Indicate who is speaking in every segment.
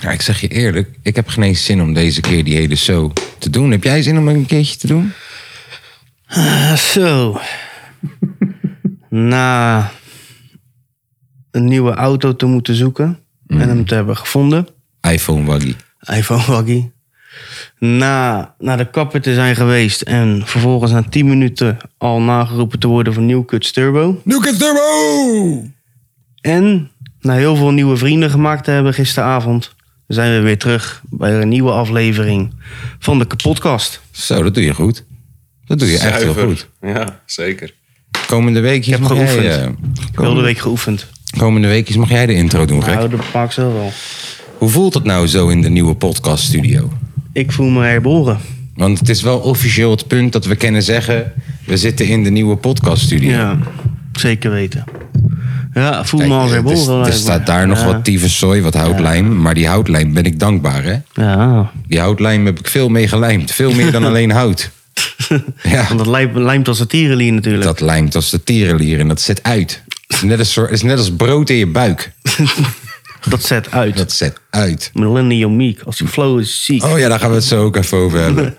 Speaker 1: Ja, ik zeg je eerlijk, ik heb geen eens zin om deze keer die hele show te doen. Heb jij zin om een keertje te doen?
Speaker 2: Ah, zo. Na een nieuwe auto te moeten zoeken en hem te hebben gevonden,
Speaker 1: iPhone Waggy.
Speaker 2: iPhone Waggy. Na naar de kapper te zijn geweest en vervolgens na 10 minuten al nageroepen te worden voor nieuw Cuts Turbo.
Speaker 1: Nuke Turbo!
Speaker 2: En na heel veel nieuwe vrienden gemaakt te hebben gisteravond, zijn we weer terug bij een nieuwe aflevering van de podcast.
Speaker 1: Zo, dat doe je goed. Dat doe je echt heel
Speaker 3: Zuiver.
Speaker 1: goed.
Speaker 3: Ja, zeker.
Speaker 1: Komende weekjes
Speaker 2: heb
Speaker 1: mag jij...
Speaker 2: geoefend.
Speaker 1: eh,
Speaker 2: Ik heb de
Speaker 1: komende,
Speaker 2: week geoefend.
Speaker 1: komende weekjes mag jij de intro doen,
Speaker 2: We
Speaker 1: gek.
Speaker 2: houden de park zelf wel.
Speaker 1: Hoe voelt dat nou zo in de nieuwe podcaststudio?
Speaker 2: Ik voel me herboren.
Speaker 1: Want het is wel officieel het punt dat we kunnen zeggen... we zitten in de nieuwe podcaststudio.
Speaker 2: Ja, zeker weten. Ja, voel me
Speaker 1: Kijk,
Speaker 2: als
Speaker 1: eh, er,
Speaker 2: herboren.
Speaker 1: er staat daar nog wat tyfuszooi, wat houtlijm. Maar die houtlijm ben ik dankbaar, hè?
Speaker 2: Ja,
Speaker 1: Die houtlijm heb ik veel mee gelijmd. Veel meer dan alleen hout. Ja,
Speaker 2: want dat lijmt, lijmt als een tierenlier natuurlijk.
Speaker 1: dat lijmt als de tierenlier en dat zet uit. Het is net als, soort- het is net als brood in je buik.
Speaker 2: Dat zet uit.
Speaker 1: Dat zet uit.
Speaker 2: Millennial Meek, als die flow is ziek.
Speaker 1: Oh ja, daar gaan we het zo ook even over hebben.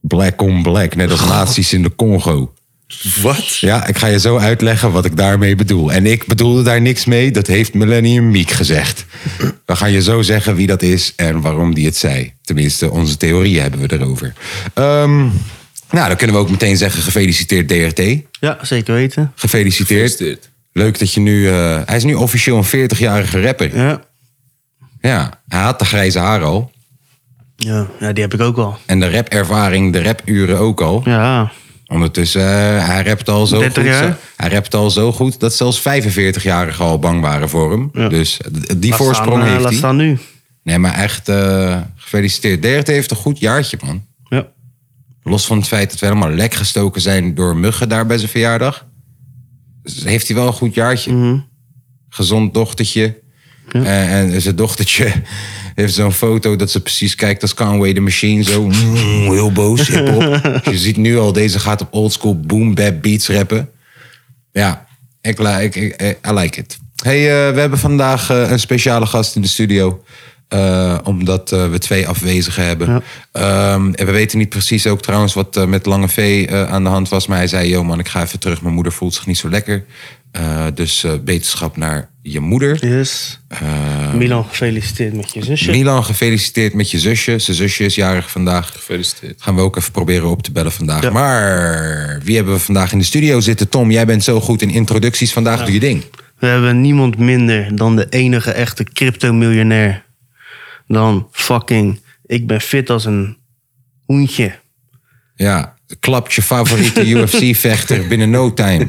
Speaker 1: Black on black, net als nazi's in de Congo.
Speaker 3: Wat?
Speaker 1: Ja, ik ga je zo uitleggen wat ik daarmee bedoel. En ik bedoelde daar niks mee, dat heeft Millennium Meek gezegd. We gaan je zo zeggen wie dat is en waarom die het zei. Tenminste, onze theorieën hebben we erover. Ehm, nou, dan kunnen we ook meteen zeggen gefeliciteerd DRT.
Speaker 2: Ja, zeker weten.
Speaker 1: Gefeliciteerd.
Speaker 3: Gefeliciteerd.
Speaker 1: Leuk dat je nu... eh, hij is nu officieel een 40-jarige rapper.
Speaker 2: Ja.
Speaker 1: Ja, hij had de grijze haar al.
Speaker 2: Ja, ja, die heb ik ook al.
Speaker 1: En de rapervaring, de rapuren ook al.
Speaker 2: Ja,
Speaker 1: Ondertussen, eh, hij rapt al zo
Speaker 2: 30
Speaker 1: goed.
Speaker 2: jaar?
Speaker 1: Hij rapt al zo goed dat zelfs 45-jarigen al bang waren voor hem.
Speaker 2: Ja.
Speaker 1: Dus d- die
Speaker 2: laat
Speaker 1: voorsprong
Speaker 2: staan, eh,
Speaker 1: heeft
Speaker 2: Laat
Speaker 1: hij.
Speaker 2: staan nu.
Speaker 1: Nee, maar echt eh, gefeliciteerd. DRT heeft een goed jaartje, man.
Speaker 2: Ja.
Speaker 1: Los van het feit dat we helemaal lek gestoken zijn door muggen daar bij zijn verjaardag. Dus heeft hij wel een goed jaartje.
Speaker 2: Mhm.
Speaker 1: Gezond dochtertje. Eh, en zijn dochtertje heeft zo'n foto dat ze precies kijkt als Conway the Machine. Zo mm, heel boos. hiphop. Dus je ziet nu al, deze gaat op oldschool boom bap beats rappen. Ja, ik, li- ik, ik, eh, I like it. Hey, eh, we hebben vandaag eh, een speciale gast in de studio. eh, omdat eh, we twee afwezigen hebben. Ehm, en we weten niet precies ook trouwens wat eh, met Lange V eh, aan de hand was. Maar hij zei, yo man, ik ga even terug. Mijn moeder voelt zich niet zo lekker. Eh, dus eh, beterschap naar je moeder.
Speaker 2: Yes.
Speaker 1: Eh,
Speaker 2: Milan, gefeliciteerd met je zusje.
Speaker 1: Milan, gefeliciteerd met je zusje. Zijn zusje is jarig vandaag.
Speaker 3: Gefeliciteerd.
Speaker 1: Gaan we ook even proberen op te bellen vandaag.
Speaker 2: Ja.
Speaker 1: Maar wie hebben we vandaag in de studio zitten? Tom, jij bent zo goed in introducties. Vandaag doe je ding.
Speaker 2: We hebben niemand minder dan de enige echte crypto-miljonair. Dan fucking, ik ben fit als een hoentje.
Speaker 1: Ja, klapt je favoriete UFC-vechter binnen no time.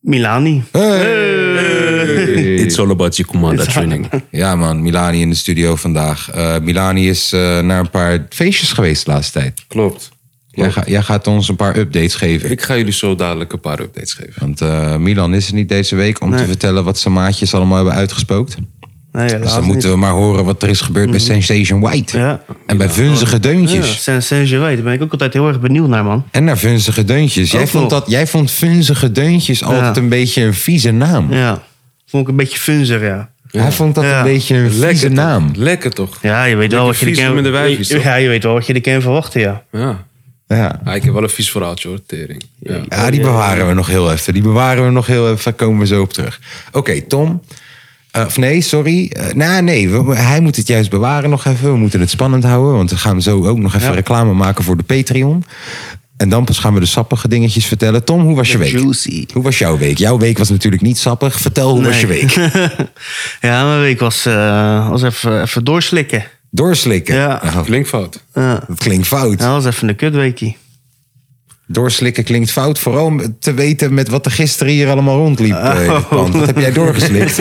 Speaker 2: Milani.
Speaker 3: It's all about your commander training.
Speaker 1: Ja man, Milani in de studio vandaag. Eh, Milani is eh, naar een paar feestjes geweest de laatste tijd.
Speaker 3: Klopt.
Speaker 1: Jij, ga- jij gaat ons een paar updates geven.
Speaker 3: Ik ga jullie zo dadelijk een paar updates geven.
Speaker 1: Want eh, Milan is er niet deze week om te vertellen wat zijn maatjes allemaal hebben uitgespookt.
Speaker 2: Nee,
Speaker 1: Dus
Speaker 2: helaas Mhm.
Speaker 1: dan moeten we maar horen wat er is gebeurd bij Sensation White.
Speaker 2: Ja.
Speaker 1: En bij vunzige deuntjes.
Speaker 2: Ja, Saint Saint-Gervais, daar ben ik ook altijd heel erg benieuwd naar, man.
Speaker 1: En naar vunzige deuntjes. Jij
Speaker 2: Ook
Speaker 1: vond,
Speaker 2: nog.
Speaker 1: dat, jij vond vunzige deuntjes altijd een beetje een vieze naam.
Speaker 2: Ja. Vond ik een beetje funzer, ja.
Speaker 1: Hij vond dat
Speaker 2: Ja.
Speaker 1: een beetje een vieze
Speaker 3: Lekker
Speaker 1: naam.
Speaker 3: Toch? Lekker toch? Ja.
Speaker 2: Ja, je weet wel wat je
Speaker 3: vies
Speaker 2: er
Speaker 3: om in de
Speaker 2: kan...
Speaker 3: wijfjes, toch?
Speaker 2: Ja, je weet wel wat je er kan verwachten, ja.
Speaker 1: Ja.
Speaker 3: Ah, ik heb wel een vies verhaaltje hoor, tering. Ja.
Speaker 1: Ja, die bewaren we nog heel even. Die bewaren we nog heel even. Daar komen we zo op terug. Oké, Tom. Eh, Of nee, sorry. Eh, nou, nee, we- we- hij moet het juist bewaren nog even. We moeten het spannend houden. Want we gaan zo ook nog even reclame maken voor de Patreon. En dan pas gaan we de sappige dingetjes vertellen. Tom, hoe was je week?
Speaker 2: Juicy.
Speaker 1: Hoe was jouw week? Jouw week was natuurlijk niet sappig. Vertel, hoe was je
Speaker 2: Nee.
Speaker 1: week?
Speaker 2: ja, mijn week was, eh, was even, even doorslikken.
Speaker 1: Doorslikken.
Speaker 2: Ja.
Speaker 1: Nou,
Speaker 3: Klinkt fout.
Speaker 2: Ja.
Speaker 1: dat klinkt fout.
Speaker 2: Ja, dat was even een kutweekie.
Speaker 1: Doorslikken klinkt fout, vooral om te weten met wat er gisteren hier allemaal rondliep. eh, in
Speaker 2: Oh.
Speaker 1: het pand. Wat heb jij doorgeslikt?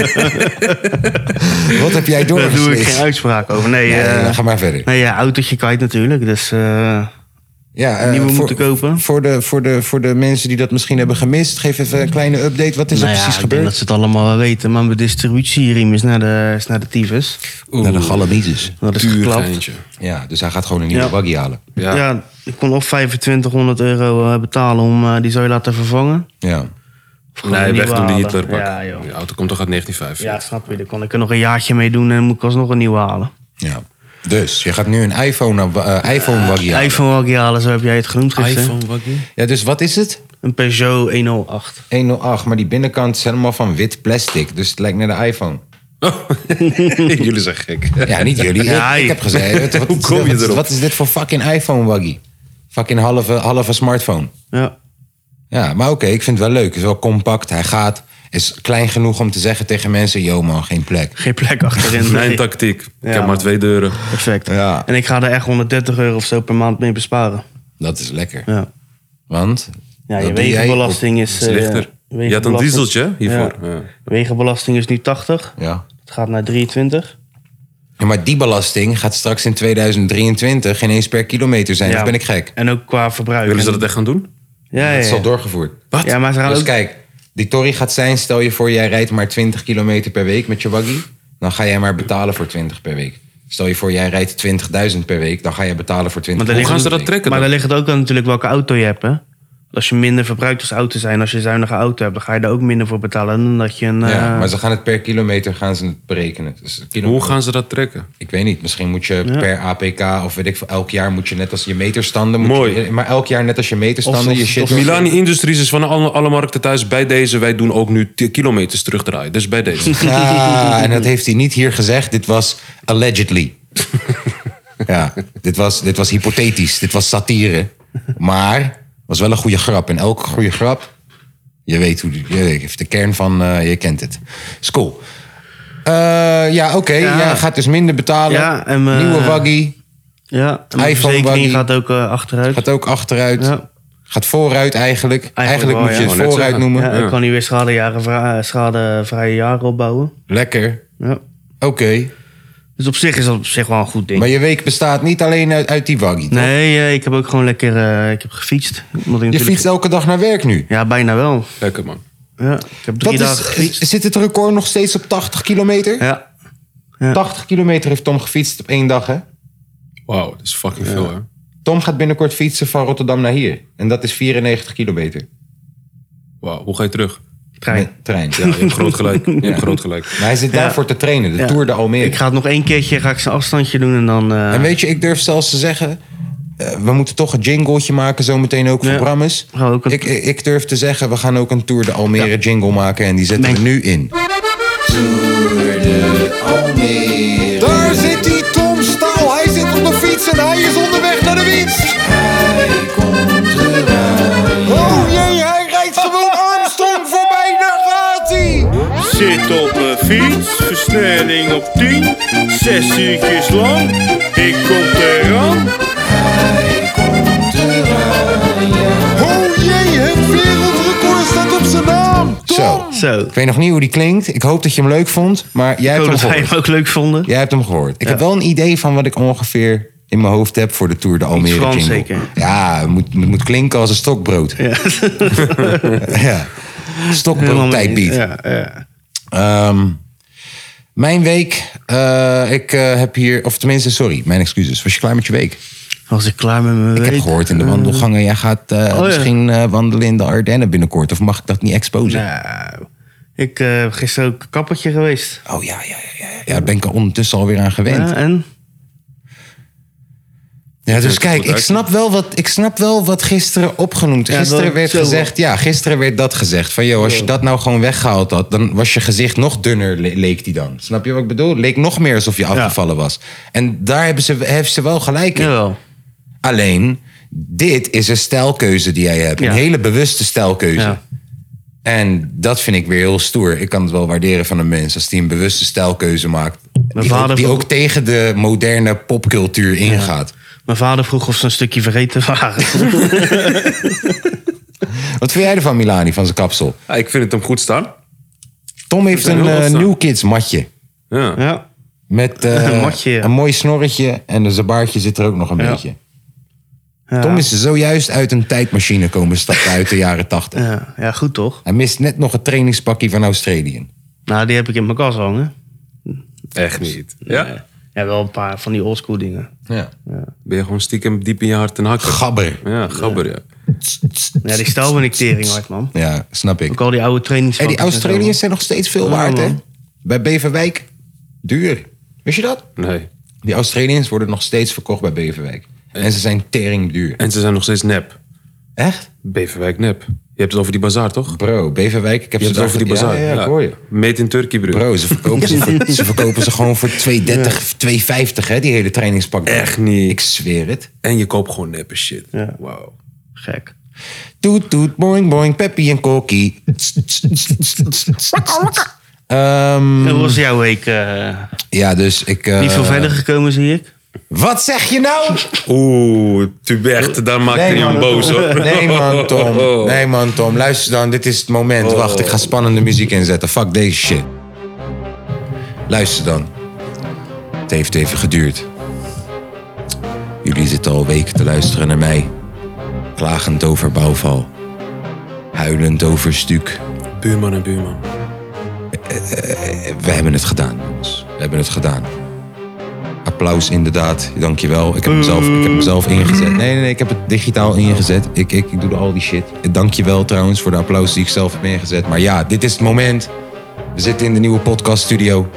Speaker 1: wat heb jij
Speaker 2: Daar
Speaker 1: doorgeslikt?
Speaker 2: doe ik geen uitspraak over. Nee,
Speaker 1: Oh, Nee,
Speaker 2: eh,
Speaker 1: ga maar verder.
Speaker 2: nee ja, autootje kwijt natuurlijk. Dus eh,
Speaker 1: Ja, eh,
Speaker 2: nieuwe
Speaker 1: voor,
Speaker 2: moeten kopen.
Speaker 1: Voor de, voor, de, voor de mensen die dat misschien hebben gemist, geef even een kleine update. Wat is
Speaker 2: nou
Speaker 1: er
Speaker 2: ja,
Speaker 1: precies
Speaker 2: ik denk dat
Speaker 1: gebeurd?
Speaker 2: ze het allemaal wel weten. Maar mijn distributieriem is naar de, is naar de tyfus.
Speaker 1: Naar de galamietes.
Speaker 2: Dat is
Speaker 3: Duur
Speaker 2: geklapt.
Speaker 3: geintje.
Speaker 1: Ja, dus hij gaat gewoon een nieuwe
Speaker 2: Ja.
Speaker 1: buggy halen.
Speaker 3: Ja.
Speaker 2: Ja. ik kon of 2500 euro eh, betalen om eh, die zou je laten vervangen.
Speaker 1: Ja.
Speaker 2: Of gewoon
Speaker 3: Nee,
Speaker 2: een
Speaker 3: weg
Speaker 2: nieuwe
Speaker 3: doen die
Speaker 2: halen.
Speaker 3: Hitlerpak.
Speaker 2: Ja, joh.
Speaker 3: Die auto komt toch uit
Speaker 2: ja,
Speaker 3: 1945?
Speaker 2: snap je. Dan kan ik er nog een jaartje mee doen en dan moet ik alsnog een nieuwe halen.
Speaker 1: ja. Dus je gaat nu een iPhone, eh, iPhone buggy halen.
Speaker 2: iPhone wil ik je halen, zo heb jij het genoemd gisteren.
Speaker 3: iPhone Waggy?
Speaker 1: Ja, dus wat is het?
Speaker 2: Een Peugeot 108.
Speaker 1: 108, maar die binnenkant is helemaal van wit plastic. Dus het lijkt naar de iPhone.
Speaker 3: Jullie zijn gek.
Speaker 1: Ja, niet jullie.
Speaker 2: Ja,
Speaker 1: ik, ik
Speaker 2: je-
Speaker 1: heb gezegd. Wat,
Speaker 3: Hoe kom je
Speaker 1: wat-
Speaker 3: erop?
Speaker 1: Wat is dit voor fucking iPhone waggy? Fucking halve, halve smartphone.
Speaker 2: Ja.
Speaker 1: Ja, maar oké, ik vind het wel leuk. Het is wel compact. Hij gaat. Is klein genoeg om te zeggen tegen mensen: yo man, geen plek.
Speaker 2: Geen plek achterin.
Speaker 3: Mijn
Speaker 2: Nee.
Speaker 3: tactiek. Ik
Speaker 2: Ja.
Speaker 3: heb maar twee deuren.
Speaker 2: Perfect.
Speaker 1: Ja.
Speaker 2: En ik ga er echt 130 euro of zo per maand mee besparen.
Speaker 1: Dat is lekker.
Speaker 2: Ja,
Speaker 1: Want.
Speaker 2: ja
Speaker 1: dat
Speaker 2: je
Speaker 1: doe jij
Speaker 2: wegenbelasting is...
Speaker 3: is
Speaker 2: eh,
Speaker 3: lichter. Je had een
Speaker 2: wegenbelasting-
Speaker 3: dieseltje hè, hiervoor.
Speaker 2: Ja.
Speaker 3: Ja.
Speaker 2: Wegenbelasting is nu 80.
Speaker 1: op- Ja.
Speaker 2: Het gaat naar 23.
Speaker 1: Ja, maar die belasting gaat straks in 2023 ineens per kilometer zijn.
Speaker 2: Ja.
Speaker 1: Of ben ik gek?
Speaker 2: En ook qua verbruik.
Speaker 3: Willen ze
Speaker 2: En-
Speaker 3: dat echt gaan doen?
Speaker 2: Ja, ja,
Speaker 1: Dat is al
Speaker 2: ja.
Speaker 1: doorgevoerd.
Speaker 3: Wat?
Speaker 2: Ja, maar ze gaan
Speaker 1: Dus
Speaker 2: ook...
Speaker 1: kijk, die Tory gaat zijn, stel je voor, jij rijdt maar 20 kilometer per week met je waggy. Dan ga jij maar betalen voor 20 per week. Stel je voor, jij rijdt 20.000 per week, dan ga je betalen voor 20
Speaker 2: Maar
Speaker 3: Hoe
Speaker 2: dan
Speaker 3: gaan ze dat
Speaker 1: per week.
Speaker 3: trekken
Speaker 2: Maar
Speaker 3: dan?
Speaker 2: daar ligt het ook aan natuurlijk welke auto je hebt, hè. Als je minder verbruikt als auto zijn, als je een zuinige auto hebt, dan ga je daar ook minder voor betalen dan dat je een...
Speaker 1: Ja,
Speaker 2: eh,
Speaker 1: maar ze gaan het per kilometer gaan ze het berekenen. Dus een kilo-
Speaker 3: Hoe gaan ze dat trekken?
Speaker 1: Ik weet niet, misschien moet je per APK of weet ik veel, elk jaar moet je net als je meterstanden. Moet
Speaker 3: Mooi.
Speaker 1: je- maar elk jaar net als je meterstanden,
Speaker 2: Of-
Speaker 1: je
Speaker 2: of-
Speaker 1: shit.
Speaker 2: of
Speaker 1: door-
Speaker 3: Milani Industries is van alle, alle markten thuis. Bij deze, wij doen ook nu t- kilometers terugdraaien. Dus bij deze.
Speaker 1: Ja, Ah, en dat heeft hij niet hier gezegd. Dit was allegedly. ja, dit was, dit was hypothetisch. Dit was satire. Maar was wel een goede grap. En elke goede grap, je weet hoe die, je weet, de kern van, eh, je kent het. Is cool. Eh, ja, oké.
Speaker 2: Ja.
Speaker 1: ja, gaat dus minder betalen.
Speaker 2: Ja, en, eh,
Speaker 1: Nieuwe waggy.
Speaker 2: ja, en mijn
Speaker 1: iPhone
Speaker 2: verzekering
Speaker 1: buggy.
Speaker 2: gaat ook eh, achteruit.
Speaker 1: Gaat ook achteruit.
Speaker 2: Ja.
Speaker 1: Gaat vooruit eigenlijk. Eigenlijk,
Speaker 2: wel,
Speaker 1: moet
Speaker 2: ja.
Speaker 1: je
Speaker 3: Wou
Speaker 1: het
Speaker 3: net
Speaker 1: vooruit
Speaker 3: zeggen.
Speaker 1: noemen.
Speaker 2: Ja,
Speaker 3: Ja.
Speaker 2: ik kan nu weer schadejaren vra- eh, schadevrije jaren opbouwen.
Speaker 1: Lekker.
Speaker 2: Ja.
Speaker 1: Oké.
Speaker 2: Dus op zich is dat op zich wel een goed ding.
Speaker 1: Maar je week bestaat niet alleen uit, uit die waggy. toch?
Speaker 2: Nee, eh, ik heb ook gewoon lekker eh, ik heb gefietst. Omdat ik
Speaker 1: Je
Speaker 2: natuurlijk-
Speaker 1: fietst elke dag naar werk nu.
Speaker 2: Ja, bijna wel.
Speaker 3: Lekker man.
Speaker 2: Ja, ik heb
Speaker 1: Dat
Speaker 2: drie dagen
Speaker 1: is,
Speaker 2: gefietst.
Speaker 1: zit het record nog steeds op 80 kilometer?
Speaker 2: Ja. Ja.
Speaker 1: 80 kilometer heeft Tom gefietst op één dag, hè?
Speaker 3: Wauw, dat is fucking veel hè.
Speaker 1: Tom gaat binnenkort fietsen van Rotterdam naar hier. En dat is 94 kilometer.
Speaker 3: Wauw, hoe ga je terug?
Speaker 2: Trein.
Speaker 1: Met trein.
Speaker 3: Ja, je hebt groot gelijk. Je hebt groot gelijk.
Speaker 1: Maar hij zit daarvoor te trainen, de
Speaker 2: Ja.
Speaker 1: Tour de Almere.
Speaker 2: Ik ga het nog één keertje, ga ik zijn afstandje doen en dan... eh,
Speaker 1: En weet je, ik durf zelfs te zeggen... eh, we moeten toch een jingletje maken zometeen ook voor
Speaker 2: Ja.
Speaker 1: Brammes.
Speaker 2: We gaan ook een-
Speaker 1: Ik, ik ik durf te zeggen, we gaan ook een Tour de Almere jingle maken. En die zetten
Speaker 2: Nee.
Speaker 1: we nu in. Tour de Almere. Daar zit die Tom Staal. Hij zit op de fiets en hij is onderweg naar de winst. Oh jee, hij rijdt gewoon Armstrong voorbij. Daar gaat hij.
Speaker 4: Zit op mijn fiets, versnelling op 10, 6 cirkels lang. Ik kom eraan,
Speaker 1: Oh jee, het wereldrecord staat op zijn naam. Zo.
Speaker 2: Zo.
Speaker 1: Ik weet nog niet hoe die klinkt. Ik hoop dat je hem leuk vond. Maar jij
Speaker 4: Oh,
Speaker 2: Ik
Speaker 1: hebt hem
Speaker 2: hoop dat wij
Speaker 1: gehoord.
Speaker 2: hem ook leuk vonden.
Speaker 1: Jij hebt hem gehoord. Ik heb wel een idee van wat ik ongeveer in mijn hoofd heb voor de Tour de Almere
Speaker 2: Frans
Speaker 1: jingle.
Speaker 2: zeker.
Speaker 1: Ja, het moet, het moet klinken als een stokbrood. Ja. Stokbrood tijdbeat.
Speaker 2: Ja, ja.
Speaker 1: Ehm, mijn week, eh, ik eh, heb hier, of tenminste, sorry, mijn excuses. Was je klaar met je week?
Speaker 2: Was ik klaar met mijn
Speaker 1: Ik heb
Speaker 2: week?
Speaker 1: gehoord in de wandelgangen, jij gaat eh,
Speaker 2: eh, Oh, ja.
Speaker 1: misschien eh, wandelen in de Ardennen binnenkort. Of mag ik dat niet exposen?
Speaker 2: Nou, ik eh, heb gisteren ook kappertje geweest.
Speaker 1: Oh ja, ja, ja, ja, ja. Daar ben ik er ondertussen alweer aan gewend.
Speaker 2: Ja, en?
Speaker 1: Ja, dus
Speaker 3: het
Speaker 1: kijk,
Speaker 3: goed
Speaker 1: ik
Speaker 3: uit.
Speaker 1: snap, wel wat, ik snap wel wat gisteren opgenoemd.
Speaker 2: Ja,
Speaker 1: Gisteren
Speaker 2: dat-
Speaker 1: werd
Speaker 2: zo.
Speaker 1: gezegd, ja, gisteren werd dat gezegd. Van, joh, als je dat nou gewoon weggehaald had, dan was je gezicht nog dunner, le- leek die dan. Snap je wat ik bedoel? Leek nog meer alsof je afgevallen was. En daar hebben ze, heeft ze wel gelijk in.
Speaker 2: Jawel.
Speaker 1: Alleen, dit is een stijlkeuze die jij hebt.
Speaker 2: Ja.
Speaker 1: Een hele bewuste stijlkeuze.
Speaker 2: Ja.
Speaker 1: En dat vind ik weer heel stoer. Ik kan het wel waarderen van een mens als die een bewuste stijlkeuze maakt. Die,
Speaker 2: vader
Speaker 1: ook, die
Speaker 2: vond-
Speaker 1: ook tegen de moderne popcultuur ingaat.
Speaker 2: Mijn vader vroeg of ze een stukje vergeten waren.
Speaker 1: Wat vind jij ervan, Milani, van zijn kapsel?
Speaker 3: Ja, Ah, ik vind het hem goed staan.
Speaker 1: Tom heeft
Speaker 3: zijn
Speaker 1: een
Speaker 3: heel
Speaker 1: eh,
Speaker 3: ontstaan.
Speaker 1: New Kids matje.
Speaker 3: Ja.
Speaker 2: ja.
Speaker 1: Met eh,
Speaker 2: Een matje, ja.
Speaker 1: een mooi snorretje en zijn baardje zit er ook nog een
Speaker 2: Ja.
Speaker 1: beetje.
Speaker 2: Ja.
Speaker 1: Tom is zojuist uit een tijdmachine komen stappen uit de jaren tachtig.
Speaker 2: Ja. ja, goed toch?
Speaker 1: Hij mist net nog het trainingspakje van Australië.
Speaker 2: Nou, die heb ik in mijn kast hangen.
Speaker 3: Echt niet. Ja?
Speaker 2: Ja, wel een paar van die oldschool dingen.
Speaker 1: Ja.
Speaker 3: Ben je gewoon stiekem diep in je hart een hakker.
Speaker 1: Gabber.
Speaker 3: Ja, gabber, ja.
Speaker 2: Ja, die stel ben ik tering hard, man.
Speaker 1: Ja, snap ik.
Speaker 2: Ook al die oude trainings.
Speaker 1: Hey, die Australiërs zijn nog steeds veel waard, hè?
Speaker 2: man.
Speaker 1: Bij Beverwijk, duur. Wist je dat?
Speaker 3: Nee.
Speaker 1: Die Australiërs worden nog steeds verkocht bij Beverwijk. En ze zijn tering duur.
Speaker 3: En ze zijn nog steeds nep.
Speaker 1: Echt?
Speaker 3: Beverwijk nep. Je hebt het over die bazaar, toch?
Speaker 1: Bro, Beverwijk, ik heb
Speaker 3: Je hebt
Speaker 1: ze
Speaker 3: het over die
Speaker 1: daar-
Speaker 3: bazaar.
Speaker 1: Ja, ja, ik hoor je.
Speaker 3: Meet in Turkey, broer.
Speaker 1: Bro, ze verkopen ze, voor- ze, verkopen ze gewoon voor 2,30, 2,50 hè, die hele trainingspak.
Speaker 3: Echt niet.
Speaker 1: Ik zweer het.
Speaker 3: En je koopt gewoon neppe shit.
Speaker 2: Ja.
Speaker 3: Wauw.
Speaker 2: Gek.
Speaker 1: Toet, toet, boing, boing, Peppy en Kokkie. Ehm,
Speaker 2: En Hoe was jouw week? eh,
Speaker 1: ja, dus ik... eh,
Speaker 2: niet veel verder gekomen, zie ik.
Speaker 1: Wat zeg je nou?
Speaker 3: Oeh, Tubert, daar maakt hij hem boos hoor.
Speaker 1: Nee man, Tom. Nee man, Tom. Luister dan, dit is het moment. Wacht, ik ga spannende muziek inzetten. Fuck deze shit. Luister dan. Het heeft even geduurd. Jullie zitten al weken te luisteren naar mij. Klagend over bouwval. Huilend over stuk.
Speaker 3: Buurman en buurman.
Speaker 1: We hebben het gedaan, jongens. We hebben het gedaan. Applaus inderdaad, dankjewel. Ik heb hem zelf, ik heb hem zelf ingezet. Nee, nee, nee, ik heb het digitaal ingezet. Ik, ik, ik doe al die shit. Dankjewel trouwens voor de applaus die ik zelf heb ingezet. Maar ja, dit is het moment. We zitten in de nieuwe podcaststudio.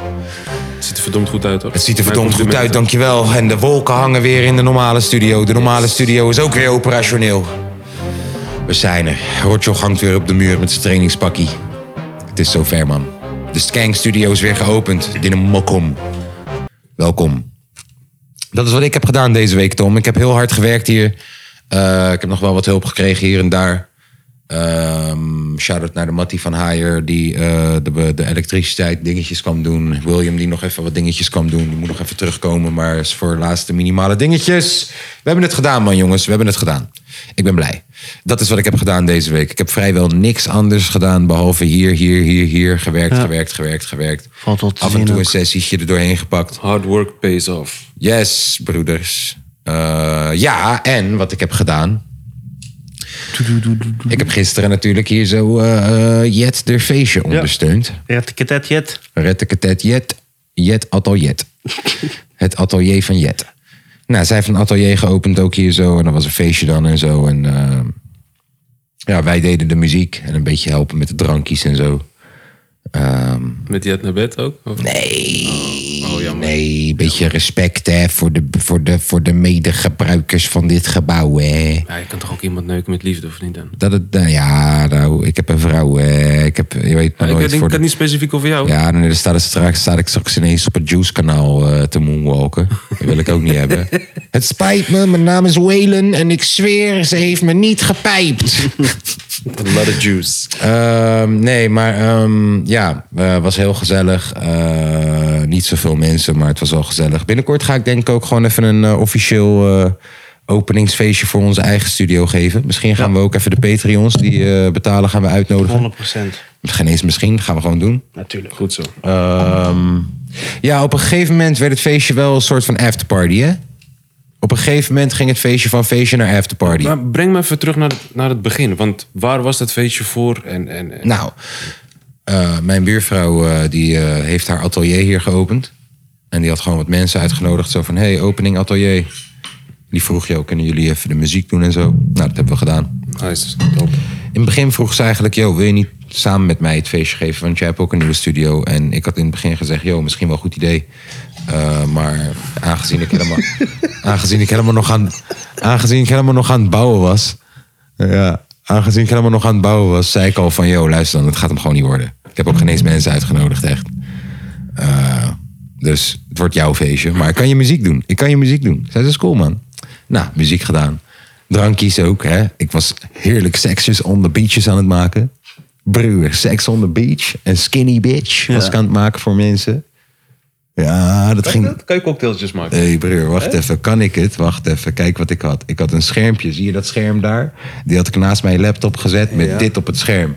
Speaker 3: Het ziet er verdomd goed uit hoor.
Speaker 1: Het ziet er
Speaker 3: Mijn
Speaker 1: verdomd goed uit,
Speaker 3: complimenten.
Speaker 1: dankjewel. En de wolken hangen weer in de normale studio. De normale studio is ook weer operationeel. We zijn er. Rotjo hangt weer op de muur met zijn trainingspakkie. Het is zover, man. De Skank Studio is weer geopend. Dinamokkom. Welkom. Dat is wat ik heb gedaan deze week, Tom. Ik heb heel hard gewerkt hier. Eh, ik heb nog wel wat hulp gekregen hier en daar. Ehm Shout-out naar de Mattie van Haier, die eh, de, de elektriciteit dingetjes kwam doen. William, die nog even wat dingetjes kwam doen. Die moet nog even terugkomen, maar is voor de laatste minimale dingetjes. We hebben het gedaan, man, jongens. We hebben het gedaan. Ik ben blij. Dat is wat ik heb gedaan deze week. Ik heb vrijwel niks anders gedaan, behalve hier, hier, hier, hier. Gewerkt, gewerkt, gewerkt, gewerkt.
Speaker 2: Valt wel te
Speaker 1: Af en
Speaker 2: zien
Speaker 1: toe
Speaker 2: ook.
Speaker 1: een sessietje er doorheen gepakt.
Speaker 3: Hard work pays off.
Speaker 1: Yes, broeders. Eh, ja, en wat ik heb gedaan. Ik heb gisteren natuurlijk hier zo eh, eh, Jet de feestje ondersteund.
Speaker 2: Rettiketet jet.
Speaker 1: Rettekatet Jet. Jet Atelier. het atelier van Jet. Nou, zij heeft een atelier geopend ook hier zo. En dan was een feestje dan en zo. En eh, ja, wij deden de muziek. En een beetje helpen met de drankjes en zo. Ehm,
Speaker 3: Met die uit naar bed ook? Of-
Speaker 1: Nee. nee, een beetje respect hè, voor, de, voor, de, voor de medegebruikers van dit gebouw. Hè.
Speaker 3: Ja, je kan toch ook iemand neuken met liefde of niet dan?
Speaker 1: Dat het, nou ja, nou, ik heb een vrouw. Hè. Ik heb, je weet maar
Speaker 3: Ja, Nou, ik
Speaker 1: nooit.
Speaker 3: eh, denk,
Speaker 1: voor
Speaker 3: ik
Speaker 1: de-
Speaker 3: had niet specifiek over jou.
Speaker 1: ja, dan staat, er straks, staat ik straks ineens op het Juice-kanaal eh, te moonwalken. Dat wil ik ook niet hebben. Het spijt me, mijn naam is Waylon en ik zweer, ze heeft me niet gepijpt.
Speaker 3: A lot of juice.
Speaker 1: Ehm, nee, maar ehm, ja, eh, was heel gezellig. Eh, niet zoveel mensen, maar het was wel gezellig. Binnenkort ga ik denk ik ook gewoon even een eh, officieel eh, openingsfeestje voor onze eigen studio geven. Misschien gaan we ook even de Patreons die eh, betalen, gaan we uitnodigen.
Speaker 2: 100%.
Speaker 1: Geen eens misschien, gaan we gewoon doen.
Speaker 2: Natuurlijk.
Speaker 3: Goed zo.
Speaker 1: Ehm, ja, op een gegeven moment werd het feestje wel een soort van afterparty, hè? Op een gegeven moment ging het feestje van feestje naar afterparty.
Speaker 3: Maar breng me even terug naar, naar het begin. Want waar was dat feestje voor? En, en, en-
Speaker 1: Nou, eh, mijn buurvrouw eh, die eh, heeft haar atelier hier geopend. En die had gewoon wat mensen uitgenodigd. Zo van, hey, opening atelier. Die vroeg, joh, kunnen jullie even de muziek doen en zo? Nou, dat hebben we gedaan.
Speaker 3: Hij is top.
Speaker 1: In het begin vroeg ze eigenlijk, joh, wil je niet samen met mij het feestje geven? Want jij hebt ook een nieuwe studio. En ik had in het begin gezegd, joh, misschien wel een goed idee. Eh, maar aangezien ik, helemaal, aangezien, ik helemaal nog aan, aangezien ik helemaal nog aan het bouwen was... Ja, aangezien ik helemaal nog aan het bouwen was, zei ik al van... joh, luister dan, het gaat hem gewoon niet worden. Ik heb ook geen eens mensen uitgenodigd, echt. Eh, dus het wordt jouw feestje. Maar ik kan je muziek doen. Ik kan je muziek doen. Zij zei, dat is cool, man. Nou, muziek gedaan. Drankjes ook, hè. Ik was heerlijk seksjes on the beaches aan het maken. Broer, seks on the beach. Een skinny bitch was ik aan het maken voor mensen. Ja, dat
Speaker 3: Kan je
Speaker 1: ging...
Speaker 3: dat? Kan je cocktailtjes maken?
Speaker 1: Hé hey broer, wacht even. Kan ik het? Wacht even. Kijk wat ik had. Ik had een schermpje. Zie je dat scherm daar? Die had ik naast mijn laptop gezet met dit op het scherm.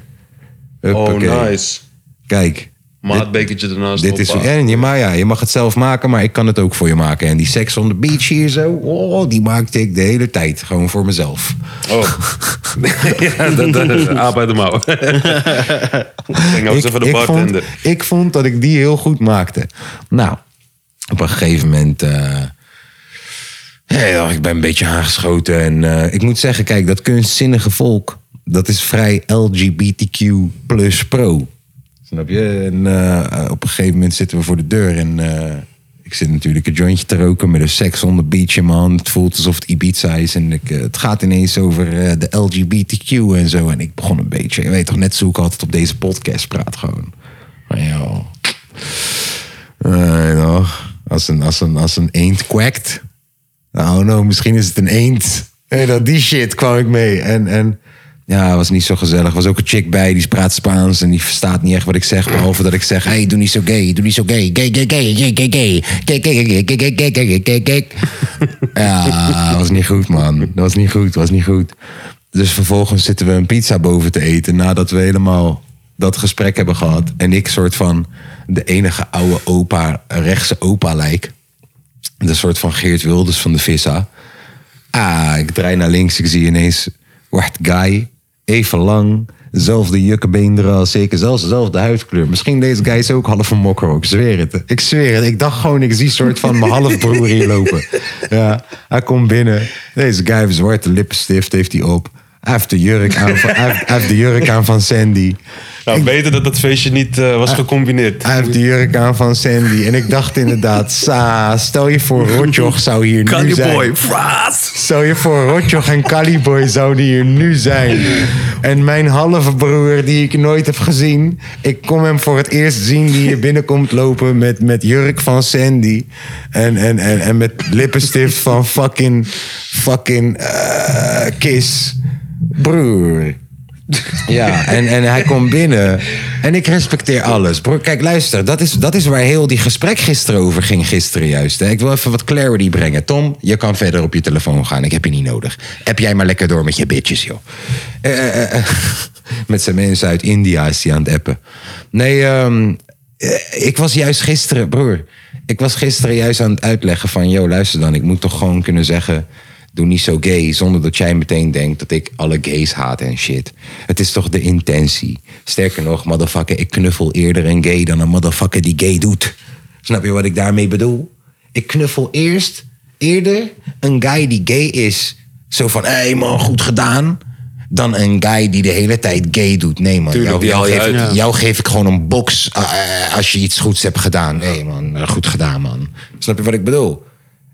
Speaker 1: Huppakee.
Speaker 3: Oh, nice.
Speaker 1: Kijk. Dit-
Speaker 3: Maatbekertje ernaast.
Speaker 1: Dit is,
Speaker 3: hoppa.
Speaker 1: en je, maar ja, je mag het zelf maken, maar ik kan het ook voor je maken. En die seks on the beach hier zo, oh, die maakte ik de hele tijd. Gewoon voor mezelf.
Speaker 3: Oh. ja, dat, dat is aap uit de mouw. ik ging ook eens even de
Speaker 1: ik, vond,
Speaker 3: bartender.
Speaker 1: ik vond dat ik die heel goed maakte. Nou, op een gegeven moment... eh, Hey, joh, ik ben een beetje aangeschoten. En eh, ik moet zeggen, kijk, dat kunstzinnige volk... dat is vrij LGBTQ plus pro. Snap je? En eh, op een gegeven moment zitten we voor de deur en... eh, ik zit natuurlijk een jointje te roken met een seks on the beach in mijn hand. Het voelt alsof het Ibiza is. En ik, eh, het gaat ineens over eh, de LGBTQ en zo. En ik begon een beetje. Je weet toch net zo ik altijd op deze podcast praat gewoon. Maar joh. Nee, nog. Als een, als, een, als een eend kwakt. Nou, no, misschien is het een eend. Hey, dat, die shit kwam ik mee. En, en ja, het was niet zo gezellig. Er was ook een chick bij, die praat Spaans en die verstaat niet echt wat ik zeg. Behalve dat ik zeg, hey, doe niet zo gay, doe niet zo gay. Gay, gay, gay, gay, gay, gay. Gay, gay, gay, gay, gay, gay, gay, gay, gay. Ja, dat was niet goed, man. Dat was niet goed, dat was niet goed. Dus vervolgens zitten we een pizza boven te eten nadat we helemaal dat gesprek hebben gehad. En ik soort van de enige oude opa, rechtse opa lijk. De soort van Geert Wilders van de Vissa. Ah, ik draai naar links. Ik zie ineens Wart Guy. Even lang. Zelfde jukkenbeenderen als ik. Zelfs dezelfde huidkleur. Misschien deze guy is ook half een mokker. Ik zweer het. Ik zweer het. Ik dacht gewoon, ik zie soort van mijn halfbroer hier lopen. Ja, hij komt binnen. Deze guy heeft zwarte lippenstift. Heeft hij op. Hij heeft de jurk aan van, hij heeft, hij heeft de jurk aan van Sandy.
Speaker 3: Nou, beter dat dat feestje niet eh,
Speaker 1: Ah.
Speaker 3: was gecombineerd.
Speaker 1: Hij heeft de jurk aan van Sandy. En ik dacht inderdaad, sa, stel je voor Rotjoch zou hier nu zijn. Stel je voor, Rotjoch en Caliboy zouden hier nu zijn. En mijn halve broer, die ik nooit heb gezien. Ik kom hem voor het eerst zien die hier binnenkomt lopen met, met jurk van Sandy. En, en, en, en met lippenstift van fucking, fucking eh, Kiss. Broer. Ja, en, en hij komt binnen. En ik respecteer alles. Broer, kijk, luister. Dat is, dat is waar heel die gesprek gisteren over ging. Gisteren juist. Hè. Ik wil even wat clarity brengen. Tom, je kan verder op je telefoon gaan. Ik heb je niet nodig. Heb jij maar lekker door met je bitches, joh. Eh, eh, eh, met zijn mensen uit India is hij aan het appen. Nee, ehm, eh, ik was juist gisteren, broer. Ik was gisteren juist aan het uitleggen van... Yo, luister dan. Ik moet toch gewoon kunnen zeggen doe niet zo gay, zonder dat jij meteen denkt dat ik alle gays haat en shit. Het is toch de intentie. Sterker nog, motherfucker, ik knuffel eerder een gay dan een motherfucker die gay doet. Snap je wat ik daarmee bedoel? Ik knuffel eerst, eerder, een guy die gay is. Zo van, hé hey man, goed gedaan. Dan een guy die de hele tijd gay doet. Nee man,
Speaker 3: Tuurlijk,
Speaker 1: jou,
Speaker 3: die
Speaker 1: jou
Speaker 3: haalt
Speaker 1: heeft,
Speaker 3: je uit.
Speaker 1: jou geef ik gewoon een box eh, eh, als je iets goeds hebt gedaan. Nee man, eh, goed gedaan man. Snap je wat ik bedoel?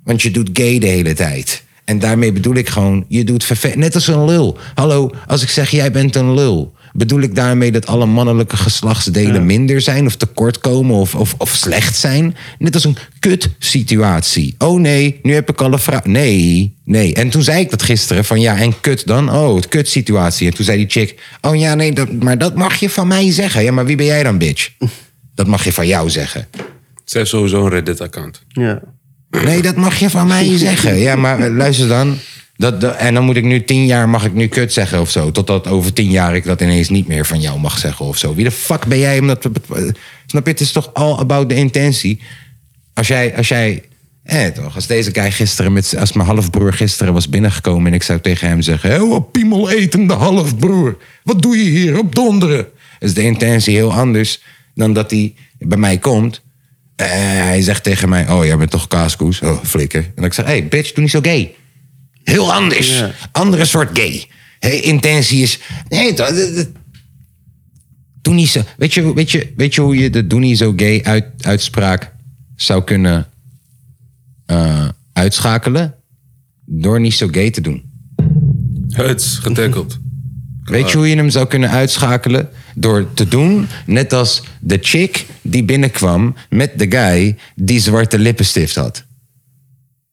Speaker 1: Want je doet gay de hele tijd. En daarmee bedoel ik gewoon, je doet verve- Net als een lul. Hallo, als ik zeg jij bent een lul. Bedoel ik daarmee dat alle mannelijke geslachtsdelen minder zijn of tekortkomen of, of, of slecht zijn? Net als een kut situatie. Oh nee, nu heb ik alle vrouwen. Nee, nee. En toen zei ik dat gisteren van ja, en kut dan? Oh, het kut situatie. En toen zei die chick, oh ja, nee, dat, maar dat mag je van mij zeggen. Ja, maar wie ben jij dan, bitch? Dat mag je van jou zeggen.
Speaker 3: Ze heeft sowieso een Reddit-account.
Speaker 2: Ja.
Speaker 1: Nee, dat mag je van mij zeggen. Ja, maar eh, luister dan. Dat, dat- en dan moet ik nu tien jaar, mag ik nu kut zeggen of zo. Totdat over tien jaar ik dat ineens niet meer van jou mag zeggen of zo. Wie de fuck ben jij om dat te... be- Snap je, het is toch all about de intentie. Als jij, als jij... Eh, toch, als deze guy gisteren, met, z'n- als mijn halfbroer gisteren was binnengekomen... en ik zou tegen hem zeggen... Hé, wat piemeletende halfbroer. Wat doe je hier op donderen? Is de intentie heel anders dan dat hij bij mij komt... Eh, hij zegt tegen mij, oh, jij bent toch kaaskoes? Oh, flikker. En ik zeg, hey, bitch, doe niet zo gay. Heel anders.
Speaker 2: Ja.
Speaker 1: Andere soort gay. Hey, intentie is... Nee, toch, d- d- doe niet zo... Weet je, weet je, weet je hoe je de doe niet zo gay uit, uitspraak zou kunnen eh, uitschakelen? Door niet zo gay te doen.
Speaker 3: Huts, getackled.
Speaker 1: Weet je hoe je hem zou kunnen uitschakelen? Door te doen, net als de chick die binnenkwam met de guy die zwarte lippenstift had.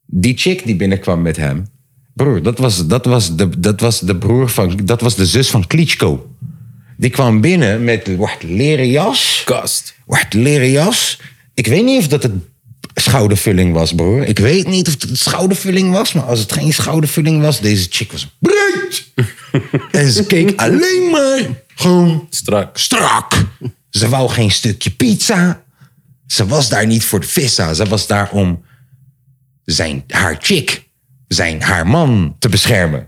Speaker 1: Die chick die binnenkwam met hem. Broer, dat was, dat was, de, dat was de broer van, dat was de zus van Klitschko. Die kwam binnen met wat leren jas.
Speaker 3: Kast.
Speaker 1: Wat leren jas. Ik weet niet of dat het schoudervulling was, broer. Ik weet niet of het schoudervulling was, maar als het geen schoudervulling was, deze chick was breed. en ze keek alleen maar gewoon
Speaker 3: Strak.
Speaker 1: strak. Ze wou geen stukje pizza. Ze was daar niet voor de vissa. Ze was daar om zijn, haar chick, zijn, haar man te beschermen.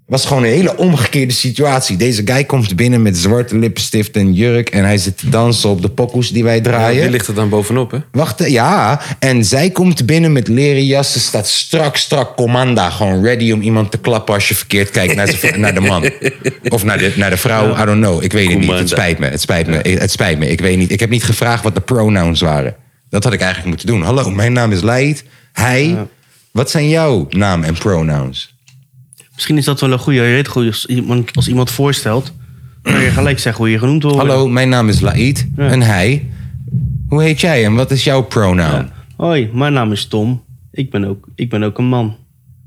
Speaker 1: Het was gewoon een hele omgekeerde situatie. Deze guy komt binnen met zwarte lippenstift en jurk... en hij zit te dansen op de pokoes die wij draaien.
Speaker 3: Die ligt er dan bovenop, hè?
Speaker 1: Wacht, eh, ja. En zij komt binnen met leren jassen, staat strak, strak commanda. Gewoon ready om iemand te klappen als je verkeerd kijkt naar, zijn- naar de man. Of naar de, naar de vrouw, I don't know. Ik weet het niet, het
Speaker 3: Commanda.
Speaker 1: spijt me. Het spijt me, het spijt me. Ik weet niet. Ik heb niet gevraagd wat de pronouns waren. Dat had ik eigenlijk moeten doen. Hallo, mijn naam is Leid. Hij. Wat zijn jouw naam en pronouns?
Speaker 2: Misschien is dat wel een goede. Je weet goed, als iemand, als iemand voorstelt, kan je gelijk zeggen hoe je genoemd wordt.
Speaker 1: Hallo, mijn naam is Laid. En hij. Hoe heet jij en wat is jouw pronoun?
Speaker 2: Hoi, mijn naam is Tom. Ik ben ook, ik ben ook een man.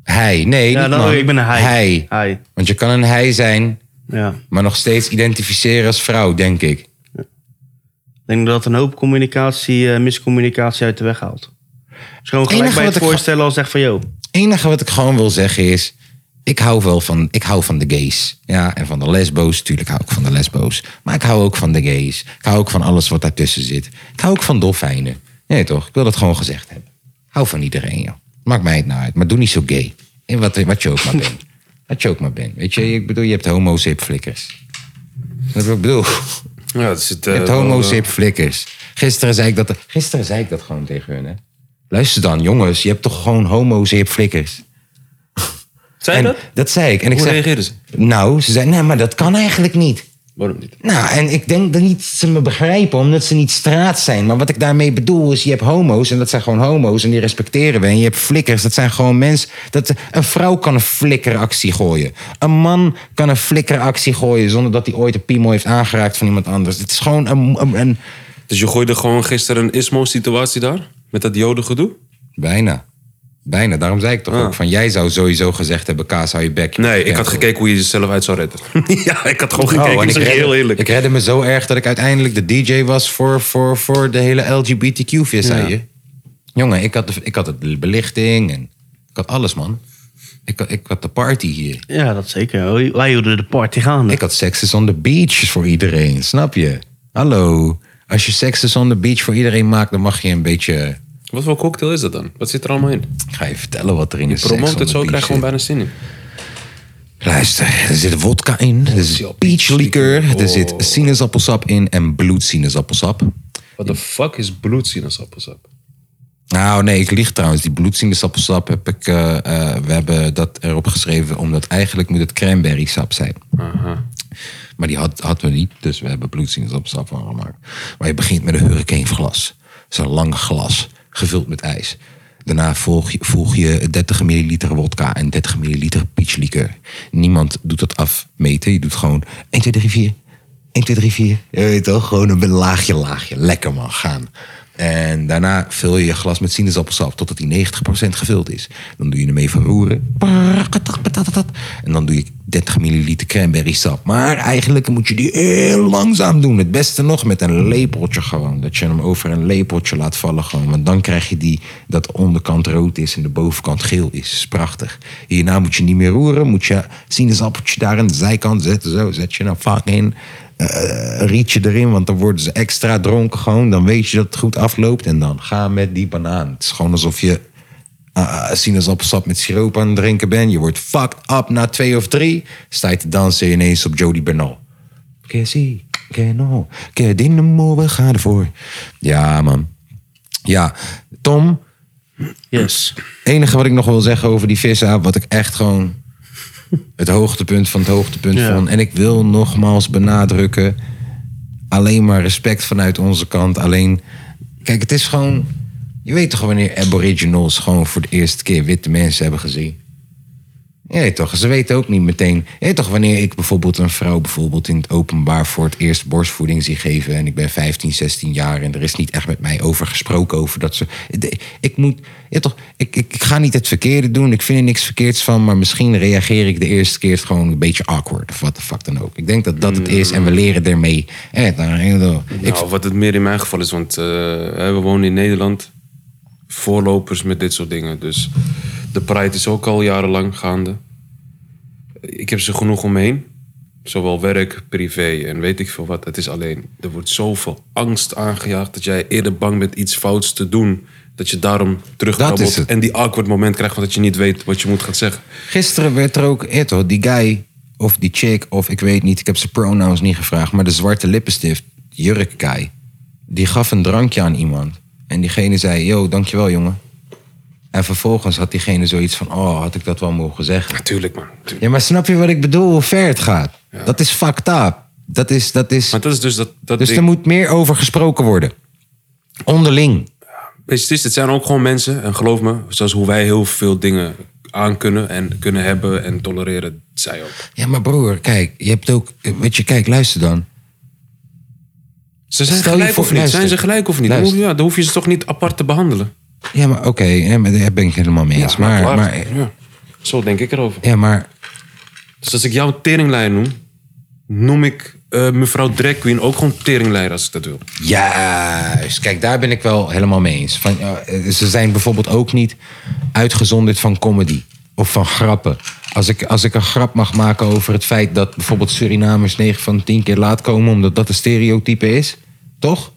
Speaker 1: Hij. Nee,
Speaker 2: Ja,
Speaker 1: niet
Speaker 2: dan,
Speaker 1: man.
Speaker 2: ik ben een hij.
Speaker 1: Hij.
Speaker 2: Hij,
Speaker 1: Want je kan een hij zijn,
Speaker 2: Ja.
Speaker 1: maar nog steeds identificeren als vrouw, denk ik.
Speaker 2: Ik denk dat een hoop communicatie, eh, miscommunicatie uit de weg haalt. Dus gewoon gelijk
Speaker 1: Enige
Speaker 2: bij het
Speaker 1: wat ik-
Speaker 2: voorstellen al zeg van, yo,
Speaker 1: Het enige wat ik gewoon wil zeggen is... Ik hou wel van, ik hou van de gays. Ja, en van de lesbo's. Tuurlijk hou ik van de lesbo's. Maar ik hou ook van de gays. Ik hou ook van alles wat daartussen zit. Ik hou ook van dolfijnen. Nee toch, ik wil dat gewoon gezegd hebben. Hou van iedereen, joh. Maakt mij het nou uit. Maar doe niet zo gay. En wat, wat je ook maar bent. Wat je ook maar bent. Weet je, ik bedoel, je hebt homo's, je hebt flikkers. Dat is wat ik bedoel.
Speaker 3: Ja, het zit...
Speaker 1: Je
Speaker 3: eh,
Speaker 1: hebt
Speaker 3: wel,
Speaker 1: homo's,
Speaker 3: eh,
Speaker 1: je hebt flikkers. Gisteren zei ik dat, gisteren zei ik dat gewoon tegen hun. Hè? Luister dan, jongens, je hebt toch gewoon homo's, je hebt flikkers.
Speaker 3: Zei je
Speaker 1: en
Speaker 3: dat?
Speaker 1: Dat zei ik. En ik
Speaker 3: Hoe
Speaker 1: zeg,
Speaker 3: reageerden ze?
Speaker 1: Nou, ze zei, nee, maar dat kan eigenlijk niet.
Speaker 3: Waarom niet?
Speaker 1: Nou, en ik denk dat niet dat ze me begrijpen, omdat ze niet straat zijn. Maar wat ik daarmee bedoel is, je hebt homo's en dat zijn gewoon homo's en die respecteren we. En je hebt flikkers, dat zijn gewoon mensen. Dat, een vrouw kan een flikkeractie gooien. Een man kan een flikkeractie gooien zonder dat hij ooit een piemel heeft aangeraakt van iemand anders. Het is gewoon een- een, een
Speaker 3: Dus je gooide gewoon gisteren een ismo-situatie daar? Met dat jodengedoe?
Speaker 1: Bijna. Bijna. Daarom zei ik toch
Speaker 3: Ah.
Speaker 1: ook van... jij zou sowieso gezegd hebben... Kaas, hou je bek. je
Speaker 3: Nee,
Speaker 1: bent
Speaker 3: ik had
Speaker 1: gecanceld.
Speaker 3: gekeken hoe je jezelf uit zou redden. ja, ik had gewoon
Speaker 1: Oh,
Speaker 3: gekeken.
Speaker 1: en ik,
Speaker 3: Ik zeg je
Speaker 1: redde,
Speaker 3: heel eerlijk.
Speaker 1: ik redde me zo erg dat ik uiteindelijk de DJ was voor, voor, voor de hele LGBTQ-vis, zei je. Jongen, ik had, de, ik had de belichting en ik had alles, man. Ik had, ik had de party hier.
Speaker 2: ja, dat zeker. Wij hielden de party gaande.
Speaker 1: Ik had Sex is on the Beach voor iedereen, snap je? Hallo. Als je Sex is on the Beach voor iedereen maakt, dan mag je een beetje...
Speaker 3: Wat voor cocktail is dat dan? Wat zit er allemaal in?
Speaker 1: Ik ga je vertellen wat er in is.
Speaker 3: Promoot het zo, krijg je gewoon bijna zin in.
Speaker 1: Luister, er zit wodka in, er zit peachlikeur, er zit sinaasappelsap in en bloedsinaasappelsap.
Speaker 3: What the fuck is bloedsinaasappelsap?
Speaker 1: Nou nee, ik lieg trouwens. Die bloedsinaasappelsap heb ik, eh, eh, we hebben dat erop geschreven omdat eigenlijk moet het cranberry sap zijn. Maar die had, hadden we niet, dus we hebben bloedsinaasappelsap van gemaakt. Maar je begint met een hurricaneglas. Zo'n lang glas, gevuld met ijs. Daarna volg je, voeg je 30 milliliter wodka en 30 milliliter peachlikeur. Niemand doet dat afmeten. Je doet gewoon 1, 2, 3, 4. 1, 2, 3, 4. Je weet toch? Gewoon een laagje, laagje. Lekker man, gaan. En daarna vul je je glas met sinaasappelsap totdat die 90% gevuld is. Dan doe je hem even roeren. En dan doe je 30 milliliter cranberry sap. Maar eigenlijk moet je die heel langzaam doen. Het beste nog met een lepeltje gewoon. Dat je hem over een lepeltje laat vallen gewoon. Want dan krijg je die, dat de onderkant rood is en de bovenkant geel is. is prachtig. Hierna moet je niet meer roeren. Moet je sinaasappeltje daar aan de zijkant zetten. Zo zet je een vak in. eh, rietje erin, want dan worden ze extra dronken gewoon. Dan weet je dat het goed afloopt. En dan ga met die banaan. Het is gewoon alsof je eh, sinaasappelsap met siroop aan het drinken ben. Je wordt fucked up na twee of drie. Sta je te dansen ineens op Jody Bernal. Que si, que no, que dynamo, we gaan ervoor. Ja, man. Ja, Tom,
Speaker 2: Yes.
Speaker 1: enige wat ik nog wil zeggen over die vissa, wat ik echt gewoon het hoogtepunt van het hoogtepunt
Speaker 2: Ja.
Speaker 1: vond. En ik wil nogmaals benadrukken, alleen maar respect vanuit onze kant. Alleen, kijk, het is gewoon, je weet toch wanneer aboriginals gewoon voor de eerste keer witte mensen hebben gezien? Ja, je toch. Ze weten ook niet meteen. Je weet toch, wanneer ik bijvoorbeeld een vrouw bijvoorbeeld in het openbaar voor het eerst borstvoeding zie geven. en ik ben 15, 16 jaar en er is niet echt met mij over gesproken over dat ze. De- Ik moet. Ja, toch. Ik, ik, ik ga niet het verkeerde doen. Ik vind er niks verkeerds van. maar misschien reageer ik de eerste keer gewoon een beetje awkward. of wat de fuck dan ook. Ik denk dat dat het is en we leren ermee. Ja, dan- ik-
Speaker 3: Nou, wat het meer in mijn geval is, want eh, we wonen in Nederland. voorlopers met dit soort dingen. Dus de Pride is ook al jarenlang gaande. Ik heb ze genoeg omheen. Zowel werk, privé en weet ik veel wat. Het is alleen, er wordt zoveel angst aangejaagd dat jij eerder bang bent iets fouts te doen. Dat je daarom
Speaker 1: is
Speaker 3: terugkrabbelt
Speaker 1: het.
Speaker 3: en die awkward moment krijgt van dat je niet weet wat je moet gaan zeggen.
Speaker 1: Gisteren werd er ook, eh, toch, die guy of die chick of ik weet niet, ik heb zijn pronouns niet gevraagd, maar de zwarte lippenstift, jurk guy, die gaf een drankje aan iemand. En diegene zei, yo, dankjewel jongen. En vervolgens had diegene zoiets van, oh, had ik dat wel mogen zeggen.
Speaker 3: Natuurlijk man. tuurlijk.
Speaker 1: Ja, maar snap je wat ik bedoel, hoe ver het gaat? Dat is fucked up. Dat is, dat is...
Speaker 3: Maar dat is dus dat, dat
Speaker 1: Dus er
Speaker 3: ding.
Speaker 1: moet meer over gesproken worden. Onderling.
Speaker 3: Weet je, het, is, het zijn ook gewoon mensen. En geloof me, zoals hoe wij heel veel dingen aankunnen en kunnen hebben en tolereren, zij ook.
Speaker 1: Ja, maar broer, kijk, je hebt ook... eh, Weet je, kijk, luister dan.
Speaker 3: Ze zijn
Speaker 1: Stel je
Speaker 3: gelijk
Speaker 1: voor-
Speaker 3: of niet?
Speaker 1: luister.
Speaker 3: zijn ze gelijk of niet? Dan hoef,
Speaker 1: Luister.
Speaker 3: je- ja, dan hoef je ze toch niet apart te behandelen.
Speaker 1: Ja, maar oké, hè, maar daar ben ik helemaal mee eens. maar,
Speaker 3: klaar.
Speaker 1: maar, eh,
Speaker 3: ja. Zo denk ik erover.
Speaker 1: ja, maar
Speaker 3: Dus als ik jou teringlijn noem, noem ik eh, mevrouw Drag Queen ook gewoon teringlijn als ik dat wil.
Speaker 1: juist. Kijk, daar ben ik wel helemaal mee eens. Van, ja, eh, ze zijn bijvoorbeeld ook niet uitgezonderd van comedy of van grappen. Als ik, als ik een grap mag maken over het feit dat bijvoorbeeld Surinamers 9 van 10 keer laat komen... omdat dat een stereotype is, toch?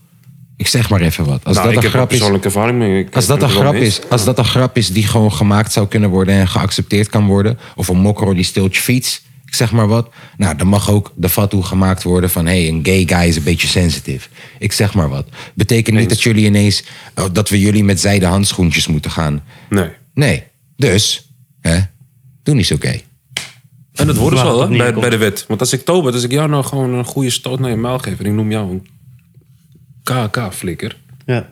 Speaker 1: Ik zeg maar even wat. Als
Speaker 3: nou,
Speaker 1: dat
Speaker 3: ik
Speaker 1: een
Speaker 3: heb er
Speaker 1: grap is...
Speaker 3: persoonlijke ervaring mee. Ik-
Speaker 1: Als
Speaker 3: ik
Speaker 1: dat
Speaker 3: ben
Speaker 1: een
Speaker 3: het er wel
Speaker 1: grap
Speaker 3: mee eens.
Speaker 1: is, als dat een grap is die gewoon gemaakt zou kunnen worden en geaccepteerd kan worden, of een mokro die stiltje fiets, ik zeg maar wat, nou dan mag ook de fatu gemaakt worden van hé, hey, een gay guy is een beetje sensitive. Ik zeg maar wat. Betekent niet dat jullie ineens oh, dat we jullie met zijde handschoentjes moeten gaan.
Speaker 3: Nee.
Speaker 1: Nee, dus hè, doe niet zo gay.
Speaker 3: En dat horen ze
Speaker 2: Laat
Speaker 3: wel,
Speaker 2: het
Speaker 3: hè,
Speaker 2: niet
Speaker 3: bij,
Speaker 2: komen.
Speaker 3: bij de wet. Want als ik tober, als ik jou nou gewoon een goede stoot naar je muil geef... en ik noem jou een KK-flikker...
Speaker 2: Ja.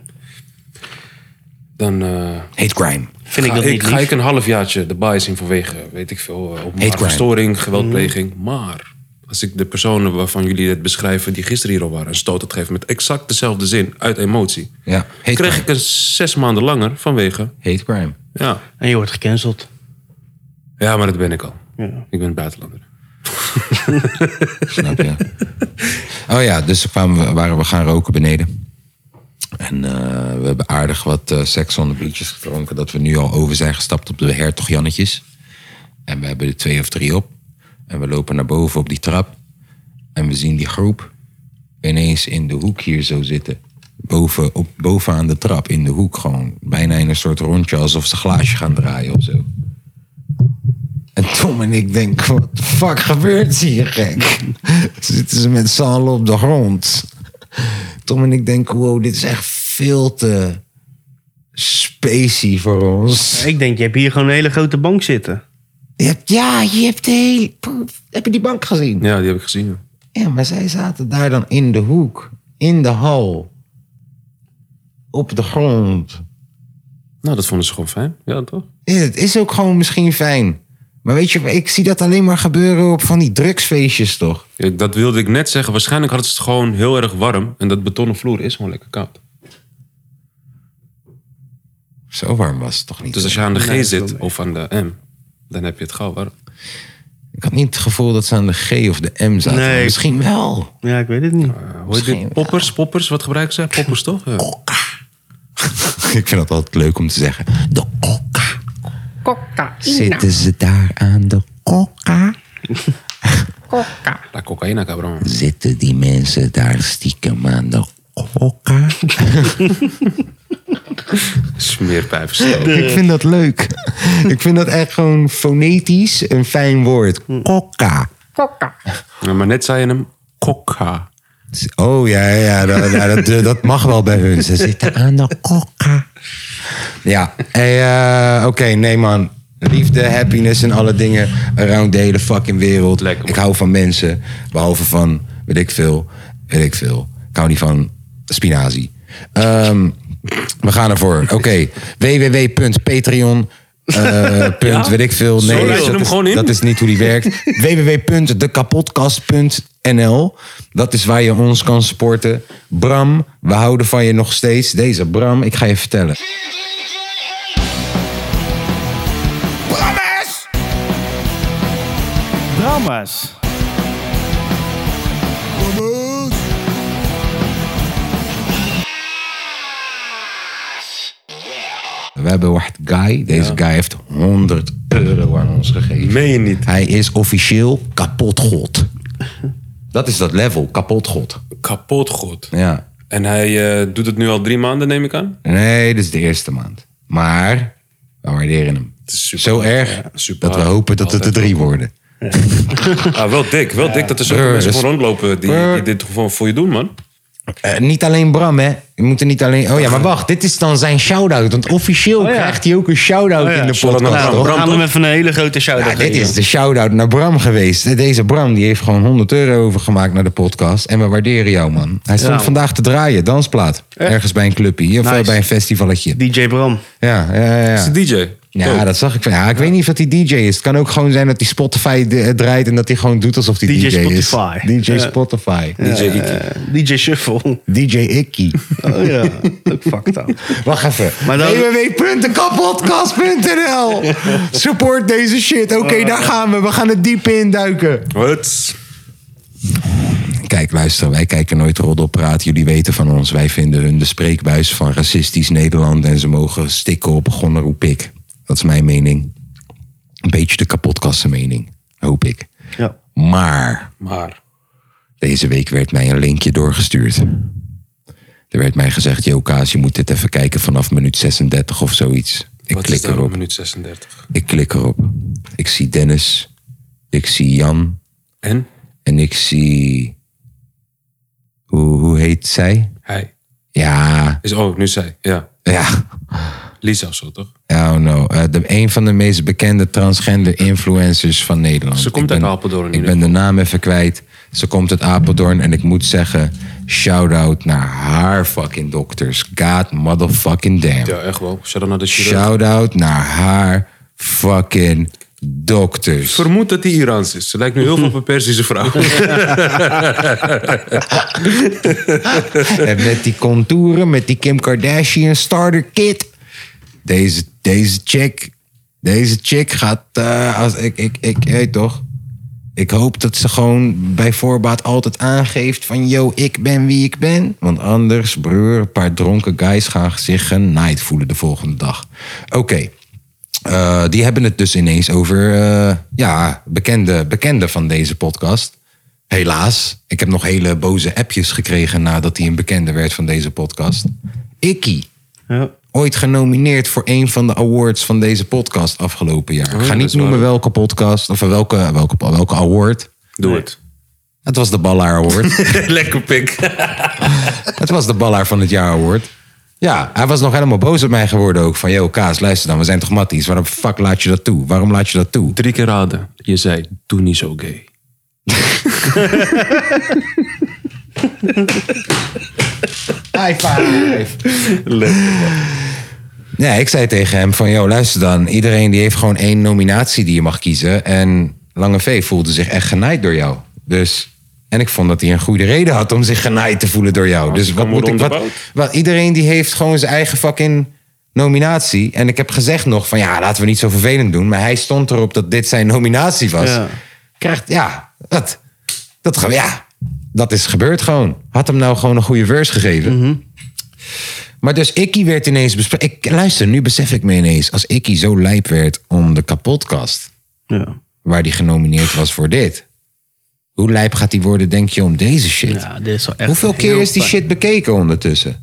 Speaker 3: dan eh,
Speaker 1: Hate crime.
Speaker 2: Vind ik
Speaker 3: ga,
Speaker 2: dat
Speaker 3: ik,
Speaker 2: niet
Speaker 3: ga
Speaker 2: lief.
Speaker 3: ik een halfjaartje de bias in vanwege, weet ik veel... eh,
Speaker 1: crime.
Speaker 3: openbare verstoring, geweldpleging.
Speaker 2: Mm.
Speaker 3: Maar als ik de personen waarvan jullie dit beschrijven... die gisteren hier al waren, een stoot had gegeven met exact dezelfde zin... uit emotie,
Speaker 1: Ja, hate
Speaker 3: kreeg
Speaker 1: crime.
Speaker 3: ik een zes maanden langer vanwege...
Speaker 1: Hate crime.
Speaker 3: Ja,
Speaker 2: En je wordt gecanceld.
Speaker 3: ja maar dat ben ik al.
Speaker 2: Ja.
Speaker 3: Ik ben buitenlander.
Speaker 1: Snap je? oh ja, dus kwamen we, waren we gaan roken beneden. En eh, we hebben aardig wat eh seks on the beaches gedronken. Dat we nu al over zijn gestapt op de hertog Jannetjes. En we hebben er twee of drie op. En we lopen naar boven op die trap. En we zien die groep ineens in de hoek hier zo zitten. Boven, op, boven aan de trap, in de hoek gewoon. Bijna in een soort rondje, alsof ze glaasje gaan draaien of zo. En Tom en ik denken, wat de fuck gebeurt hier, gek? Zitten ze met z'n allen op de grond? Tom en ik denken, wow, dit is echt veel te spacey voor ons.
Speaker 2: Ik denk, je hebt hier gewoon een hele grote bank zitten.
Speaker 1: Je hebt, ja, je hebt de hele... Heb je die bank gezien?
Speaker 3: Ja, die heb ik gezien. ja.
Speaker 1: Ja, maar zij zaten daar dan in de hoek, in de hal, op de grond.
Speaker 3: Nou, dat vonden ze gewoon fijn. Ja, toch?
Speaker 1: Ja, het is ook gewoon misschien fijn. Maar weet je, ik zie dat alleen maar gebeuren op van die drugsfeestjes, toch?
Speaker 3: Ja, dat wilde ik net zeggen. Waarschijnlijk hadden ze het gewoon heel erg warm. En dat betonnen vloer is gewoon lekker koud.
Speaker 1: Zo warm was het toch niet?
Speaker 3: Dus als je aan de G zit of aan de M, dan heb je het gauw warm.
Speaker 1: Ik had niet het gevoel dat ze aan de G of de M zaten.
Speaker 2: Nee.
Speaker 1: Misschien wel.
Speaker 2: Ja, ik weet het niet.
Speaker 3: Hoor je dit? Poppers, poppers, wat gebruiken ze? Poppers toch? Ja.
Speaker 1: Ik vind dat altijd leuk om te zeggen. De kokka. Zitten ze daar aan de kokka?
Speaker 3: La cocaïna, cabron.
Speaker 1: Zitten die mensen daar stiekem aan de kokka?
Speaker 3: Smeerpijp stoken.
Speaker 1: Ik vind dat leuk. Ik vind dat echt gewoon fonetisch een fijn woord. Kokka.
Speaker 3: Ja, maar net zei je hem coca.
Speaker 1: Oh ja, ja, ja, dat, ja, dat, dat mag wel bij hun. Ze zitten aan de kokka. Ja, hey, eh, oké, nee man. Liefde, happiness en alle dingen around de hele fucking wereld.
Speaker 3: Lekker, man.
Speaker 1: ik hou van mensen, behalve van, weet ik veel, weet ik veel. Ik hou niet van spinazie. Ehm, we gaan ervoor. Oké, www.patreon. eh, punt, weet ik veel. Nee,
Speaker 3: leid je hem
Speaker 1: dat, is,
Speaker 3: gewoon in?
Speaker 1: dat is niet hoe die werkt. www.dekapotkast.nl Dat is waar je ons kan supporten. Bram, we houden van je nog steeds. Deze Bram, ik ga je vertellen.
Speaker 5: Dramas.
Speaker 2: Nou,
Speaker 1: hebben wacht guy. Deze guy heeft 100 euro aan ons gegeven.
Speaker 3: Meen je niet?
Speaker 1: Hij is officieel kapot god. Dat is dat level, kapot god.
Speaker 3: Kapot goed.
Speaker 1: Ja.
Speaker 3: En hij eh, doet het nu al drie maanden, neem ik aan?
Speaker 1: Nee, dit is de eerste maand. Maar we waarderen hem.
Speaker 3: Het is super.
Speaker 1: Zo erg
Speaker 3: super
Speaker 1: dat we
Speaker 3: hard.
Speaker 1: hopen dat het er
Speaker 3: Altijd
Speaker 1: drie worden.
Speaker 3: Ah, wel dik, wel dik dat er zoveel
Speaker 1: Brr,
Speaker 3: mensen
Speaker 1: dus-
Speaker 3: gewoon rondlopen die,
Speaker 1: Brr.
Speaker 3: die dit gewoon voor je doen, man.
Speaker 1: Eh, niet alleen Bram, hè. Je moet er niet alleen... Oh ja, maar wacht. Dit is dan zijn shout-out. Want officieel krijgt hij ook een shout-out
Speaker 2: Oh ja.
Speaker 1: in de
Speaker 3: Shout-out naar
Speaker 1: podcast,
Speaker 3: Bram.
Speaker 1: toch?
Speaker 2: Nou, we
Speaker 3: Bram,
Speaker 2: gaan hem even een hele grote shout-out
Speaker 1: Ja, dit
Speaker 2: geven.
Speaker 1: is de shout-out naar Bram geweest. Eh, Deze Bram die heeft gewoon 100 euro overgemaakt naar de podcast. En we waarderen jou, man. Hij stond
Speaker 2: Ja.
Speaker 1: vandaag te draaien, dansplaat. Ergens bij een clubje, of eh,
Speaker 2: Nice.
Speaker 1: bij een festivaletje.
Speaker 2: DJ Bram.
Speaker 1: Ja, ja, ja.
Speaker 3: Is
Speaker 1: ja.
Speaker 3: de DJ.
Speaker 2: Oh.
Speaker 1: Ja, dat zag ik. van- Ja, ik weet niet of hij DJ is. Het kan ook gewoon zijn dat hij Spotify de- draait en dat hij gewoon doet alsof hij DJ,
Speaker 2: DJ
Speaker 1: is.
Speaker 2: Spotify.
Speaker 1: DJ
Speaker 2: Ja.
Speaker 1: Spotify.
Speaker 3: DJ Ikkie.
Speaker 2: Eh, DJ Shuffle.
Speaker 1: DJ Ikkie.
Speaker 2: Oh ja, ook fucked up.
Speaker 1: Wacht even.
Speaker 2: Maar dan-
Speaker 1: www.kapodcast.nl Support deze shit. Oké, daar gaan we. We gaan het diep induiken.
Speaker 3: Wat?
Speaker 1: Kijk, luister, wij kijken nooit roddelpraat. Jullie weten van ons. Wij vinden hun de spreekbuis van racistisch Nederland. En ze mogen stikken op gonnen, roep ik. Dat is mijn mening. Een beetje de kapotkassen mening, hoop ik.
Speaker 2: Ja.
Speaker 1: Maar
Speaker 3: Maar,
Speaker 1: deze week werd mij een linkje doorgestuurd. Er werd mij gezegd, yo Kaas, je moet dit even kijken vanaf minuut 36 of zoiets. Ik
Speaker 3: wat is
Speaker 1: klik
Speaker 3: dat
Speaker 1: erop.
Speaker 3: minuut 36?
Speaker 1: Ik klik erop. Ik zie Dennis. Ik zie Jan.
Speaker 3: En?
Speaker 1: En ik zie... Hoe, hoe heet zij?
Speaker 3: Hij.
Speaker 1: Ja,
Speaker 3: Is, oh, nu zij. Ja.
Speaker 1: ja.
Speaker 3: Lisa of zo, toch?
Speaker 1: Oh no. Eh, de, een van de meest bekende transgender influencers van Nederland.
Speaker 3: Ze komt
Speaker 1: Ik
Speaker 3: uit
Speaker 1: ben-
Speaker 3: Apeldoorn in
Speaker 1: Ik
Speaker 3: ieder
Speaker 1: ben de naam even kwijt. Ze komt uit Apeldoorn. En ik moet zeggen, shout-out naar haar fucking dokters. God motherfucking damn.
Speaker 3: Ja, echt wel. Shout-out naar de chirurg.
Speaker 1: Shout-out naar haar fucking dokters.
Speaker 3: Vermoed dat hij Iraans is. Ze lijkt nu heel veel op een Persische vrouw.
Speaker 1: En met die contouren, met die Kim Kardashian starter kit. Deze, deze chick, deze chick gaat, eh, als, ik, ik, ik, hey, toch? Ik hoop dat ze gewoon bij voorbaat altijd aangeeft van... yo, ik ben wie ik ben. Want anders, broer, een paar dronken guys gaan zich genaaid voelen de volgende dag. Oké, eh, die hebben het dus ineens over... eh, ja, bekende, bekende van deze podcast. Helaas. Ik heb nog hele boze appjes gekregen... nadat hij een bekende werd van deze podcast. Ikkie
Speaker 2: Ja.
Speaker 1: ooit genomineerd voor een van de awards van deze podcast afgelopen jaar. Ik ga
Speaker 3: Oh, dat
Speaker 1: niet
Speaker 3: is wel-
Speaker 1: noemen welke podcast of welke, welke, welke award.
Speaker 3: Doe het.
Speaker 1: Het was de Ballaar Award.
Speaker 3: Lekker pik.
Speaker 1: het was de Ballaar van het jaar award. Ja, hij was nog helemaal boos op mij geworden ook. Van, yo, Kaas, luister dan, we zijn toch matties? Waarom fuck laat je dat toe? Waarom laat je dat toe?
Speaker 3: Drie keer raden. Je zei, doe niet zo gay.
Speaker 1: High five. Ja, ik zei tegen hem van, joh, luister dan. Iedereen die heeft gewoon één nominatie die je mag kiezen. En Lange V voelde zich echt genaaid door jou. Dus, en ik vond dat hij een goede reden had om zich genaaid te voelen door jou. dus wat
Speaker 3: kan
Speaker 1: moet ik...
Speaker 3: worden
Speaker 1: Wat, wat, iedereen die heeft gewoon zijn eigen fucking nominatie. En ik heb gezegd nog van, ja, laten we niet zo vervelend doen. Maar hij stond erop dat dit zijn nominatie was.
Speaker 2: Ja.
Speaker 1: Krijgt, ja, dat... Dat, ge- ja, dat is gebeurd gewoon. Had hem nou gewoon een goede verse gegeven.
Speaker 2: Mhm.
Speaker 1: Maar dus Ikkie werd ineens besproken. Ik, luister, nu besef ik me ineens. Als Ikkie zo lijp werd om de kapotkast...
Speaker 2: Ja.
Speaker 1: waar die genomineerd was voor dit... hoe lijp gaat die worden, denk je, om deze shit?
Speaker 2: ja, dit is wel echt
Speaker 1: Hoeveel
Speaker 2: een
Speaker 1: keer
Speaker 2: heel
Speaker 1: is die
Speaker 2: fijn-
Speaker 1: shit bekeken ondertussen?
Speaker 2: Het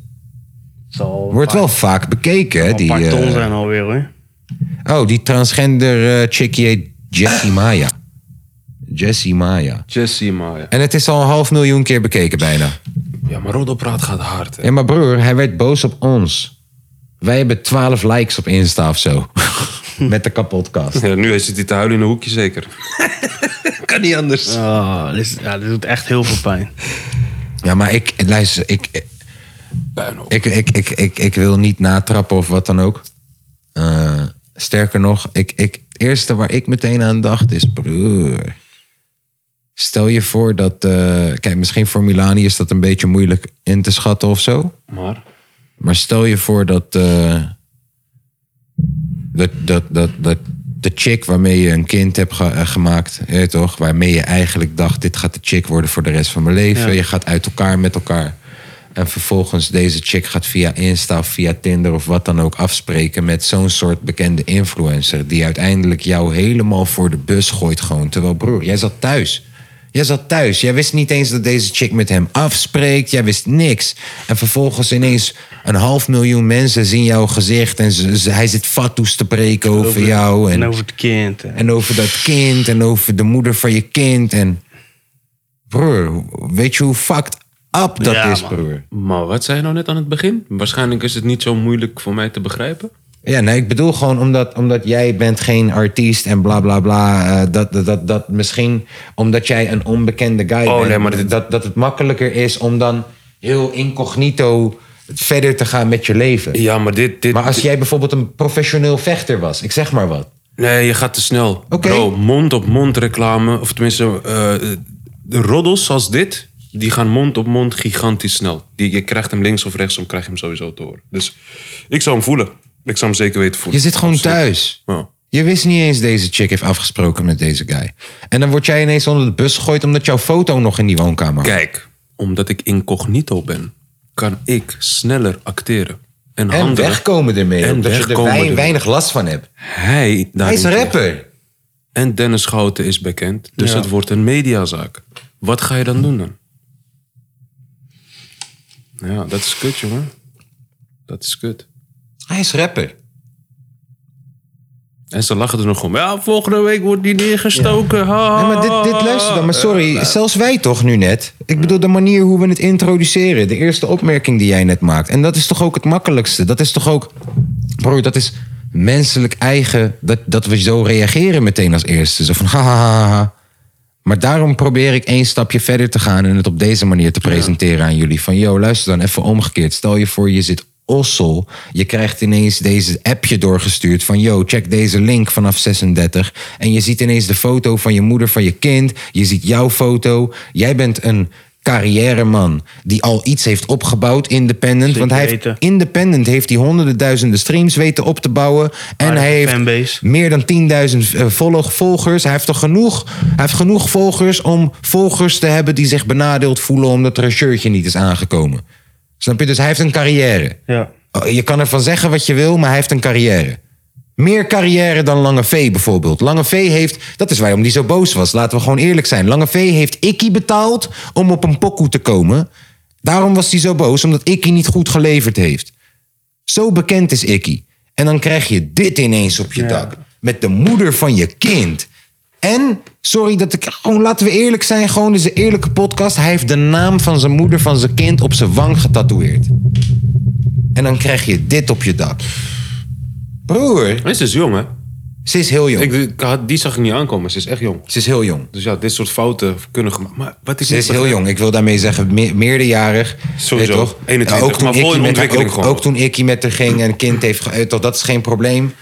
Speaker 2: zal
Speaker 1: Wordt
Speaker 2: een
Speaker 1: wel vaak bekeken, hè?
Speaker 2: paar-
Speaker 1: Die,
Speaker 2: een paar ton
Speaker 1: eh,
Speaker 2: zijn alweer hoor.
Speaker 1: oh, die transgender eh chickie heet Jessie Maya. Jessie Maya.
Speaker 3: Jesse Maya.
Speaker 1: En het is al een half miljoen keer bekeken bijna.
Speaker 3: Ja, maar roddelpraat gaat hard, hè.
Speaker 1: Ja, maar broer, hij werd boos op ons. Wij hebben 12 likes op Insta of zo. Met de kapotkast.
Speaker 3: Ja, nu zit hij te huilen in een hoekje, zeker. kan niet anders.
Speaker 2: Ah, dit, is- ja, dit doet echt heel veel pijn.
Speaker 1: Ja, maar ik, luister, ik, ik, ik, ik, ik, ik wil niet natrappen of wat dan ook. Eh, sterker nog, ik, ik, het eerste waar ik meteen aan dacht is, broer. Stel je voor dat, eh, kijk, misschien voor Milani is dat een beetje moeilijk in te schatten of zo.
Speaker 3: Maar,
Speaker 1: Maar stel je voor dat, eh, dat, dat, dat, dat de chick waarmee je een kind hebt ge- eh, gemaakt, hè, toch? Waarmee je eigenlijk dacht, dit gaat de chick worden voor de rest van mijn leven. Je gaat uit elkaar met elkaar. Eh, En vervolgens deze chick gaat via Insta of via Tinder of wat dan ook afspreken met zo'n soort bekende influencer. Die uiteindelijk jou helemaal voor de bus gooit gewoon. Terwijl broer, jij zat thuis. Jij zat thuis. Jij wist niet eens dat deze chick met hem afspreekt. Jij wist niks. En vervolgens ineens een half miljoen mensen zien jouw gezicht. En ze- ze- hij zit fatsoes te breken over, jou.
Speaker 2: En over het kind. En,
Speaker 1: En over dat kind en over de moeder van je kind. En broer, weet je hoe fucked up dat
Speaker 2: Ja,
Speaker 1: is,
Speaker 2: man.
Speaker 1: broer?
Speaker 3: Maar wat zei je nou net aan het begin? Waarschijnlijk is het niet zo moeilijk voor mij te begrijpen.
Speaker 1: Ja, nee, ik bedoel gewoon omdat, omdat jij bent geen artiest en bla bla bla. eh, dat, dat, dat, dat misschien omdat jij een onbekende guy
Speaker 3: Oh,
Speaker 1: bent,
Speaker 3: nee, maar dit-
Speaker 1: dat, dat het makkelijker is om dan heel incognito verder te gaan met je leven.
Speaker 3: Ja, maar dit... dit
Speaker 1: Maar als jij bijvoorbeeld een professioneel vechter was, ik zeg maar wat.
Speaker 3: Nee, je gaat te snel.
Speaker 1: Oké.
Speaker 3: Bro, mond-op-mond reclame, of tenminste, eh, de roddels zoals dit, die gaan mond-op-mond gigantisch snel. Die, je krijgt hem links of rechts, om krijg je hem sowieso te horen. Dus ik zou hem voelen. Ik zou hem zeker weten
Speaker 1: Je
Speaker 3: voelen.
Speaker 1: zit gewoon
Speaker 3: Absoluut. Oh.
Speaker 1: thuis.
Speaker 3: Ja.
Speaker 1: Je wist niet eens deze chick heeft afgesproken met deze guy. En dan word jij ineens onder de bus gegooid omdat jouw foto nog in die woonkamer hangt.
Speaker 3: Kijk, omdat ik incognito ben, kan ik sneller acteren. En,
Speaker 1: En
Speaker 3: handelen.
Speaker 1: wegkomen ermee.
Speaker 3: En
Speaker 1: omdat je er
Speaker 3: wegkomen
Speaker 1: wei-
Speaker 3: ermee.
Speaker 1: weinig last van hebt.
Speaker 3: Hij,
Speaker 1: Hij is
Speaker 3: daarentegen-
Speaker 1: rapper.
Speaker 3: En Dennis Schouten is bekend, dus het wordt een mediazaak. Wat ga je dan doen dan? Ja, dat is kut, jongen. Dat is kut.
Speaker 1: Hij is rapper.
Speaker 3: En ze lachen er nog om. Ja, volgende week wordt die neergestoken. Ha,
Speaker 1: Nee, maar dit, dit luister dan, maar sorry, zelfs wij toch nu net. Ik bedoel, de manier hoe we het introduceren. De eerste opmerking die jij net maakt. En dat is toch ook het makkelijkste. Dat is toch ook, broer, dat is menselijk eigen. Dat, dat we zo reageren meteen als eerste. Zo van, ha, ha, ha, ha, ha. Maar daarom probeer ik één stapje verder te gaan en het op deze manier te presenteren aan jullie. Van, yo, luister dan even omgekeerd. Stel je voor, je zit ossel. Je krijgt ineens deze appje doorgestuurd van, yo, check deze link vanaf 36. En je ziet ineens de foto van je moeder, van je kind. Je ziet jouw foto. Jij bent een carrièreman die al iets heeft opgebouwd, independent.
Speaker 2: Zeker
Speaker 1: want hij heeft,
Speaker 2: weten.
Speaker 1: independent heeft hij honderden duizenden streams weten op te bouwen. En
Speaker 2: Aardige
Speaker 1: hij heeft
Speaker 2: fanbase.
Speaker 1: meer dan 10.000 eh, volg- volgers. Hij heeft toch genoeg, hij heeft genoeg volgers om volgers te hebben die zich benadeeld voelen omdat er een shirtje niet is aangekomen. Snap je? Dus hij heeft een carrière.
Speaker 2: ja.
Speaker 1: Oh, Je kan ervan zeggen wat je wil, maar hij heeft een carrière. Meer carrière dan Lange V bijvoorbeeld. Lange V heeft, dat is waarom die zo boos was. Laten we gewoon eerlijk zijn. Lange V heeft Ikkie betaald om op een pokoe te komen. Daarom was hij zo boos, omdat Ikkie niet goed geleverd heeft. Zo bekend is Ikkie. En dan krijg je dit ineens op je dak. Met de moeder van je kind. En, sorry dat ik... Gewoon, laten we eerlijk zijn. Gewoon, dit is een eerlijke podcast. Hij heeft de naam van zijn moeder van zijn kind op zijn wang getatoeëerd. En dan krijg je dit op je dak. Broer,
Speaker 3: Hij is dus jong, hè?
Speaker 1: ze is heel jong.
Speaker 3: Ik, ik had, die zag ik niet aankomen. Ze is echt jong.
Speaker 1: Ze is heel jong.
Speaker 3: Dus ja, dit soort fouten kunnen gemaakt. Maar wat is
Speaker 1: Ze
Speaker 3: dit?
Speaker 1: is heel jong. Ik wil daarmee zeggen, me- meerderjarig.
Speaker 3: Sowieso,
Speaker 1: weet je toch?
Speaker 3: 21,
Speaker 1: Ook toen
Speaker 3: maar vol
Speaker 1: Ikkie
Speaker 3: in
Speaker 1: met-
Speaker 3: ontwikkeling
Speaker 1: ook,
Speaker 3: gewoon.
Speaker 1: Ook toen Ikkie met haar ging en een kind heeft... ge- eh, toch, dat is geen probleem.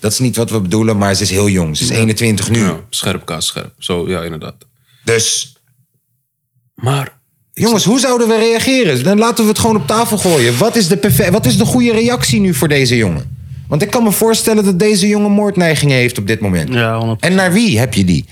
Speaker 1: Dat is niet wat we bedoelen, maar ze is heel jong. Ze is 21 nu.
Speaker 3: Ja, scherp, kaas, scherp. Zo, ja, inderdaad.
Speaker 1: Dus,
Speaker 3: Maar
Speaker 1: jongens, hoe zouden we reageren? Dan laten we het gewoon op tafel gooien. Wat is de, perfe- wat is de goede reactie nu voor deze jongen? Want ik kan me voorstellen dat deze jongen moordneigingen heeft op dit moment.
Speaker 2: Ja, 100%.
Speaker 1: En naar wie heb je die?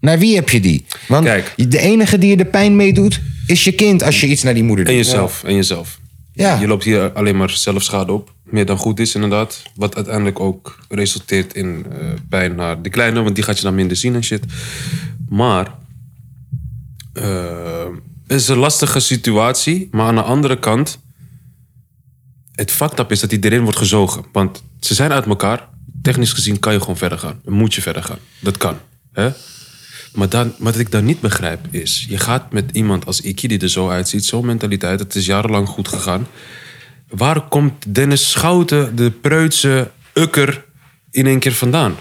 Speaker 1: Naar wie heb je die? Want
Speaker 3: Kijk.
Speaker 1: de enige die je de pijn mee doet, is je kind als je iets naar die moeder doet.
Speaker 3: En jezelf, en jezelf.
Speaker 1: Ja.
Speaker 3: Je loopt hier alleen maar zelfschade op. Meer dan goed is, inderdaad. Wat uiteindelijk ook resulteert in eh, pijn naar de kleine, want die gaat je dan minder zien en shit. Maar eh, het is een lastige situatie. Maar aan de andere kant, het fucked up is dat iedereen wordt gezogen. Want ze zijn uit elkaar. Technisch gezien kan je gewoon verder gaan. Dan Moet je verder gaan. Dat kan. Hè? Maar dan, wat ik dan niet begrijp is... je gaat met iemand als Iki die er zo uitziet... zo'n mentaliteit, het is jarenlang goed gegaan. Waar komt Dennis Schouten, de preutse ukker... in één keer vandaan?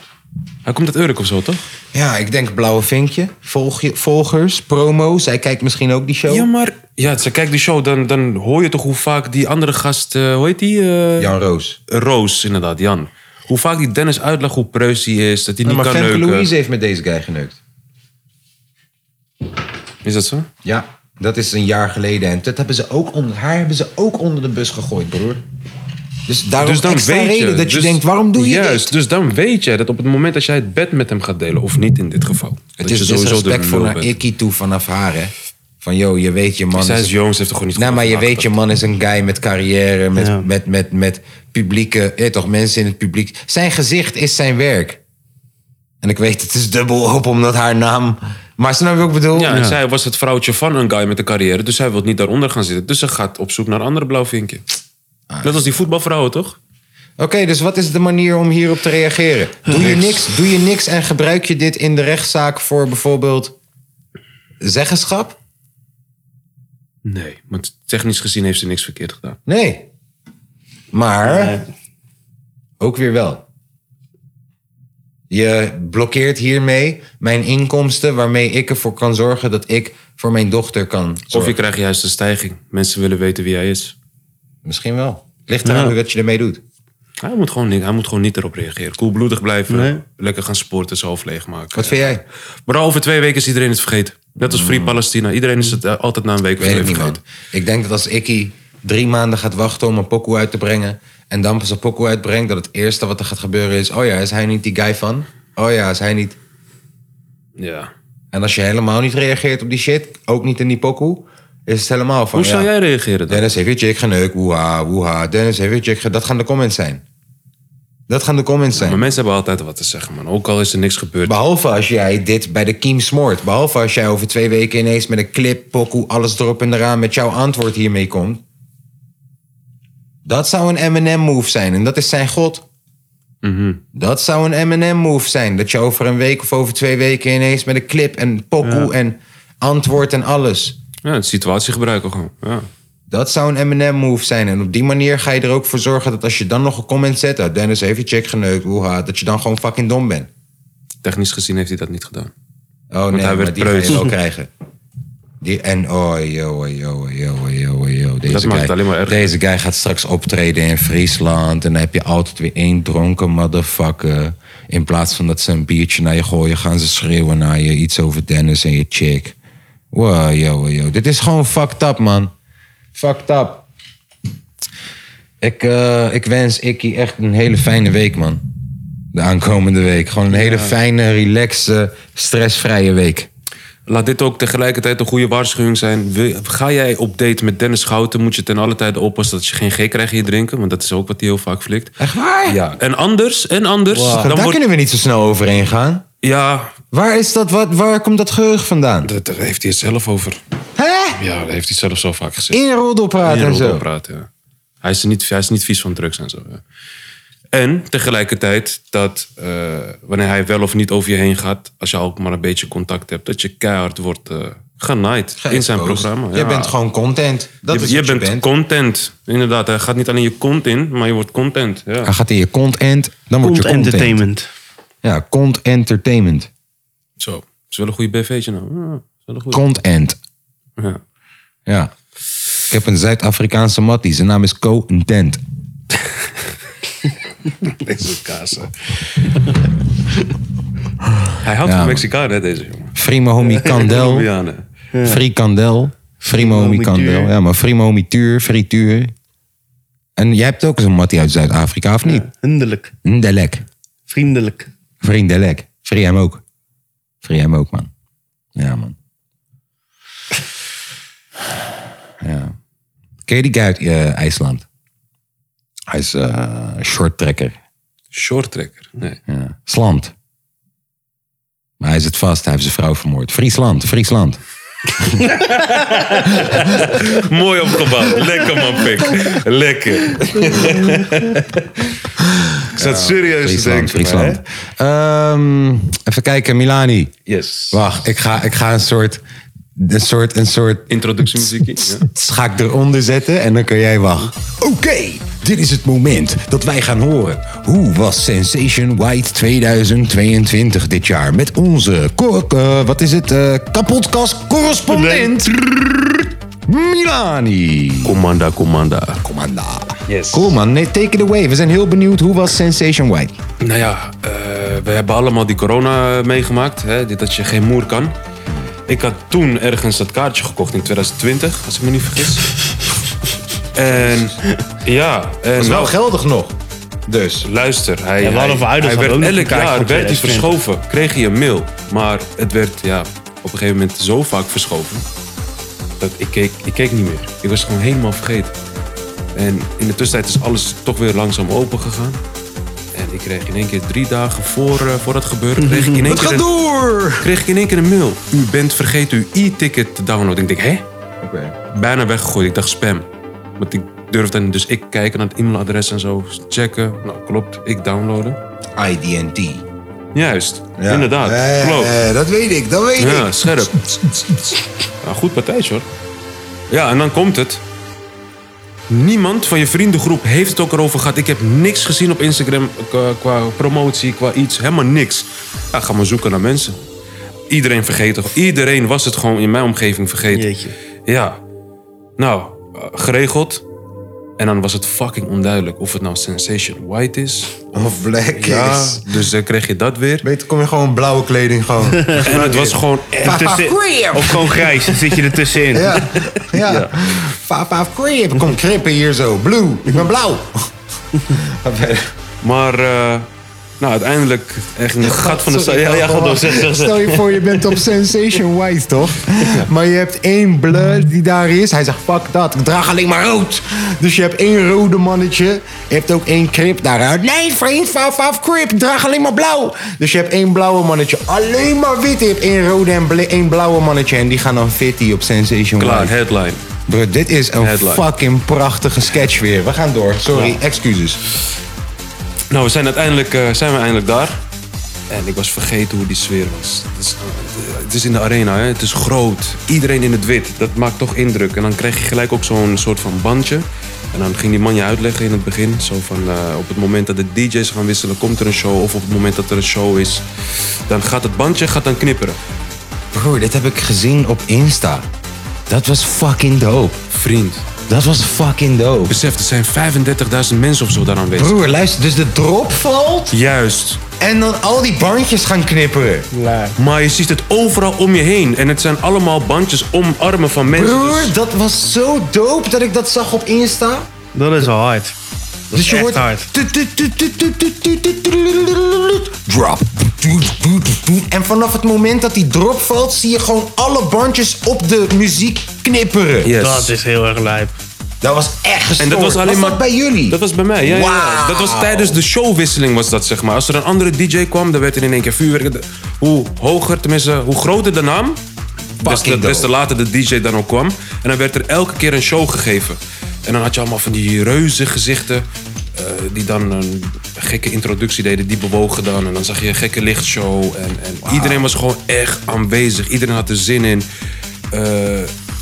Speaker 3: Hij komt uit Urk of zo, toch?
Speaker 1: Ja, ik denk blauwe vinkje, volg- volgers, promo. Zij kijkt misschien ook die show.
Speaker 3: Ja, maar... Ja, ze kijkt die show, dan, dan hoor je toch hoe vaak die andere gast... eh, hoe heet die? eh,
Speaker 1: Jan Roos.
Speaker 3: Roos, inderdaad, Jan. Hoe vaak die Dennis uitlegt hoe preus hij is, dat hij
Speaker 1: Ja,
Speaker 3: niet
Speaker 1: maar
Speaker 3: kan
Speaker 1: Femke
Speaker 3: neuken.
Speaker 1: Louise heeft met deze guy geneukt.
Speaker 3: Is dat zo?
Speaker 1: Ja, dat is een jaar geleden. En dat hebben ze ook onder, haar hebben ze ook onder de bus gegooid, broer. Dus daarom
Speaker 3: Dus dan
Speaker 1: extra
Speaker 3: weet je.
Speaker 1: reden dat je
Speaker 3: Dus-
Speaker 1: denkt, waarom doe je
Speaker 3: Juist,
Speaker 1: dit?
Speaker 3: dus dan weet je dat op het moment dat jij het bed met hem gaat delen, of niet in dit geval.
Speaker 1: Het
Speaker 3: dat
Speaker 1: is dus
Speaker 3: je sowieso de
Speaker 1: disrespectvol
Speaker 3: lul
Speaker 1: naar
Speaker 3: bent.
Speaker 1: Ikkie toe vanaf haar, hè. Van, joh, je weet je man...
Speaker 3: Zij
Speaker 1: is-
Speaker 3: is Jones heeft er gewoon niet
Speaker 1: nou,
Speaker 3: goed
Speaker 1: maar je
Speaker 3: over
Speaker 1: weet, je man is een guy met carrière, met,
Speaker 2: Ja.
Speaker 1: met, met, met publieke, je weet toch, mensen in het publiek. Zijn gezicht is zijn werk. En ik weet, het is dubbel op omdat haar naam. Maar snap je wat ik bedoel?
Speaker 3: Ja, en zij was het vrouwtje van een guy met een carrière. Dus zij wil niet daaronder gaan zitten. Dus ze gaat op zoek naar een andere blauwvinkje.
Speaker 1: Ah,
Speaker 3: Net als die voetbalvrouwen, toch?
Speaker 1: Oké, dus wat is de manier om hierop te reageren? Doe je niks, doe je niks en gebruik je dit in de rechtszaak voor bijvoorbeeld zeggenschap?
Speaker 3: Nee. Want technisch gezien heeft ze niks verkeerd gedaan.
Speaker 1: Nee. Maar ook weer wel. Je blokkeert hiermee mijn inkomsten waarmee ik ervoor kan zorgen dat ik voor mijn dochter kan
Speaker 3: Of je
Speaker 1: zorgen.
Speaker 3: krijgt juist een stijging. Mensen willen weten wie hij is.
Speaker 1: Misschien wel. Ligt eraan
Speaker 2: Ja.
Speaker 1: wat je ermee doet.
Speaker 3: Hij moet gewoon niet, hij moet gewoon niet erop reageren. Koelbloedig blijven.
Speaker 2: Nee.
Speaker 3: Lekker gaan sporten, zijn hoofd leegmaken.
Speaker 1: Wat vind jij?
Speaker 3: Maar over twee weken is iedereen het vergeten. Net als Free Palestina. Iedereen is het eh, altijd na een week
Speaker 1: Ik weet
Speaker 3: weer
Speaker 1: het niet, man.
Speaker 3: vergeten.
Speaker 1: Ik denk dat als Ikkie drie maanden gaat wachten om een pokoe uit te brengen... en dan pas een pokoe uitbrengt, dat het eerste wat er gaat gebeuren is... oh ja, is hij niet die guy van? Oh ja, is hij niet... Oh,
Speaker 3: Ja.
Speaker 1: En als je helemaal niet reageert op die shit, ook niet in die pokoe... is het helemaal van...
Speaker 3: Hoe zou
Speaker 1: ja,
Speaker 3: jij reageren dan?
Speaker 1: Dennis heeft je chick geneukt, woeha, woeha. Dennis heeft je chick ge- Dat gaan de comments zijn. Dat gaan de comments zijn.
Speaker 3: Maar mensen hebben altijd wat te zeggen, man. Ook al is er niks gebeurd.
Speaker 1: Behalve als jij dit bij de kiem smoort. Behalve als jij over twee weken ineens met een clip, pokoe, alles erop en eraan met jouw antwoord hiermee komt. Dat zou een M&M-move zijn en dat is zijn god. Dat zou een M&M-move zijn. Dat je over een week of over twee weken ineens met een clip en pokoe en antwoord en alles.
Speaker 3: Ja, de situatie gebruiken gewoon. Ja.
Speaker 1: Dat zou een M&M-move zijn. En op die manier ga je er ook voor zorgen dat als je dan nog een comment zet... "Ah, Dennis heeft je check geneukt, hoeha, dat je dan gewoon fucking dom bent.
Speaker 3: Technisch gezien heeft hij dat niet gedaan.
Speaker 1: Oh nee,
Speaker 3: hij werd
Speaker 1: maar die ga je
Speaker 3: preuts.
Speaker 1: wel krijgen. Die, en oh, yo, yo, yo, yo, yo. Deze
Speaker 3: Dat maakt
Speaker 1: guy,
Speaker 3: het alleen maar erger.
Speaker 1: Deze guy gaat straks optreden in Friesland. En dan heb je altijd weer één dronken motherfucker. In plaats van dat ze een biertje naar je gooien, gaan ze schreeuwen naar je. Iets over Dennis en je chick. Wow, yo, yo. Dit is gewoon fucked up, man. Fucked up. Ik, eh, ik wens Ikkie echt een hele fijne week, man. De aankomende week. Gewoon een hele fijne, relaxe, stressvrije week.
Speaker 3: Laat dit ook tegelijkertijd een goede waarschuwing zijn. Wil- Ga jij op date met Dennis Schouten, moet je ten alle tijde oppassen dat je geen G krijgt in je drinken. Want dat is ook wat hij heel vaak flikt.
Speaker 1: Echt waar?
Speaker 3: Ja. En anders, en anders.
Speaker 1: Daar
Speaker 3: Dan wordt,
Speaker 1: kunnen we niet zo snel overheen gaan.
Speaker 3: ja,
Speaker 1: Waar is dat? Wat, waar komt dat geurig vandaan?
Speaker 3: dat- daar heeft hij het zelf over.
Speaker 1: Hè?
Speaker 3: Ja, daar heeft hij zelf zo vaak gezegd.
Speaker 1: In roddelpraat en
Speaker 3: Meer
Speaker 1: zo.
Speaker 3: over praten, ja. Hij is, er niet, hij is niet vies van drugs en zo. ja. En tegelijkertijd dat eh, wanneer hij wel of niet over je heen gaat, als je al maar een beetje contact hebt, dat je keihard wordt eh genaaid in zijn programma.
Speaker 1: Jij
Speaker 3: ja.
Speaker 1: bent gewoon content. Dat
Speaker 3: je,
Speaker 1: is
Speaker 3: je
Speaker 1: wat
Speaker 3: bent
Speaker 1: je bent.
Speaker 3: content. Inderdaad, hij gaat niet alleen je kont in, maar je wordt content. Ja.
Speaker 1: Hij gaat in je content, dan word
Speaker 2: Komt
Speaker 1: je content.
Speaker 2: entertainment.
Speaker 1: Ja, cont entertainment.
Speaker 3: Zo. Het is wel een goede BV'tje nou. Ja, het is wel een goede.
Speaker 1: Content.
Speaker 3: Ja.
Speaker 1: Ja. Ik heb een Zuid-Afrikaanse mattie. Zijn naam is Co-intent.
Speaker 3: Hij houdt
Speaker 1: Ja,
Speaker 3: van
Speaker 1: man.
Speaker 3: Mexicaan, hè, deze jongen.
Speaker 1: Free my homie Kandel.
Speaker 3: Colombianen.
Speaker 1: Free Kandel. Free my homie Kandel. Ja, maar Free my homie Tuur. Frituur. En jij hebt ook zo'n mattie uit Zuid-Afrika, of niet?
Speaker 2: Hinderlijk.
Speaker 1: Ndelek.
Speaker 2: Vriendelijk.
Speaker 1: Vriendelek. Free hem ook. Free hem ook, man. Ja, man. Ja. Ken je die guy uit eh, IJsland? Hij is eh shorttrekker.
Speaker 3: Shorttrekker. Nee.
Speaker 1: Ja. Slant. Maar hij zit vast. Hij heeft zijn vrouw vermoord. Friesland. Friesland.
Speaker 3: Mooi opgebouwd. Lekker man, Pik. Lekker. ik zat serieus te
Speaker 1: Friesland.
Speaker 3: denken.
Speaker 1: Friesland. Ehm, even kijken. Milani.
Speaker 3: Yes.
Speaker 1: Wacht. Ik ga, ik ga een soort... Een soort, een soort
Speaker 3: Introductiemuziekje. Ja.
Speaker 1: Dus ga ik eronder zetten en dan kan jij wachten. Oké, dit is het moment dat wij gaan horen. Hoe was Sensation White 2022 dit jaar? Met onze, cor- eh, wat is het, eh kapotkast-correspondent Milani.
Speaker 3: Commanda, commanda.
Speaker 1: Commanda. Cool man, nee, take it away. We zijn heel benieuwd, hoe was Sensation White?
Speaker 3: Nou ja, eh, we hebben allemaal die corona eh, meegemaakt. Hè? dit Dat je geen moer kan. Ik had toen ergens dat kaartje gekocht in 2020, als ik me niet vergis. en ja, en nou,
Speaker 1: geldig nog.
Speaker 3: Dus luister, hij,
Speaker 2: we hadden
Speaker 3: hij,
Speaker 2: voor Uidels hadden
Speaker 3: hij werd
Speaker 2: we ook nog
Speaker 3: elk
Speaker 2: een kaartje
Speaker 3: jaar
Speaker 2: voor
Speaker 3: werd hij
Speaker 2: 2020.
Speaker 3: verschoven. Kreeg hij een mail. Maar het werd ja, op een gegeven moment zo vaak verschoven. dat ik keek, ik keek niet meer. Ik was gewoon helemaal vergeten. En in de tussentijd is alles toch weer langzaam open gegaan. En ik kreeg in één keer drie dagen voor, eh, voor dat gebeurde, kreeg ik in één keer een,
Speaker 1: door!
Speaker 3: kreeg ik in één keer een mail. U bent vergeten uw e-ticket te downloaden. Ik denk, hè? Bijna weggegooid. Ik dacht spam. Want ik durfde niet. Dus ik kijk naar het e-mailadres en zo. Checken. Nou, klopt. Ik downloaden.
Speaker 1: IDNT.
Speaker 3: Juist.
Speaker 1: Ja.
Speaker 3: Inderdaad.
Speaker 1: Eh,
Speaker 3: klopt.
Speaker 1: eh, dat weet ik, dat weet
Speaker 3: Ja,
Speaker 1: ik.
Speaker 3: scherp. Nou, goed partijtje hoor. Ja, en dan komt het. Niemand van je vriendengroep heeft het ook erover gehad. Ik heb niks gezien op Instagram qua, qua promotie, qua iets. Helemaal niks. Ja, ga maar zoeken naar mensen. Iedereen vergeten. Iedereen was het gewoon in mijn omgeving vergeten.
Speaker 2: Jeetje.
Speaker 3: Ja. Nou, eh, geregeld. En dan was het fucking onduidelijk of het nou Sensation White is.
Speaker 1: Of black
Speaker 3: Ja,
Speaker 1: is.
Speaker 3: dus dan kreeg je dat weer.
Speaker 1: Beter kom je gewoon in blauwe kleding gewoon.
Speaker 3: En het was gewoon echt
Speaker 2: Tussen- of gewoon grijs, dan zit je er tussenin.
Speaker 1: ja, ja. Papa of crip. Kom krippen hier zo. Blue. Ik ben blauw. Ga verder.
Speaker 3: Maar eh, nou, uiteindelijk echt in het gat van de stad.
Speaker 1: Sorry,
Speaker 3: Ja, ja,
Speaker 1: ik
Speaker 3: ga
Speaker 1: had
Speaker 3: door,
Speaker 1: al-
Speaker 3: zeg, zeg, zeg.
Speaker 1: Stel je voor, je bent op Sensation White, toch? Maar je hebt één blur die daar is. Hij zegt, fuck dat, ik draag alleen maar rood. Dus je hebt één rode mannetje. Je hebt ook één crip daaruit. Nee, vriend, faf, af crip, ik draag alleen maar blauw. Dus je hebt één blauwe mannetje. Alleen maar wit. Je hebt één rode en bla- één blauwe mannetje. En die gaan dan fitty op Sensation
Speaker 3: Klaar,
Speaker 1: White.
Speaker 3: headline.
Speaker 1: Bro, dit is een
Speaker 3: Headline.
Speaker 1: fucking prachtige sketch weer. We gaan door. Sorry, excuses.
Speaker 3: Nou, we zijn uiteindelijk eh, zijn we eindelijk daar. En ik was vergeten hoe die sfeer was. Het is, het is in de arena, hè? het is groot. Iedereen in het wit, dat maakt toch indruk. En dan krijg je gelijk ook zo'n soort van bandje. En dan ging die man je uitleggen in het begin. Zo van, eh, op het moment dat de DJ's gaan wisselen, komt er een show. Of op het moment dat er een show is, dan gaat het bandje gaat dan knipperen.
Speaker 1: Bro, dit heb ik gezien op Insta. Dat was fucking dope.
Speaker 3: Vriend,
Speaker 1: Dat was fucking dope.
Speaker 3: besef, er zijn 35.000 mensen of zo daar aanwezig.
Speaker 1: Broer, luister, dus de drop valt
Speaker 3: Juist.
Speaker 1: en dan al die bandjes gaan knipperen.
Speaker 3: Maar je ziet het overal om je heen. En het zijn allemaal bandjes om armen van mensen.
Speaker 1: Broer,
Speaker 3: Dus-
Speaker 1: dat was zo dope dat ik dat zag op Insta.
Speaker 2: Dat is wel hard.
Speaker 1: Dus je
Speaker 2: echt
Speaker 1: hoort...
Speaker 2: hard.
Speaker 1: Drop. En vanaf het moment dat die drop valt, zie je gewoon alle bandjes op de muziek knipperen.
Speaker 3: Yes.
Speaker 2: Dat is heel erg lijp.
Speaker 1: Dat was echt gestoord.
Speaker 3: En dat was alleen maar
Speaker 1: dat bij jullie.
Speaker 3: Dat was bij mij. Ja, ja, ja.
Speaker 1: Wauw.
Speaker 3: Dat was tijdens de showwisseling was dat zeg maar. Als er een andere DJ kwam, dan werd er in één keer vuurwerk. De- Hoe hoger, tenminste, hoe groter de naam, des te,
Speaker 1: Fucking
Speaker 3: des te
Speaker 1: dope.
Speaker 3: later de DJ dan ook kwam. En dan werd er elke keer een show gegeven. En dan had je allemaal van die reuze gezichten. eh, die dan een gekke introductie deden, die bewogen dan. En dan zag je een gekke lichtshow. En, en iedereen was gewoon echt aanwezig. Iedereen had er zin in. Eh,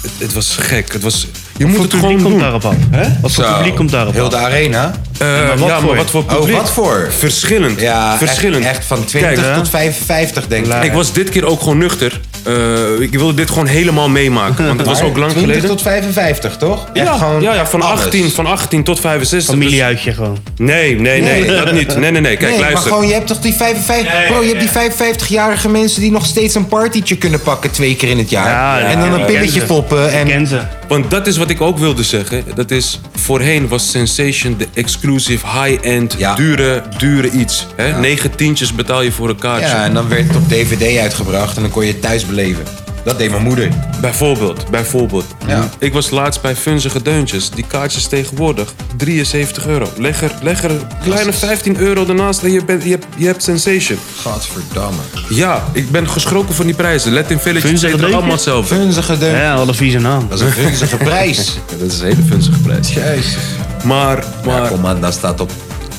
Speaker 3: het, het was gek. Het was, je moet
Speaker 2: Voor
Speaker 3: het
Speaker 2: het publiek
Speaker 3: gewoon
Speaker 2: komt
Speaker 3: doen.
Speaker 2: daarop aan. Hè? Wat voor
Speaker 1: Zo,
Speaker 2: publiek komt daarop
Speaker 1: Heel
Speaker 2: aan?
Speaker 1: de arena.
Speaker 3: Eh,
Speaker 2: maar wat
Speaker 3: ja,
Speaker 2: voor?
Speaker 3: maar wat voor
Speaker 1: Oh,
Speaker 3: publiek?
Speaker 1: wat voor?
Speaker 3: Verschillend.
Speaker 1: Ja,
Speaker 3: Verschillend.
Speaker 1: Echt, echt van 20
Speaker 3: Kijk,
Speaker 1: tot 55, denk ik.
Speaker 3: ik was dit keer ook gewoon nuchter. Eh, ik wilde dit gewoon helemaal meemaken. Want het was ook lang
Speaker 1: 20
Speaker 3: geleden.
Speaker 1: tot 55, toch? Echt
Speaker 3: ja,
Speaker 1: gewoon
Speaker 3: ja, ja, van,
Speaker 1: alles.
Speaker 3: 18, van 18 tot 65.
Speaker 2: Familieuitje gewoon.
Speaker 3: Dus- nee, nee, nee,
Speaker 1: Nee.
Speaker 3: dat niet. Nee, nee, nee. Kijk,
Speaker 1: Nee, maar
Speaker 3: luister.
Speaker 1: gewoon, je hebt toch die 55... bro, je hebt die 55-jarige mensen die nog steeds een partietje kunnen pakken twee keer in het jaar.
Speaker 2: Ja, ja,
Speaker 1: en dan
Speaker 2: ja,
Speaker 1: een
Speaker 2: ik ken
Speaker 1: pilletje
Speaker 2: ze.
Speaker 1: poppen.
Speaker 2: Ik
Speaker 1: En...
Speaker 2: ken ze.
Speaker 3: Want dat is wat ik ook wilde zeggen. Dat is, voorheen was Sensation de exclusive, high-end,
Speaker 1: Ja.
Speaker 3: dure, dure iets. Hè? Negen tientjes betaal je voor een kaartje.
Speaker 1: Ja, en dan werd het op DVD uitgebracht en dan kon je het thuis beleven. Dat deed mijn moeder.
Speaker 3: Bijvoorbeeld, bijvoorbeeld.
Speaker 1: Ja.
Speaker 3: Ik was laatst bij Funzige Deuntjes. Die kaartjes tegenwoordig 73 euro. Leg er, leg er een kleine 15 euro ernaast en je, bent, je, hebt, je hebt sensation.
Speaker 1: Godverdamme.
Speaker 3: Ja, ik ben geschrokken van die prijzen. Let in Village,
Speaker 2: Funzige
Speaker 3: het is
Speaker 2: Deuntjes?
Speaker 3: allemaal hetzelfde.
Speaker 1: Vunzige deun.
Speaker 2: Ja, wat een vieze naam.
Speaker 1: Dat is een vunzige prijs.
Speaker 3: Dat is een hele funzige prijs.
Speaker 1: Jezus.
Speaker 3: Maar, maar
Speaker 1: Comanda staat op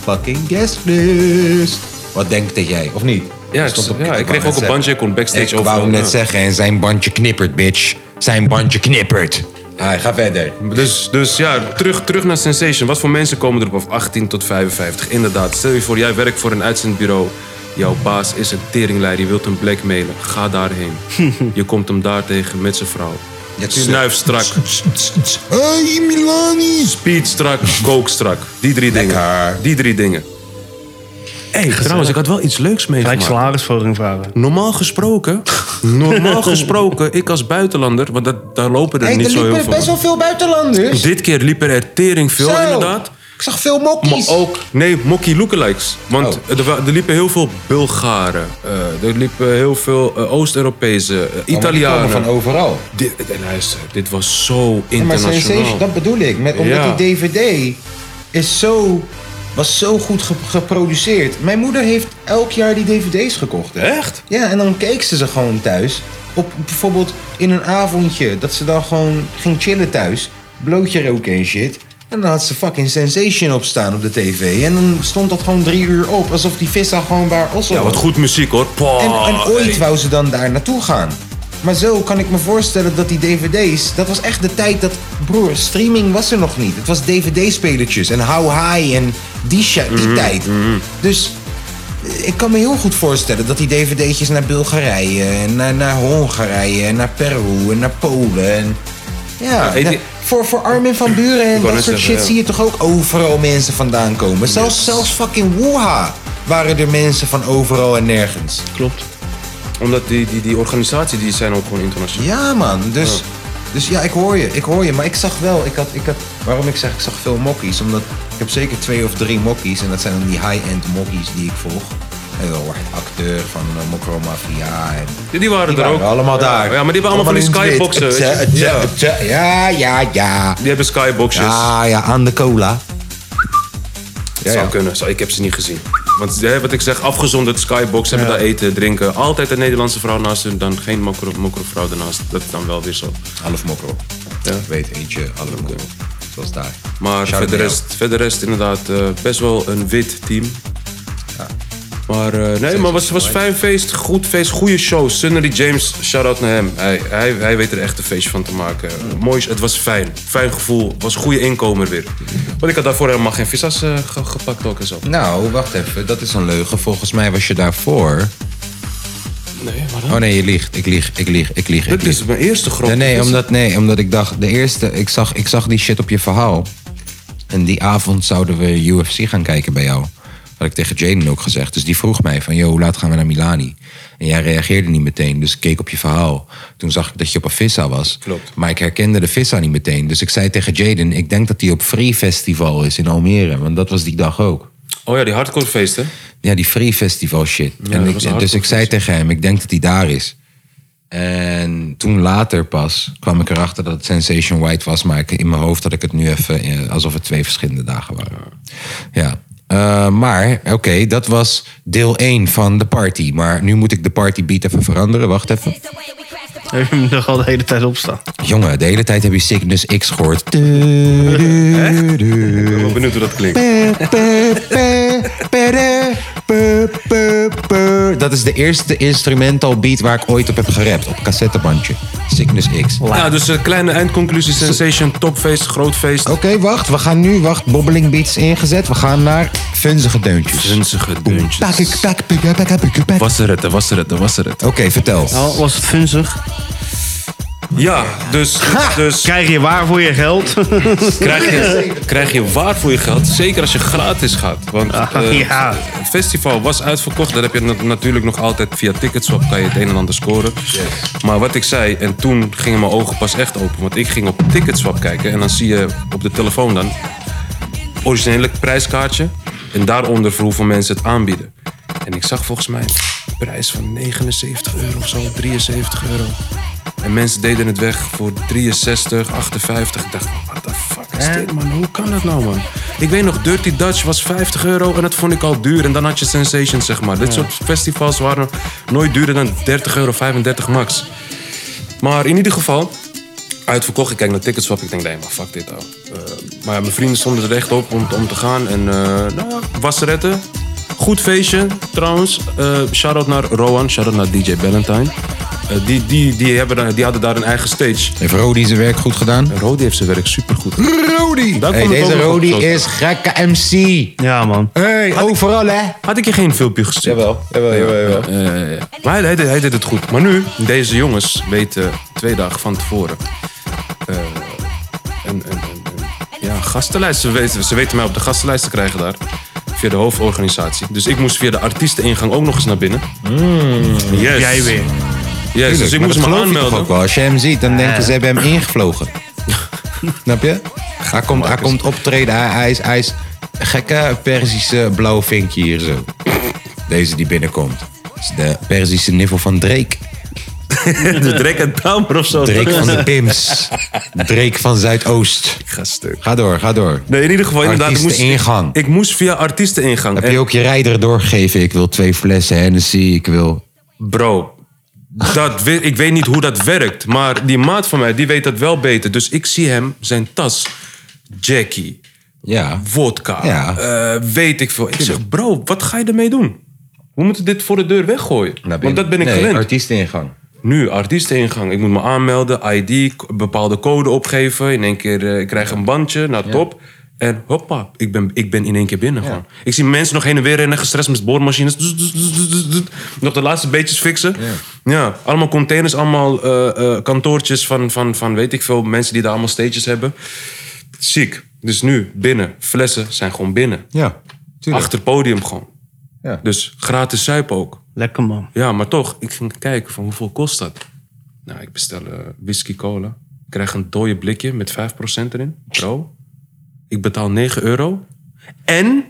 Speaker 1: fucking guestlist. Wat denkt jij, of niet?
Speaker 3: ja,
Speaker 1: Stond op-
Speaker 3: ja, ik kreeg
Speaker 1: wou
Speaker 3: ook een
Speaker 1: net
Speaker 3: bandje.
Speaker 1: zeggen.
Speaker 3: Ik kon backstage
Speaker 1: Ik wou
Speaker 3: overal,
Speaker 1: hem net
Speaker 3: ja.
Speaker 1: zeggen, en zijn bandje knippert, bitch. Zijn bandje knippert. Hij ga verder.
Speaker 3: Dus, dus ja, terug, terug naar Sensation. Wat voor mensen komen er op 18 tot 55? Inderdaad, stel je voor, jij werkt voor een uitzendbureau. Jouw baas is een teringleider, je wilt hem blackmailen. Ga daarheen. Je komt hem daar tegen met zijn vrouw.
Speaker 1: tuurlijk.
Speaker 3: Snuif strak,
Speaker 1: Hey, Milani!
Speaker 3: speed strak, kook strak. Die drie
Speaker 1: Lekker.
Speaker 3: dingen. Die drie dingen. hey, trouwens, ik had wel iets leuks
Speaker 2: Gelijk
Speaker 3: meegemaakt.
Speaker 2: salarisverhoging vragen.
Speaker 3: Normaal gesproken, normaal gesproken, ik als buitenlander, want dat, daar lopen er
Speaker 1: Hey,
Speaker 3: niet
Speaker 1: er
Speaker 3: zo heel
Speaker 1: liepen
Speaker 3: veel.
Speaker 1: best wel veel buitenlanders.
Speaker 3: Dit keer liep er, er tering veel,
Speaker 1: Zo.
Speaker 3: inderdaad.
Speaker 1: Ik zag veel mokkies.
Speaker 3: Maar ook, nee, mokkie lookalikes. Want
Speaker 1: Oh.
Speaker 3: er, wa- er liepen heel veel Bulgaren. eh, er liepen heel veel eh, Oost-Europese, eh,
Speaker 1: Ja, Oh, maar die komen
Speaker 3: Italianen.
Speaker 1: van overal.
Speaker 3: Dit, eh, luister, dit was zo
Speaker 1: maar
Speaker 3: internationaal.
Speaker 1: Sensation, dat bedoel ik. Met, omdat
Speaker 3: Ja.
Speaker 1: die DVD is zo, was zo goed ge- geproduceerd. Mijn moeder heeft elk jaar die DVD's gekocht. hè.
Speaker 3: Echt?
Speaker 1: Ja, en dan keek ze ze gewoon thuis. Op bijvoorbeeld in een avondje. Dat ze dan gewoon ging chillen thuis. Blootje roken en shit. En dan had ze fucking Sensation op staan op de tv. En dan stond dat gewoon drie uur op. Alsof die vissa gewoon waar Ossel
Speaker 3: Ja,
Speaker 1: was.
Speaker 3: wat goed muziek hoor. Pah,
Speaker 1: En, en ooit
Speaker 3: hey.
Speaker 1: wou ze dan daar naartoe gaan. Maar zo kan ik me voorstellen dat die dvd's... Dat was echt de tijd dat... Broer, streaming was er nog niet. Het was dvd-spelertjes en How High en die, shi-
Speaker 3: Mhm,
Speaker 1: die tijd. Dus eh, ik kan me heel goed voorstellen dat die dvd'tjes naar Bulgarije... En naar, naar Hongarije en naar Peru en naar Polen. En, ja,
Speaker 3: Ja, ik-
Speaker 1: na- voor, voor Armin van Buren en
Speaker 3: wou
Speaker 1: dat soort
Speaker 3: net zeggen,
Speaker 1: shit
Speaker 3: ja.
Speaker 1: zie je toch ook overal mensen vandaan komen. Zelfs, zelfs fucking Wuha waren er mensen van overal en nergens.
Speaker 2: Klopt.
Speaker 3: Omdat die, die, die organisatie, die zijn ook gewoon internationaal.
Speaker 1: Ja, man. Dus
Speaker 3: Oh.
Speaker 1: ja. dus ja, ik hoor je. Ik hoor je. Maar ik zag wel, ik had, ik had, waarom ik zeg ik zag veel mokkies. Omdat ik heb zeker twee of drie mokkies. En dat zijn dan die high-end mokkies die ik volg. Heel hard acteur van uh, Mokro Mafia. En
Speaker 3: Die, die waren
Speaker 1: die
Speaker 3: er
Speaker 1: waren
Speaker 3: ook.
Speaker 1: allemaal
Speaker 3: Ja,
Speaker 1: daar.
Speaker 3: Ja, maar die waren allemaal van
Speaker 1: in
Speaker 3: die
Speaker 1: het
Speaker 3: skyboxen.
Speaker 1: wit.
Speaker 3: weet je.
Speaker 1: Ja, ja,
Speaker 3: Ja.
Speaker 1: ja, ja.
Speaker 3: Die hebben skyboxes.
Speaker 1: Ja, ja, aan de cola. Ja,
Speaker 3: zou
Speaker 1: ja.
Speaker 3: kunnen. Zou- Ik heb ze niet gezien. Want hè, wat ik zeg, afgezonderd skybox, hebben daar eten, drinken. Altijd een Nederlandse vrouw naast hun, dan geen mokro, mokro vrouw ernaast. Dat is dan wel weer zo.
Speaker 1: Half Mokro. Ik weet eentje, half Mokro. Zoals daar.
Speaker 3: Maar
Speaker 1: Shout-out
Speaker 3: verder
Speaker 1: naar
Speaker 3: rest, verder rest inderdaad eh, best wel een wit team. Maar eh, nee, maar was, was fijn feest, goed feest, goede show. Sunnery James, shout-out naar hem. Hij, hij, hij weet er echt een feestje van te maken. Mooi, het was fijn. Fijn gevoel, was een goede inkomer weer. Want ik had daarvoor helemaal geen visas eh, ge- gepakt ook en zo.
Speaker 1: Nou, wacht even. Dat is een leugen. Volgens mij was je daarvoor.
Speaker 3: Nee, maar
Speaker 1: Oh nee, je liegt. Ik lieg, ik lieg, ik lieg. Ik
Speaker 3: Dit
Speaker 1: lieg.
Speaker 3: is mijn eerste Dus- grote
Speaker 1: Nee, nee,
Speaker 3: visa.
Speaker 1: omdat, nee, omdat ik dacht, de eerste, ik zag, ik zag die shit op je verhaal. En die avond zouden we UFC gaan kijken bij jou. Had ik tegen Jaden ook gezegd. Dus die vroeg mij van, yo, hoe laat gaan we naar Milani? En jij reageerde niet meteen, dus ik keek op je verhaal. Toen zag ik dat je op een vissa was.
Speaker 3: Klopt.
Speaker 1: Maar ik herkende de vissa niet meteen. Dus ik zei tegen Jaden, ik denk dat die op Free Festival is in Almere. Want dat was die dag ook.
Speaker 3: Oh ja, die hardcore feesten.
Speaker 1: Ja, die Free Festival shit.
Speaker 3: dat
Speaker 1: en
Speaker 3: was
Speaker 1: ik,
Speaker 3: een
Speaker 1: dus ik zei tegen hem, ik denk dat hij daar is. En toen later pas kwam ik erachter dat het Sensation White was. Maar ik, in mijn hoofd had ik het nu even eh, alsof het twee verschillende dagen waren. Ja. Eh, maar oké, dat was deel 1 van de party. Maar nu moet ik de party beat even veranderen. Wacht even.
Speaker 2: Heb je hem nog al de hele tijd opstaan?
Speaker 1: Jongen, de hele tijd heb je Cygnus X gehoord. Du- du- du-
Speaker 3: Ik ben benieuwd hoe dat klinkt.
Speaker 1: Dat is de eerste instrumental beat waar ik ooit op heb gerapt. Op cassettebandje. Cygnus X. Oké,
Speaker 3: Ja, dus een kleine eindconclusie. Sensation, topfeest, groot
Speaker 1: Oh.
Speaker 3: feest.
Speaker 1: wacht. We gaan nu, wacht. Bobbeling beats ingezet. We gaan naar funzige deuntjes.
Speaker 3: Vunzige deuntjes.
Speaker 1: Pak ik, pak, pak, pak, pak, pak, pak. Oké,
Speaker 3: Was er het, was er het, was er het.
Speaker 1: vertel.
Speaker 2: Nou, was het funzig?
Speaker 3: Ja, dus, dus
Speaker 2: Krijg je waar voor je geld?
Speaker 3: krijg, je, krijg je waar voor je geld. Zeker als je gratis gaat. Want eh,
Speaker 2: Ah, ja.
Speaker 3: het festival was uitverkocht. Daar heb je nat- natuurlijk nog altijd via ticketswap kan je het een en ander scoren. Maar wat ik zei, en toen gingen mijn ogen pas echt open. Want ik ging op ticketswap kijken. En dan zie je op de telefoon dan originele prijskaartje. En daaronder voor hoeveel mensen het aanbieden. En ik zag volgens mij een prijs van 79 euro of zo, 73 euro. En mensen deden het weg voor 63, 58. Ik dacht, what the fuck is dit man? Hoe kan dat nou man? Ik weet nog, Dirty Dutch was 50 euro en dat vond ik al duur. En dan had je Sensation zeg maar. Dit soort festivals waren nooit duurder dan 30 euro, 35 max. Maar in ieder geval, uitverkocht. Ik kijk naar ticketswap. Ik denk, nee, maar fuck dit, ouwe. Eh, maar ja, mijn vrienden stonden er echt op om, om te gaan. En eh nou ja, wasseretten. Goed feestje, trouwens. Eh shout-out naar Rowan, shout-out naar DJ Valentine. Eh, die, die, die, hebben, daar- die hadden daar een eigen stage.
Speaker 1: Heeft Rodi zijn werk goed gedaan?
Speaker 3: Rodi heeft zijn werk supergoed gedaan.
Speaker 1: Rodi!
Speaker 3: Daar
Speaker 1: Hey,
Speaker 3: komt het
Speaker 1: deze
Speaker 3: ook nog op,
Speaker 1: Rodi
Speaker 3: zo.
Speaker 1: is gekke MC.
Speaker 2: Ja, man.
Speaker 1: Hey, overal hè?
Speaker 3: Had ik je geen filmpje gestuurd? Jawel, jawel, jawel. Maar hij, hij deed- hij deed het goed. Maar nu, deze jongens weten twee dagen van tevoren. eh, een, een, een, een- ja, gastenlijst. Ze weten, ze weten mij op de gastenlijst te krijgen daar. Via de hoofdorganisatie. Dus ik moest via de artiesteningang ook nog eens naar binnen.
Speaker 1: Hmm,
Speaker 3: Yes.
Speaker 2: Jij weer.
Speaker 3: Yes, dus ik
Speaker 1: Maar
Speaker 3: moest
Speaker 1: dat
Speaker 3: me
Speaker 1: geloof je toch
Speaker 3: aanmelden.
Speaker 1: ook wel. Als je hem ziet, dan denken ze hebben hem ingevlogen. Snap je? Hij komt, hij komt optreden, hij, hij is, hij is gekke Perzische blauw vinkje hier zo. Deze die binnenkomt. Dat is de Perzische niffel van Drake.
Speaker 3: de drek en tamer of zo.
Speaker 1: Drake van de Pims. Drake van Zuidoost.
Speaker 3: Ik ga stuk.
Speaker 1: Ga door, ga door.
Speaker 3: Nee, in ieder geval inderdaad. ik moest-
Speaker 1: Artiesteningang.
Speaker 3: Ik, ik moest via artiesteningang.
Speaker 1: Heb
Speaker 3: En
Speaker 1: je ook je rijder doorgegeven? Ik wil twee flessen Hennessy, ik wil...
Speaker 3: Bro, dat, we- ik weet niet hoe dat werkt. Maar die maat van mij, die weet dat wel beter. Dus ik zie hem, zijn tas, Jackie,
Speaker 1: Ja.
Speaker 3: vodka,
Speaker 1: Ja.
Speaker 3: eh, weet ik veel. Ik zeg, bro, wat ga je ermee doen? We moeten dit voor de deur weggooien. Want dat ben ik
Speaker 1: Nou, nee,
Speaker 3: gewend.
Speaker 1: artiesteningang.
Speaker 3: Nu, artiesteningang. Ik moet me aanmelden, ID, k- bepaalde code opgeven. In één keer, eh, ik krijg een bandje, nou top. En hoppa, ik ben, ik ben in één keer binnen gewoon. Ik zie mensen nog heen en weer rennen, gestrest met boormachines. Nog de laatste beetjes fixen. Ja, allemaal containers, allemaal eh, eh, kantoortjes van, van, van weet ik veel mensen die daar allemaal stages hebben. Ziek. Dus nu, binnen. Flessen zijn gewoon binnen.
Speaker 1: Ja, tuurlijk.
Speaker 3: Achter podium gewoon.
Speaker 1: Ja.
Speaker 3: Dus gratis zuip ook.
Speaker 2: Lekker man.
Speaker 3: Ja, maar toch, ik ging kijken van hoeveel kost dat? Nou, ik bestel eh, whisky cola. Ik krijg een dode blikje met 5% erin. Bro, ik betaal 9 euro. En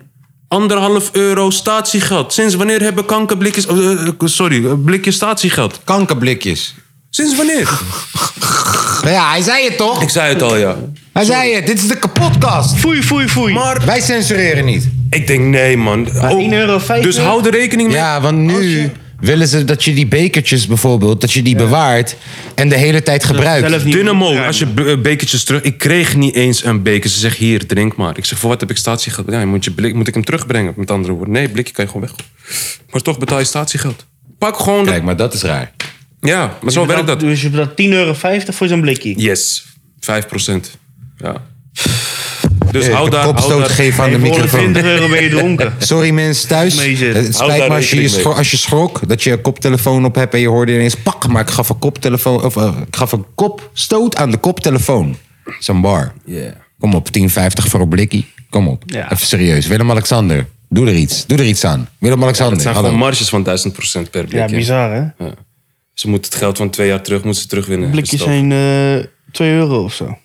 Speaker 3: anderhalf euro statiegeld. Sinds wanneer hebben kankerblikjes... eh, eh, sorry, eh, blikjes statiegeld.
Speaker 1: Kankerblikjes.
Speaker 3: Sinds wanneer?
Speaker 1: Ja, hij zei het toch?
Speaker 3: ik zei het al, ja.
Speaker 1: Hij zei het, dit is de kapotkast.
Speaker 2: Foei, foei, foei.
Speaker 3: Maar
Speaker 1: Wij censureren niet.
Speaker 3: ik denk, nee man. Oh,
Speaker 2: 1,50 euro?
Speaker 3: Dus hou er rekening mee.
Speaker 1: Ja, want nu willen ze dat je die bekertjes bijvoorbeeld, dat je die bewaart en de hele tijd
Speaker 2: zelf
Speaker 1: gebruikt.
Speaker 2: niet.
Speaker 3: Dynamo,
Speaker 2: ruimen.
Speaker 3: als je be- eh, bekertjes terug... Ik kreeg niet eens een beker. Ze zegt, hier, drink maar. Ik zeg, voor wat heb ik statiegeld? Ja, moet, je blik, moet ik hem terugbrengen? Met andere woorden. Nee, blikje kan je gewoon weg. Maar toch betaal je statiegeld. Pak gewoon... dat-
Speaker 1: Kijk, maar dat is raar.
Speaker 3: Ja, maar zo werkt dat.
Speaker 2: Dus je betaalt 10,50 euro voor zo'n blikje.
Speaker 3: Yes. 5 procent. Ja. Dus
Speaker 1: Ik
Speaker 3: hou
Speaker 1: heb
Speaker 3: daar... hou
Speaker 1: kopstoot
Speaker 3: daar-
Speaker 1: geven aan de
Speaker 2: Voor
Speaker 1: microfoon.
Speaker 2: 120 euro ben je dronken.
Speaker 1: Sorry mensen thuis. Eh,
Speaker 2: Mee zit.
Speaker 1: Het
Speaker 3: Houd
Speaker 1: spijt
Speaker 3: daar
Speaker 1: me als je, je
Speaker 3: rekening mee.
Speaker 1: schro- als je schrok dat je een koptelefoon op hebt en je hoorde ineens pak, maar ik gaf een koptelefoon of eh, ik gaf een kopstoot aan de koptelefoon. Zo'n bar. Kom op, 10,50 voor een blikkie. Kom op.
Speaker 2: Ja.
Speaker 1: Even serieus. Willem-Alexander, doe er iets. Doe er iets aan.
Speaker 3: Het
Speaker 1: Willem-Alexander.
Speaker 3: zijn gewoon
Speaker 1: hallo.
Speaker 3: marges van 1000 procent per
Speaker 2: Ja,
Speaker 3: blikje.
Speaker 2: bizar hè?
Speaker 3: Ja. Ze moeten het geld van twee jaar terug moeten ze terugwinnen.
Speaker 2: Blikjes
Speaker 3: Dus dat-
Speaker 2: zijn eh 2 euro of zo.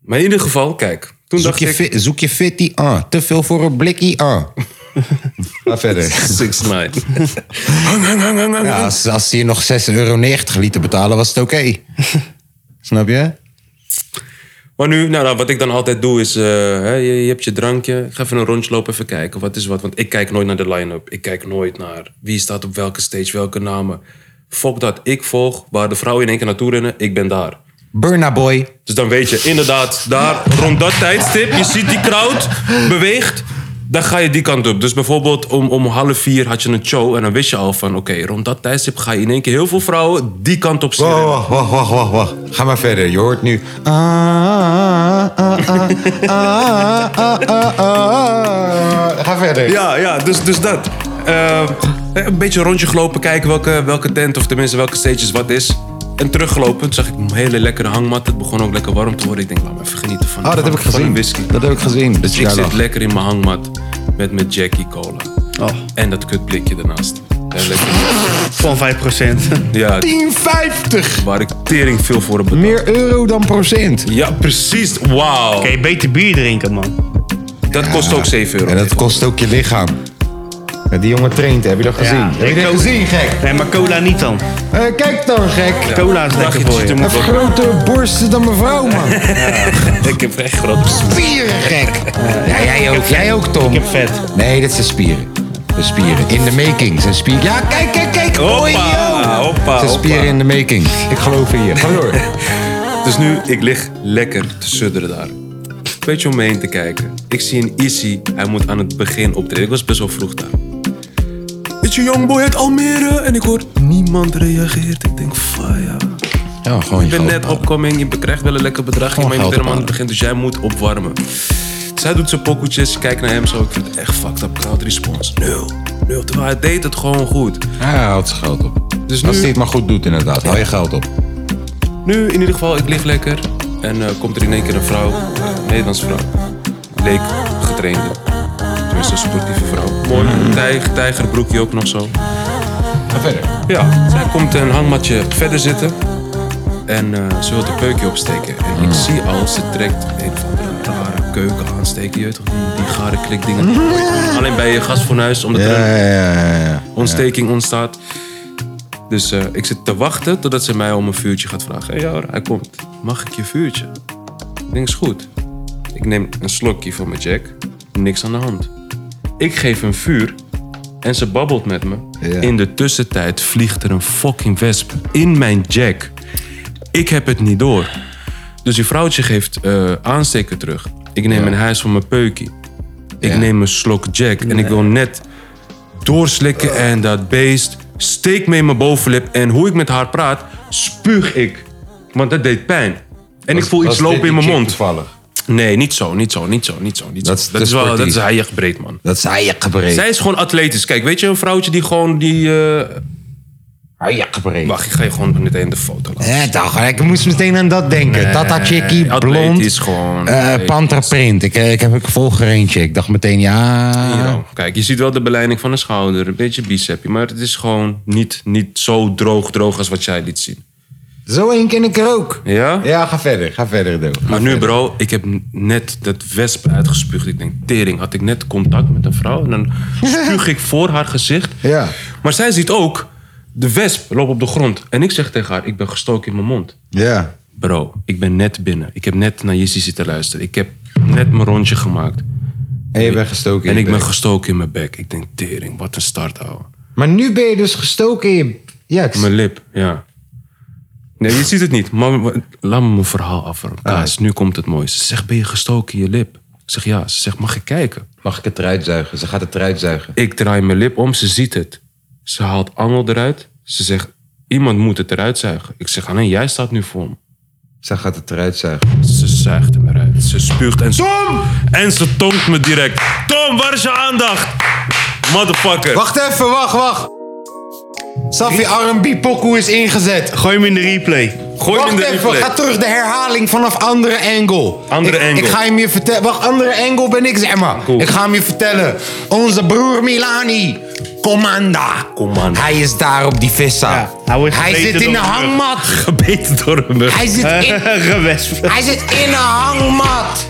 Speaker 3: Maar in ieder geval, kijk. Toen
Speaker 1: Zoek
Speaker 3: dacht
Speaker 1: je,
Speaker 3: ik...
Speaker 1: fi- zoek je fitty aan. Te veel voor een blikkie aan. Ga verder.
Speaker 3: Six nine. hang, hang, hang, hang, hang.
Speaker 1: Ja, als, als ze je nog 6,90 euro lieten betalen, was het oké. Snap je?
Speaker 3: Maar nu, nou, nou, wat ik dan altijd doe is, eh, hè, je, je hebt je drankje. Ik ga even een rondje lopen, even kijken. Wat is wat? Want ik kijk nooit naar de line-up. Ik kijk nooit naar wie staat op welke stage, welke namen. Fok dat, ik volg waar de vrouwen in één keer naartoe rennen. Ik ben daar.
Speaker 1: Burna Boy.
Speaker 3: Dus dan weet je, inderdaad, daar rond dat tijdstip, je ziet die crowd, beweegt, dan ga je die kant op. Dus bijvoorbeeld om, om half vier had je een show en dan wist je al van, oké, rond dat tijdstip ga je in één keer heel veel vrouwen die kant op zien. rennen.
Speaker 1: Wacht, wacht, wacht, wacht, wacht. Ga maar verder. Je hoort nu. Ah, ah, ah, ah, ah, ah, ah, ah. Ga verder.
Speaker 3: Ja, ja, dus, dus dat. Eh, een beetje een rondje gelopen, kijken welke, welke tent of tenminste welke stages wat is. En teruggelopen, toen zag ik een hele lekkere hangmat. Het begon ook lekker warm te worden. Ik denk, laat me even genieten
Speaker 1: Oh,
Speaker 3: van,
Speaker 1: dat
Speaker 3: van,
Speaker 1: heb ik
Speaker 3: van een
Speaker 1: gezien.
Speaker 3: whisky. Dus
Speaker 1: Dat heb ik gezien. Dat je
Speaker 3: Ik
Speaker 1: daar
Speaker 3: zit
Speaker 1: lag.
Speaker 3: lekker in mijn hangmat met mijn Jackie Cola.
Speaker 2: Oh.
Speaker 3: En dat kutblikje daarnaast. Ja, lekker.
Speaker 2: Van 5%.
Speaker 3: Ja,
Speaker 1: 10,50
Speaker 3: waar ik tering veel voor heb betaald.
Speaker 1: meer euro dan procent.
Speaker 3: Ja, precies. Wauw.
Speaker 2: Kan je beter bier drinken man?
Speaker 3: Dat kost ook 7 euro.
Speaker 1: En dat kost ook je lichaam. Ja, die jongen traint, heb je dat gezien? heb je dat gezien, gek?
Speaker 2: Nee, maar cola niet dan.
Speaker 1: Eh, kijk dan, gek.
Speaker 2: Cola is lekker voor je.
Speaker 1: Hij heeft grotere borsten dan mevrouw, man.
Speaker 3: Ik heb echt groot.
Speaker 1: Spieren, gek. Ja, jij ook, jij ook, Tom.
Speaker 2: Ik heb vet.
Speaker 1: Nee, dit zijn spieren. De spieren. In de making zijn spieren. Ja, kijk, kijk, kijk. Oei,
Speaker 3: Hoppa,
Speaker 1: joh.
Speaker 3: hoppa,
Speaker 1: Zijn
Speaker 3: hoppa.
Speaker 1: spieren in de making. Ik geloof in je. Ga door.
Speaker 3: Dus nu, ik lig lekker te sudderen daar. Beetje om me heen te kijken. Ik zie een Issy, hij moet aan het begin optreden. Ik was best wel vroeg daar. Is je jongboy uit Almere? En ik hoor niemand reageert. Ik denk, faya.
Speaker 1: Ja, gewoon
Speaker 3: Ik ben net opkoming, je krijgt wel een lekker bedragje,
Speaker 1: Gewoon
Speaker 3: maar je bent
Speaker 1: geld
Speaker 3: helemaal aan het
Speaker 1: ophalen.
Speaker 3: begin, dus jij moet opwarmen. Zij doet zijn pokoetjes, ik kijk naar hem zo. Ik vind het echt fucked up crowd response. Nul. Nul. Terwijl hij deed het gewoon goed.
Speaker 1: Ja, hij houdt zijn geld op.
Speaker 3: Dus
Speaker 1: Als
Speaker 3: nu-
Speaker 1: hij het maar goed doet, inderdaad. Hou je geld op.
Speaker 3: Nu in ieder geval, ik lig lekker. En eh, komt er in één keer een vrouw, een Nederlandse vrouw. Leek getrainde. Tenminste, een sportieve vrouw. Mooi, tijg, tijgerbroekje ook nog zo.
Speaker 1: Ga verder.
Speaker 3: Ja, zij komt een hangmatje verder zitten. En eh, ze wil een peukje opsteken. En ik zie al, ze trekt een van de gitaren, keuken aansteken. Je weet toch, die, die gare klikdingen. Alleen bij je gasfornuis, omdat er
Speaker 1: Ja,
Speaker 3: een
Speaker 1: ja, ja, ja.
Speaker 3: ontsteking ontstaat. Dus eh, ik zit te wachten totdat ze mij om een vuurtje gaat vragen. Hé, Laura, hij komt. Mag ik je vuurtje? Ik denk, is goed. Ik neem een slokje van mijn jack. Niks aan de hand. Ik geef een vuur en ze babbelt met me.
Speaker 1: Ja.
Speaker 3: In de tussentijd vliegt er een fucking wesp in mijn jack. Ik heb het niet door. Dus die vrouwtje geeft eh aansteken terug. Ik neem een huis van mijn peukie. Ik
Speaker 1: Ja.
Speaker 3: neem een slok jack en ik wil net doorslikken en dat beest steekt me in mijn bovenlip. En hoe ik met haar praat, spuug ik. Want dat deed pijn. En ik voel iets lopen in mijn mond.
Speaker 1: Toevallig.
Speaker 3: Nee, niet zo, niet zo, niet zo, niet zo. Niet zo.
Speaker 1: Dat is
Speaker 3: Dat, is
Speaker 1: te
Speaker 3: wel, dat
Speaker 1: sportief.
Speaker 3: is heilig breed, man.
Speaker 1: Dat zei je gebreed.
Speaker 3: Zij is gewoon atletisch. Kijk, weet je, een vrouwtje die gewoon die... eh,
Speaker 1: Ah, ja, gebreed.
Speaker 3: Wacht, ik ga je gewoon meteen de foto laten.
Speaker 1: Ja, toch, ik moest meteen aan dat denken. Tata Eh, Chickie,
Speaker 3: atleet
Speaker 1: blond,
Speaker 3: is gewoon-
Speaker 1: eh, panterprint. Ik, eh, ik heb een volger eentje. Ik dacht meteen, ja...
Speaker 3: Hero. Oh, Kijk, je ziet wel de beleiding van een schouder, een beetje bicepje. Maar het is gewoon niet, niet zo droog, droog als wat jij liet zien.
Speaker 1: Zo één ken ik er ook.
Speaker 3: Ja?
Speaker 1: Ja, ga verder. Ga verder, Doe.
Speaker 3: Maar nu bro, ik heb net dat wesp uitgespuugd. Ik denk, tering, had ik net contact met een vrouw? En dan spuug ik voor haar gezicht.
Speaker 1: Ja.
Speaker 3: Maar zij ziet ook, de wesp loopt op de grond. En ik zeg tegen haar, ik ben gestoken in mijn mond.
Speaker 1: Ja.
Speaker 3: Bro, ik ben net binnen. Ik heb net naar Jissy zitten luisteren. Ik heb net mijn rondje gemaakt.
Speaker 1: En je bent gestoken
Speaker 3: En
Speaker 1: in je
Speaker 3: ik ben
Speaker 1: bek.
Speaker 3: gestoken in mijn bek. Ik denk, tering, wat een start, ouwe.
Speaker 1: Maar nu ben je dus gestoken in je... Ja, ik-
Speaker 3: Mijn lip, ja. Nee, je ziet het niet. Maar, maar- laat me mijn verhaal af.
Speaker 1: Ah.
Speaker 3: Kaas, nu komt het mooiste. Ze zegt, ben je gestoken in je lip? Ik zeg, ja. Ze zegt, mag ik kijken?
Speaker 1: Mag ik het eruit zuigen? Ze gaat het eruit zuigen.
Speaker 3: Ik draai mijn lip om, ze ziet het. Ze haalt angel eruit. Ze zegt, iemand moet het eruit zuigen. Ik zeg, alleen jij staat nu voor me.
Speaker 1: Ze gaat het eruit zuigen.
Speaker 3: Ze zuigt hem eruit. Ze spuugt en... Tom! En ze tongt me direct. Tom, waar is je aandacht? Motherfucker.
Speaker 1: Wacht even, wacht, wacht. Safi R&B pokoe is ingezet.
Speaker 2: Gooi hem in de replay.
Speaker 3: Gooi hem
Speaker 1: Wacht
Speaker 3: in de
Speaker 1: even,
Speaker 3: replay.
Speaker 1: ga terug. De herhaling vanaf andere angle.
Speaker 3: Andere
Speaker 1: ik,
Speaker 3: angle.
Speaker 1: Ik ga hem je vertellen. Wacht, andere angle ben ik, zeg maar.
Speaker 3: Cool.
Speaker 1: Ik ga hem je vertellen. Onze broer Milani. Commanda.
Speaker 3: Commanda.
Speaker 1: Hij is daar op die vissa.
Speaker 2: Ja, hij wordt gebeten
Speaker 1: zit in de
Speaker 2: door een
Speaker 1: hangmat.
Speaker 3: Gebeten door een mug.
Speaker 1: Hij zit in...
Speaker 2: Gewesp.
Speaker 1: Hij zit in een hangmat.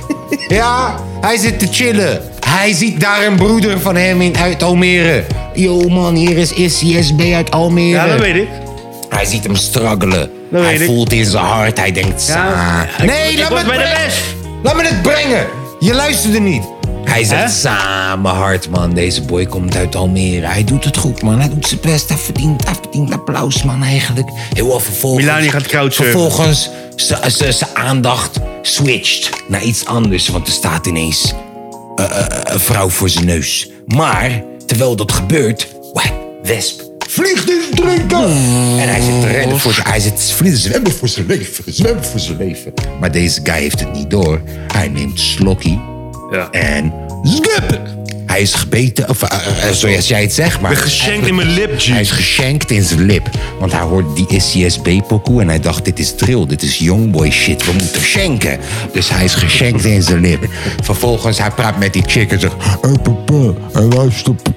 Speaker 1: Ja, hij zit te chillen. Hij ziet daar een broeder van hem in uit Almere. Yo man, hier is ICSB uit Almere.
Speaker 2: Ja, dat weet ik.
Speaker 1: Hij ziet hem struggelen.
Speaker 2: Dat
Speaker 1: hij
Speaker 2: weet ik.
Speaker 1: voelt in zijn hart. Hij denkt,
Speaker 2: Ja,
Speaker 1: sa. nee, laat me
Speaker 2: was
Speaker 1: het
Speaker 2: bij de
Speaker 1: brengen.
Speaker 2: best.
Speaker 1: Laat me het brengen. Je luisterde niet. Hij
Speaker 2: Hè?
Speaker 1: zegt, sa, mijn hart man. Deze boy komt uit Almere. Hij doet het goed man. Hij doet zijn best. Hij verdient, hij verdient applaus man eigenlijk. Heel wat vervolgens.
Speaker 2: Milani gaat crowdsurfen.
Speaker 1: Vervolgens ze- ze- zijn aandacht switcht naar iets anders. Want er staat ineens eh, een vrouw voor zijn neus. Maar terwijl dat gebeurt, wah, wesp. Vliegt in het drinken! En hij zit te rennen voor zijn... Hij zit te vliegen, zwemmen voor zijn leven. Zwemmen voor zijn leven. Maar deze guy heeft het niet door. Hij neemt slokkie. En... Zgup! Hij is gebeten, of eh, eh, zoals jij het zegt, maar...
Speaker 3: Geschenkt in mijn lip, G.
Speaker 1: Hij is geschenkt in zijn lip. Want hij hoorde die ICSB-pokoe en hij dacht, dit is drill, dit is youngboy shit, we moeten schenken. Dus hij is geschenkt in zijn lip. Vervolgens, hij praat met die chick en zegt, hey papa, hey, luister papa.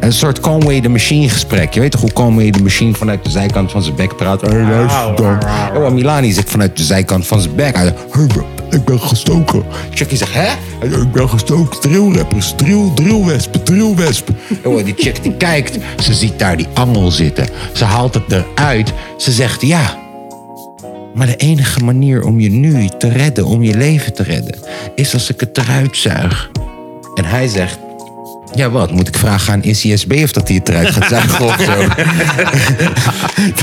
Speaker 1: Een soort Conway the Machine gesprek. Je weet toch hoe Conway the Machine vanuit de zijkant van zijn bek praat? Hey, luister dan. Oh, en Milani zit vanuit de zijkant van zijn bek. Hij zegt, hey, pap, ik ben gestoken. Chucky zegt, hè? Hij zegt, ik ben gestoken. Drillrappers, drill, drillwespen, drillwespen. Oh, die chick die kijkt, ze ziet daar die angel zitten. Ze haalt het eruit. Ze zegt, ja, maar de enige manier om je nu te redden, om je leven te redden, is als ik het eruit zuig. En hij zegt. Ja, wat? Moet ik vragen aan ICSB of dat hij het eruit gaat zuigen of zo?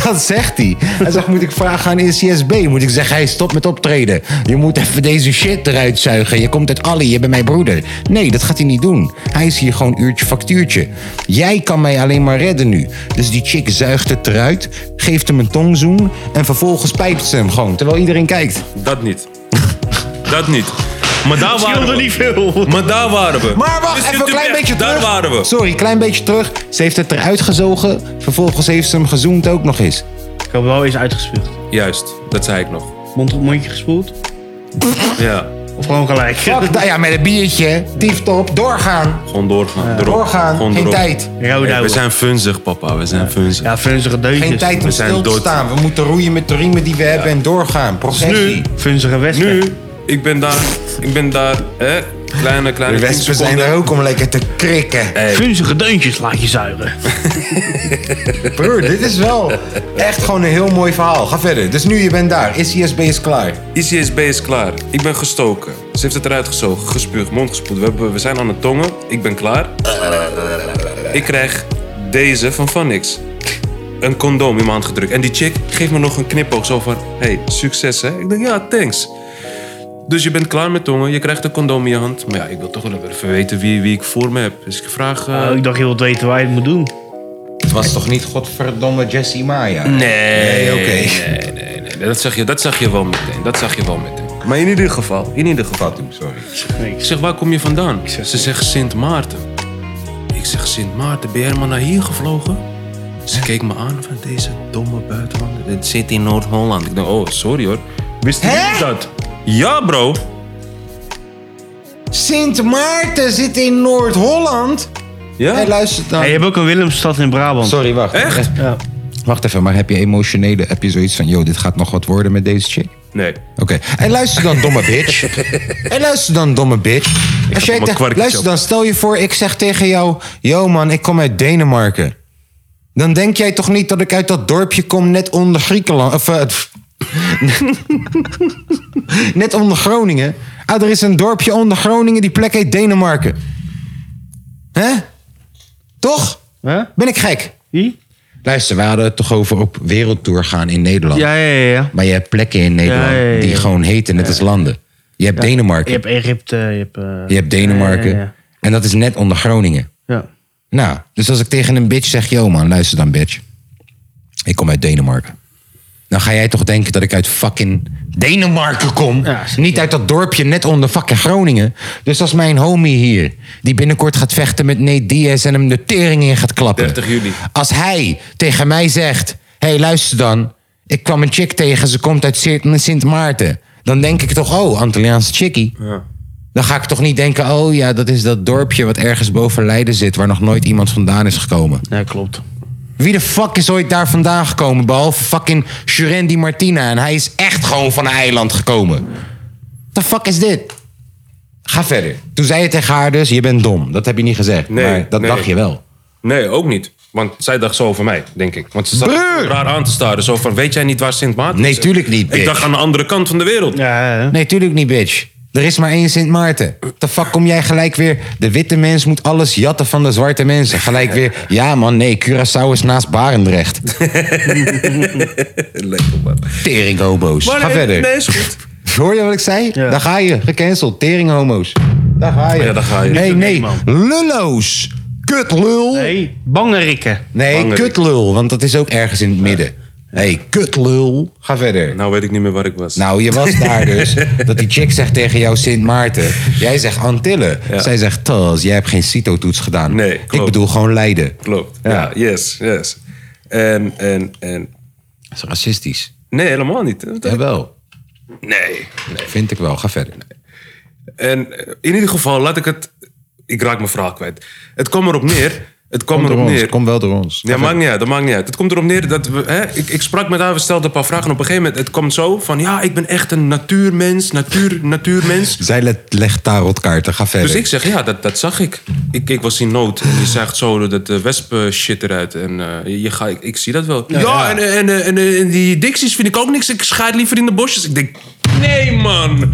Speaker 1: dat zegt hij. Hij zegt, moet ik vragen aan ICSB? Moet ik zeggen, hey, stop met optreden. Je moet even deze shit eruit zuigen. Je komt uit Ali, je bent mijn broeder. Nee, dat gaat hij niet doen. Hij is hier gewoon uurtje factuurtje. Jij kan mij alleen maar redden nu. Dus die chick zuigt het eruit, geeft hem een tongzoen... en vervolgens pijpt ze hem gewoon, terwijl iedereen kijkt.
Speaker 3: Dat niet. Dat niet. Maar daar waren
Speaker 2: Scheelde
Speaker 3: we.
Speaker 2: niet veel.
Speaker 3: Maar daar waren we.
Speaker 1: Maar wacht,
Speaker 3: Dus
Speaker 1: even een
Speaker 3: natuurlijk
Speaker 1: klein
Speaker 3: echt,
Speaker 1: beetje terug.
Speaker 3: Daar waren we.
Speaker 1: Sorry, klein beetje terug. Ze heeft het eruit gezogen. Vervolgens heeft ze hem gezoend ook nog eens.
Speaker 2: Ik heb wel eens uitgespuugd.
Speaker 3: Juist, dat zei ik nog.
Speaker 2: Mond op mondje gespoeld.
Speaker 3: Ja,
Speaker 2: Of gewoon gelijk.
Speaker 1: Fuck, nou ja, met een biertje. Dief top, doorgaan.
Speaker 3: gewoon doorgaan. erop.
Speaker 1: Doorgaan,
Speaker 3: Gewoon
Speaker 1: geen
Speaker 3: erop.
Speaker 1: tijd.
Speaker 2: Rauw
Speaker 3: Hey, we
Speaker 2: douwen.
Speaker 3: zijn funzig, papa. We zijn funzig.
Speaker 2: Oh, Ja, vunzige deuntjes.
Speaker 1: Geen tijd om
Speaker 3: we zijn
Speaker 1: stil te
Speaker 3: dood. Dus
Speaker 1: staan. We moeten roeien met de riemen die we hebben en doorgaan. Progressie.
Speaker 2: Vunzige
Speaker 3: Nu,
Speaker 2: westen.
Speaker 3: ik ben daar Ik ben daar, hè? Kleine, kleine
Speaker 1: De
Speaker 3: 10
Speaker 1: wespen zijn
Speaker 3: seconden. Eh.
Speaker 1: er ook om lekker te krikken.
Speaker 2: Vunzige deuntjes laat je zuigen.
Speaker 1: Broer, dit is wel echt gewoon een heel mooi verhaal. Ga verder. Dus nu je bent daar. ICSB is klaar.
Speaker 3: ICSB is klaar. Ik ben gestoken. Ze heeft het eruit gezogen, gespuugd, mond gespoeld. We, hebben, we zijn aan het tongen. Ik ben klaar. Ik krijg deze van Vanix. Een condoom in mijn hand gedrukt. En die chick geeft me nog een knipoog zo van... Hey, succes hè? Ik denk, ja, thanks. Dus je bent klaar met tongen. Je krijgt een condoom in je hand. Maar ja, ik wil toch wel even weten wie, wie ik voor me heb. Dus ik vraag... eh,
Speaker 2: Oh, ik dacht, je wilt weten waar je het moet doen.
Speaker 1: Ah. Het was toch niet godverdomme Jesse Maya?
Speaker 3: Nee,
Speaker 1: oké.
Speaker 3: Nee, nee, nee. Dat zag, je, dat zag je wel meteen. Dat zag je wel meteen. Maar in ieder geval, in ieder geval.
Speaker 1: Fatou, sorry.
Speaker 3: Ik zeg, waar kom je vandaan? Ze zegt Sint Maarten. Ik zeg, Sint Maarten, ben je helemaal naar hier gevlogen? Ze keek me aan van deze domme buitenlander. Dit zit in Noord-Holland. Ik dacht, oh, sorry hoor. Wist je dat? Ja, bro.
Speaker 1: Sint Maarten zit in Noord-Holland.
Speaker 3: Ja? Eh.
Speaker 1: Hij luistert naar.
Speaker 2: Hey, je hebt ook een Willemstad in Brabant.
Speaker 1: Sorry, wacht.
Speaker 3: Echt?
Speaker 2: Ja.
Speaker 1: Wacht even, maar heb je emotionele, heb je zoiets van, yo, dit gaat nog wat worden met deze chick?
Speaker 3: Nee.
Speaker 1: Oké. En luister dan, domme bitch. en luister dan, domme bitch. Als jij
Speaker 3: op mijn
Speaker 1: tegen-
Speaker 3: kwarkje
Speaker 1: luister dan, stel je voor, ik zeg tegen jou... Yo man, ik kom uit Denemarken. Dan denk jij toch niet dat ik uit dat dorpje kom net onder Griekenland... Of, eh, pff. net onder Groningen. Ah, er is een dorpje onder Groningen, die plek heet Denemarken. Hè? Toch?
Speaker 2: Huh?
Speaker 1: Ben ik gek?
Speaker 2: Wie?
Speaker 1: Luister, we hadden het toch over op wereldtour gaan in Nederland.
Speaker 2: Ja, ja, ja, ja.
Speaker 1: Maar je hebt plekken in Nederland
Speaker 2: Ja, ja, ja, ja.
Speaker 1: die gewoon heten, net als landen. Je hebt Denemarken,
Speaker 2: Je hebt Egypte, je hebt... eh,
Speaker 1: je hebt Denemarken.
Speaker 2: Ja, ja,
Speaker 1: En dat is net onder Groningen.
Speaker 2: ja. Ja.
Speaker 1: Nou, dus als ik tegen een bitch zeg, yo man, luister dan bitch. Ik kom uit Denemarken. Dan ga jij toch denken dat ik uit fucking Denemarken kom.
Speaker 2: Ja, zeker.
Speaker 1: Niet uit dat dorpje net onder fucking Groningen. Dus als mijn homie hier, die binnenkort gaat vechten met Nate Diaz en hem de tering in gaat klappen.
Speaker 3: 30 juli.
Speaker 1: Als hij tegen mij zegt, hé hey, luister dan. Ik kwam een chick tegen, ze komt uit Sint- Sint Maarten. Dan denk ik toch, oh, Antilliaanse chickie. Dan ga ik toch niet denken, oh ja, dat is dat dorpje wat ergens boven Leiden zit, waar nog nooit iemand vandaan is gekomen.
Speaker 2: Ja, klopt.
Speaker 1: Wie de fuck is ooit daar vandaan gekomen, behalve fucking Jurendi Martina? En hij is echt gewoon van een eiland gekomen. The fuck is dit? Ga verder. Toen zei je tegen haar dus, je bent dom. Dat heb je niet gezegd,
Speaker 3: Nee,
Speaker 1: maar dat
Speaker 3: nee.
Speaker 1: dacht je wel.
Speaker 3: Nee, ook niet. Want zij dacht zo over mij, denk ik. Want ze zat
Speaker 1: Broer!
Speaker 3: raar aan te staren. Zo van, weet jij niet waar Sint Maarten
Speaker 1: Nee,
Speaker 3: is?
Speaker 1: tuurlijk niet, bitch.
Speaker 3: Ik dacht aan de andere kant van de wereld.
Speaker 2: Ja, ja, ja.
Speaker 1: Nee, tuurlijk niet, bitch. Er is maar één Sint Maarten. The fuck kom jij gelijk weer... De witte mens moet alles jatten van de zwarte mensen. Gelijk weer, ja man, nee, Curaçao is naast Barendrecht.
Speaker 3: Lekker, man.
Speaker 1: Teringhomo's.
Speaker 3: Maar
Speaker 1: Ga
Speaker 3: nee,
Speaker 1: verder.
Speaker 3: Nee, is goed.
Speaker 1: Hoor je wat ik zei? Daar ga je. Gecanceld. Teringhomo's. Daar ga je.
Speaker 3: Oh Ja, daar ga je.
Speaker 1: Nee, nee.
Speaker 2: man.
Speaker 1: Lullo's. Kutlul. Nee,
Speaker 2: Hey, bangerikken.
Speaker 3: Belangrijk.
Speaker 1: kutlul. Want dat is ook ergens in het midden. hey, kutlul. Ga verder.
Speaker 3: Nou weet ik niet meer waar ik was.
Speaker 1: Nou, je was daar dus. dat die chick zegt tegen jou Sint Maarten. Jij zegt Antillen. Zij zegt Tas, jij hebt geen CITO-toets gedaan.
Speaker 3: Nee,
Speaker 1: Ik
Speaker 3: klopt.
Speaker 1: bedoel gewoon Leiden.
Speaker 3: Klopt.
Speaker 1: Ja.
Speaker 3: Ja, yes, yes. En, en, en...
Speaker 1: Dat is racistisch.
Speaker 3: Nee, helemaal niet. Dat-
Speaker 1: Jawel.
Speaker 3: Nee.
Speaker 1: Vind ik wel. Ga verder.
Speaker 3: En eh, in ieder geval, laat ik het... Ik raak mijn vraag kwijt. Het kwam erop neer. Het kwam
Speaker 1: Kom door
Speaker 3: erop
Speaker 1: ons.
Speaker 3: neer.
Speaker 1: Kom wel door ons.
Speaker 3: Ja, maakt niet uit, dat maakt niet uit. Het komt erop neer dat we... Hè, ik, ik sprak met haar, we stelden een paar vragen. En op een gegeven moment, het komt zo van... Ja, ik ben echt een natuurmens, natuur, natuurmens.
Speaker 1: Zij le- legt tarotkaarten. Ga verder.
Speaker 3: Dus ik zeg, ja, dat, dat zag ik. ik. Ik was in nood. En je zegt zo dat de wespen shit eruit. En eh, je- je ga, ik, ik zie dat wel. Ja, En, eh, en, eh, en, eh, en die dicties vind ik ook niks. Ik schaad liever in de bosjes. Ik denk, nee man.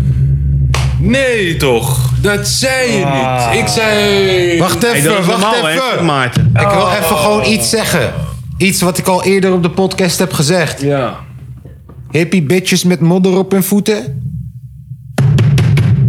Speaker 3: Nee toch. Dat zei je niet. Ik zei...
Speaker 1: Ah. Wacht
Speaker 2: Hey,
Speaker 1: even,
Speaker 2: dat is
Speaker 1: wacht
Speaker 2: normaal, hè, Oh.
Speaker 1: even.
Speaker 2: Sint Maarten.
Speaker 1: Ik wil even gewoon iets zeggen. Iets wat ik al eerder op de podcast heb gezegd.
Speaker 3: Ja.
Speaker 1: Hippie bitches met modder op hun voeten.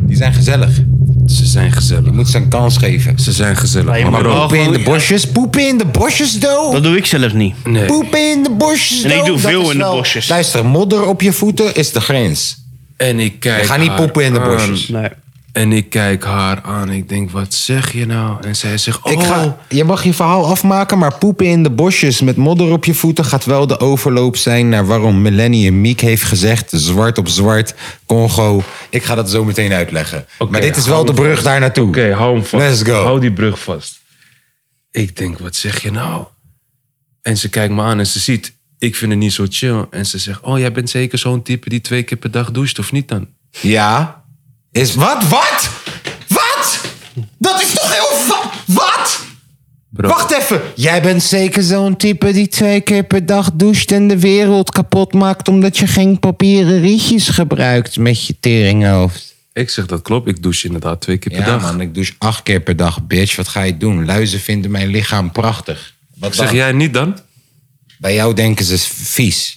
Speaker 1: Die zijn gezellig. Je
Speaker 3: Ze zijn gezellig.
Speaker 1: moet ze een kans geven.
Speaker 3: Ze zijn gezellig.
Speaker 2: Nee, maar
Speaker 3: Maar ook-
Speaker 2: wel
Speaker 1: Poepen in de
Speaker 2: gewoon...
Speaker 1: bosjes. Poepen in de bosjes, doe.
Speaker 2: Dat doe ik zelf niet.
Speaker 3: nee.
Speaker 1: Poepen in de bosjes,
Speaker 2: En ik
Speaker 1: doe.
Speaker 2: doe
Speaker 1: Dat
Speaker 2: veel
Speaker 1: is
Speaker 2: in de
Speaker 1: wel-
Speaker 2: bosjes.
Speaker 1: Luister, modder op je voeten is de grens.
Speaker 3: En ik kijk
Speaker 1: Ga niet
Speaker 3: haar
Speaker 1: poepen in de
Speaker 3: aan.
Speaker 1: bosjes.
Speaker 2: Nee.
Speaker 3: En ik kijk haar aan. Ik denk, wat zeg je nou? En zij zegt, oh...
Speaker 1: Ik ga, je mag je verhaal afmaken, maar poepen in de bosjes met modder op je voeten gaat wel de overloop zijn naar waarom Millennium Meek heeft gezegd: zwart op zwart, Congo. Ik ga dat zo meteen uitleggen.
Speaker 3: Oké,
Speaker 1: maar dit is wel
Speaker 3: hou
Speaker 1: de
Speaker 3: hem
Speaker 1: brug
Speaker 3: vast.
Speaker 1: daar naartoe.
Speaker 3: Oké, hou hem vast.
Speaker 1: Let's go.
Speaker 3: Hou die brug vast. Ik denk, wat zeg je nou? En ze kijkt me aan en ze ziet, ik vind het niet zo chill. En ze zegt, oh, jij bent zeker zo'n type die twee keer per dag doucht, of niet dan?
Speaker 1: Ja, Is wat? Wat? Wat? Dat is toch heel... va- Wat? Wacht even. Jij bent zeker zo'n type die twee keer per dag doucht en de wereld kapot maakt omdat je geen papieren rietjes gebruikt met je teringhoofd.
Speaker 3: Ik zeg dat klopt. Ik douche inderdaad twee keer per
Speaker 1: Ja
Speaker 3: dag.
Speaker 1: man, ik douche acht keer per dag, bitch. Wat ga je doen? Luizen vinden mijn lichaam prachtig. Wat
Speaker 3: Zeg
Speaker 1: dan?
Speaker 3: jij niet dan?
Speaker 1: Bij jou denken ze vies.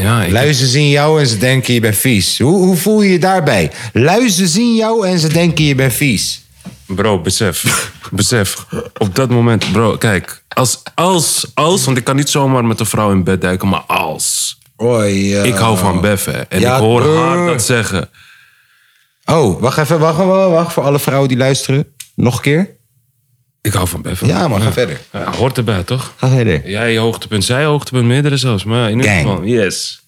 Speaker 3: Ja, ik,
Speaker 1: Luizen zien jou en ze denken je bent vies. Hoe, hoe voel je je daarbij? Luizen zien jou en ze denken je bent vies.
Speaker 3: Bro, besef. Besef. Op dat moment, bro, kijk. Als, als, als, want ik kan niet zomaar met een vrouw in bed duiken, maar als.
Speaker 1: Oei. eh.
Speaker 3: Ik hou van Bef, hè. En
Speaker 1: Ja,
Speaker 3: ik hoor
Speaker 1: eh.
Speaker 3: haar dat zeggen.
Speaker 1: Oh, wacht even, wacht, wacht, wacht, wacht. Voor alle vrouwen die luisteren. Nog een keer?
Speaker 3: Ik hou van Bef.
Speaker 1: Ja, maar ga verder.
Speaker 3: Ja, hoort erbij, toch?
Speaker 1: Ga verder.
Speaker 3: Jij hoogtepunt, zij hoogtepunt, meerdere zelfs. Maar in ieder
Speaker 1: Gang.
Speaker 3: geval, yes.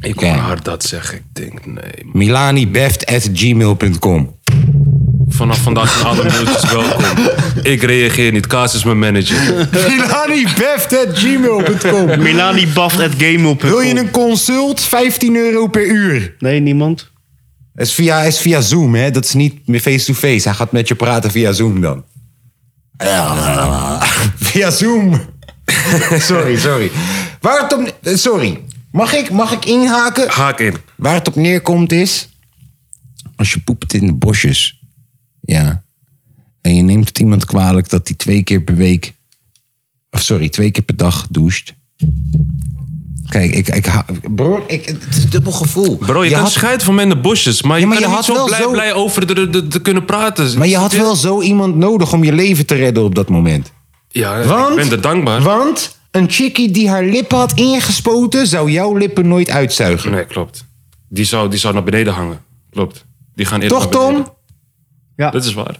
Speaker 3: Ik hoor
Speaker 1: Gang.
Speaker 3: haar dat zeggen. Ik denk, nee. man.
Speaker 1: Milanibeft.gmail.com
Speaker 3: Vanaf vandaag zijn alle mailtjes welkom. Ik reageer niet. Kaas is mijn manager.
Speaker 1: Milanibeft.gmail.com
Speaker 2: Milanibaft.gmail.com
Speaker 1: Wil je een consult? 15 euro per uur.
Speaker 2: Nee, niemand.
Speaker 1: Dat is via, is via Zoom, hè? Dat is niet meer face-to-face. Hij gaat met je praten via Zoom dan. Via Zoom. sorry, sorry. Waar het op, eh, sorry. Mag ik, mag ik inhaken?
Speaker 3: Haak in.
Speaker 1: Waar het op neerkomt is... Als je poept in de bosjes... Ja. En je neemt het iemand kwalijk dat hij twee keer per week... Of sorry, twee keer per dag doucht. Kijk, ik... ik ha- broer, ik, het is dubbel gevoel.
Speaker 3: Bro, je, kan
Speaker 1: had-
Speaker 3: scheiden van mij in de bosjes. Maar je
Speaker 1: maar
Speaker 3: kan
Speaker 1: je
Speaker 3: er
Speaker 1: had
Speaker 3: niet zo
Speaker 1: wel
Speaker 3: blij,
Speaker 1: zo-
Speaker 3: blij over te- te- te kunnen praten.
Speaker 1: Maar je had wel zo iemand nodig om je leven te redden op dat moment.
Speaker 3: Ja,
Speaker 1: Want,
Speaker 3: ik ben er dankbaar.
Speaker 1: Want een chickie die haar lippen had ingespoten, zou jouw lippen nooit uitzuigen.
Speaker 3: Nee, klopt. Die zou, die zou naar beneden hangen. Klopt. Die gaan eerst
Speaker 1: Toch,
Speaker 3: naar beneden.
Speaker 1: Tom?
Speaker 2: Ja,
Speaker 3: Dat is waar.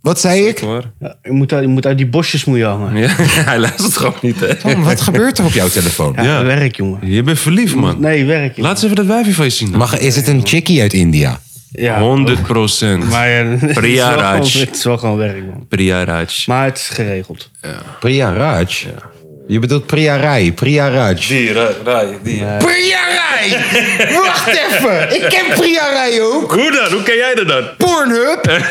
Speaker 1: Wat zei ik?
Speaker 3: Waar?
Speaker 2: ja, je, moet uit, je moet uit die bosjes moet je hangen.
Speaker 3: Ja, hij luistert gewoon niet, hè?
Speaker 1: Tom, wat gebeurt er op jouw telefoon?
Speaker 2: Ja,
Speaker 3: Ja.
Speaker 2: werk, jongen.
Speaker 3: Je bent verliefd, man.
Speaker 2: Nee, werk, jongen.
Speaker 3: Laat eens even dat wijfje van je zien. dan.
Speaker 1: Mag, is het een chickie uit India?
Speaker 2: Ja,
Speaker 3: 100 procent.
Speaker 2: Maar eh, ja, het is
Speaker 3: Priya
Speaker 2: wel
Speaker 3: Raj.
Speaker 2: gewoon- Het is wel gewoon werk, man.
Speaker 3: Priya Raj.
Speaker 2: Maar het is geregeld.
Speaker 1: Priya Raj? Je bedoelt Priya Rai, Priya Raj.
Speaker 3: Die, Raj, die.
Speaker 1: Priya Rai! Wacht even! Ik ken Priya Rai ook!
Speaker 3: Hoe dan? Hoe ken jij dat dan?
Speaker 1: Pornhub!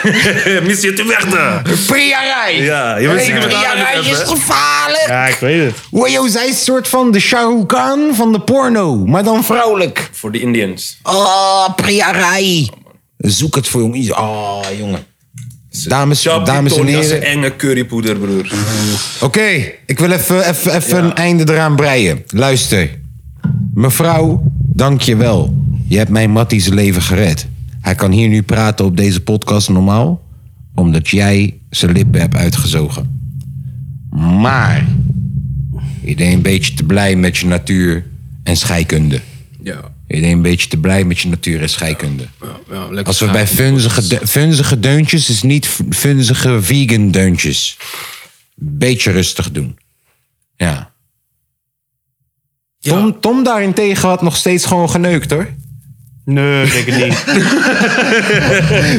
Speaker 3: Missie het weg daar.
Speaker 1: Priya Rai!
Speaker 3: Ja, je bent
Speaker 1: Hey,
Speaker 3: ziek met
Speaker 1: Priya
Speaker 3: haar aan het
Speaker 1: Rai is
Speaker 3: hebben, hè?
Speaker 1: gevaarlijk!
Speaker 2: Ja, ik weet het.
Speaker 1: Wow, yo, zij is een soort van de Shahrukh Khan van de porno, maar dan vrouwelijk.
Speaker 3: Voor de Indians.
Speaker 1: Oh, Priya Rai. Zoek het voor jongen. Oh, jongen. Dames, dames en heren.
Speaker 3: enge currypoeder, broer.
Speaker 1: Oké, ik wil even, even, even een einde eraan breien. Luister. Mevrouw, dank je wel. Je hebt mijn Mattie zijn leven gered. Hij kan hier nu praten op deze podcast normaal... omdat jij zijn lippen hebt uitgezogen. Maar... je deed een beetje te blij met je natuur en scheikunde.
Speaker 3: Ja.
Speaker 1: Je deed een beetje te blij met je natuur en scheikunde.
Speaker 3: Ja, ja, lekker
Speaker 1: Als we
Speaker 3: schaam.
Speaker 1: bij funzige, de- funzige deuntjes is niet f- funzige vegan deuntjes. Beetje rustig doen. Ja. Tom, Tom daarentegen had nog steeds gewoon geneukt hoor.
Speaker 2: Nee, ik denk het niet.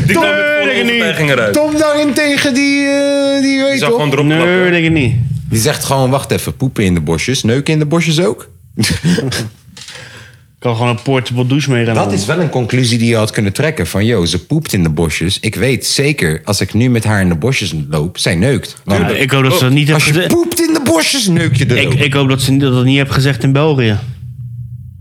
Speaker 3: Die kwam met volle overtuiging eruit.
Speaker 1: Tom daarentegen die, eh, die weet
Speaker 3: Die zou
Speaker 1: toch?
Speaker 3: gewoon erop
Speaker 2: Nee, ik
Speaker 3: klappen.
Speaker 2: denk het niet.
Speaker 1: Die zegt gewoon wacht even, poepen in de bosjes, neuken in de bosjes ook?
Speaker 2: Ik kan gewoon een portable douche mee gaan
Speaker 1: Dat
Speaker 2: halen.
Speaker 1: is wel een conclusie die je had kunnen trekken. Van, joh, ze poept in de bosjes. Ik weet zeker, als ik nu met haar in de bosjes loop, zij neukt. Want
Speaker 2: Ja, ik hoop dat
Speaker 3: Oh,
Speaker 2: ze dat niet heeft
Speaker 1: als je
Speaker 2: gezegd.
Speaker 1: poept in de bosjes, neuk je er
Speaker 2: Ik,
Speaker 1: ook.
Speaker 2: ik hoop dat ze dat dat niet heeft gezegd in België.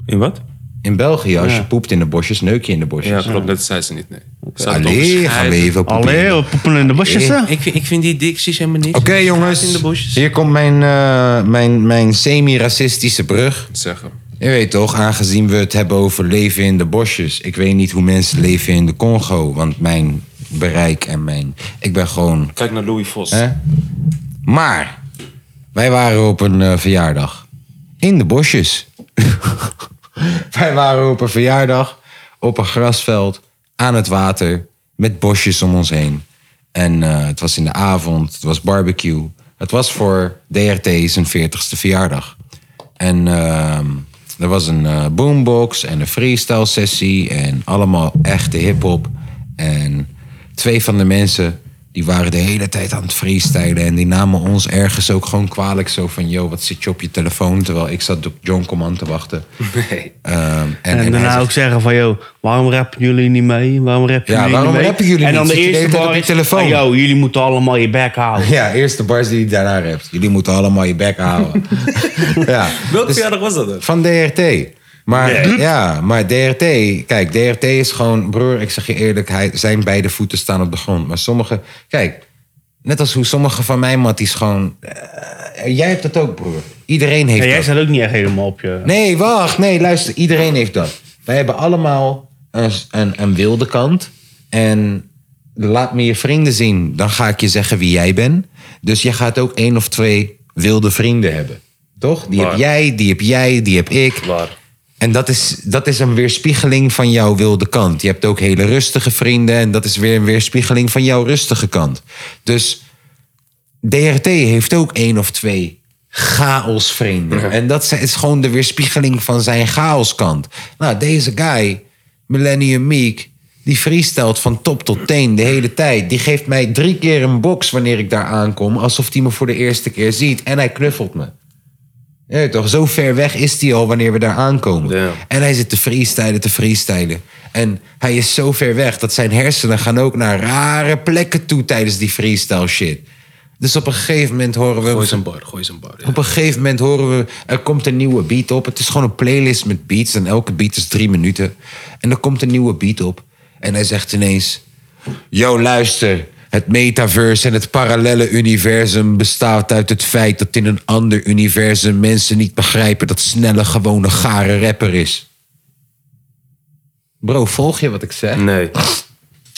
Speaker 3: In wat?
Speaker 1: In België, als
Speaker 2: Ja.
Speaker 1: je poept in de bosjes, neuk je in de
Speaker 3: Ja,
Speaker 1: bosjes.
Speaker 3: klopt. Dat zei ze niet, nee. Ze had
Speaker 1: Allee, gaan we
Speaker 3: gescheiden.
Speaker 1: even poepen.
Speaker 2: Allee, op poepen in de bosjes, hè?
Speaker 3: Ik vind, ik vind die dicties helemaal niks.
Speaker 1: Oké jongens,
Speaker 3: in de bosjes.
Speaker 1: hier komt mijn, eh, mijn, mijn semi-racistische brug.
Speaker 3: Zeggen.
Speaker 1: Je weet toch, aangezien we het hebben over leven in de bosjes. Ik weet niet hoe mensen leven in de Congo, want mijn bereik en mijn... Ik ben gewoon...
Speaker 3: Kijk naar Louis Vos.
Speaker 1: Hè? Maar, wij waren op een eh, verjaardag. In de bosjes. wij waren op een verjaardag. Op een grasveld. Aan het water. Met bosjes om ons heen. En eh, het was in de avond. Het was barbecue. Het was voor DRT zijn 40ste verjaardag. En ehm, er was een eh, boombox en een freestyle sessie. En allemaal echte hip-hop. En twee van de mensen Die waren de hele tijd aan het freestylen. En die namen ons ergens ook gewoon kwalijk. Zo van, yo, wat zit je op je telefoon? Terwijl ik zat op John Command te wachten.
Speaker 3: Nee.
Speaker 1: Ehm, en,
Speaker 2: En,
Speaker 1: en hij
Speaker 2: daarna
Speaker 1: zegt,
Speaker 2: ook zeggen van, joh, waarom rappen jullie niet mee? Waarom rappen
Speaker 1: Ja,
Speaker 2: jullie
Speaker 1: waarom
Speaker 2: niet mee?
Speaker 1: rappen jullie
Speaker 2: en dan
Speaker 1: niet?
Speaker 2: de
Speaker 1: Zit je de
Speaker 2: eerste
Speaker 1: hele tijd op
Speaker 2: bar
Speaker 1: je
Speaker 2: is,
Speaker 1: telefoon?
Speaker 2: "Ah, joh, jullie moeten allemaal je bek houden.
Speaker 1: Ja, eerst de bars die hij daarna hebt. Jullie moeten allemaal je bek houden. ja.
Speaker 3: Welke
Speaker 1: Dus-
Speaker 3: verjaardag was dat dan?
Speaker 1: Van DRT. Maar ja, maar DRT, kijk, DRT is gewoon, broer, ik zeg je eerlijk, hij, zijn beide voeten staan op de grond. Maar sommige, kijk, net als hoe sommige van mijn matties gewoon, eh, jij hebt dat ook, broer. Iedereen heeft
Speaker 2: Ja, jij
Speaker 1: dat.
Speaker 2: staat ook niet echt helemaal op je...
Speaker 1: Nee, wacht. Nee, luister. Iedereen heeft dat. Wij hebben allemaal een, een, een wilde kant. En laat me je vrienden zien. Dan ga ik je zeggen wie jij bent. Dus je gaat ook één of twee wilde vrienden hebben. Toch? Die heb
Speaker 3: Waar.
Speaker 1: jij, die heb jij, die heb ik.
Speaker 3: Waar?
Speaker 1: En dat is, dat is een weerspiegeling van jouw wilde kant. Je hebt ook hele rustige vrienden. En dat is weer een weerspiegeling van jouw rustige kant. Dus DRT heeft ook één of twee chaosvrienden. En dat zijn- is gewoon de weerspiegeling van zijn chaoskant. Nou, deze guy, Millennium Meek, die freestelt van top tot teen de hele tijd. Die geeft mij drie keer een box wanneer ik daar aankom. Alsof hij me voor de eerste keer ziet. En hij knuffelt me. Ja, toch, zo ver weg is hij al wanneer we daar aankomen.
Speaker 3: Ja.
Speaker 1: En hij zit te freestylen, te freestylen. En hij is zo ver weg dat zijn hersenen gaan ook naar rare plekken toe tijdens die freestyle shit. Dus op een gegeven moment horen we hem
Speaker 3: Gooi zijn bar, gooi zijn bar. ja.
Speaker 1: op een gegeven moment horen we, er komt een nieuwe beat op. Het is gewoon een playlist met beats en elke beat is drie minuten. En er komt een nieuwe beat op. En hij zegt ineens, yo luister, het metaverse en het parallele universum bestaat uit het feit dat in een ander universum mensen niet begrijpen dat Snelle gewoon een gare rapper is. Bro, volg je wat ik zeg?
Speaker 3: Nee.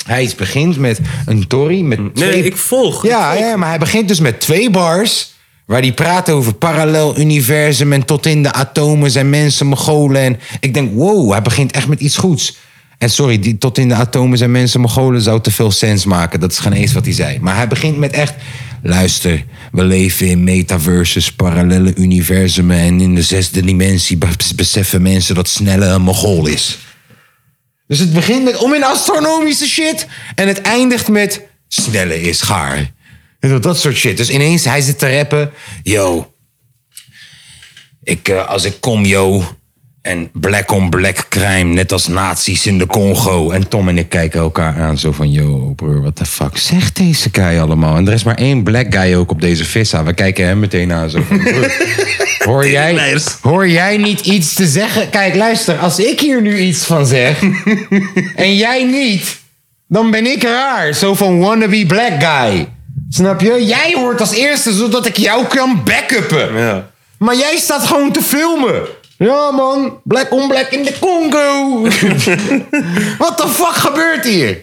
Speaker 1: Hij is- begint met een Tory met twee...
Speaker 3: Mm. ik volg, ik
Speaker 1: Ja,
Speaker 3: volg.
Speaker 1: ja, maar hij begint dus met twee bars... waar hij praat over parallel universum... en tot in de atomen zijn mensen Mongolen. En ik denk, wow, hij begint echt met iets goeds. En sorry, die tot in de atomen zijn mensen Mongolen... zou te veel sens maken. Dat is geen eens wat hij zei. Maar hij begint met echt... Luister, we leven in metaverses, parallele universumen... en in de zesde dimensie be- beseffen mensen dat snelle een Mongool is. Dus het begint met om in astronomische shit. En het eindigt met snelle is gaar. En dat, dat soort shit. Dus ineens hij zit te rappen. Yo, ik, eh, als ik kom, yo. En black on black crime, net als nazi's in de Congo. En Tom en ik kijken elkaar aan, zo van: Yo, broer, wat de fuck zegt deze guy allemaal? En er is maar één black guy ook op deze vissa. We kijken hem meteen aan, zo van: broer, hoor, jij, hoor jij niet iets te zeggen? Kijk, luister, als ik hier nu iets van zeg en jij niet, dan ben ik raar. Zo van wannabe black guy. Snap je? Jij hoort als eerste, zodat ik jou kan backuppen.
Speaker 3: Ja.
Speaker 1: Maar jij staat gewoon te filmen. Ja man, black on black in de Congo. Wat de fuck gebeurt hier?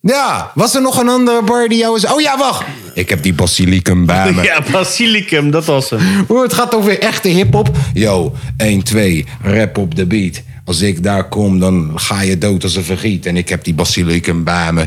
Speaker 1: Ja, was er nog een andere bar die jou is... Oh ja, wacht. Ik heb die basilicum bij me.
Speaker 2: Ja, Basilicum, dat was hem.
Speaker 1: Broer, het gaat over echte hip-hop. Yo, 1, 2, rap op de beat. Als ik daar kom, dan ga je dood als een vergiet. En ik heb die basilicum bij me.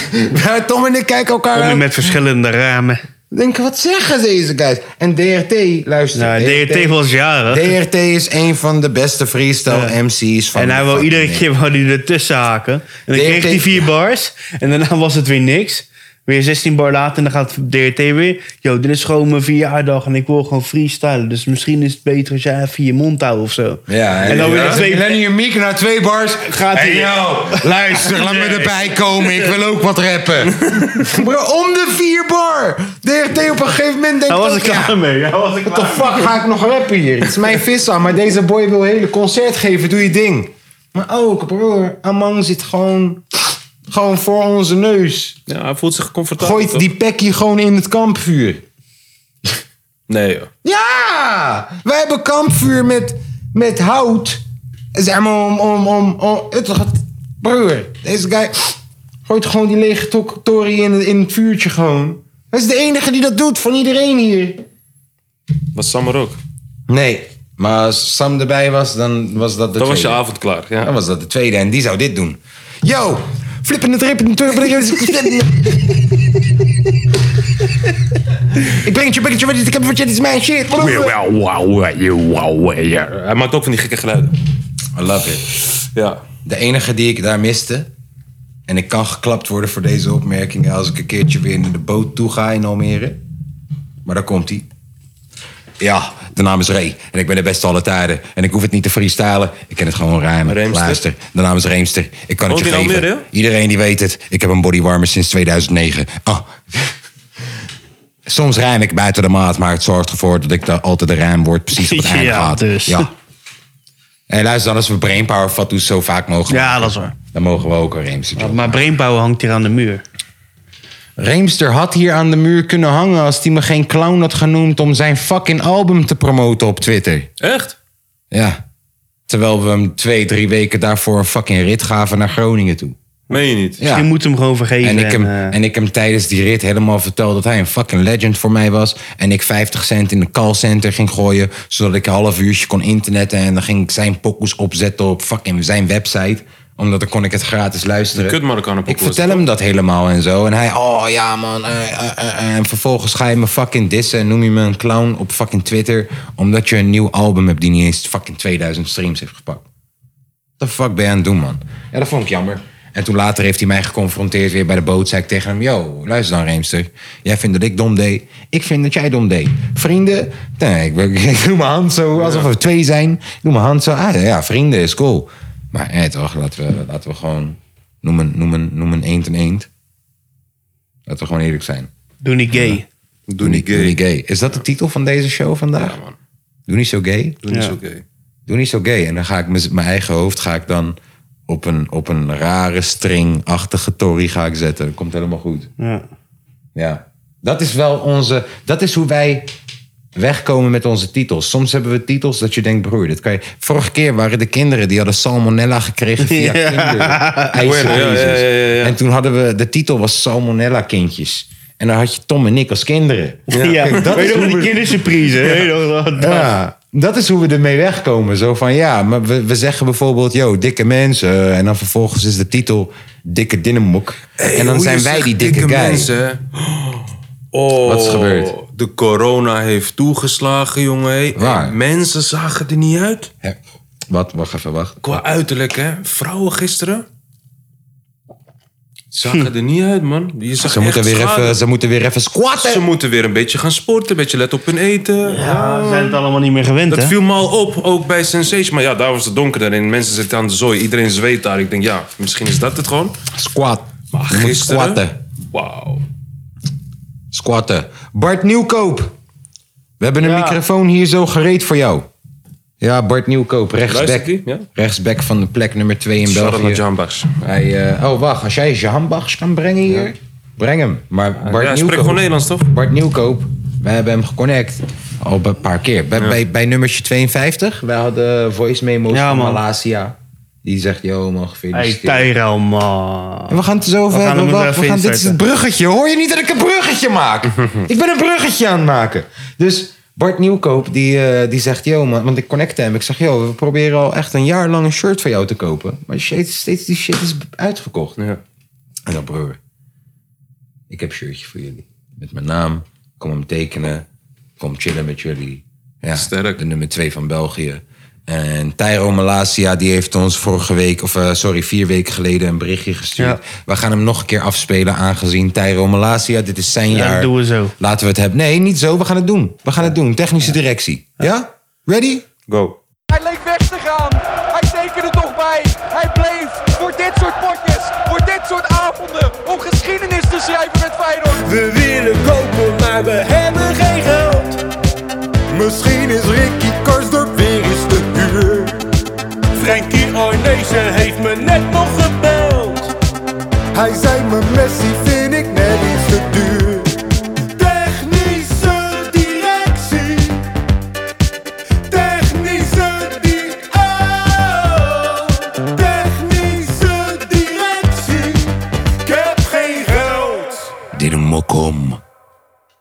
Speaker 1: Tom en ik kijken elkaar
Speaker 2: Kom je
Speaker 1: aan.
Speaker 2: met verschillende ramen.
Speaker 1: Denken, wat zeggen deze guys? En DRT, luister.
Speaker 2: Nou, DRT was jaren.
Speaker 1: DRT is een van de beste freestyle MC's van
Speaker 2: En hij
Speaker 1: de
Speaker 2: wou
Speaker 1: fucking
Speaker 2: iedere
Speaker 1: ding.
Speaker 2: keer wou die ertussen haken. En dan
Speaker 1: DRT
Speaker 2: kreeg hij vier bars. En daarna was het weer niks. Weer 16 bar later en dan gaat DRT weer. Yo, dit is gewoon mijn verjaardag en ik wil gewoon freestylen. Dus misschien is het beter als jij even je mond houdt of zo.
Speaker 1: Ja,
Speaker 2: en dan weer
Speaker 1: ja.
Speaker 2: twee...
Speaker 1: Millennium Meek na twee bars.
Speaker 2: Gaat
Speaker 1: hey,
Speaker 2: hij-
Speaker 1: yo, luister, laat me erbij komen. Ik wil ook wat rappen. Bro, om de vier bar. DRT op een gegeven moment denkt
Speaker 2: Daar was ik
Speaker 1: ook, ja,
Speaker 2: klaar mee. Daar was ik
Speaker 1: What the
Speaker 2: klaar
Speaker 1: fuck ga ik nog rappen hier? Het is mijn vissa, maar deze boy wil een hele concert geven. Doe je ding. Maar ook, broer, Amang zit gewoon, gewoon voor onze neus.
Speaker 3: ja, hij voelt zich comfortabel.
Speaker 1: Gooit
Speaker 3: toch?
Speaker 1: die pekkie gewoon in het kampvuur.
Speaker 3: Nee, joh.
Speaker 1: Ja! Wij hebben kampvuur met, met hout. Zeg maar om, om, om, om het gaat, broer, deze guy gooit gewoon die lege tok- tory in, in het vuurtje gewoon. Hij is de enige die dat doet van iedereen hier.
Speaker 3: Was Sam er ook?
Speaker 1: Nee, maar als Sam erbij was, dan was dat de
Speaker 3: Dan was
Speaker 1: tweede.
Speaker 3: je avond klaar.
Speaker 1: Dan
Speaker 3: Ja.
Speaker 1: was dat de tweede en die zou dit doen. Yo, flippende trippende turpende... Ik breng het je, breng het je, want ik heb- want dit is mijn shit.
Speaker 3: Hij maakt ook van die gekke geluiden.
Speaker 1: I love it.
Speaker 3: Ja.
Speaker 1: De enige die ik daar miste En ik kan geklapt worden voor deze opmerkingen als ik een keertje weer naar de boot toe ga in Almere. Maar daar komt hij. Ja, de naam is Ray. En ik ben de beste alle tijden. En ik hoef het niet te freestylen. Ik ken het gewoon ruimen.
Speaker 3: Reemster.
Speaker 1: Luister, de naam is Reemster. Ik kan het je
Speaker 3: Woont in
Speaker 1: geven.
Speaker 3: Almere?
Speaker 1: Iedereen die weet het. Ik heb een bodywarmer sinds 2009. Ah. Soms rijm ik buiten de maat, maar het zorgt ervoor dat ik daar altijd de rijmwoord precies op het einde
Speaker 2: Ja,
Speaker 1: gaat.
Speaker 2: dus.
Speaker 1: Ja. En luister, dan als we brainpower fatsoen zo vaak mogen,
Speaker 2: Ja, dat is waar.
Speaker 1: dan mogen we ook een Reemster doen.
Speaker 2: Maar Brainpower hangt hier aan de muur.
Speaker 1: Reemster had hier aan de muur kunnen hangen als hij me geen clown had genoemd om zijn fucking album te promoten op Twitter.
Speaker 3: Echt?
Speaker 1: Ja. Terwijl we hem twee, drie weken daarvoor een fucking rit gaven naar Groningen toe.
Speaker 3: Meen je niet?
Speaker 1: Ja.
Speaker 2: Je moet hem gewoon vergeven.
Speaker 1: En ik, hem,
Speaker 2: eh,
Speaker 1: en ik hem tijdens die rit helemaal vertelde dat hij een fucking legend voor mij was. En ik 50 cent in een callcenter ging gooien. Zodat ik een half uurtje kon internetten. En dan ging ik zijn pokoes opzetten op fucking zijn website. Omdat dan kon ik het gratis luisteren.
Speaker 3: kut Marokkanen
Speaker 1: Ik
Speaker 3: pokoes.
Speaker 1: vertel hem dat helemaal en zo. En hij, oh ja man. eh, eh, eh, eh. En vervolgens ga je me fucking dissen. En noem je me een clown op fucking Twitter. Omdat je een nieuw album hebt die niet eens fucking 2000 streams heeft gepakt. What the fuck ben je aan het doen, man? Ja, dat vond ik jammer. En toen later heeft hij mij geconfronteerd weer bij de boot. Zei ik tegen hem, yo, luister dan Reemster. Jij vindt dat ik dom deed. Ik vind dat jij dom deed. Vrienden? Nee, ik, ben- ik doe mijn hand zo, alsof we twee zijn. Ik doe mijn hand zo. Ah, ja, vrienden is cool. Maar eh, toch, laten we, laten we gewoon... Noem een, noem, een, noem een eend een eend. Laten we gewoon eerlijk zijn.
Speaker 2: Doe niet gay.
Speaker 1: Doe niet, doe niet gay. Is dat de titel van deze show vandaag?
Speaker 3: Ja, man.
Speaker 1: Doe niet zo gay?
Speaker 3: Doe niet
Speaker 2: Ja.
Speaker 3: zo gay.
Speaker 1: doe niet zo gay. En dan ga ik mez- mijn eigen hoofd ga ik dan op een, op een rare stringachtige tory ga ik zetten. Dat komt helemaal goed.
Speaker 2: Ja.
Speaker 1: Ja. Dat is wel onze... Dat is hoe wij wegkomen met onze titels. Soms hebben we titels dat je denkt, broer, dit kan je... Vorige keer waren de kinderen, die hadden salmonella gekregen via
Speaker 2: Ja.
Speaker 1: kinderijsjes.
Speaker 3: Ja, ja, ja, ja, ja.
Speaker 1: En toen hadden we... De titel was salmonella kindjes. En dan had je Tom en ik als kinderen.
Speaker 2: Ja.
Speaker 1: Kijk, dat
Speaker 2: Weet
Speaker 1: is
Speaker 2: je nog,
Speaker 1: hoe
Speaker 2: die
Speaker 1: we-
Speaker 2: kindersurprise. Weet je nog, dat-
Speaker 1: ja, dat is hoe we ermee wegkomen. Zo van ja, maar we, we zeggen bijvoorbeeld, yo, dikke mensen. En dan vervolgens is de titel Dikke Dinnemok. en dan
Speaker 3: Hoe
Speaker 1: zijn
Speaker 3: je
Speaker 1: wij
Speaker 3: zegt
Speaker 1: die dikke, guys.
Speaker 3: mensen, hè? Oh,
Speaker 1: Wat is er gebeurd?
Speaker 3: De corona heeft toegeslagen, jongen. hé.
Speaker 1: Waar?
Speaker 3: En Mensen zagen er niet uit.
Speaker 1: Hè, Wat, wacht even, wacht.
Speaker 3: Qua uiterlijk, hè? Vrouwen gisteren. Zagen er niet uit, man. Je zag
Speaker 1: Hm. Ze moeten,
Speaker 3: echt
Speaker 1: weer
Speaker 3: schade.
Speaker 1: even, ze moeten weer even squatten.
Speaker 3: Ze moeten weer een beetje gaan sporten, een beetje let op hun eten.
Speaker 2: Ja, we Ah, zijn het allemaal niet meer gewend,
Speaker 3: Dat
Speaker 2: hè?
Speaker 3: viel me al op, ook bij Sensation. Maar ja, daar was het donker daarin. Mensen zitten aan de zooi, iedereen zweet daar. Ik denk, ja, misschien is dat het gewoon.
Speaker 1: Squat.
Speaker 3: Maar
Speaker 1: Je moet
Speaker 3: gisteren-
Speaker 1: Squatten.
Speaker 3: Wauw.
Speaker 1: Squatten. Bart Nieuwkoop. We hebben een microfoon hier zo gereed voor jou. Ja, Bart Nieuwkoop, rechtsback.
Speaker 3: Luistert die? Ja?
Speaker 1: Rechtsback van de plek nummer 2 in
Speaker 3: Shout-out naar
Speaker 1: België.
Speaker 3: Jan Baks.
Speaker 1: Hij, eh, oh, wacht. Als jij Jeanbachs kan brengen hier, breng hem. Maar Bart,
Speaker 3: Ja, hij spreekt gewoon
Speaker 1: Nieuwkoop,
Speaker 3: Nederlands, toch?
Speaker 1: Bart Nieuwkoop, wij hebben hem geconnect. Al een paar keer. Bij, bij, bij nummertje 52, wij hadden voice memo's
Speaker 2: Ja,
Speaker 1: van
Speaker 2: man.
Speaker 1: Malasia. Die zegt, yo man,
Speaker 2: Hey,
Speaker 1: gefeliciteerd.
Speaker 2: Tyrell, man.
Speaker 1: En we gaan het er zo over
Speaker 2: gaan
Speaker 1: hebben.
Speaker 2: hem
Speaker 1: Wacht,
Speaker 2: er even
Speaker 1: we gaan, dit is
Speaker 2: inzetten.
Speaker 1: het bruggetje. Hoor je niet dat ik een bruggetje maak? ik ben een bruggetje aan het maken. Dus Bart Nieuwkoop, die, eh, die zegt... Yo, man, want ik connecte hem. Ik zeg, yo, we proberen al echt een jaar lang een shirt van jou te kopen. Maar steeds, steeds die shit is uitverkocht.
Speaker 3: Ja.
Speaker 1: En dan, broer, ik heb een shirtje voor jullie. Met mijn naam. Kom hem tekenen. Kom chillen met jullie. Ja,
Speaker 3: Sterk.
Speaker 1: De nummer twee van België. En Tyro Malasia, die heeft ons vorige week, of eh, sorry, vier weken geleden een berichtje gestuurd. We gaan hem nog een keer afspelen, aangezien Tyro Malasia, dit is zijn
Speaker 2: Ja,
Speaker 1: jaar.
Speaker 2: dat doen we zo.
Speaker 1: Laten we het hebben. Nee, niet zo, we gaan het doen. We gaan het doen. Technische directie. Ja? Ready?
Speaker 3: Go.
Speaker 5: Hij leek weg te gaan. Hij tekende toch bij. Hij bleef voor dit soort potjes, voor dit soort avonden, om geschiedenis te schrijven met Feyenoord.
Speaker 4: We willen kopen, maar we hebben geen geld. Misschien is Ricky Karsdorp weer eens te huur. Frankie Arnezen heeft me net nog gebeld. Hij zei me Messi vind ik net iets te duur. Technische directie. Technische di- oh. Technische directie. Ik heb geen geld.
Speaker 1: Dit een mokkom.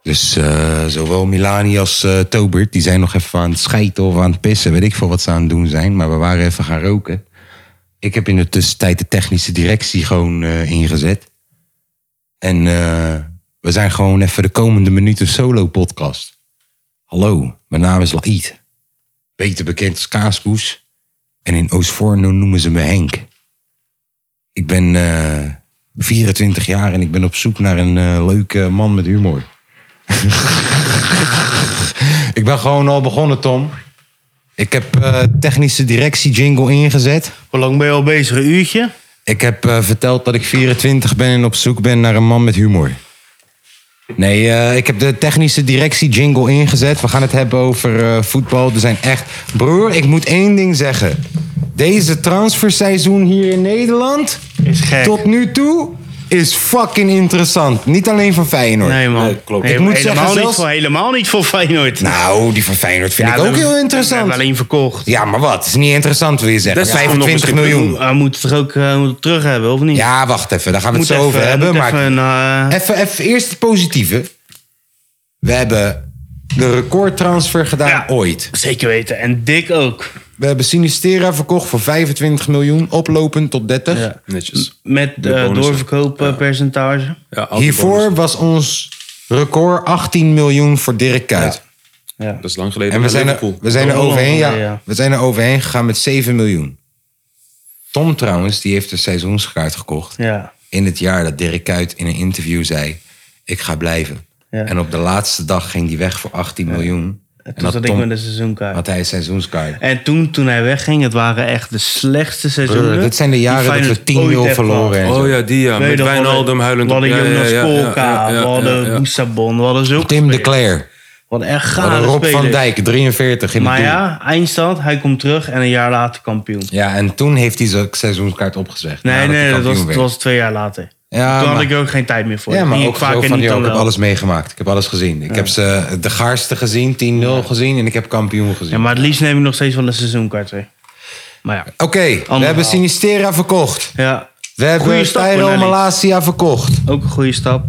Speaker 1: Dus eh, zowel Milani als eh, Tobert, die zijn nog even aan het schijten of aan het pissen. Weet ik veel wat ze aan het doen zijn, maar we waren even gaan roken. Ik heb in de tussentijd de technische directie gewoon eh, ingezet. En eh, we zijn gewoon even de komende minuten solo-podcast. Hallo, mijn naam is Laït. Beter bekend als Kaaskoes. En in Oostvoorno noemen ze me Henk. Ik ben eh, 24 jaar en ik ben op zoek naar een eh, leuke man met humor. ik ben gewoon al begonnen, Tom. Ik heb eh, technische directie jingle ingezet.
Speaker 2: Hoe lang ben je al bezig? Een uurtje?
Speaker 1: Ik heb eh, verteld dat ik 24 ben en op zoek ben naar een man met humor. Nee, eh, ik heb de technische directie jingle ingezet. We gaan het hebben over eh, voetbal. Er zijn echt... Broer, ik moet één ding zeggen. Deze transferseizoen hier in Nederland...
Speaker 2: Is gek.
Speaker 1: Tot nu toe is fucking interessant. Niet alleen van Feyenoord.
Speaker 2: Nee, man.
Speaker 3: Nee, klopt.
Speaker 2: Nee,
Speaker 1: Ik moet
Speaker 2: helemaal,
Speaker 1: zeggen,
Speaker 2: niet
Speaker 1: zelfs-
Speaker 2: voor, helemaal niet voor Feyenoord.
Speaker 1: Nou, die van Feyenoord vind ik ook heel interessant.
Speaker 2: alleen verkocht.
Speaker 1: Ja, maar wat? is niet interessant, wil je zeggen.
Speaker 3: Dat is gewoon nog
Speaker 1: 25
Speaker 3: eens
Speaker 1: miljoen.
Speaker 2: Hij moet het toch ook eh, moet het terug hebben, of niet?
Speaker 1: Ja, wacht even. Daar gaan we het
Speaker 2: Moet
Speaker 1: zo
Speaker 2: even-
Speaker 1: over hebben.
Speaker 2: moet
Speaker 1: Maar
Speaker 2: even een, eh,
Speaker 1: Even, even eerst het positieve. We hebben de recordtransfer gedaan
Speaker 2: eh, Ja.
Speaker 1: ooit.
Speaker 2: Zeker weten. En Dick ook.
Speaker 1: We hebben Sinistera verkocht voor 25 miljoen, oplopend tot 30.
Speaker 2: Ja.
Speaker 3: Netjes.
Speaker 2: Met
Speaker 3: De
Speaker 2: eh
Speaker 3: bonussen.
Speaker 2: doorverkooppercentage.
Speaker 3: Ja, al die
Speaker 1: Hiervoor
Speaker 3: bonussen.
Speaker 1: was ons record 18 miljoen voor Dirk Kuyt.
Speaker 2: Ja.
Speaker 3: Dat is lang geleden.
Speaker 1: En we
Speaker 3: bij
Speaker 1: zijn, er,
Speaker 3: Liverpool.
Speaker 1: we, zijn er
Speaker 2: Oh,
Speaker 1: overheen,
Speaker 2: ja,
Speaker 1: ja,
Speaker 2: ja.
Speaker 1: we zijn er overheen gegaan met 7 miljoen. Tom trouwens, die heeft de seizoenskaart gekocht.
Speaker 2: Ja.
Speaker 1: In het jaar dat Dirk Kuyt in een interview zei... ik ga blijven.
Speaker 2: Ja.
Speaker 1: En op de laatste dag ging hij weg voor 18 miljoen. En
Speaker 2: Toen zat ik
Speaker 1: Tom-
Speaker 2: met de seizoenkaart.
Speaker 1: had hij een seizoenskaart.
Speaker 2: En toen, toen hij wegging, het waren echt de slechtste seizoenen.
Speaker 1: Broer, dit zijn de jaren
Speaker 2: die
Speaker 1: dat we
Speaker 2: Feyenoord
Speaker 1: 10-0
Speaker 2: ooit heeft
Speaker 1: verloren
Speaker 2: gehad.
Speaker 1: hebben.
Speaker 3: Oh ja, die ja.
Speaker 2: Weet je
Speaker 3: Met
Speaker 2: nog,
Speaker 3: Wijnaldum
Speaker 2: we hadden-
Speaker 3: huilend.
Speaker 2: We
Speaker 3: op-
Speaker 2: hadden
Speaker 3: ja,
Speaker 2: Jonas
Speaker 3: ja, ja, ja,
Speaker 2: Kolka,
Speaker 3: ja, ja,
Speaker 2: we hadden
Speaker 3: ja.
Speaker 2: Boussabon, we hadden zulke
Speaker 1: Tim de
Speaker 2: spelers.
Speaker 1: Cler.
Speaker 2: Wat echt
Speaker 1: Wat een
Speaker 2: gare
Speaker 1: Rob van
Speaker 2: spelers.
Speaker 1: Dijk, 43 in
Speaker 2: Maar
Speaker 1: het doel.
Speaker 2: ja, eindstand, hij komt terug en een jaar later kampioen.
Speaker 1: Ja, en toen heeft hij zijn seizoenskaart opgezegd.
Speaker 2: Nee,
Speaker 1: nadat hij
Speaker 2: nee, dat
Speaker 1: kampioen
Speaker 2: was, dat
Speaker 1: werd.
Speaker 2: was twee jaar later.
Speaker 1: Ja,
Speaker 2: toen
Speaker 1: maar-
Speaker 2: had ik er ook geen tijd meer voor.
Speaker 1: Ja, maar
Speaker 2: Ging
Speaker 1: ook
Speaker 2: ik
Speaker 1: vaak
Speaker 2: vaker
Speaker 1: van
Speaker 2: niet
Speaker 1: jou.
Speaker 2: dan
Speaker 1: Ik heb
Speaker 2: wel.
Speaker 1: alles meegemaakt. Ik heb alles gezien. Ik heb ze eh, de gaarste gezien, 10-0 gezien en ik heb kampioen gezien.
Speaker 2: Ja, maar het liefst neem ik nog steeds wel een seizoenkaart weer. Maar ja.
Speaker 1: Oké, we hebben Sinistera verkocht.
Speaker 2: ja,
Speaker 1: We
Speaker 2: Goeie
Speaker 1: hebben
Speaker 2: stap voor
Speaker 1: Tyrone
Speaker 2: Nelly.
Speaker 1: Malasia verkocht.
Speaker 2: ook een goede stap.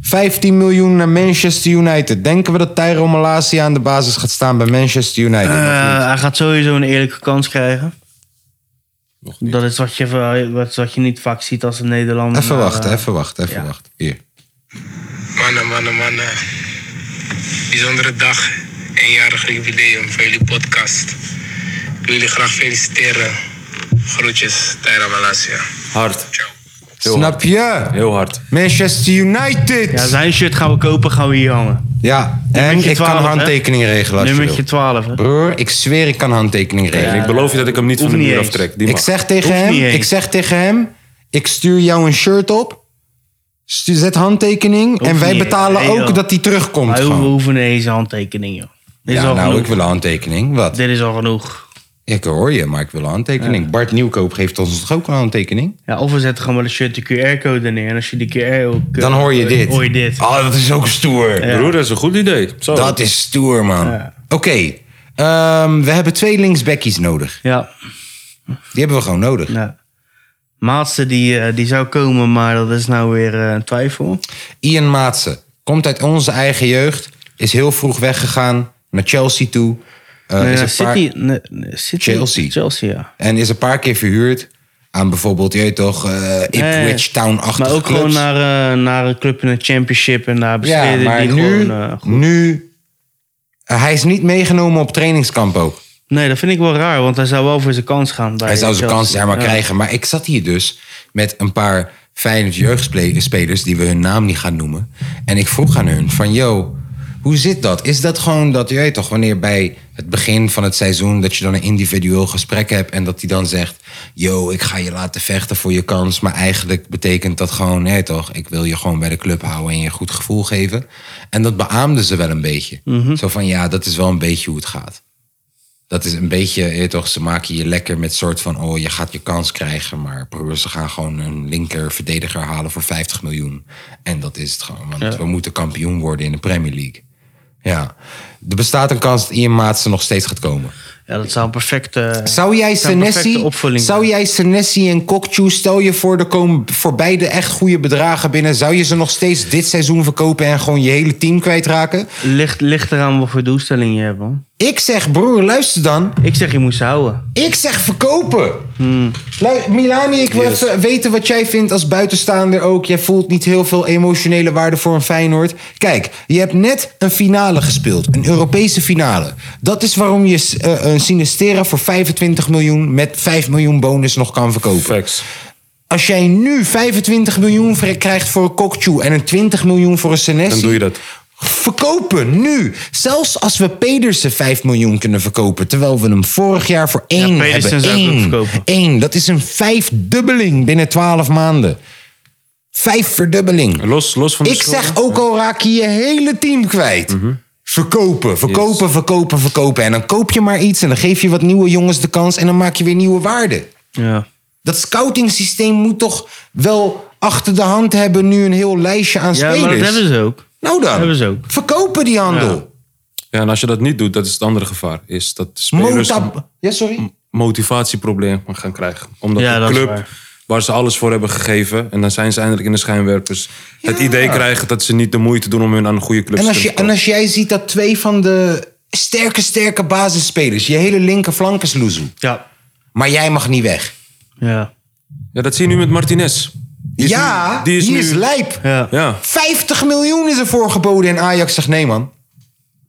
Speaker 1: 15 miljoen naar Manchester United. Denken we dat Tyrone Malasia aan de basis gaat staan bij Manchester United?
Speaker 2: Eh, hij gaat sowieso een eerlijke kans krijgen. Dat is wat je, wat, wat je niet vaak ziet als een Nederlander.
Speaker 1: even
Speaker 2: maar,
Speaker 1: wachten,
Speaker 2: eh,
Speaker 1: even wachten, even
Speaker 2: ja.
Speaker 1: wachten. Hier.
Speaker 6: Mannen, mannen, mannen. Bijzondere dag. Eenjarig jubileum van jullie podcast. Ik wil jullie graag feliciteren. Groetjes, Tyra Malasia.
Speaker 3: Hard. Heel
Speaker 1: Snap
Speaker 3: hard.
Speaker 1: je?
Speaker 3: Heel hard.
Speaker 1: Manchester United.
Speaker 2: Ja,
Speaker 1: Ja,
Speaker 2: zijn shirt gaan we kopen, gaan we hier hangen.
Speaker 1: en
Speaker 2: Nummertje
Speaker 1: ik
Speaker 2: 12,
Speaker 1: kan
Speaker 2: hè?
Speaker 1: handtekening regelen als je
Speaker 2: Nummertje
Speaker 1: wilt.
Speaker 2: 12. Hè?
Speaker 1: Broer, ik zweer ik kan handtekening regelen.
Speaker 3: En ik beloof je dat ik hem niet
Speaker 2: hoeft
Speaker 3: van de
Speaker 2: niet
Speaker 3: muur
Speaker 2: eens.
Speaker 3: aftrek. Die
Speaker 1: ik,
Speaker 3: mag.
Speaker 1: zeg tegen
Speaker 2: Hoeft
Speaker 1: hem,
Speaker 2: niet eens.
Speaker 1: ik zeg tegen hem, ik stuur jou een shirt op. Stu- Zet handtekening en wij
Speaker 2: niet eens.
Speaker 1: betalen
Speaker 2: Nee,
Speaker 1: ook
Speaker 2: joh.
Speaker 1: dat die terugkomt.
Speaker 2: Maar we
Speaker 1: gewoon.
Speaker 2: hoeven niet eens een handtekening, joh. Dit is
Speaker 1: Ja,
Speaker 2: al
Speaker 1: nou,
Speaker 2: genoeg.
Speaker 1: ik wil een handtekening. Wat?
Speaker 2: Dit is al genoeg.
Speaker 1: Ik hoor je, maar ik wil een handtekening. Bart Nieuwkoop geeft ons toch ook een handtekening?
Speaker 2: Ja, of we zetten gewoon wel een shirt de QR-code neer. En als je die QR-code...
Speaker 1: Dan hoor je dit.
Speaker 2: eh, Hoor je dit.
Speaker 1: Oh, dat is ook stoer.
Speaker 3: Broer, dat is een goed idee. Zo.
Speaker 1: Dat is stoer, man. Oké, ehm, we hebben twee linksbackies nodig.
Speaker 2: Ja,
Speaker 1: Die hebben we gewoon nodig.
Speaker 2: ja. Maatste die, eh, die zou komen, maar dat is nou weer eh, een twijfel.
Speaker 1: Ian Maatsen komt uit onze eigen jeugd. Is heel vroeg weggegaan naar Chelsea toe. eh,
Speaker 2: Nee,
Speaker 1: is
Speaker 2: nou,
Speaker 1: een paar-
Speaker 2: City, nee, nee, City-
Speaker 1: Chelsea.
Speaker 2: Chelsea, ja.
Speaker 1: En is een paar keer verhuurd aan bijvoorbeeld, je weet toch, eh, Ipswich
Speaker 2: Nee,
Speaker 1: Town-achtige
Speaker 2: Maar ook
Speaker 1: clubs.
Speaker 2: gewoon naar, eh, naar een club in een championship en daar
Speaker 1: ja,
Speaker 2: besteden
Speaker 1: maar
Speaker 2: die
Speaker 1: nu,
Speaker 2: gewoon... eh, goed.
Speaker 1: nu eh, hij is niet meegenomen op trainingskamp ook.
Speaker 2: Nee, dat vind ik wel raar, want hij zou wel voor zijn kans gaan. Bij
Speaker 1: Hij zou zijn
Speaker 2: Chelsea.
Speaker 1: kans daar maar
Speaker 2: Ja.
Speaker 1: krijgen. Maar ik zat hier dus met een paar Feyenoord jeugdspelers... die we hun naam niet gaan noemen. En ik vroeg aan hun van, yo, hoe zit dat? Is dat gewoon dat, je weet toch, wanneer bij het begin van het seizoen... dat je dan een individueel gesprek hebt en dat die dan zegt... yo, ik ga je laten vechten voor je kans. Maar eigenlijk betekent dat gewoon, hé toch... ik wil je gewoon bij de club houden en je een goed gevoel geven. En dat beaamden ze wel een beetje.
Speaker 2: Mhm.
Speaker 1: Zo van, ja, dat is wel een beetje hoe het gaat. Dat is een beetje, je weet toch, ze maken je lekker met soort van... oh, je gaat je kans krijgen, maar broer, ze gaan gewoon een linker verdediger halen voor 50 miljoen. En dat is het gewoon, want we moeten kampioen worden in de Premier League. Ja, er bestaat een kans dat Ian Maatsen nog steeds gaat komen.
Speaker 2: Ja, dat zou een perfecte...
Speaker 1: Zou jij
Speaker 2: zou een perfecte
Speaker 1: Senesi,
Speaker 2: opvulling
Speaker 1: zou jij Senesi en Kokchu, stel je voor, er komen voor beide echt goede bedragen binnen. Zou je ze nog steeds dit seizoen verkopen en gewoon je hele team kwijtraken?
Speaker 2: Ligt, ligt eraan wat voor doelstelling je hebt, man.
Speaker 1: Ik zeg, broer, luister dan.
Speaker 2: Ik zeg, je moet ze houden.
Speaker 1: Ik zeg verkopen.
Speaker 3: Hmm.
Speaker 1: Lu- Milani, ik wil even weten wat jij vindt als buitenstaander ook. Jij voelt niet heel veel emotionele waarde voor een Feyenoord. Kijk, je hebt net een finale gespeeld. Een Europese finale. Dat is waarom je s- eh, een Sinistera voor 25 miljoen... met 5 miljoen bonus nog kan verkopen.
Speaker 3: Facts.
Speaker 1: Als jij nu 25 miljoen voor- krijgt voor een Kokchu en een 20 miljoen voor een Senesi...
Speaker 3: Dan doe je dat.
Speaker 1: Verkopen, nu. Zelfs als we Pedersen 5 miljoen kunnen verkopen. Terwijl we hem vorig jaar voor 1
Speaker 2: Pedersen
Speaker 1: hebben.
Speaker 2: zou ik ook
Speaker 1: Eén.
Speaker 2: verkopen.
Speaker 1: Eén. Dat is een vijfdubbeling binnen 12 maanden. Vijf verdubbeling.
Speaker 3: Los, los van de
Speaker 1: Ik zeg
Speaker 3: schulden.
Speaker 1: ook al raak je je hele team kwijt.
Speaker 2: Mhm.
Speaker 1: Verkopen, verkopen, verkopen, verkopen. En dan koop je maar iets en dan geef je wat nieuwe jongens de kans... en dan maak je weer nieuwe waarden.
Speaker 2: Ja.
Speaker 1: Dat scouting systeem moet toch wel achter de hand hebben... nu een heel lijstje aan
Speaker 2: ja,
Speaker 1: spelers.
Speaker 2: maar dat hebben ze ook.
Speaker 1: Nou dan,
Speaker 2: Hebben ze ook.
Speaker 1: verkopen die handel.
Speaker 3: Ja, en als je dat niet doet, dat is het andere gevaar. Is dat spelers
Speaker 1: Mota. Ja,
Speaker 3: Mm,
Speaker 1: sorry?
Speaker 3: motivatieprobleem gaan krijgen. Omdat
Speaker 2: Ja,
Speaker 3: de
Speaker 2: dat is
Speaker 3: club
Speaker 2: waar.
Speaker 3: waar. ze alles voor hebben gegeven... en dan zijn ze eindelijk in de schijnwerpers... het idee krijgen dat ze niet de moeite doen om hun aan een goede club
Speaker 1: En
Speaker 3: te
Speaker 1: als, je,
Speaker 3: kunnen
Speaker 1: en
Speaker 3: kopen.
Speaker 1: als jij ziet dat twee van de sterke, sterke basisspelers... je hele linkerflank is Loezoe.
Speaker 2: Ja.
Speaker 1: Maar jij mag niet weg.
Speaker 2: Ja.
Speaker 3: Ja, dat zie je nu met Martinez. Die is
Speaker 1: ja,
Speaker 3: nu-
Speaker 1: die is,
Speaker 3: nu-
Speaker 1: lijp.
Speaker 2: Ja. Ja,
Speaker 3: Ja,
Speaker 1: 50 miljoen is er voorgeboden en Ajax zegt nee, man.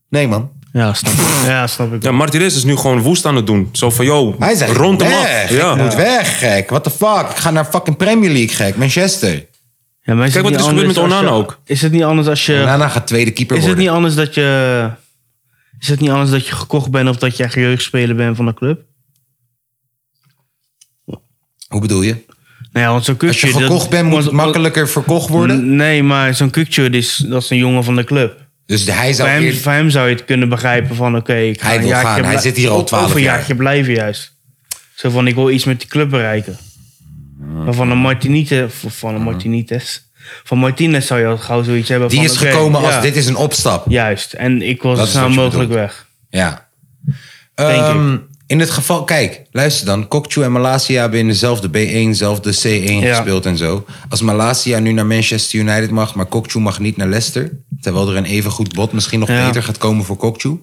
Speaker 1: Nee, man.
Speaker 2: snap ik. Ja, snap ik.
Speaker 3: ja, Martinez is nu gewoon woest aan het doen. Zo van, yo,
Speaker 1: Hij zegt,
Speaker 3: rond hem
Speaker 1: weg.
Speaker 3: af. Ja.
Speaker 1: Ik moet weg, gek. What the fuck? Ik ga naar fucking Premier League, gek. Manchester.
Speaker 2: Ja, maar is het
Speaker 3: Kijk wat
Speaker 2: niet
Speaker 3: is gebeurd
Speaker 2: anders
Speaker 3: met
Speaker 2: als je-
Speaker 3: Onana ook.
Speaker 2: Is het niet anders als je...
Speaker 1: Daarna gaat tweede keeper
Speaker 2: Is het
Speaker 1: worden.
Speaker 2: niet anders dat je... Is het niet anders dat je gekocht bent of dat je echt jeugdspeler bent van de club?
Speaker 1: Hoe bedoel je?
Speaker 2: Nee, Nou want zo'n
Speaker 1: Als
Speaker 2: kukje...
Speaker 1: je gekocht bent, moet het makkelijker verkocht worden.
Speaker 2: Nee, maar zo'n kukje, is, dat is een jongen van de club.
Speaker 1: Dus hij zou
Speaker 2: Bij hem,
Speaker 1: eerst...
Speaker 2: bij hem zou je het kunnen begrijpen van... Oké, ik ga
Speaker 1: Hij
Speaker 2: een
Speaker 1: wil
Speaker 2: jaartje
Speaker 1: gaan. Hij
Speaker 2: blij-
Speaker 1: zit hier al
Speaker 2: of-
Speaker 1: 12
Speaker 2: Of een
Speaker 1: jaar.
Speaker 2: jaartje blijven juist. Zo van, ik wil iets met die club bereiken. Maar van een Martinite... Van een Martinites... Van Martinez zou je al gauw zoiets hebben
Speaker 1: Mhm. Die
Speaker 2: van...
Speaker 1: is
Speaker 2: oké,
Speaker 1: gekomen
Speaker 2: ja,
Speaker 1: als dit is een opstap.
Speaker 2: Juist. En ik wil zo
Speaker 1: Dat is
Speaker 2: snel
Speaker 1: wat je
Speaker 2: mogelijk
Speaker 1: bedoelt.
Speaker 2: weg.
Speaker 1: Ja.
Speaker 2: Denk
Speaker 1: Ehm, in het geval, kijk, luister dan. Kokchu en Malasia hebben in dezelfde B1, dezelfde C1
Speaker 2: Ja.
Speaker 1: gespeeld en zo. Als Malasia nu naar Manchester United mag, maar Kokchu mag niet naar Leicester. Terwijl er een even goed bod misschien nog
Speaker 2: Ja.
Speaker 1: beter gaat komen voor Kokchu.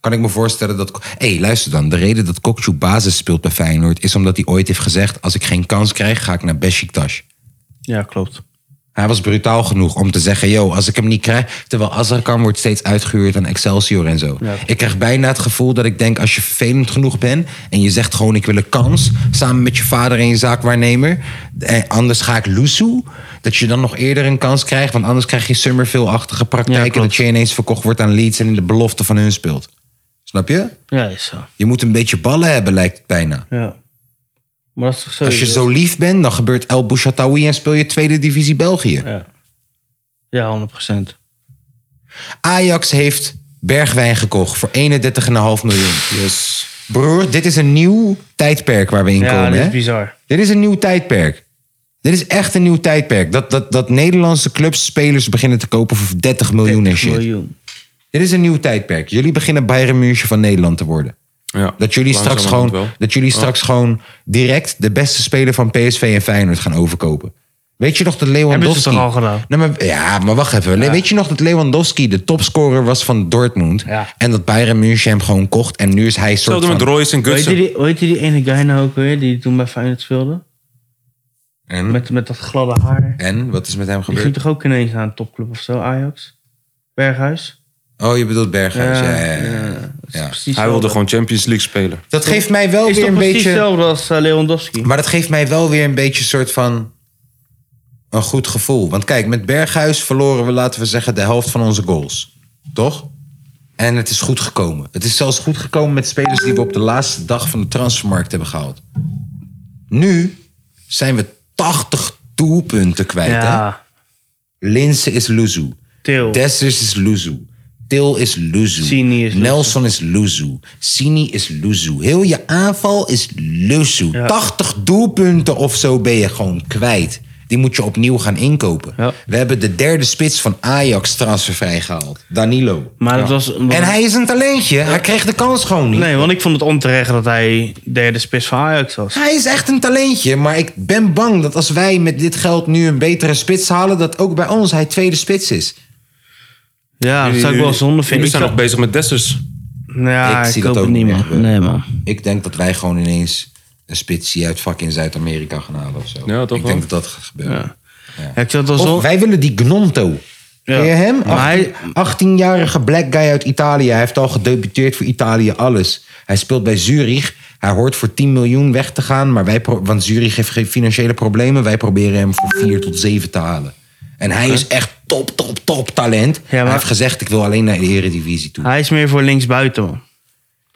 Speaker 1: Kan ik me voorstellen dat... Hé, hey, luister dan. De reden dat Kokchu basis speelt bij Feyenoord... is omdat hij ooit heeft gezegd... als ik geen kans krijg, ga ik naar Besiktas.
Speaker 2: Ja, klopt.
Speaker 1: Hij was brutaal genoeg om te zeggen, yo, als ik hem niet krijg... Terwijl Azarkan wordt steeds uitgehuurd aan Excelsior en zo.
Speaker 2: Ja.
Speaker 1: Ik krijg bijna het gevoel dat ik denk, als je vervelend genoeg bent... en je zegt gewoon, ik wil een kans, samen met je vader en je zaakwaarnemer... en anders ga ik loesoe, dat je dan nog eerder een kans krijgt... want anders krijg je Summerville-achtige
Speaker 2: Ja,
Speaker 1: praktijken...
Speaker 2: klopt.
Speaker 1: dat je ineens verkocht wordt aan Leeds en in de belofte van hun speelt. Snap je?
Speaker 2: Ja, is zo.
Speaker 1: Je moet een beetje ballen hebben, lijkt het bijna.
Speaker 2: Ja. Maar dat is toch zo?
Speaker 1: Als je zo lief bent, dan gebeurt El Bouchatawi... en speel je tweede divisie België.
Speaker 2: Ja, ja 100%.
Speaker 1: Ajax heeft Bergwijn gekocht voor 31,5 miljoen. Yes. Broer, dit is een nieuw tijdperk waar we in
Speaker 2: Ja,
Speaker 1: komen.
Speaker 2: dat is
Speaker 1: hè?
Speaker 2: bizar.
Speaker 1: Dit is een nieuw tijdperk. Dit is echt een nieuw tijdperk. Dat, dat, dat Nederlandse clubs spelers beginnen te kopen voor 30 miljoen en shit.
Speaker 2: Miljoen.
Speaker 1: Dit is een nieuw tijdperk. Jullie beginnen Bayern München van Nederland te worden.
Speaker 3: ja.
Speaker 1: Dat jullie straks,
Speaker 3: Langzamerhand
Speaker 1: gewoon,
Speaker 3: wel.
Speaker 1: dat jullie straks gewoon direct de beste speler van PSV en Feyenoord gaan overkopen. Weet je nog dat Lewandowski...
Speaker 2: Hebben ze toch al gedaan?
Speaker 1: Nee, maar, ja, maar wacht even. Nee, Weet je nog dat Lewandowski de topscorer was van Dortmund?
Speaker 2: Ja.
Speaker 1: En dat Bayern München hem gewoon kocht. En nu is hij soort
Speaker 3: Hetzelfde met
Speaker 1: van...
Speaker 3: Royce en
Speaker 2: Weet je,
Speaker 3: Gutsen.
Speaker 2: die, weet je die ene guy nou ook weer die toen bij Feyenoord speelde?
Speaker 1: En?
Speaker 2: Met, met dat gladde haar.
Speaker 1: En? Wat is met hem
Speaker 2: Die ging
Speaker 1: gebeurd?
Speaker 2: toch ook ineens naar een topclub of zo, Ajax? Berghuis?
Speaker 1: Oh, je bedoelt Berghuis. Ja, ja, ja, ja.
Speaker 2: dat is
Speaker 1: Ja.
Speaker 2: precies
Speaker 3: Hij
Speaker 2: hetzelfde.
Speaker 3: wilde
Speaker 2: Oh,
Speaker 3: gewoon Champions League spelen.
Speaker 1: Dat geeft mij wel
Speaker 2: Is
Speaker 1: weer
Speaker 2: toch
Speaker 1: een
Speaker 2: precies
Speaker 1: beetje...
Speaker 2: hetzelfde als eh, Lewandowski?
Speaker 1: Maar dat geeft mij wel weer een beetje soort van... Een goed gevoel. Want kijk, met Berghuis verloren we, laten we zeggen, de helft van onze goals. Toch? En het is goed gekomen. Het is zelfs goed gekomen met spelers die we op de laatste dag van de transfermarkt hebben gehaald. Nu zijn we 80 doelpunten kwijt. hè?
Speaker 2: ja,
Speaker 1: Linse is Luzu.
Speaker 2: Til.
Speaker 1: Dessers is Luzu. Til is Luzu.
Speaker 2: Sini is Luzu.
Speaker 1: Nelson is Luzu. Sini is Luzu. Heel je aanval is Luzu. 80 doelpunten of zo ben je gewoon kwijt. Die moet je opnieuw gaan inkopen.
Speaker 2: Ja.
Speaker 1: We hebben de derde spits van Ajax transfervrij gehaald. Danilo.
Speaker 2: maar dat was...
Speaker 1: En hij is een talentje. Hij kreeg de kans gewoon niet.
Speaker 2: Nee, want ik vond het onterecht dat hij derde spits van Ajax was.
Speaker 1: Hij is echt een talentje, maar ik ben bang dat als wij met dit geld nu een betere spits halen, dat ook bij ons hij tweede spits is.
Speaker 2: Ja, dat zou ik wel zonde vinden.
Speaker 3: Jullie zijn
Speaker 2: Ik
Speaker 3: nog bezig met Dessers.
Speaker 2: zou- Ja,
Speaker 1: Ik
Speaker 2: ik,
Speaker 1: zie dat
Speaker 2: hoop het
Speaker 1: ook
Speaker 2: niet,
Speaker 1: niet
Speaker 2: man.
Speaker 1: gebeuren.
Speaker 2: Nee, man.
Speaker 1: Ik denk dat wij gewoon ineens een spitsie uit fucking Zuid-Amerika gaan halen of zo.
Speaker 3: Ja, toch
Speaker 1: Ik
Speaker 3: wel?
Speaker 1: denk dat dat gaat gebeuren.
Speaker 2: Ja, ik zou het wel
Speaker 1: Of
Speaker 2: zonde...
Speaker 1: wij willen die Gnonto.
Speaker 2: Ja.
Speaker 1: Ken je hem?
Speaker 2: Maar hij-
Speaker 1: 18, jarige black guy uit Italië. Hij heeft al gedebuteerd voor Italië alles. Hij speelt bij Zurich. Hij hoort voor 10 miljoen weg te gaan, maar wij pro- want Zurich heeft geen financiële problemen. Wij proberen hem voor 4 tot 7 te halen. En hij is echt top, top, top talent.
Speaker 2: maar-
Speaker 1: Hij heeft gezegd, ik wil alleen naar de Eredivisie toe.
Speaker 2: Hij is meer voor linksbuiten, man.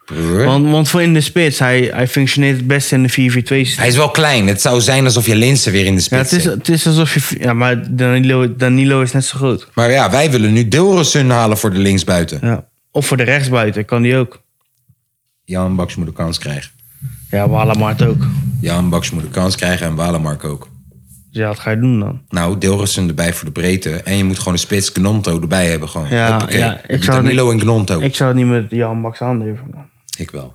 Speaker 1: Broer.
Speaker 2: Want, want voor in de spits, hij, hij functioneert het beste in de 4-4-2-systeem.
Speaker 1: Hij is wel klein. Het zou zijn alsof je Linsen weer in de
Speaker 2: Ja,
Speaker 1: spits
Speaker 2: het is,
Speaker 1: zet.
Speaker 2: het is alsof je... Ja, maar Danilo, Danilo is net zo groot.
Speaker 1: Maar ja, wij willen nu Dilrosun halen voor de linksbuiten.
Speaker 2: Ja. Of voor de rechtsbuiten, kan die ook.
Speaker 1: Jan Baks moet een kans krijgen.
Speaker 2: Ja, Walamart ook.
Speaker 1: Jan Baks moet een kans krijgen en Walemark ook.
Speaker 2: Dus ja, wat ga je doen dan?
Speaker 1: Nou, Dilrosun erbij voor de breedte. En je moet gewoon een spits Gnonto erbij hebben. Gewoon.
Speaker 2: Ja,
Speaker 1: Hoppakee.
Speaker 2: ja,
Speaker 1: Heb
Speaker 2: ik
Speaker 1: je
Speaker 2: zou
Speaker 1: Danilo en Gnonto.
Speaker 2: Ik zou het niet met Jan Max aanleveren. man.
Speaker 1: Ik wel.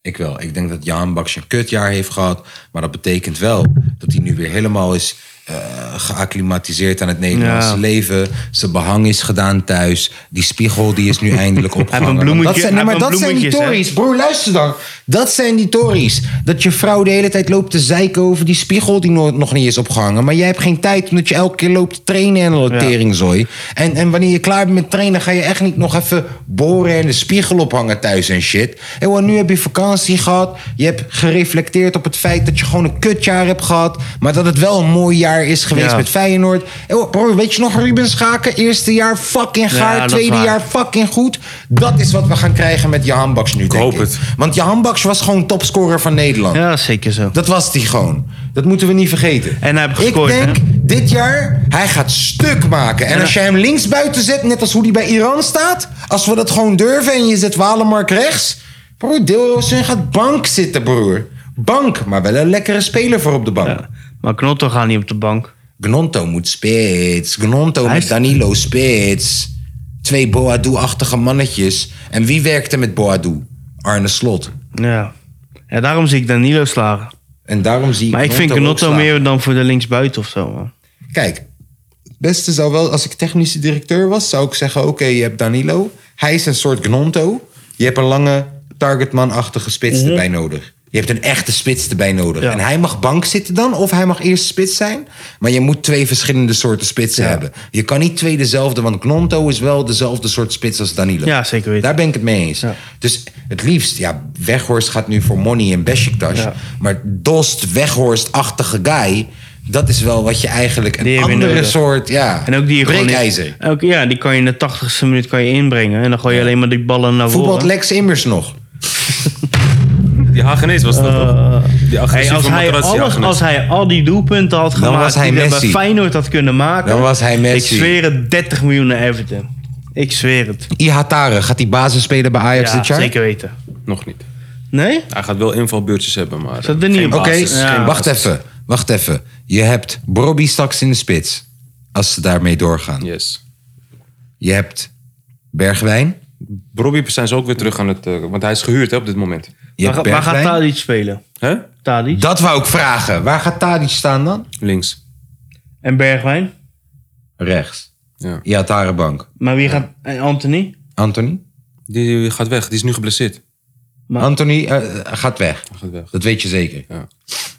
Speaker 1: Ik wel. Ik denk dat Jan Baks een kutjaar heeft gehad. Maar dat betekent wel dat hij nu weer helemaal is eh, geacclimatiseerd aan het Nederlandse
Speaker 2: Ja.
Speaker 1: leven. Zijn behang is gedaan thuis. Die spiegel die is nu eindelijk opgehangen. Want
Speaker 2: bloemetje-
Speaker 1: dat zijn, nee,
Speaker 2: hij
Speaker 1: maar
Speaker 2: heeft
Speaker 1: dat
Speaker 2: een
Speaker 1: zijn die Tories.
Speaker 2: bloemetjes, hè?
Speaker 1: Broer, luister dan. Dat zijn die Tories. Dat je vrouw de hele tijd loopt te zeiken over die spiegel die no- nog niet is opgehangen. Maar jij hebt geen tijd omdat je elke keer loopt te trainen en alle
Speaker 2: Ja.
Speaker 1: teringzooi. En, en wanneer je klaar bent met trainen, ga je echt niet nog even boren en de spiegel ophangen thuis en shit. En want nu heb je vakantie gehad. Je hebt gereflecteerd op het feit dat je gewoon een kutjaar hebt gehad. Maar dat het wel een mooi jaar is geweest
Speaker 2: Ja.
Speaker 1: met Feyenoord. En hoor, broer, weet je nog Ruben Schaken? Eerste jaar fucking gaar,
Speaker 2: dat is
Speaker 1: tweede
Speaker 2: waar.
Speaker 1: jaar fucking goed. Dat is wat we gaan krijgen met Jahan Baks nu, denk
Speaker 3: hoop
Speaker 1: ik.
Speaker 3: het.
Speaker 1: Want Jahan Baks was gewoon topscorer van Nederland.
Speaker 2: Ja, zeker zo.
Speaker 1: Dat was hij gewoon. Dat moeten we niet vergeten.
Speaker 2: En hij heeft gescoord,
Speaker 1: Ik denk,
Speaker 2: hè?
Speaker 1: dit jaar, hij gaat stuk maken. En als je hem links buiten zet, net als hoe hij bij Iran staat... als we dat gewoon durven en je zet Walemark rechts... broer, Dilrosun gaat bank zitten, broer. Bank, maar wel een lekkere speler voor op de bank.
Speaker 2: Ja. Maar Knotto gaat niet op de bank.
Speaker 1: Gnonto moet spits. Gnonto
Speaker 2: Hij
Speaker 1: met
Speaker 2: is-
Speaker 1: Danilo spits. Twee Boadu-achtige mannetjes. En wie werkte met Boadu? Arne Slot.
Speaker 2: Ja. ja, daarom zie ik Danilo slagen.
Speaker 1: En daarom zie ik
Speaker 2: Maar ik vind
Speaker 1: ook
Speaker 2: Knotto
Speaker 1: slaan.
Speaker 2: meer dan voor de linksbuiten of zo. Man.
Speaker 1: Kijk, het beste zou wel... Als ik technische directeur was, zou ik zeggen... Oké, je hebt Danilo. Hij is een soort Gnonto. Je hebt een lange targetman-achtige spits erbij nodig. Je hebt een echte spits erbij nodig.
Speaker 2: Mhm. Ja.
Speaker 1: En hij mag bank zitten dan, of hij mag eerst spits zijn. Maar je moet twee verschillende soorten spitsen
Speaker 2: Ja.
Speaker 1: hebben. Je kan niet twee dezelfde, want Gnonto is wel dezelfde soort spits als Danilo.
Speaker 2: Ja, zeker weten.
Speaker 1: Daar ben ik het mee eens.
Speaker 2: Ja.
Speaker 1: Dus het liefst, ja, Weghorst gaat nu voor Money en Besiktas.
Speaker 2: Ja.
Speaker 1: Maar Dost, Weghorst-achtige guy... Dat is wel wat je eigenlijk... Een
Speaker 2: Die heb je
Speaker 1: andere
Speaker 2: nodig.
Speaker 1: soort, ja.
Speaker 2: En ook die je gewoon in-
Speaker 1: breekijzer.
Speaker 2: Ook, ja, die kan je in de tachtigste minuut kan je inbrengen. En dan gooi je alleen maar die ballen naar
Speaker 1: Voetbalt
Speaker 2: voren.
Speaker 1: Lex immers nog.
Speaker 3: Die Hagenees was dat toch? Die
Speaker 2: Hey,
Speaker 3: agressieve
Speaker 2: als, hij
Speaker 3: Materazzi
Speaker 2: alles,
Speaker 3: Hagenees.
Speaker 2: als hij al die doelpunten had gemaakt
Speaker 1: was hij
Speaker 2: die hij bij
Speaker 1: Messi.
Speaker 2: Feyenoord had kunnen maken.
Speaker 1: Dan was hij Messi.
Speaker 2: Ik zweer het, 30 miljoen naar Everton. Ik zweer het.
Speaker 1: Ihatare, gaat die basis spelen bij Ajax
Speaker 2: Ja,
Speaker 1: dit jaar?
Speaker 2: zeker weten.
Speaker 3: Nog niet.
Speaker 2: Nee?
Speaker 3: Hij gaat wel invalbeurtjes hebben, maar... eh,
Speaker 2: Zat er niet
Speaker 3: geen
Speaker 2: op.
Speaker 1: Oké,
Speaker 3: basis.
Speaker 2: Ja.
Speaker 3: Geen
Speaker 1: wacht
Speaker 3: basis.
Speaker 1: even. Wacht even. Je hebt Brobby straks in de spits. Als ze daarmee doorgaan.
Speaker 3: Yes.
Speaker 1: Je hebt Bergwijn.
Speaker 3: Robbie zijn ze ook weer terug aan het... eh, want hij is gehuurd hè, op dit moment.
Speaker 1: Je hebt
Speaker 2: Waar, waar gaat
Speaker 1: Bergwijn.
Speaker 2: Tadic spelen?
Speaker 3: Hè?
Speaker 2: Tadic.
Speaker 1: Dat wou ik vragen. Waar gaat Tadic staan dan?
Speaker 3: Links.
Speaker 2: En Bergwijn.
Speaker 1: Rechts.
Speaker 3: Ja.
Speaker 1: Ihatare bank.
Speaker 2: Maar wie gaat... En Anthony?
Speaker 1: Anthony?
Speaker 3: Die, die gaat weg. Die is nu geblesseerd.
Speaker 2: Maar-
Speaker 1: Anthony eh, gaat weg.
Speaker 3: Hij gaat weg.
Speaker 1: Dat weet je zeker.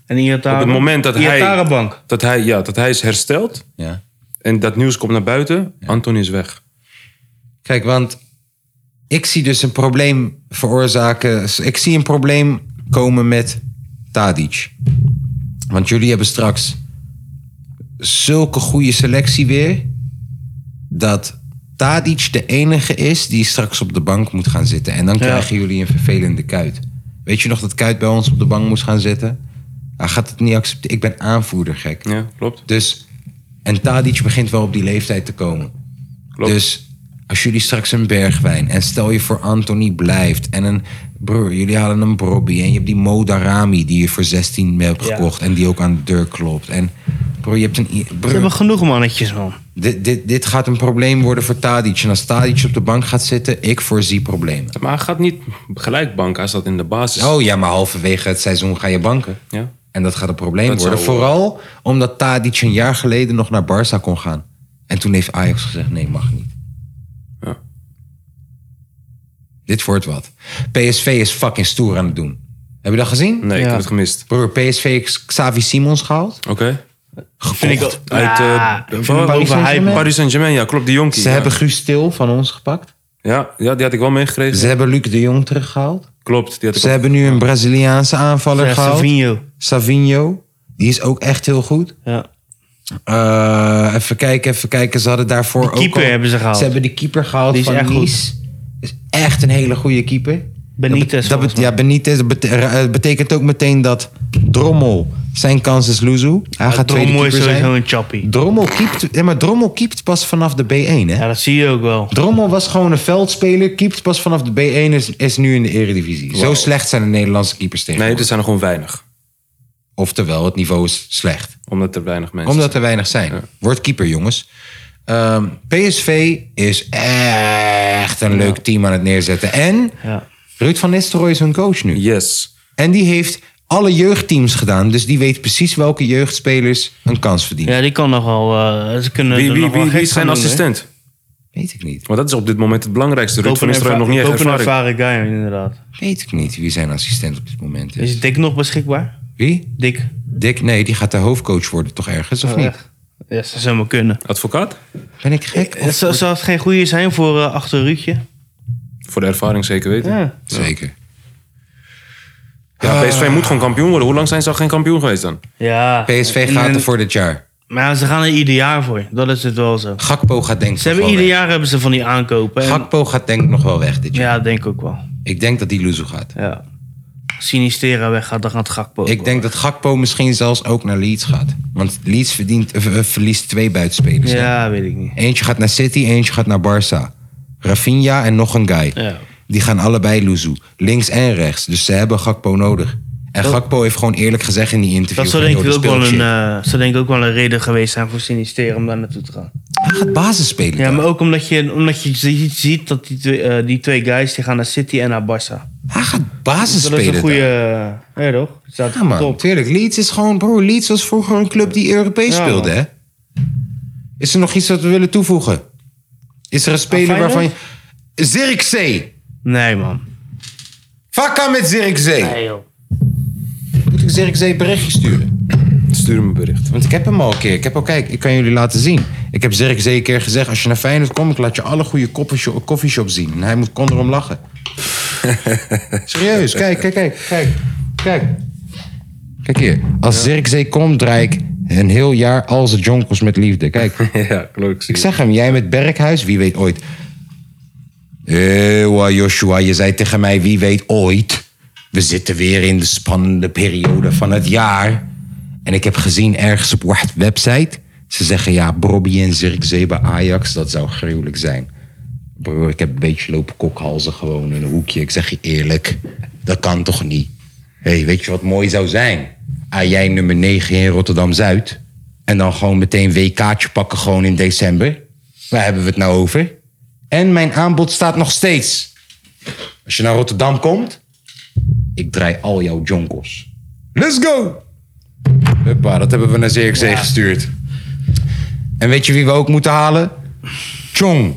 Speaker 2: En Iatara.
Speaker 3: Op het moment dat hij-
Speaker 2: Iatarenbank.
Speaker 3: Dat hij, ja, dat hij is hersteld
Speaker 1: Ja.
Speaker 3: en dat nieuws komt naar buiten. Anthony is weg.
Speaker 1: Kijk, want ik zie dus een probleem veroorzaken. Ik zie een probleem komen met Tadic. Want jullie hebben straks zulke goede selectie weer. Dat Tadic de enige is die straks op de bank moet gaan zitten. En dan krijgen jullie een vervelende kuit. Weet je nog dat kuit bij ons op de bank moest gaan zitten? Hij gaat het niet accepteren. Ik ben aanvoerder gek.
Speaker 3: Ja, klopt.
Speaker 1: Dus, en Tadic begint wel op die leeftijd te komen.
Speaker 3: Klopt.
Speaker 1: Dus als jullie straks een Bergwijn en stel je voor Anthony blijft en een broer, jullie halen een Brobby en je hebt die Mo Darami die je voor 16 mee hebt
Speaker 2: Ja.
Speaker 1: gekocht en die ook aan de deur klopt. En broer, je hebt een. i-
Speaker 2: We
Speaker 1: Broer,
Speaker 2: hebben genoeg mannetjes, man.
Speaker 1: dit, dit, dit gaat een probleem worden voor Tadic. En als Tadic op de bank gaat zitten, ik voorzie problemen.
Speaker 3: Maar hij gaat niet gelijk banken. Hij staat in de basis.
Speaker 1: Oh ja, maar halverwege het seizoen ga je banken.
Speaker 3: Ja.
Speaker 1: En dat gaat een probleem
Speaker 3: Dat
Speaker 1: worden.
Speaker 3: zou- eh,
Speaker 1: Vooral omdat Tadic een jaar geleden nog naar Barça kon gaan. En toen heeft Ajax gezegd, nee, mag niet.
Speaker 3: Ja.
Speaker 1: Dit wordt wat. PSV is fucking stoer aan het doen. Heb je dat gezien?
Speaker 3: Nee, ik
Speaker 2: Ja.
Speaker 3: heb het gemist.
Speaker 1: Broer, PSV heeft Xavi Simons gehaald.
Speaker 3: Oké.
Speaker 2: Vind ik
Speaker 3: Uit eh,
Speaker 2: Ja,
Speaker 3: waar-
Speaker 1: Paris
Speaker 3: Paris
Speaker 1: Saint-Germain?
Speaker 3: Saint-Germain. Ja, klopt. Die jonkie.
Speaker 1: Ze
Speaker 3: ja.
Speaker 1: hebben Guus Til van ons gepakt.
Speaker 3: Ja, ja, die had ik wel meegekregen.
Speaker 1: Ze hebben Luc de Jong teruggehaald.
Speaker 3: Klopt, die had ik
Speaker 1: Ze
Speaker 3: ook-
Speaker 1: hebben nu een Braziliaanse aanvaller
Speaker 2: Ja,
Speaker 1: gehaald.
Speaker 2: Savinho.
Speaker 1: Savinho. Die is ook echt heel goed.
Speaker 2: Ja.
Speaker 1: Eh, even kijken, even kijken. Ze hadden daarvoor
Speaker 2: Die
Speaker 1: ook
Speaker 2: keeper
Speaker 1: al-
Speaker 2: hebben ze gehaald.
Speaker 1: Ze hebben die keeper gehaald
Speaker 2: Die is
Speaker 1: van
Speaker 2: echt goed.
Speaker 1: Nice. Is echt een hele goede keeper.
Speaker 2: Benitez,
Speaker 1: Dat bet- Dat
Speaker 2: volgens
Speaker 1: bet-
Speaker 2: mij.
Speaker 1: ja, Benitez. Dat bete- eh, het betekent ook meteen dat Drommel zijn kans is Luzu. Hij gaat tweede
Speaker 2: Drommel
Speaker 1: keeper
Speaker 2: is sowieso
Speaker 1: zijn.
Speaker 2: een chappie.
Speaker 1: Drommel keept, ja, maar Drommel keept pas vanaf de B1, hè?
Speaker 2: Ja, dat zie je ook wel.
Speaker 1: Drommel was gewoon een veldspeler, keept pas vanaf de B1 is, is nu in de eredivisie. Zo slecht zijn de Nederlandse keepers
Speaker 3: Nee, er
Speaker 1: tegenwoordig.
Speaker 3: zijn er gewoon weinig.
Speaker 1: Oftewel, het niveau is slecht.
Speaker 3: Omdat er weinig mensen
Speaker 1: Omdat er weinig zijn. Word keeper, jongens. Ehm, PSV is echt een leuk team aan het neerzetten. En
Speaker 2: Ja.
Speaker 1: Ruud van Nistelrooy is hun coach nu.
Speaker 3: zijn. Yes.
Speaker 1: En die heeft alle jeugdteams gedaan. Dus die weet precies welke jeugdspelers een kans verdienen.
Speaker 2: Ja, die kan nogal... eh ze kunnen
Speaker 3: Wie,
Speaker 2: er
Speaker 3: wie,
Speaker 2: nog wel
Speaker 3: wie, wie
Speaker 2: gek
Speaker 3: is zijn
Speaker 2: gaan doen, hè?
Speaker 3: assistent?
Speaker 1: Weet ik niet.
Speaker 3: Want dat is op dit moment het belangrijkste. Ruud
Speaker 2: Koop
Speaker 3: van
Speaker 2: een
Speaker 3: Nistelrooy
Speaker 2: erva-
Speaker 3: nog niet echt
Speaker 2: koop een
Speaker 3: ervaring.
Speaker 2: ervaren guy, inderdaad.
Speaker 1: Weet ik niet wie zijn assistent op dit moment is.
Speaker 2: Is Dick nog beschikbaar?
Speaker 1: Wie?
Speaker 2: Dick.
Speaker 1: Dick? Nee, die gaat de hoofdcoach worden toch ergens, of niet?
Speaker 2: Oh, Echt? Ja, ze zou maar kunnen.
Speaker 3: Advocaat?
Speaker 1: Ben ik gek? Of-
Speaker 2: Zou, zou het geen goede zijn voor eh, achter Ruudje?
Speaker 3: Voor de ervaring zeker weten. Ja,
Speaker 2: Ja.
Speaker 1: Zeker.
Speaker 3: PSV moet gewoon kampioen worden. Hoe lang zijn ze al geen kampioen geweest dan?
Speaker 2: ja.
Speaker 1: PSV
Speaker 2: En-
Speaker 1: gaat
Speaker 2: en-
Speaker 1: er voor dit jaar.
Speaker 2: Maar ze gaan er ieder jaar voor. Dat is het wel zo.
Speaker 1: Gakpo gaat denk ik
Speaker 2: Ze hebben
Speaker 1: nog wel
Speaker 2: ieder
Speaker 1: weg.
Speaker 2: jaar hebben ze van die aankopen. En,
Speaker 1: Gakpo gaat denk ik nog wel weg dit jaar.
Speaker 2: ja, denk ik ook wel.
Speaker 1: Ik denk dat die Luzu gaat.
Speaker 2: Ja. Sinistera weggaat, dan gaat Gakpo. ook
Speaker 1: Ik
Speaker 2: wel.
Speaker 1: denk dat Gakpo misschien zelfs ook naar Leeds gaat. Want Leeds verdient, eh, eh, verliest twee buitenspelers. hè?
Speaker 2: Ja, weet ik niet.
Speaker 1: Eentje gaat naar City, eentje gaat naar Barça. Rafinha en nog een guy.
Speaker 2: Ja.
Speaker 1: Die gaan allebei Luzu. Links en rechts. Dus ze hebben Gakpo nodig. En Gakpo heeft gewoon eerlijk gezegd in die interview...
Speaker 2: Dat zou
Speaker 1: van,
Speaker 2: denk,
Speaker 1: joh,
Speaker 2: ik ook
Speaker 1: speel
Speaker 2: wel een,
Speaker 1: shit.
Speaker 2: eh, zou denk ik ook wel een reden geweest zijn voor Sinistera om daar naartoe te gaan.
Speaker 1: Hij gaat basis spelen.
Speaker 2: eh, Ja,
Speaker 1: daar.
Speaker 2: maar ook omdat je, omdat je zie- ziet dat die twee, eh, die twee guys die gaan naar City en naar Barça.
Speaker 1: Hij gaat basis
Speaker 2: Dat
Speaker 1: spelen.
Speaker 2: is een
Speaker 1: daar.
Speaker 2: goede... Ja, toch? Staat
Speaker 1: Ja, man.
Speaker 2: top.
Speaker 1: Tuurlijk. Leeds is gewoon, bro. Leeds was vroeger een club die Europees
Speaker 2: Ja,
Speaker 1: speelde,
Speaker 2: man.
Speaker 1: hè? Is er nog iets dat we willen toevoegen? Is er een speler
Speaker 2: Feyenoord?
Speaker 1: waarvan je. Zirkzee!
Speaker 2: Nee, man.
Speaker 1: Vakka met Zirkzee! Moet ik Zirkzee een berichtje sturen?
Speaker 3: Stuur hem een bericht.
Speaker 1: Want ik heb hem al een keer. Ik heb al, kijk, ik kan jullie laten zien. Ik heb Zirkzee een keer gezegd: als je naar Feyenoord komt, ik laat je alle goede koffiesho- koffieshops zien. En hij moet kon erom lachen. Serieus, kijk, kijk, kijk, kijk, kijk. Kijk hier. Als Zirkzee komt, draai ik een heel jaar al zijn jonkels met liefde. Kijk.
Speaker 3: ja, klopt. Ik
Speaker 1: Ik
Speaker 3: zie het.
Speaker 1: zeg hem, jij met Berghuis, wie weet ooit. Ewa Joshua, je zei tegen mij, wie weet ooit. We zitten weer in de spannende periode van het jaar. En ik heb gezien ergens op wat website. Ze zeggen, ja, Bobby en Zirkzee bij Ajax, dat zou gruwelijk zijn. Broer, ik heb een beetje lopen kokhalzen gewoon in een hoekje. Ik zeg je eerlijk, dat kan toch niet? Hé, hey, weet je wat mooi zou zijn? Ah, jij nummer 9 in Rotterdam-Zuid. En dan gewoon meteen WK'tje pakken gewoon in december. Waar hebben we het nou over? En mijn aanbod staat nog steeds. Als je naar Rotterdam komt, ik draai al jouw jonkels. Let's go! Huppa, dat hebben we naar Zirkzee gestuurd. En weet je wie we ook moeten halen? Chong.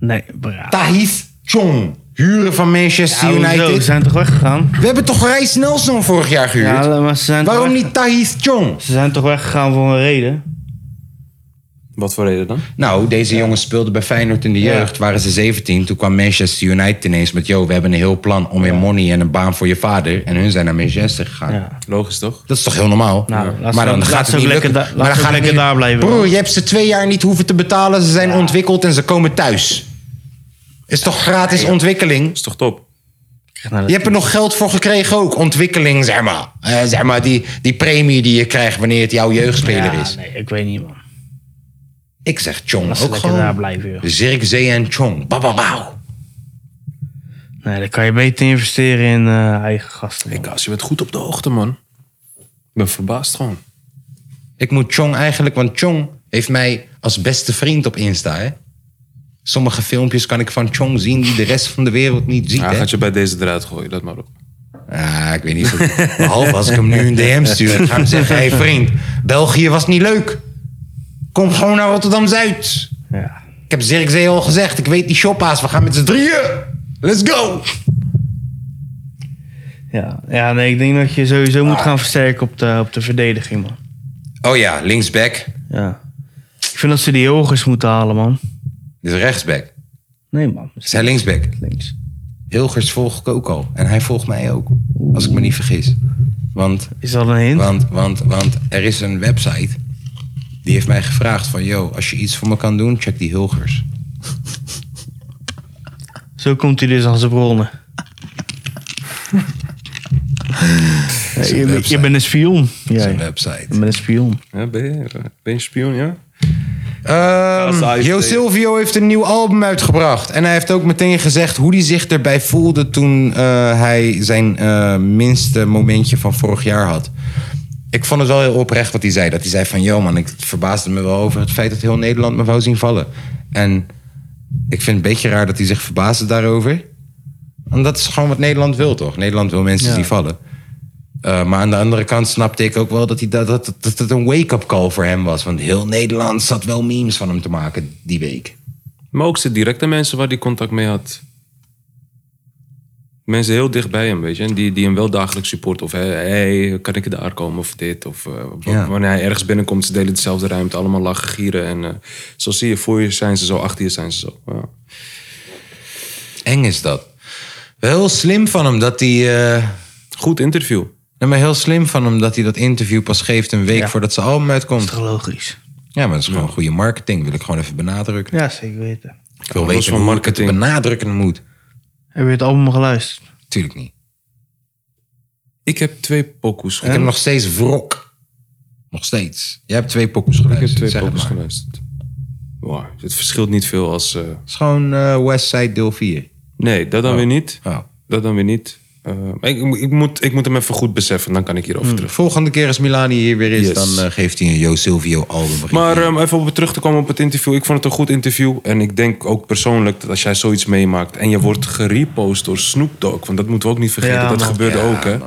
Speaker 2: Nee, braaf.
Speaker 1: Tahith Chong. Huren van Manchester
Speaker 2: Ja, hoezo? Ze
Speaker 1: United.
Speaker 2: zijn toch weggegaan?
Speaker 1: We hebben toch Reis Nelson vorig jaar gehuurd?
Speaker 2: Ja, maar ze zijn,
Speaker 1: Waarom
Speaker 2: toch weg-
Speaker 1: niet Tahith Chong?
Speaker 2: ze zijn toch weggegaan voor een reden?
Speaker 3: Wat voor reden dan?
Speaker 1: Nou, deze jongens speelden bij Feyenoord in de
Speaker 2: Ja.
Speaker 1: jeugd. Waren ze 17. Toen kwam Manchester United ineens met... Yo, we hebben een heel plan om weer money en een baan voor je vader. En hun zijn naar Manchester gegaan.
Speaker 2: Ja.
Speaker 3: Logisch toch?
Speaker 1: Dat is toch heel normaal?
Speaker 2: Nou, laat ze
Speaker 1: maar dan
Speaker 2: ook- laat
Speaker 1: gaat
Speaker 2: ze
Speaker 1: het
Speaker 2: ook
Speaker 1: niet lukken.
Speaker 2: lekker da- laat
Speaker 1: maar
Speaker 2: ze
Speaker 1: dan
Speaker 2: ook
Speaker 1: gaat het
Speaker 2: lekker
Speaker 1: niet-
Speaker 2: daar blijven.
Speaker 1: Broer, je hebt ze twee jaar niet hoeven te betalen. Ze zijn ontwikkeld en ze komen thuis. Is toch gratis ontwikkeling?
Speaker 3: Is toch top?
Speaker 1: Je hebt er nog geld voor gekregen ook. Ontwikkeling, zeg maar. Eh, zeg maar die, die premie die je krijgt wanneer het jouw jeugdspeler
Speaker 2: ja,
Speaker 1: is.
Speaker 2: nee, ik weet niet, man.
Speaker 1: Ik zeg Chong
Speaker 2: Laat ze
Speaker 1: ook
Speaker 2: lekker daar
Speaker 1: gewoon.
Speaker 2: blijven, joh.
Speaker 1: Zirkzee en Chong. Bababauw.
Speaker 2: Nee, dan kan je beter investeren in eh, eigen gasten. man.
Speaker 3: Ik, als je bent goed op de hoogte, man. Ik ben verbaasd gewoon.
Speaker 1: Ik moet Chong eigenlijk, want Chong heeft mij als beste vriend op Insta. Hè? Sommige filmpjes kan ik van Chong zien die de rest van de wereld niet ziet.
Speaker 3: Ja,
Speaker 1: hè?
Speaker 3: gaat je bij deze eruit gooien, let maar op.
Speaker 1: Ah, ik weet niet. of het- Behalve als ik hem nu een DM stuur en ga hem zeggen: hey vriend, België was niet leuk. Kom gewoon naar Rotterdam Zuid.
Speaker 2: Ja.
Speaker 1: Ik heb Zirkzee al gezegd, ik weet die shoppa's, we gaan met z'n drieën. Let's go!
Speaker 2: Ja. ja, nee, ik denk dat je sowieso moet
Speaker 1: Ah.
Speaker 2: gaan versterken op de, op de verdediging, man.
Speaker 1: Oh ja, linksback.
Speaker 2: Ja. Ik vind dat ze die jogers moeten halen, man.
Speaker 1: Dus rechtsback.
Speaker 7: Nee, man.
Speaker 1: Is hij linksback?
Speaker 7: Links.
Speaker 1: Hilgers volg ik ook al. En hij volgt mij ook. Als ik me niet vergis. Want,
Speaker 2: Is dat een hint?
Speaker 1: want, want, want er is een website. Die heeft mij gevraagd van... Yo, als je iets voor me kan doen, check die Hilgers.
Speaker 2: Zo komt hij dus aan zijn bronnen. je, je bent een spion.
Speaker 7: Ja,
Speaker 1: Zijn
Speaker 7: ja.
Speaker 1: website.
Speaker 7: Ik ben een spion.
Speaker 3: Ja, ben, je, eh, ben je spion, ja?
Speaker 1: Ehm,
Speaker 3: Ja, saai
Speaker 1: Jo
Speaker 3: idee.
Speaker 1: Silvio heeft een nieuw album uitgebracht. En hij heeft ook meteen gezegd hoe hij zich erbij voelde toen eh, hij zijn eh, minste momentje van vorig jaar had. Ik vond het wel heel oprecht wat hij zei. Dat hij zei van, yo man, ik het verbaasde me wel over het feit dat heel Nederland me wou zien vallen. En ik vind het een beetje raar dat hij zich verbaasde daarover. Want dat is gewoon wat Nederland wil, toch? Nederland wil mensen zien vallen. Eh, maar aan de andere kant snapte ik ook wel dat hij dat, dat, dat het een wake-up call voor hem was. Want heel Nederland zat wel memes van hem te maken die week.
Speaker 3: Maar ook ze directe mensen waar die contact mee had. Mensen heel dicht bij hem, weet je. En die, die hem wel dagelijks support. Of hey, hey, kan ik daar komen? Of dit. Of eh, w-
Speaker 1: Ja.
Speaker 3: wanneer hij ergens binnenkomt, ze delen dezelfde ruimte. Allemaal lachen, gieren. En eh, zo zie je, voor je zijn ze zo, achter je zijn ze zo. Ja.
Speaker 1: Eng is dat. Wel heel slim van hem dat hij. eh,
Speaker 3: Goed interview.
Speaker 1: nee, maar heel slim van hem dat hij dat interview pas geeft een week voordat zijn album uitkomt.
Speaker 2: Toch logisch?
Speaker 1: Ja, maar dat is gewoon goede marketing. Wil ik gewoon even benadrukken.
Speaker 2: Ja, zeker weten.
Speaker 1: Ik wil
Speaker 3: los
Speaker 1: weten
Speaker 3: van
Speaker 1: hoe marketing. ik het
Speaker 3: marketing.
Speaker 1: benadrukken moet.
Speaker 2: Heb je het album geluisterd?
Speaker 1: Tuurlijk niet.
Speaker 3: Ik heb twee pokoes
Speaker 1: Ik heb
Speaker 3: geluisterd.
Speaker 1: nog steeds wrok. Nog steeds. Jij hebt twee pokkels geluisterd.
Speaker 3: Ik
Speaker 1: zeg
Speaker 3: heb twee
Speaker 1: het
Speaker 3: pokoes
Speaker 1: maar.
Speaker 3: geluisterd. Wow, het verschilt niet veel als... eh,
Speaker 1: Het is gewoon eh, West Side deel 4.
Speaker 3: Nee, dat dan weer niet.
Speaker 1: Oh.
Speaker 3: Dat dan weer niet. Eh, maar ik, ik, moet, ik moet hem even goed beseffen, dan kan ik hierover
Speaker 1: Hmm.
Speaker 3: terug.
Speaker 1: Volgende keer als Milani hier weer is,
Speaker 3: Yes.
Speaker 1: dan eh, geeft hij een Jo Silvio album.
Speaker 3: Maar ehm, even op terug te komen op het interview. Ik vond het een goed interview. En ik denk ook persoonlijk dat als jij zoiets meemaakt... en je wordt gerepost door Snoop Dogg... want dat moeten we ook niet vergeten,
Speaker 2: Ja,
Speaker 3: dat
Speaker 2: man.
Speaker 3: gebeurde ook, hè?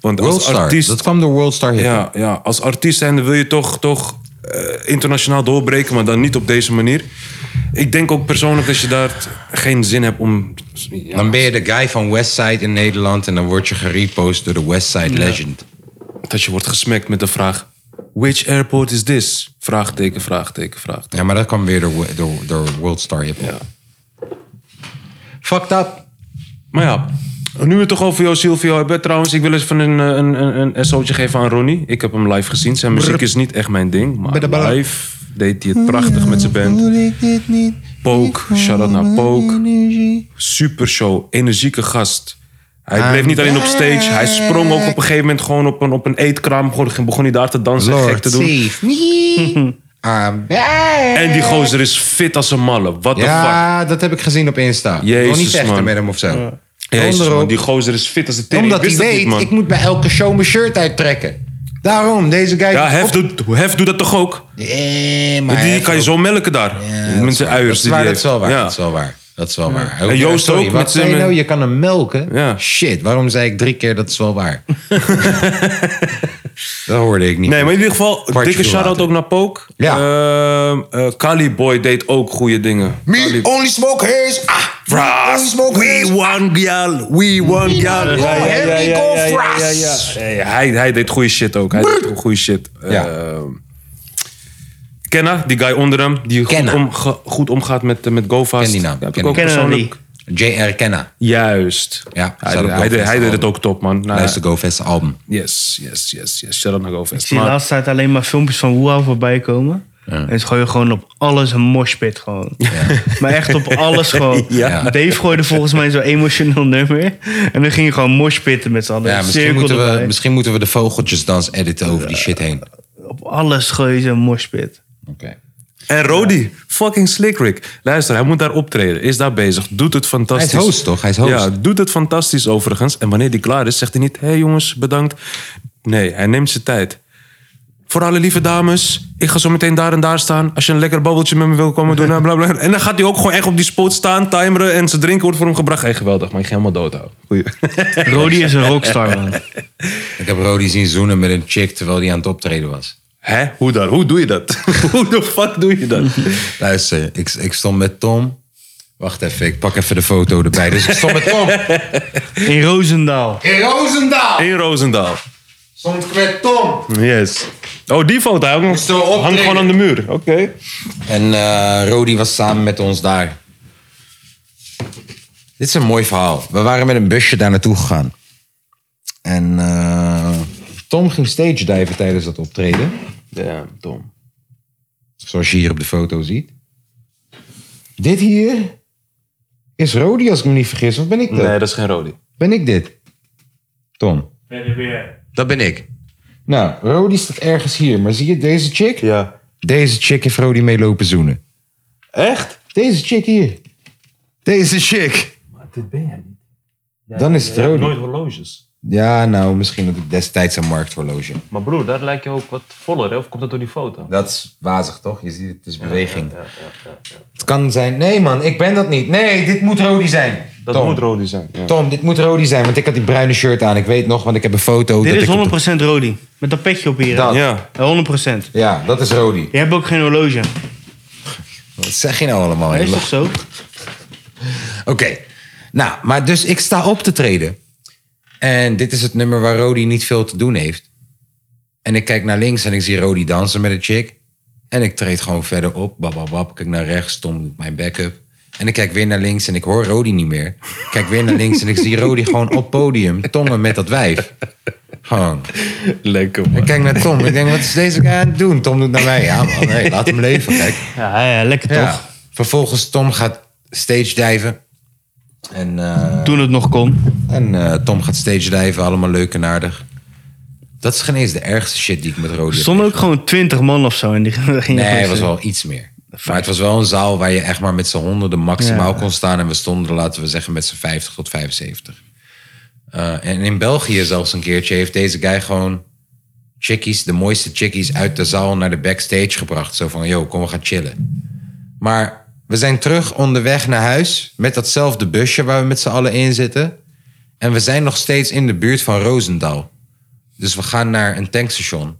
Speaker 3: Want als
Speaker 1: Worldstar.
Speaker 3: artiest...
Speaker 1: Dat kwam door Worldstar Hip.
Speaker 3: Ja, ja, als artiest zijnde wil je toch, toch eh, internationaal doorbreken... maar dan niet op deze manier. Ik denk ook persoonlijk dat je daar t- geen zin hebt om... Ja,
Speaker 1: Dan ben je de guy van Westside in Nederland en dan word je gerepost door de Westside Legend.
Speaker 3: dat je wordt gesmekt met de vraag... Which airport is this? Vraagteken, vraagteken, vraagteken.
Speaker 1: Ja, maar dat kwam weer door, door, door Worldstar Hip.
Speaker 3: Ja.
Speaker 1: Fucked up.
Speaker 3: Maar ja, nu we het toch over jou, Silvio hebben. Trouwens, ik wil even een, eh, een, een, een SO'tje geven aan Ronnie. Ik heb hem live gezien. Zijn muziek is niet echt mijn ding. Maar live deed hij het prachtig met zijn band. Poke, shout-out naar Poke. Super show, energieke gast. Hij bleef niet alleen op stage. Hij sprong ook op een gegeven moment gewoon op een, op een eetkraam. Gewoon begon hij daar te dansen en gek
Speaker 1: Lord,
Speaker 3: te doen.
Speaker 1: save me. I'm back.
Speaker 3: En die gozer is fit als een malle. What the fuck.
Speaker 1: Ja, dat heb ik gezien op Insta. Ik wil
Speaker 3: Jezus,
Speaker 1: niet vechten
Speaker 3: man.
Speaker 1: met hem of zo.
Speaker 3: Jezus,
Speaker 1: Onderop.
Speaker 3: man, die gozer is fit als een tering.
Speaker 1: Omdat
Speaker 3: ik
Speaker 1: hij
Speaker 3: wist dat
Speaker 1: weet,
Speaker 3: niet, man.
Speaker 1: ik moet bij elke show mijn shirt uittrekken. Daarom, deze guy...
Speaker 3: Ja, Hef
Speaker 1: op-
Speaker 3: doet, Hef doet dat toch ook?
Speaker 1: Eh, maar
Speaker 3: die
Speaker 1: Hef
Speaker 3: kan je
Speaker 1: ook-
Speaker 3: zo melken daar.
Speaker 1: Ja, dat
Speaker 3: met
Speaker 1: is
Speaker 3: zijn
Speaker 1: waar.
Speaker 3: uiers.
Speaker 1: Dat is,
Speaker 3: die
Speaker 1: waar,
Speaker 3: die
Speaker 1: dat is wel waar.
Speaker 3: heeft.
Speaker 1: Dat is wel waar. Dat is wel waar. Ook-
Speaker 3: En Joost
Speaker 1: sorry,
Speaker 3: ook
Speaker 1: Wat
Speaker 3: met
Speaker 1: zei je
Speaker 3: zijn- eh,
Speaker 1: nou? Je kan hem melken?
Speaker 3: Ja.
Speaker 1: Shit, waarom zei ik drie keer dat is wel waar? dat hoorde ik niet.
Speaker 3: Nee, maar in ieder geval,
Speaker 1: Kwartje
Speaker 3: dikke
Speaker 1: viel
Speaker 3: shout-out
Speaker 1: later.
Speaker 3: ook naar Pook.
Speaker 1: Ja.
Speaker 3: Ehm, eh, Cali Boy deed ook goede dingen. Cali-
Speaker 1: only smoke hairs. Ah,
Speaker 3: Fras, we one girl, we one girl. Ja, ja, ja, ja, ja, ja, ja, ja. Nee, Hij, hij deed goede shit ook. Hij deed ook goede shit.
Speaker 1: Ja.
Speaker 3: Ehm, Kenna, die guy onder hem, die goed,
Speaker 1: Kenna.
Speaker 3: omga- goed omgaat met, eh, met GoFast.
Speaker 1: Ken die naam.
Speaker 3: Daar heb ik
Speaker 1: Ken
Speaker 3: ook
Speaker 1: die.
Speaker 2: Kennen we
Speaker 3: persoonlijk...
Speaker 2: die?
Speaker 1: J.R. Kenna.
Speaker 3: Juist.
Speaker 1: Ja,
Speaker 3: hij,
Speaker 1: staat op
Speaker 3: deed- hij, deed- hij deed
Speaker 1: GoFest
Speaker 3: het ook top, man. Nou,
Speaker 1: Luister GoFest album.
Speaker 3: Yes, yes, yes, yes. Shout out naar
Speaker 2: Ik
Speaker 3: GoFest.
Speaker 2: zie de
Speaker 3: Maar
Speaker 2: laatste tijd alleen maar filmpjes van Woeha voorbij komen. En het gooien gewoon op alles een moshpit gewoon. Maar echt op alles gewoon.
Speaker 1: Ja.
Speaker 2: Dave gooide volgens mij zo'n emotioneel nummer. En dan ging je gewoon moshpitten met z'n allen.
Speaker 1: Ja,
Speaker 2: Een
Speaker 1: misschien
Speaker 2: cirkel
Speaker 1: moeten, we,
Speaker 2: erbij.
Speaker 1: misschien moeten we de vogeltjesdans editen over die shit heen.
Speaker 2: Op alles gooi je zo'n moshpit.
Speaker 1: Oké.
Speaker 3: en Rodi, fucking slick Rick. Luister, hij moet daar optreden. Is daar bezig. Doet het fantastisch.
Speaker 1: Hij is host, toch? Hij is host.
Speaker 3: Ja, doet het fantastisch overigens. En wanneer die klaar is, zegt hij niet... Hé hey, jongens, bedankt. Nee, hij neemt zijn tijd. Voor alle lieve dames, ik ga zo meteen daar en daar staan. Als je een lekker babbeltje met me wil komen doen, bla bla. En dan gaat hij ook gewoon echt op die spot staan, timeren en zijn drinken wordt voor hem gebracht. Hey, geweldig, maar ik ga helemaal dood houden.
Speaker 2: Rodi is een rockstar man.
Speaker 1: Ik heb Rodi zien zoenen met een chick terwijl hij aan het optreden was.
Speaker 3: Hè? Hoe dan? Hoe doe je dat? Hoe de fuck doe je dat?
Speaker 1: Luister, ik, ik stond met Tom. Wacht even, ik pak even de foto erbij. Dus ik stond met Tom
Speaker 2: In Roosendaal.
Speaker 1: in Roosendaal.
Speaker 3: In Roosendaal.
Speaker 1: Stond ik met Tom.
Speaker 3: Yes. Oh, die foto hij hangt,
Speaker 1: Zo optreden.
Speaker 3: hangt gewoon aan de muur. Oké.
Speaker 1: En eh Rodi was samen met ons daar. Dit is een mooi verhaal. We waren met een busje daar naartoe gegaan. En eh, Tom ging stage diven tijdens dat optreden.
Speaker 3: Ja, dom.
Speaker 1: Zoals je hier op de foto ziet. Dit hier is Rodi, als ik me niet vergis. Of ben ik dat?
Speaker 3: Nee, dat is geen Rodi.
Speaker 1: Ben ik dit? Tom. Dat ben ik. Nou, Rodi staat ergens hier. Maar zie je deze chick?
Speaker 3: Ja.
Speaker 1: Deze chick heeft Rodi mee lopen zoenen.
Speaker 3: Echt?
Speaker 1: Deze chick hier. Deze chick.
Speaker 3: Dit ben jij niet.
Speaker 1: Dan is het
Speaker 3: Jij hebt
Speaker 1: Rodi.
Speaker 3: nooit horloges.
Speaker 1: Ja, nou, misschien had ik destijds een markthorloge.
Speaker 3: Maar broer, daar lijkt je ook wat voller, hè? Of komt dat door die foto?
Speaker 1: Dat is wazig, toch? Je ziet, het is beweging. Het kan zijn... Nee, man, ik ben dat niet. Nee, dit moet Rodi zijn.
Speaker 3: Dat
Speaker 1: Tom.
Speaker 3: moet Rodi zijn. Ja.
Speaker 1: Tom, dit moet Rodi zijn, want ik had die bruine shirt aan. Ik weet nog, want ik heb een foto.
Speaker 2: Dit
Speaker 1: dat ik op de-
Speaker 2: is 100% Rodi. Met dat petje op hier. hè?
Speaker 1: Dat.
Speaker 3: Ja.
Speaker 2: Ja, 100%.
Speaker 1: Ja, dat is Rodi.
Speaker 2: Je hebt ook geen horloge.
Speaker 1: Wat zeg je nou allemaal?
Speaker 2: Hij
Speaker 1: hè?
Speaker 2: is toch zo?
Speaker 1: Oké. Nou, maar dus ik sta op te treden. En dit is het nummer waar Rodi niet veel te doen heeft. En ik kijk naar links en ik zie Rodi dansen met een chick. En ik treed gewoon verder op. Bababab. Ik Kijk naar rechts, Tom doet mijn backup. En ik kijk weer naar links en ik hoor Rodi niet meer. Ik kijk weer naar links en ik zie Rodi gewoon op podium. Tongen met dat wijf. Gewoon.
Speaker 3: Lekker, man.
Speaker 1: Ik kijk naar Tom. Ik denk, wat is deze guy aan het doen? Tom doet naar mij. Ja man, hey, laat hem leven. Kijk.
Speaker 2: Ja, ja, lekker
Speaker 1: Ja.
Speaker 2: toch?
Speaker 1: Vervolgens Tom gaat stage diven. En, eh,
Speaker 2: Toen het nog kon.
Speaker 1: en eh, Tom gaat stage diven, allemaal leuk en aardig. Dat is geen eens de ergste shit die ik met Rodi
Speaker 2: Er
Speaker 1: heb
Speaker 2: stonden ook gewoon 20 man of zo. En die gingen
Speaker 1: Nee,
Speaker 2: gewoon
Speaker 1: het was
Speaker 2: zo-
Speaker 1: wel iets meer. Maar het was wel een zaal waar je echt maar met z'n honderden maximaal kon staan. En we stonden, er, laten we zeggen, met z'n 50 tot 75. Eh, en in België zelfs een keertje heeft deze guy gewoon chickies, de mooiste chickies uit de zaal naar de backstage gebracht. Zo van, yo, kom, we gaan chillen. Maar we zijn terug onderweg naar huis met datzelfde busje waar we met z'n allen in zitten. En we zijn nog steeds in de buurt van Roosendaal. Dus we gaan naar een tankstation.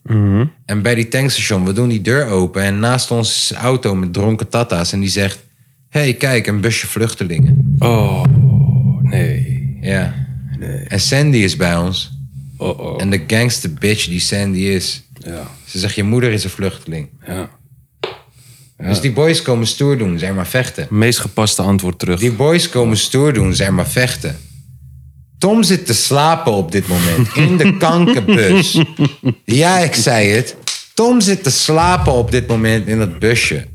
Speaker 1: En bij die tankstation, we doen die deur open en naast ons is een auto met dronken tata's. En die zegt, hey, kijk, een busje vluchtelingen.
Speaker 3: Oh, nee.
Speaker 1: Ja. En Sandy is bij ons.
Speaker 3: Oh, oh.
Speaker 1: En de gangster bitch die Sandy is.
Speaker 3: Ja.
Speaker 1: Ze zegt, je moeder is een vluchteling.
Speaker 3: ja.
Speaker 1: Dus die boys komen stoer doen, zeg maar vechten.
Speaker 3: Meest gepaste antwoord terug.
Speaker 1: Die boys komen stoer doen, zeg maar vechten. Tom zit te slapen op dit moment in de kankerbus. Ja, ik zei het. Tom zit te slapen op dit moment in dat busje.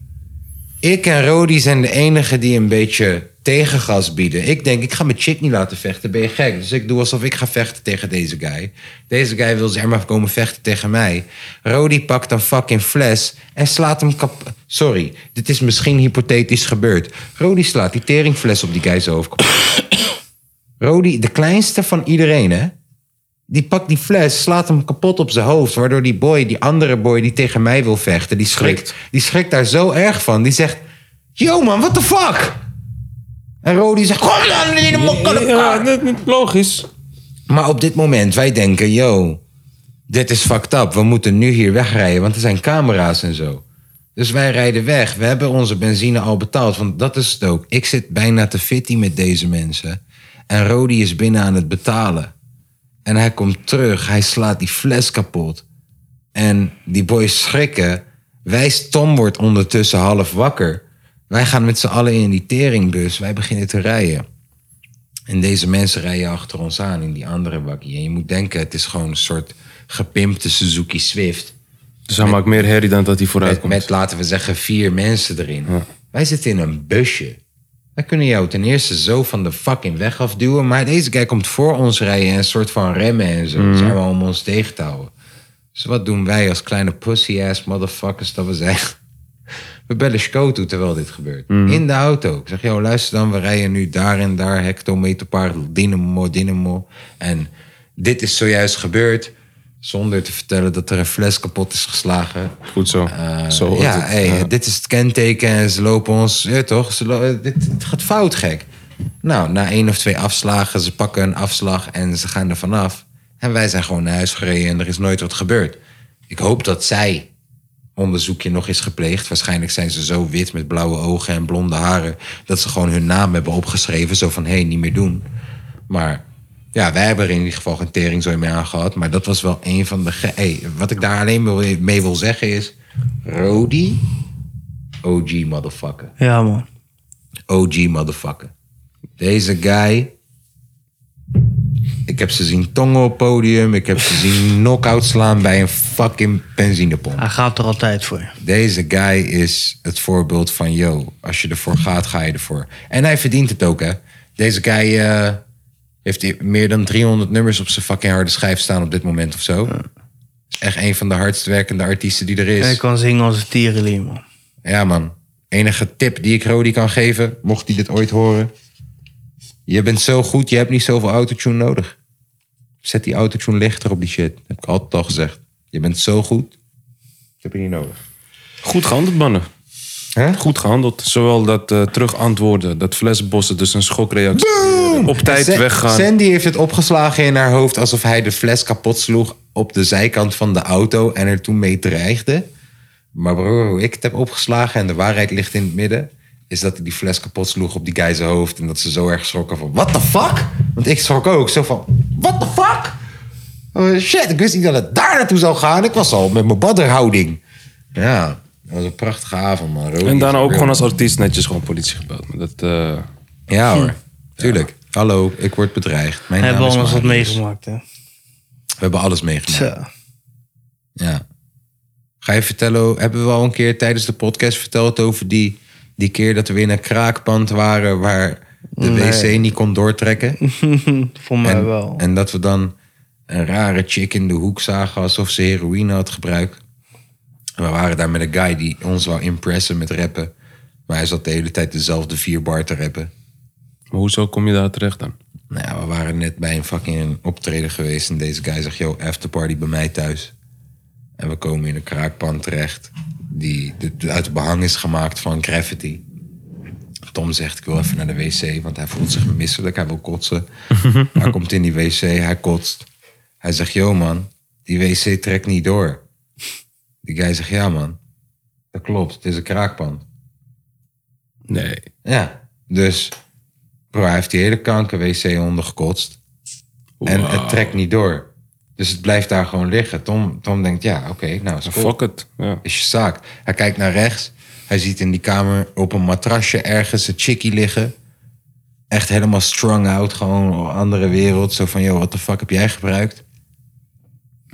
Speaker 1: Ik en Rodi zijn de enigen die een beetje tegengas bieden. Ik denk, ik ga mijn chick niet laten vechten, ben je gek? Dus ik doe alsof ik ga vechten tegen deze guy. Deze guy wil zeg maar komen vechten tegen mij. Rodi pakt een fucking fles en slaat hem kap... Sorry, dit is misschien hypothetisch gebeurd. Rodi slaat die teringfles op die guy's hoofd kapot. Rodi, de kleinste van iedereen, hè? Die pakt die fles, slaat hem kapot op zijn hoofd. Waardoor die boy, die andere boy die tegen mij wil vechten, die schrikt. Die schrikt daar zo erg van. Die zegt: Yo man, what the fuck? En Rodi zegt: Kom dan, in de mok aan elkaar.
Speaker 3: Ja, dat- dat- logisch.
Speaker 1: Maar op dit moment, wij denken, yo, dit is fucked up. We moeten nu hier wegrijden, want er zijn camera's en zo. Dus wij rijden weg. We hebben onze benzine al betaald, want dat is het ook. Ik zit bijna te fitty met deze mensen. En Rodi is binnen aan het betalen. En hij komt terug, hij slaat die fles kapot. En die boys schrikken. Wij Tom wordt ondertussen half wakker. Wij gaan met z'n allen in die teringbus. Wij beginnen te rijden. En deze mensen rijden achter ons aan in die andere bakkie. En je moet denken, het is gewoon een soort gepimpte Suzuki Swift.
Speaker 3: Dus hij maakt meer herrie dan dat hij vooruit
Speaker 1: Met,
Speaker 3: komt.
Speaker 1: met, laten we zeggen, vier mensen erin. Wij zitten in een busje. Wij kunnen jou ten eerste zo van de fucking weg afduwen. Maar deze guy komt voor ons rijden en een soort van remmen en zo. Zijn we om ons tegen te houden. Dus wat doen wij als kleine pussy-ass motherfuckers dat we zeggen? We bellen Scoto terwijl dit gebeurt. In de auto. Ik zeg, joh, luister dan, we rijden nu daar en daar. Hectometerpaar, dynamo, dynamo. En dit is zojuist gebeurd. Zonder te vertellen dat er een fles kapot is geslagen.
Speaker 3: Goed zo. zo hoort
Speaker 1: Ja,
Speaker 3: het.
Speaker 1: hey, dit is het kenteken en ze lopen ons... Ja, toch? Ze lo- eh, dit, het gaat fout, gek. Nou, na één of twee afslagen, ze pakken een afslag en ze gaan er vanaf. En wij zijn gewoon naar huis gereden en er is nooit wat gebeurd. Ik hoop dat zij onderzoekje nog is gepleegd. Waarschijnlijk zijn ze zo wit met blauwe ogen en blonde haren... dat ze gewoon hun naam hebben opgeschreven. Zo van, hé, hey, niet meer doen. Maar ja, wij hebben er in ieder geval geen teringzooi mee aan gehad. Maar dat was wel een van de... ge- Hey, wat ik daar alleen wil- mee wil zeggen is... Rodi, OG motherfucker.
Speaker 2: Ja, man.
Speaker 1: OG motherfucker. Deze guy. Ik heb ze zien tongen op podium. Ik heb ze zien knock-out slaan bij een fucking benzinepomp.
Speaker 2: Hij gaat er altijd voor.
Speaker 1: Deze guy is het voorbeeld van, yo, als je ervoor gaat, ga je ervoor. En hij verdient het ook, hè. Deze guy eh, heeft i- meer dan 300 nummers op zijn fucking harde schijf staan op dit moment of zo. Is Echt een van de hardst werkende artiesten die er is.
Speaker 2: Hij kan zingen als een tierenlier, man.
Speaker 1: Ja, man. Enige tip die ik Rodi kan geven, mocht hij dit ooit horen. Je bent zo goed, je hebt niet zoveel autotune nodig. Zet die autotune lichter op die shit. Dat heb ik altijd al gezegd. Je bent zo goed, dat heb je niet nodig.
Speaker 3: Goed gehandeld, mannen.
Speaker 1: Hè?
Speaker 3: Goed gehandeld. Zowel dat eh, terugantwoorden, dat flesbossen, dus een schokreactie. Op tijd
Speaker 1: Sa-
Speaker 3: weggaan.
Speaker 1: Sandy heeft het opgeslagen in haar hoofd alsof hij de fles kapot sloeg op de zijkant van de auto en er toen mee dreigde. Maar broer, hoe ik het heb opgeslagen en de waarheid ligt in het midden, is dat hij die fles kapot sloeg op die guy zijn hoofd en dat ze zo erg schrokken van, what the fuck? Want ik schrok ook, zo van, what the fuck? Oh, shit, ik wist niet dat het daar naartoe zou gaan. Ik was al met mijn badderhouding. Ja, dat was een prachtige avond, man. Rodi
Speaker 3: En
Speaker 1: is
Speaker 3: daarna ook
Speaker 1: real,
Speaker 3: gewoon als
Speaker 1: man.
Speaker 3: artiest netjes gewoon politie gebeld. Maar dat, eh,
Speaker 1: Ja hoor, tuurlijk. Hallo, ik word bedreigd. Mijn
Speaker 2: Hij heeft
Speaker 1: naam
Speaker 2: wel
Speaker 1: is
Speaker 2: eens wat
Speaker 1: Marius.
Speaker 2: meegemaakt, hè.
Speaker 1: We hebben alles meegemaakt.
Speaker 2: Zo.
Speaker 1: Ja. Ga je vertellen, o- hebben we al een keer tijdens de podcast verteld over die, die keer dat we in een kraakpand waren waar de
Speaker 2: Nee.
Speaker 1: wc niet kon doortrekken?
Speaker 2: Voor mij
Speaker 1: en,
Speaker 2: wel.
Speaker 1: en dat we dan een rare chick in de hoek zagen alsof ze heroïne had gebruikt. En we waren daar met een guy die ons wou impressen met rappen. Maar hij zat de hele tijd dezelfde vier bar te rappen.
Speaker 3: maar hoezo kom je daar terecht dan?
Speaker 1: Nou ja, we waren net bij een fucking optreden geweest. En deze guy zegt, yo, afterparty bij mij thuis. En we komen in een kraakpan terecht. Die de- de- uit het behang is gemaakt van graffiti. Tom zegt, ik wil even naar de wc. Want hij voelt zich misselijk, hij wil kotsen. hij komt in die wc, hij kotst. Hij zegt, yo man, die wc trekt niet door. Die guy zegt, ja man, dat klopt, het is een kraakpan.
Speaker 3: Nee.
Speaker 1: Ja, dus bro, hij heeft die hele kanker wc ondergekotst. En het trekt niet door. Dus het blijft daar gewoon liggen. Tom, Tom denkt, ja, oké, nou is cool.
Speaker 3: Fuck het. Ja.
Speaker 1: Is je zaak. Hij kijkt naar rechts. Hij ziet in die kamer op een matrasje ergens een chickie liggen. Echt helemaal strung out, gewoon een andere wereld. Zo van, joh, wat de fuck heb jij gebruikt?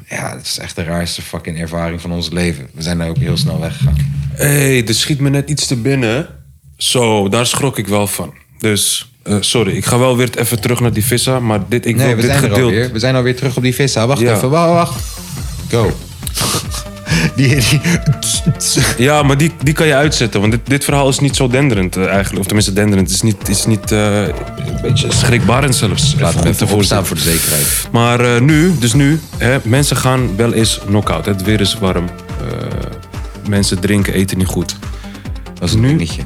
Speaker 1: Ja, dat is echt de raarste fucking ervaring van ons leven. We zijn daar ook heel snel weggegaan.
Speaker 3: Hé, er schiet me net iets te binnen. Zo, daar schrok ik wel van. Dus, eh, sorry, ik ga wel weer even terug naar die vissa, maar dit, ik
Speaker 1: Nee,
Speaker 3: wil
Speaker 1: we
Speaker 3: dit
Speaker 1: zijn er
Speaker 3: gedeeld.
Speaker 1: alweer. We zijn alweer terug op die vissa. Wacht
Speaker 3: Ja.
Speaker 1: even, wacht, wacht. Go. Die, die...
Speaker 3: Ja, maar die, die kan je uitzetten, want dit, dit verhaal is niet zo denderend eh, eigenlijk. Of tenminste, denderend. Het is niet, is niet eh, een beetje schrikbarend zelfs.
Speaker 1: Laten we
Speaker 3: Even
Speaker 1: even
Speaker 3: te
Speaker 1: voorstaan
Speaker 3: voorstellen.
Speaker 1: voor de zekerheid.
Speaker 3: Maar eh, nu, dus nu, hè, mensen gaan wel eens knock-out. Het weer is warm. Eh, mensen drinken, eten niet goed.
Speaker 1: Dat is een
Speaker 3: Nu?
Speaker 1: dingetje.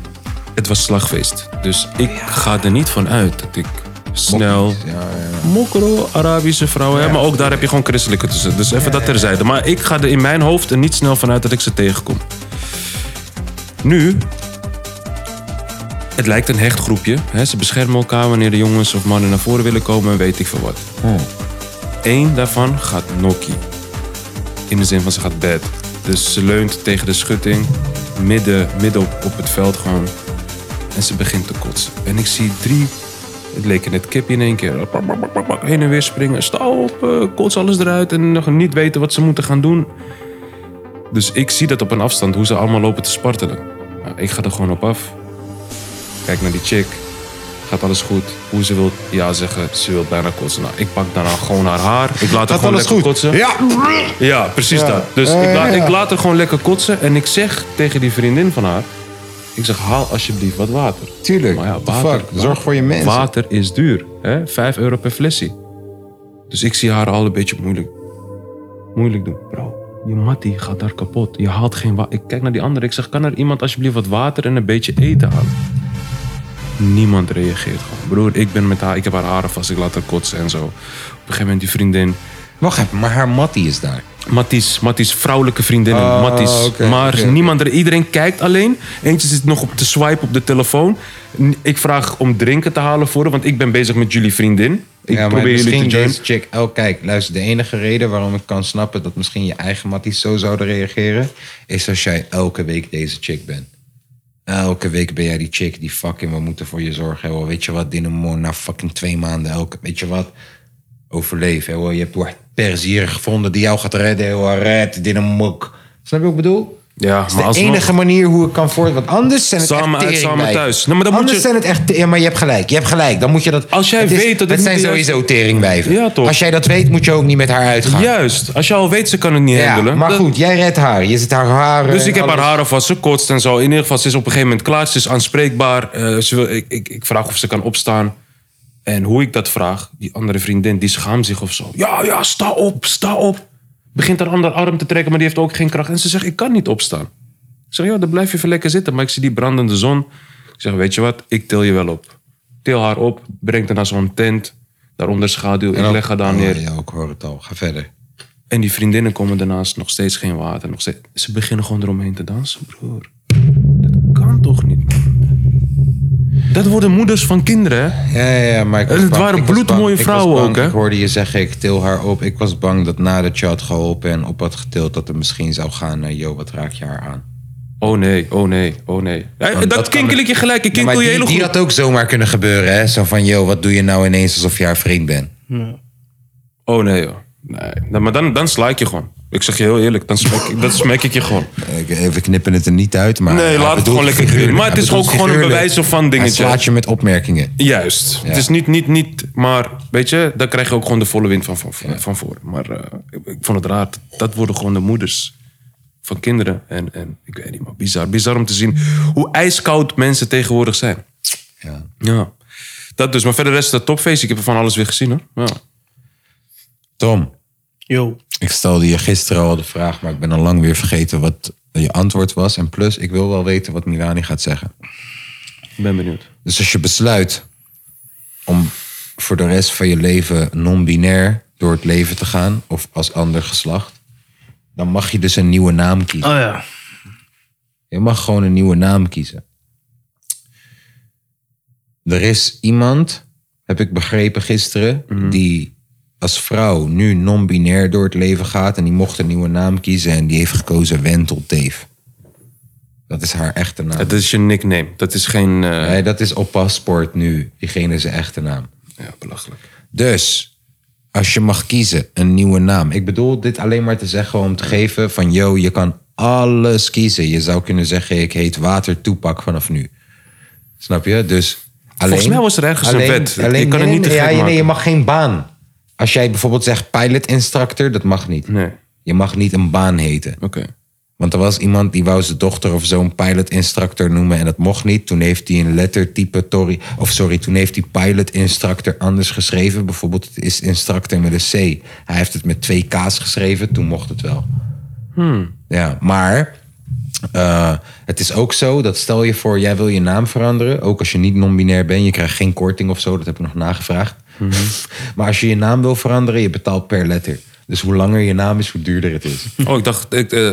Speaker 3: Het was slagfeest. Dus ik ga er niet van uit dat ik snel... Mokro, Arabische vrouwen. hè, maar ook daar heb je gewoon christelijke tussen. Dus even dat terzijde. Maar ik ga er in mijn hoofd er niet snel van uit dat ik ze tegenkom. Nu... Het lijkt een hecht groepje. Hè? Ze beschermen elkaar wanneer de jongens of mannen naar voren willen komen en weet ik veel wat. Eén daarvan gaat Nokkie. In de zin van ze gaat bed. Dus ze leunt tegen de schutting, midden, midden op, op het veld gewoon. En ze begint te kotsen. En ik zie drie, het leek een het kipje in één keer. Bak, bak, bak, bak, Heen en weer springen, sta op, eh, kots alles eruit en nog niet weten wat ze moeten gaan doen. Dus ik zie dat op een afstand, hoe ze allemaal lopen te spartelen. Nou, ik ga er gewoon op af. Kijk naar die chick. Gaat alles goed? Hoe ze wil ja zeggen, ze wil bijna kotsen. Nou, ik pak daarna gewoon haar haar. Ik laat haar gewoon lekker kotsen.
Speaker 1: Ja.
Speaker 3: Ja, precies dat. Dus
Speaker 1: Eh.
Speaker 3: ik, la- ik laat haar gewoon lekker kotsen. En ik zeg tegen die vriendin van haar... Ik zeg, haal alsjeblieft wat water.
Speaker 1: Tuurlijk,
Speaker 3: Maar ja,
Speaker 1: what the
Speaker 3: water,
Speaker 1: fuck? Zorg voor je mensen.
Speaker 3: Water is duur. Hè? Vijf euro per flesje. Dus ik zie haar al een beetje moeilijk, moeilijk doen. Bro, je mattie gaat daar kapot. Je haalt geen water. Ik kijk naar die andere. Ik zeg, kan er iemand alsjeblieft wat water en een beetje eten halen? Niemand reageert gewoon. Broer, ik ben met haar. Ik heb haar haren vast. Ik laat haar kotsen en zo. Op een gegeven moment die vriendin...
Speaker 1: Wacht even, maar haar mattie is daar.
Speaker 3: Matties, Matties, vrouwelijke vriendinnen,
Speaker 1: Oh,
Speaker 3: Matties.
Speaker 1: oké,
Speaker 3: maar
Speaker 1: oké, oké.
Speaker 3: niemand, er, iedereen kijkt alleen. Eentje zit nog op te swipe op de telefoon. N- Ik vraag om drinken te halen voor haar, want ik ben bezig met jullie vriendin.
Speaker 1: ja,
Speaker 3: Ik
Speaker 1: maar dus
Speaker 3: probeer jullie
Speaker 1: misschien
Speaker 3: te joinen.
Speaker 1: deze chick... Oh, kijk, luister, de enige reden waarom ik kan snappen... dat misschien je eigen matties zo zouden reageren... is als jij elke week deze chick bent. Elke week ben jij die chick die fucking we moeten voor je zorgen. Hoor. Weet je wat, Dinamo, na fucking twee maanden elke. Weet je wat? Overleef. Hè, hoor. Je hebt Wahid Pers hier gevonden die jou gaat redden. Hoor. Red Dinamo. Snap je wat ik bedoel?
Speaker 3: Ja,
Speaker 1: Dat is
Speaker 3: maar
Speaker 1: de
Speaker 3: alsnog-
Speaker 1: enige manier hoe ik kan voort. Want anders zijn het
Speaker 3: Samen
Speaker 1: echt
Speaker 3: uit,
Speaker 1: tering
Speaker 3: samen
Speaker 1: wijven.
Speaker 3: thuis. Nou, maar dan moet
Speaker 1: anders
Speaker 3: je-
Speaker 1: zijn het echt... te- Ja, maar je hebt gelijk. Je hebt gelijk. Dan moet je dat...
Speaker 3: Als jij
Speaker 1: het is-
Speaker 3: weet dat dit
Speaker 1: Het zijn
Speaker 3: niet de
Speaker 1: sowieso
Speaker 3: juiste-
Speaker 1: teringwijven.
Speaker 3: Ja, toch.
Speaker 1: Als jij dat weet, moet je ook niet met haar uitgaan.
Speaker 3: Juist, als je al weet, ze kan het niet
Speaker 1: Ja,
Speaker 3: handelen.
Speaker 1: maar
Speaker 3: dan-
Speaker 1: goed, jij redt haar. Je zit haar haren...
Speaker 3: Dus ik heb
Speaker 1: en
Speaker 3: haar
Speaker 1: eh, alles.
Speaker 3: haar vast, ze kotst en zo. In ieder geval, ze is op een gegeven moment klaar. Ze is aanspreekbaar. Eh, ze wil, ik, ik, ik vraag of ze kan opstaan. En hoe ik dat vraag, die andere vriendin, die schaamt zich of zo. Ja, ja, sta op, sta op. Begint haar andere arm te trekken, maar die heeft ook geen kracht. En ze zegt, ik kan niet opstaan. Ik zeg, ja, dan blijf je even lekker zitten. Maar ik zie die brandende zon. Ik zeg, weet je wat, ik til je wel op. Til haar op, breng haar naar zo'n tent. Daaronder schaduw, ik
Speaker 1: ook-
Speaker 3: leg haar daar
Speaker 1: Oh,
Speaker 3: neer.
Speaker 1: Ja, ik hoor het al. Ga verder.
Speaker 3: En die vriendinnen komen daarnaast nog steeds geen water. Nog steeds, ze beginnen gewoon eromheen te dansen, broer. Dat kan toch niet, man? Dat worden moeders van kinderen, hè?
Speaker 1: Ja, ja, ja, maar ik was
Speaker 3: En het
Speaker 1: bang.
Speaker 3: waren
Speaker 1: Ik was bang.
Speaker 3: bloedmooie
Speaker 1: Ik was
Speaker 3: vrouwen
Speaker 1: bang.
Speaker 3: ook, hè?
Speaker 1: Ik hoorde je zeggen, ik til haar op. Ik was bang dat nadat je had geholpen en op had getild... dat het misschien zou gaan, eh, yo, wat raak je haar aan?
Speaker 3: Oh nee, oh nee, oh nee. Hey,
Speaker 1: Want
Speaker 3: dat
Speaker 1: dat kan
Speaker 3: kinkel ik
Speaker 1: het-
Speaker 3: je gelijk. Ik
Speaker 1: Ja, maar
Speaker 3: kinkel je
Speaker 1: die,
Speaker 3: hele
Speaker 1: die
Speaker 3: goed.
Speaker 1: had ook zomaar kunnen gebeuren, hè? Zo van, yo, wat doe je nou ineens alsof je haar vriend bent?
Speaker 3: Oh nee, joh. Nee. Nou, maar dan, dan sla ik je gewoon. Ik zeg je heel eerlijk, dan smek, ik- dan smek ik je gewoon.
Speaker 1: Eh, We knippen het er niet uit, maar...
Speaker 3: Nee,
Speaker 1: hij
Speaker 3: laat het
Speaker 1: bedoelt
Speaker 3: gewoon lekker
Speaker 1: figuurlijk.
Speaker 3: erin. Maar
Speaker 1: Hij
Speaker 3: het is
Speaker 1: bedoelt
Speaker 3: ook gewoon een
Speaker 1: figuurlijk.
Speaker 3: bewijs van dingetje.
Speaker 1: Hij slaat je met opmerkingen.
Speaker 3: Juist. Het is niet, niet, niet, maar weet je, daar krijg je ook gewoon de volle wind van, van, van, van voren. Maar eh, ik, ik vond het raar, dat worden gewoon de moeders van kinderen. En, en ik weet niet, maar bizar. Bizar om te zien hoe ijskoud mensen tegenwoordig zijn.
Speaker 1: Ja.
Speaker 3: Ja. Dat dus, maar verder rest het topfeest. Ik heb er van alles weer gezien hoor. Ja.
Speaker 1: Tom,
Speaker 2: Yo.
Speaker 1: ik stelde je gisteren al de vraag, maar ik ben al lang weer vergeten wat je antwoord was. En plus, ik wil wel weten wat Milani gaat zeggen.
Speaker 3: Ik ben benieuwd.
Speaker 1: Dus als je besluit om voor de rest van je leven non-binair door het leven te gaan, of als ander geslacht, dan mag je dus een nieuwe naam kiezen.
Speaker 2: Oh ja.
Speaker 1: Je mag gewoon een nieuwe naam kiezen. Er is iemand, heb ik begrepen gisteren, die als vrouw nu non-binair door het leven gaat en die mocht een nieuwe naam kiezen en die heeft gekozen Wentel Teef. Dat is haar echte naam.
Speaker 3: Dat is je nickname. Dat is geen... eh,
Speaker 1: Nee, dat is op paspoort nu. Diegene zijn echte naam.
Speaker 3: Ja, belachelijk.
Speaker 1: Dus als je mag kiezen, een nieuwe naam. Ik bedoel dit alleen maar te zeggen om te geven van... yo, je kan alles kiezen. Je zou kunnen zeggen, ik heet Water Toepak vanaf nu. Snap je? Dus alleen...
Speaker 3: Volgens mij was er ergens een wet. Je kan het niet te gek
Speaker 1: ja,
Speaker 3: maken.
Speaker 1: Nee, je mag geen baan. Als jij bijvoorbeeld zegt pilot instructor, dat mag niet.
Speaker 3: Nee.
Speaker 1: Je mag niet een baan heten.
Speaker 3: Oké.
Speaker 1: Want er was iemand die wou zijn dochter of zo'n pilot-instructor noemen en dat mocht niet. Toen heeft hij een lettertype Tori, of sorry, toen heeft hij pilot-instructor anders geschreven. Bijvoorbeeld het is instructor met een C. Hij heeft het met twee K's geschreven, toen mocht het wel. Ja, maar eh, het is ook zo dat stel je voor, jij wil je naam veranderen. Ook als je niet non-binair bent, je krijgt geen korting of zo. Dat heb ik nog nagevraagd. maar als je je naam wil veranderen, je betaalt per letter. Dus hoe langer je naam is, hoe duurder het is.
Speaker 3: Oh, ik dacht, ik, eh,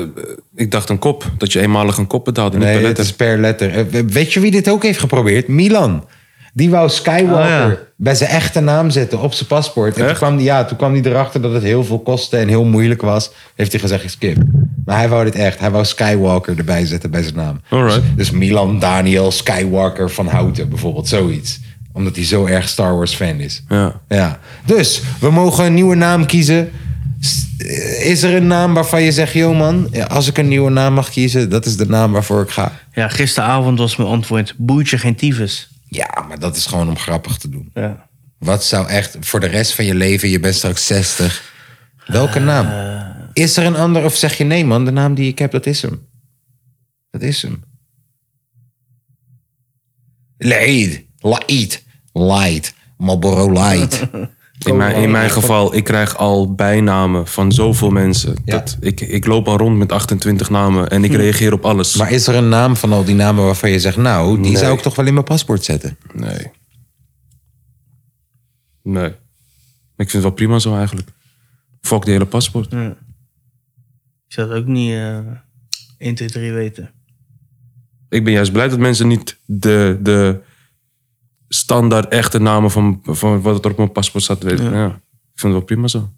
Speaker 3: ik dacht een kop. Dat je eenmalig een kop betaalde.
Speaker 1: Nee,
Speaker 3: niet per
Speaker 1: het is
Speaker 3: letter.
Speaker 1: per letter. Eh, we- Weet je wie dit ook heeft geprobeerd? Milan. Die wou Skywalker
Speaker 2: Ah, ja.
Speaker 1: bij zijn echte naam zetten op zijn paspoort. En toen
Speaker 3: Oh, Echt?
Speaker 1: kwam, die, ja, toen kwam hij erachter dat het heel veel kostte en heel moeilijk was. Heeft hij gezegd, ik skip. Maar hij wou dit echt. Hij wou Skywalker erbij zetten bij zijn naam.
Speaker 3: Alright.
Speaker 1: Dus Milan Daniel Skywalker van Houten bijvoorbeeld. Zoiets. Omdat hij zo erg Star Wars fan is.
Speaker 3: Ja.
Speaker 1: Ja. Dus we mogen een nieuwe naam kiezen. S- eh, Is er een naam waarvan je zegt, yo man, ja, als ik een nieuwe naam mag kiezen, dat is de naam waarvoor ik ga.
Speaker 2: Ja, gisteravond was mijn antwoord. Boertje geen tyfus.
Speaker 1: Ja, maar dat is gewoon om grappig te doen.
Speaker 2: Ja.
Speaker 1: Wat zou echt voor de rest van je leven, je bent straks 60. Welke naam? Is er een ander of zeg je nee man, de naam die ik heb, dat is hem. Dat is hem. Leid. Light. Light. Marlboro Light.
Speaker 3: In mijn, in mijn geval, ik krijg al bijnamen van zoveel mensen.
Speaker 1: Ja. Hm.
Speaker 3: Dat ik, ik loop al rond met 28 namen en ik reageer op alles.
Speaker 1: Maar is er een naam van al die namen waarvan je zegt, nou, die zou ik toch wel in mijn paspoort zetten?
Speaker 3: Nee. Nee. Ik vind het wel prima zo eigenlijk. Fuck de hele paspoort.
Speaker 2: Ik zou het ook niet eh 1, 2, 3 weten.
Speaker 3: Ik ben juist blij dat mensen niet de, de standaard echte namen van, van wat er op mijn paspoort staat weten. Ja. Ik vind het wel prima zo.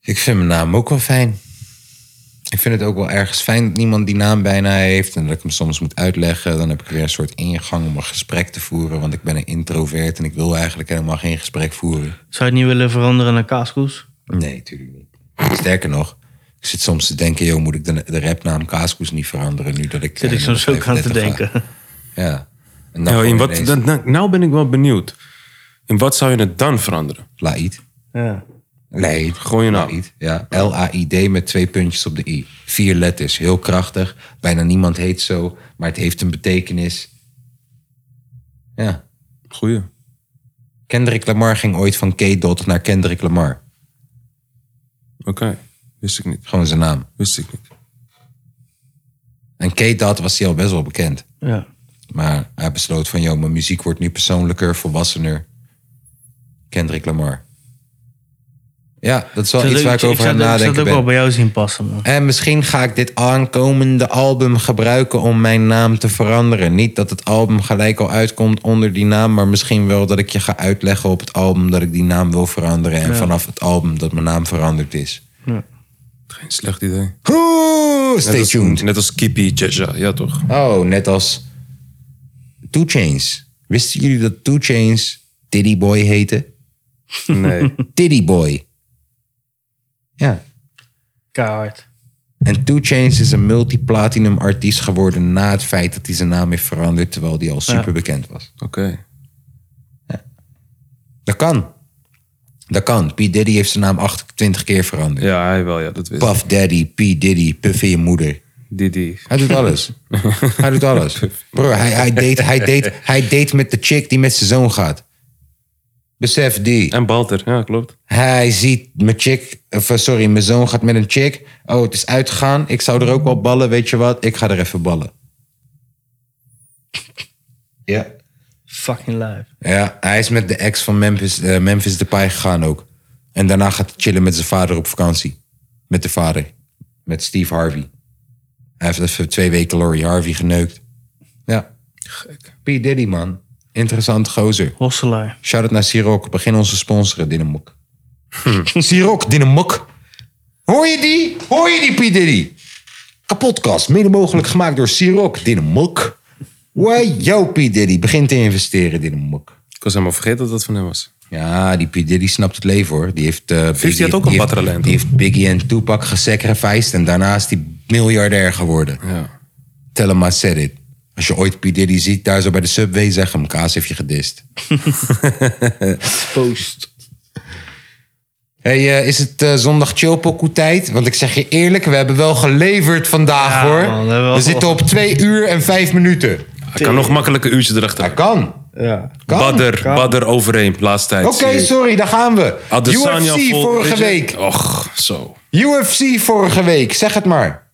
Speaker 1: Ik vind mijn naam ook wel fijn. Ik vind het ook wel ergens fijn dat niemand die naam bijna heeft. En dat ik hem soms moet uitleggen. Dan heb ik weer een soort ingang om een gesprek te voeren. Want ik ben een introvert en ik wil eigenlijk helemaal geen gesprek voeren.
Speaker 2: Zou je het niet willen veranderen naar kaaskoes?
Speaker 1: Nee, natuurlijk niet. Sterker nog, ik zit soms te denken... joh, moet ik de, de rapnaam Kaaskoes niet veranderen nu dat ik...
Speaker 2: Zit
Speaker 1: eh,
Speaker 2: ik soms
Speaker 1: nummer
Speaker 2: ook aan te
Speaker 1: 35
Speaker 2: denken.
Speaker 1: ga? Ja. En
Speaker 3: Nou, in wat,
Speaker 1: Dan...
Speaker 3: dan- nou, nou ben ik wel benieuwd. In wat zou je het dan veranderen?
Speaker 1: Laid.
Speaker 2: Ja.
Speaker 1: Laid.
Speaker 3: Gewoon je naam.
Speaker 1: Laid, ja. L-A-I-D met twee puntjes op de i. Vier letters, heel krachtig. Bijna niemand heet zo, maar het heeft een betekenis. Ja.
Speaker 3: Goeie.
Speaker 1: Kendrick Lamar ging ooit van K-Dot naar Kendrick Lamar.
Speaker 3: Oké. Wist ik niet.
Speaker 1: Gewoon zijn naam.
Speaker 3: Wist ik niet.
Speaker 1: En K-Dot was hij al best wel bekend.
Speaker 2: ja.
Speaker 1: Maar hij besloot van, joh, mijn muziek wordt nu persoonlijker, volwassener. Kendrick Lamar. Ja, dat is wel
Speaker 2: Zou
Speaker 1: iets
Speaker 2: dat-
Speaker 1: waar ik, over aan
Speaker 2: zou
Speaker 1: het
Speaker 2: dat- ik zou dat
Speaker 1: nadenken
Speaker 2: ook wel
Speaker 1: ben.
Speaker 2: bij jou zien passen, man.
Speaker 1: En misschien ga ik dit aankomende album gebruiken om mijn naam te veranderen. Niet dat het album gelijk al uitkomt onder die naam, maar misschien wel dat ik je ga uitleggen op het album dat ik die naam wil veranderen. En vanaf het album dat mijn naam veranderd is.
Speaker 3: Geen slecht idee.
Speaker 1: Oeh, stay
Speaker 3: als,
Speaker 1: tuned.
Speaker 3: Net als Kippy Jaja. Ja, toch?
Speaker 1: Oh, net als Two Chains. Wisten jullie dat Two Chains Diddy Boy heette?
Speaker 3: Nee.
Speaker 1: Diddy Boy. Ja.
Speaker 2: Kaart.
Speaker 1: En Two Chains is een multiplatinum artiest geworden na het feit dat hij zijn naam heeft veranderd terwijl hij al super bekend was.
Speaker 3: Oké.
Speaker 1: Dat kan. Dat kan. P. Diddy heeft zijn naam 28 keer veranderd.
Speaker 3: Ja, hij wel. Ja, dat wist ik.
Speaker 1: Puff Daddy, P. Diddy, Puff in je moeder.
Speaker 3: Didi.
Speaker 1: Hij doet alles. hij doet alles. Bro, hij, hij, date, hij, date, hij date met de chick die met zijn zoon gaat. Besef die.
Speaker 3: En Balter. Ja, klopt.
Speaker 1: Hij ziet mijn chick, of, eh, sorry, mijn zoon gaat met een chick. Oh, het is uitgegaan. Ik zou er ook wel ballen, weet je wat? Ik ga er even ballen. Ja.
Speaker 2: Fucking live.
Speaker 1: Ja, hij is met de ex van Memphis, eh Memphis Depay gegaan ook. En daarna gaat hij chillen met zijn vader op vakantie. Met de vader. Met Steve Harvey. Hij heeft even twee weken Laurie Harvey geneukt. Ja. Gek. P. Diddy, man. Interessant gozer.
Speaker 2: Hosselaar.
Speaker 1: Shout-out naar Sirok. Begin onze sponsoren, Dinamok. Sirok, Dinamok. Hoor je die? Hoor je die, P. Diddy? Kapotkast, mede mogelijk gemaakt door Sirok, Dinamok. Why, yo, P. Diddy. Begin te investeren, Dinamok.
Speaker 3: Ik was helemaal vergeten dat dat van hem was.
Speaker 1: Ja, die P. Diddy snapt het leven hoor. Die heeft, eh, Biggie-
Speaker 3: had ook een
Speaker 1: die
Speaker 3: batterij,
Speaker 1: heeft-
Speaker 3: toch?
Speaker 1: Die heeft Biggie en Tupac gesacrificed en daarna is die miljardair geworden.
Speaker 3: Ja.
Speaker 1: Tell him I said it. Als je ooit P. Diddy ziet daar zo bij de subway, zeg hem, Kaas heeft je gedist.
Speaker 2: Post.
Speaker 1: hey, eh, is het eh, zondag chillpokoe tijd? Want ik zeg je eerlijk, we hebben wel geleverd vandaag
Speaker 2: Ja,
Speaker 1: hoor.
Speaker 2: man, we hebben wel
Speaker 1: we zitten op twee uur en vijf minuten.
Speaker 3: Hij kan nog makkelijk een uurtje erachter.
Speaker 1: Dat kan.
Speaker 2: Ja.
Speaker 1: kan.
Speaker 3: Badder, badder overheen, laatste tijd.
Speaker 1: Oké, sorry, daar gaan we.
Speaker 3: Adesanya
Speaker 1: UFC
Speaker 3: vol- weet
Speaker 1: vorige
Speaker 3: je-
Speaker 1: week.
Speaker 3: Och, zo.
Speaker 1: UFC vorige week, zeg het maar.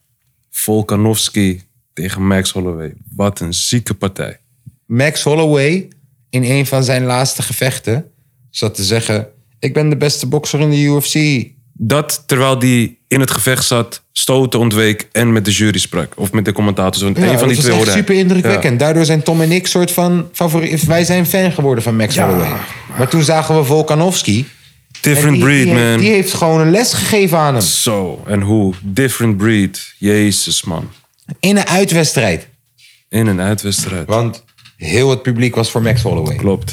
Speaker 3: Volkanovski tegen Max Holloway. Wat een zieke partij.
Speaker 1: Max Holloway in een van zijn laatste gevechten zat te zeggen: Ik ben de beste bokser in de UFC.
Speaker 3: Dat terwijl die in het gevecht zat, stoten ontweek en met de jury sprak. Of met de commentators. Want
Speaker 1: Ja,
Speaker 3: een van
Speaker 1: Nou,
Speaker 3: die
Speaker 1: dat
Speaker 3: twee
Speaker 1: was
Speaker 3: hoorde
Speaker 1: echt super
Speaker 3: hij.
Speaker 1: indrukwekkend. Daardoor zijn Tom en ik soort van favoriet. Wij zijn fan geworden van Max Holloway. Maar toen zagen we Volkanovski.
Speaker 3: Ja. Different
Speaker 1: En die-
Speaker 3: breed,
Speaker 1: die,
Speaker 3: man.
Speaker 1: Die heeft gewoon een les gegeven aan hem.
Speaker 3: Zo, en hoe. Different breed. Jezus, man.
Speaker 1: In een uitwedstrijd.
Speaker 3: In- en uitwedstrijd.
Speaker 1: Want heel het publiek was voor Max Holloway.
Speaker 3: Klopt.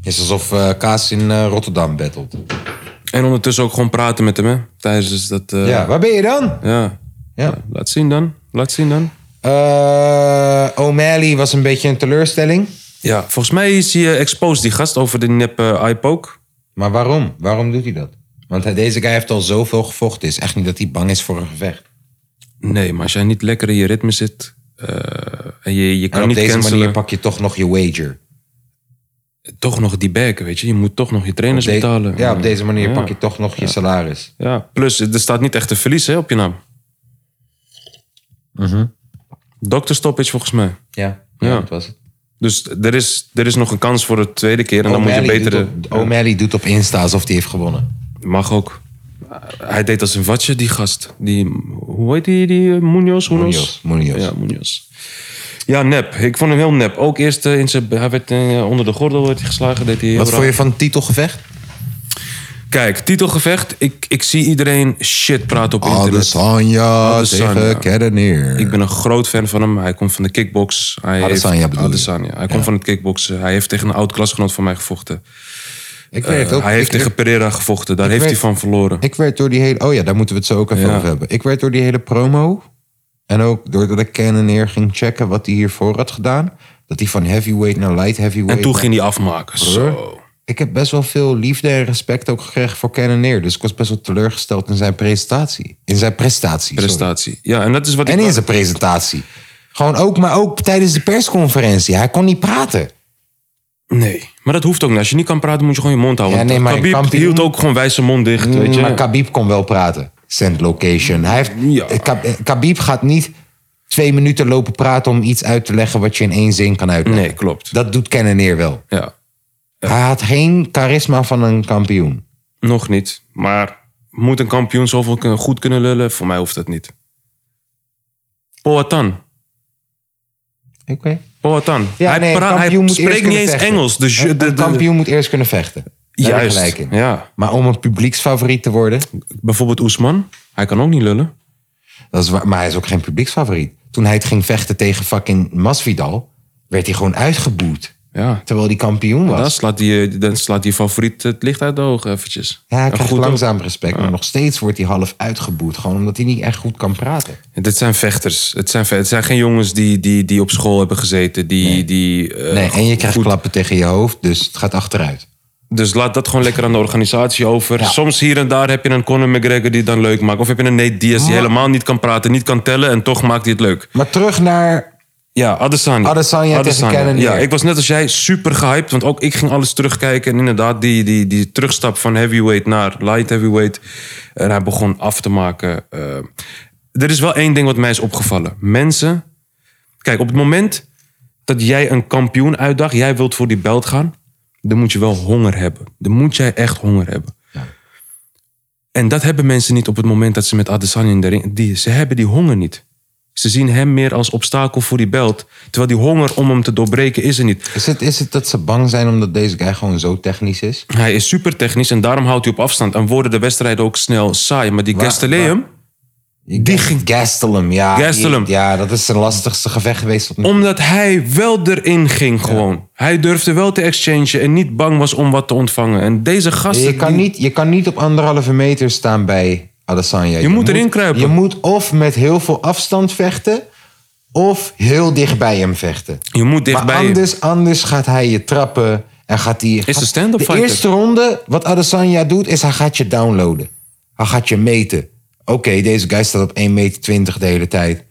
Speaker 1: Het is alsof eh, Kaas in eh, Rotterdam battelt.
Speaker 3: En ondertussen ook gewoon praten met hem, hè. Tijdens dat... eh,
Speaker 1: Ja, waar ben je dan?
Speaker 3: ja.
Speaker 1: Ja.
Speaker 3: Laat zien dan. Laat zien dan.
Speaker 1: Eh, O'Malley was een beetje een teleurstelling.
Speaker 3: Ja, volgens mij is hij eh, exposed, die gast, over de nep eh, iPoke.
Speaker 1: Maar waarom? Waarom doet hij dat? Want hij- deze guy heeft al zoveel gevochten. Het is echt niet dat hij bang is voor een gevecht.
Speaker 3: Nee, maar als jij niet lekker in je ritme zit eh, en je, je kan
Speaker 1: En op
Speaker 3: niet
Speaker 1: deze
Speaker 3: cancelen,
Speaker 1: manier pak je toch nog je wager.
Speaker 3: toch nog die bacon, weet je. Je moet toch nog je trainers
Speaker 1: De-
Speaker 3: betalen.
Speaker 1: ja, op deze manier
Speaker 3: Ja.
Speaker 1: pak je toch nog je salaris.
Speaker 3: Ja, plus er staat niet echt te verliezen hè, op je naam.
Speaker 1: Mhm.
Speaker 3: Dokter stoppage volgens mij.
Speaker 1: Ja, ja,
Speaker 3: Ja.
Speaker 1: dat was het.
Speaker 3: Dus er is, er is nog een kans voor de tweede keer en dan moet je
Speaker 1: O'Malley
Speaker 3: betere...
Speaker 1: doet op, O'Malley doet op Insta alsof hij heeft gewonnen.
Speaker 3: Mag ook. Hij deed als een watje, die gast. Die, hoe heet die? die eh, Munoz?
Speaker 1: Munoz, Munoz.
Speaker 3: Ja, Munoz. Ja, nep. Ik vond hem heel nep. Ook eerst eh, in zijn, hij werd, eh, onder de gordel werd hij geslagen. Deed hij heel
Speaker 1: Wat
Speaker 3: raar.
Speaker 1: vond je van het titelgevecht?
Speaker 3: Kijk, titelgevecht. Ik, ik zie iedereen shit praten op
Speaker 1: Oh,
Speaker 3: internet.
Speaker 1: Adesanya
Speaker 3: Adesanya.
Speaker 1: tegen Kerneer.
Speaker 3: Ik ben een groot fan van hem. Hij komt van de kickbox. Hij
Speaker 1: Adesanya
Speaker 3: heeft,
Speaker 1: bedoel je?
Speaker 3: Adesanya. Hij komt van het kickboksen. Hij heeft tegen een oud klasgenoot van mij gevochten.
Speaker 1: Ik werd
Speaker 3: Eh,
Speaker 1: ook...
Speaker 3: hij heeft
Speaker 1: ik-
Speaker 3: tegen Pereira gevochten. Daar heeft
Speaker 1: weet-
Speaker 3: hij van verloren.
Speaker 1: Ik werd door die hele... Oh ja, daar moeten we het zo ook even
Speaker 3: Ja.
Speaker 1: over hebben. Ik werd door die hele promo... En ook doordat ik Cannoneer ging checken wat hij hiervoor had gedaan. Dat hij van heavyweight naar light heavyweight...
Speaker 3: en toen
Speaker 1: naar-
Speaker 3: ging hij afmaken. Zo.
Speaker 1: Ik heb best wel veel liefde en respect ook gekregen voor Cannoneer. Dus ik was best wel teleurgesteld in zijn presentatie. In zijn prestatie. sorry.
Speaker 3: Prestatie. Ja, en dat is wat
Speaker 1: En
Speaker 3: ik...
Speaker 1: in zijn presentatie. Gewoon ook, maar ook tijdens de persconferentie. Hij kon niet praten.
Speaker 3: Nee. Maar dat hoeft ook niet. Als je niet kan praten, moet je gewoon je mond houden.
Speaker 1: Ja,
Speaker 3: Want
Speaker 1: nee, maar
Speaker 3: Khabib
Speaker 1: kampioen- Mm,
Speaker 3: hield ook gewoon wijs zijn mond dicht. Weet je?
Speaker 1: Maar Khabib kon wel praten. Send location. Hij heeft,
Speaker 3: Ja.
Speaker 1: Ka- eh, Khabib gaat niet twee minuten lopen praten om iets uit te leggen wat je in één zin kan uitleggen.
Speaker 3: Nee, klopt.
Speaker 1: Dat doet Kenneneer wel.
Speaker 3: Ja.
Speaker 1: Hij had geen charisma van een kampioen.
Speaker 3: Nog niet. Maar moet een kampioen zoveel kun- goed kunnen lullen? Voor mij hoeft dat niet. Poatan.
Speaker 1: Oké.
Speaker 3: Poatan.
Speaker 1: Ja,
Speaker 3: hij
Speaker 1: nee, een
Speaker 3: praat- hij
Speaker 1: kampioen moet eerst
Speaker 3: spreekt niet
Speaker 1: kunnen
Speaker 3: eens
Speaker 1: vechten.
Speaker 3: Engels. Dus je-
Speaker 1: Een-
Speaker 3: de,
Speaker 1: een
Speaker 3: de-
Speaker 1: kampioen moet eerst kunnen vechten. Daar heb je
Speaker 3: Juist.
Speaker 1: gelijk in.
Speaker 3: Ja.
Speaker 1: Maar om een publieksfavoriet te worden,
Speaker 3: Bijvoorbeeld Oesman. Hij kan ook niet lullen.
Speaker 1: dat is waar, maar hij is ook geen publieksfavoriet. Toen hij het ging vechten tegen fucking Masvidal, werd hij gewoon uitgeboet.
Speaker 3: Ja.
Speaker 1: Terwijl hij kampioen was.
Speaker 3: Dan slaat, die, eh, dan slaat die favoriet het licht uit de ogen eventjes.
Speaker 1: Ja, hij
Speaker 3: En
Speaker 1: krijgt
Speaker 3: goed ook.
Speaker 1: langzaam respect, maar nog steeds wordt hij half uitgeboet. Gewoon omdat hij niet echt goed kan praten.
Speaker 3: Dit zijn vechters. Het zijn, ve- het zijn geen jongens die, die, die op school hebben gezeten. Die, die, eh,
Speaker 1: Nee, en je krijgt
Speaker 3: goed-
Speaker 1: klappen tegen je hoofd, dus het gaat achteruit.
Speaker 3: Dus laat dat gewoon lekker aan de organisatie over. Soms hier en daar heb je een Conor McGregor die het dan leuk maakt. Of heb je een Nate Diaz die helemaal niet kan praten, niet kan tellen en toch maakt hij het leuk.
Speaker 1: Maar terug naar...
Speaker 3: Ja, Adesanya.
Speaker 1: Adesanya tegen Cannonier.
Speaker 3: Ja, ik was net als jij super gehyped, want ook ik ging alles terugkijken. En inderdaad, die, die, die terugstap van heavyweight naar light heavyweight. En hij begon af te maken. eh. er is wel één ding wat mij is opgevallen. Mensen, kijk, op het moment dat jij een kampioen uitdaagt, jij wilt voor die belt gaan, dan moet je wel honger hebben. Dan moet jij echt honger hebben. En dat hebben mensen niet op het moment dat ze met Adesanya in de ring... Die, ze hebben die honger niet. Ze zien hem meer als obstakel voor die belt. Terwijl die honger om hem te doorbreken is er niet.
Speaker 1: Is het, is het dat ze bang zijn omdat deze guy gewoon zo technisch is?
Speaker 3: Hij is super technisch en daarom houdt hij op afstand. En worden de wedstrijden ook snel saai. Maar die
Speaker 1: Waar-
Speaker 3: Gastelum,
Speaker 1: Die ging... Gastelum, ja.
Speaker 3: Gastelum.
Speaker 1: Die- ja, dat is zijn lastigste gevecht geweest. Tot nu.
Speaker 3: omdat hij wel erin ging gewoon. Hij durfde wel te exchangen en niet bang was om wat te ontvangen. En deze gasten...
Speaker 1: Je, kan
Speaker 3: die-
Speaker 1: niet, je kan niet op anderhalve meter staan bij Adesanya. Je,
Speaker 3: moet erin kruipen.
Speaker 1: Je moet of met heel veel afstand vechten... of heel dicht bij hem vechten.
Speaker 3: Je moet dichtbij...
Speaker 1: Maar anders, anders gaat hij je trappen en gaat hij... gaat-
Speaker 3: een stand-up
Speaker 1: De
Speaker 3: fighter.
Speaker 1: eerste ronde, wat Adesanya doet, is hij gaat je downloaden. Hij gaat je meten. Oké, deze guy staat op 1,20 meter de hele tijd.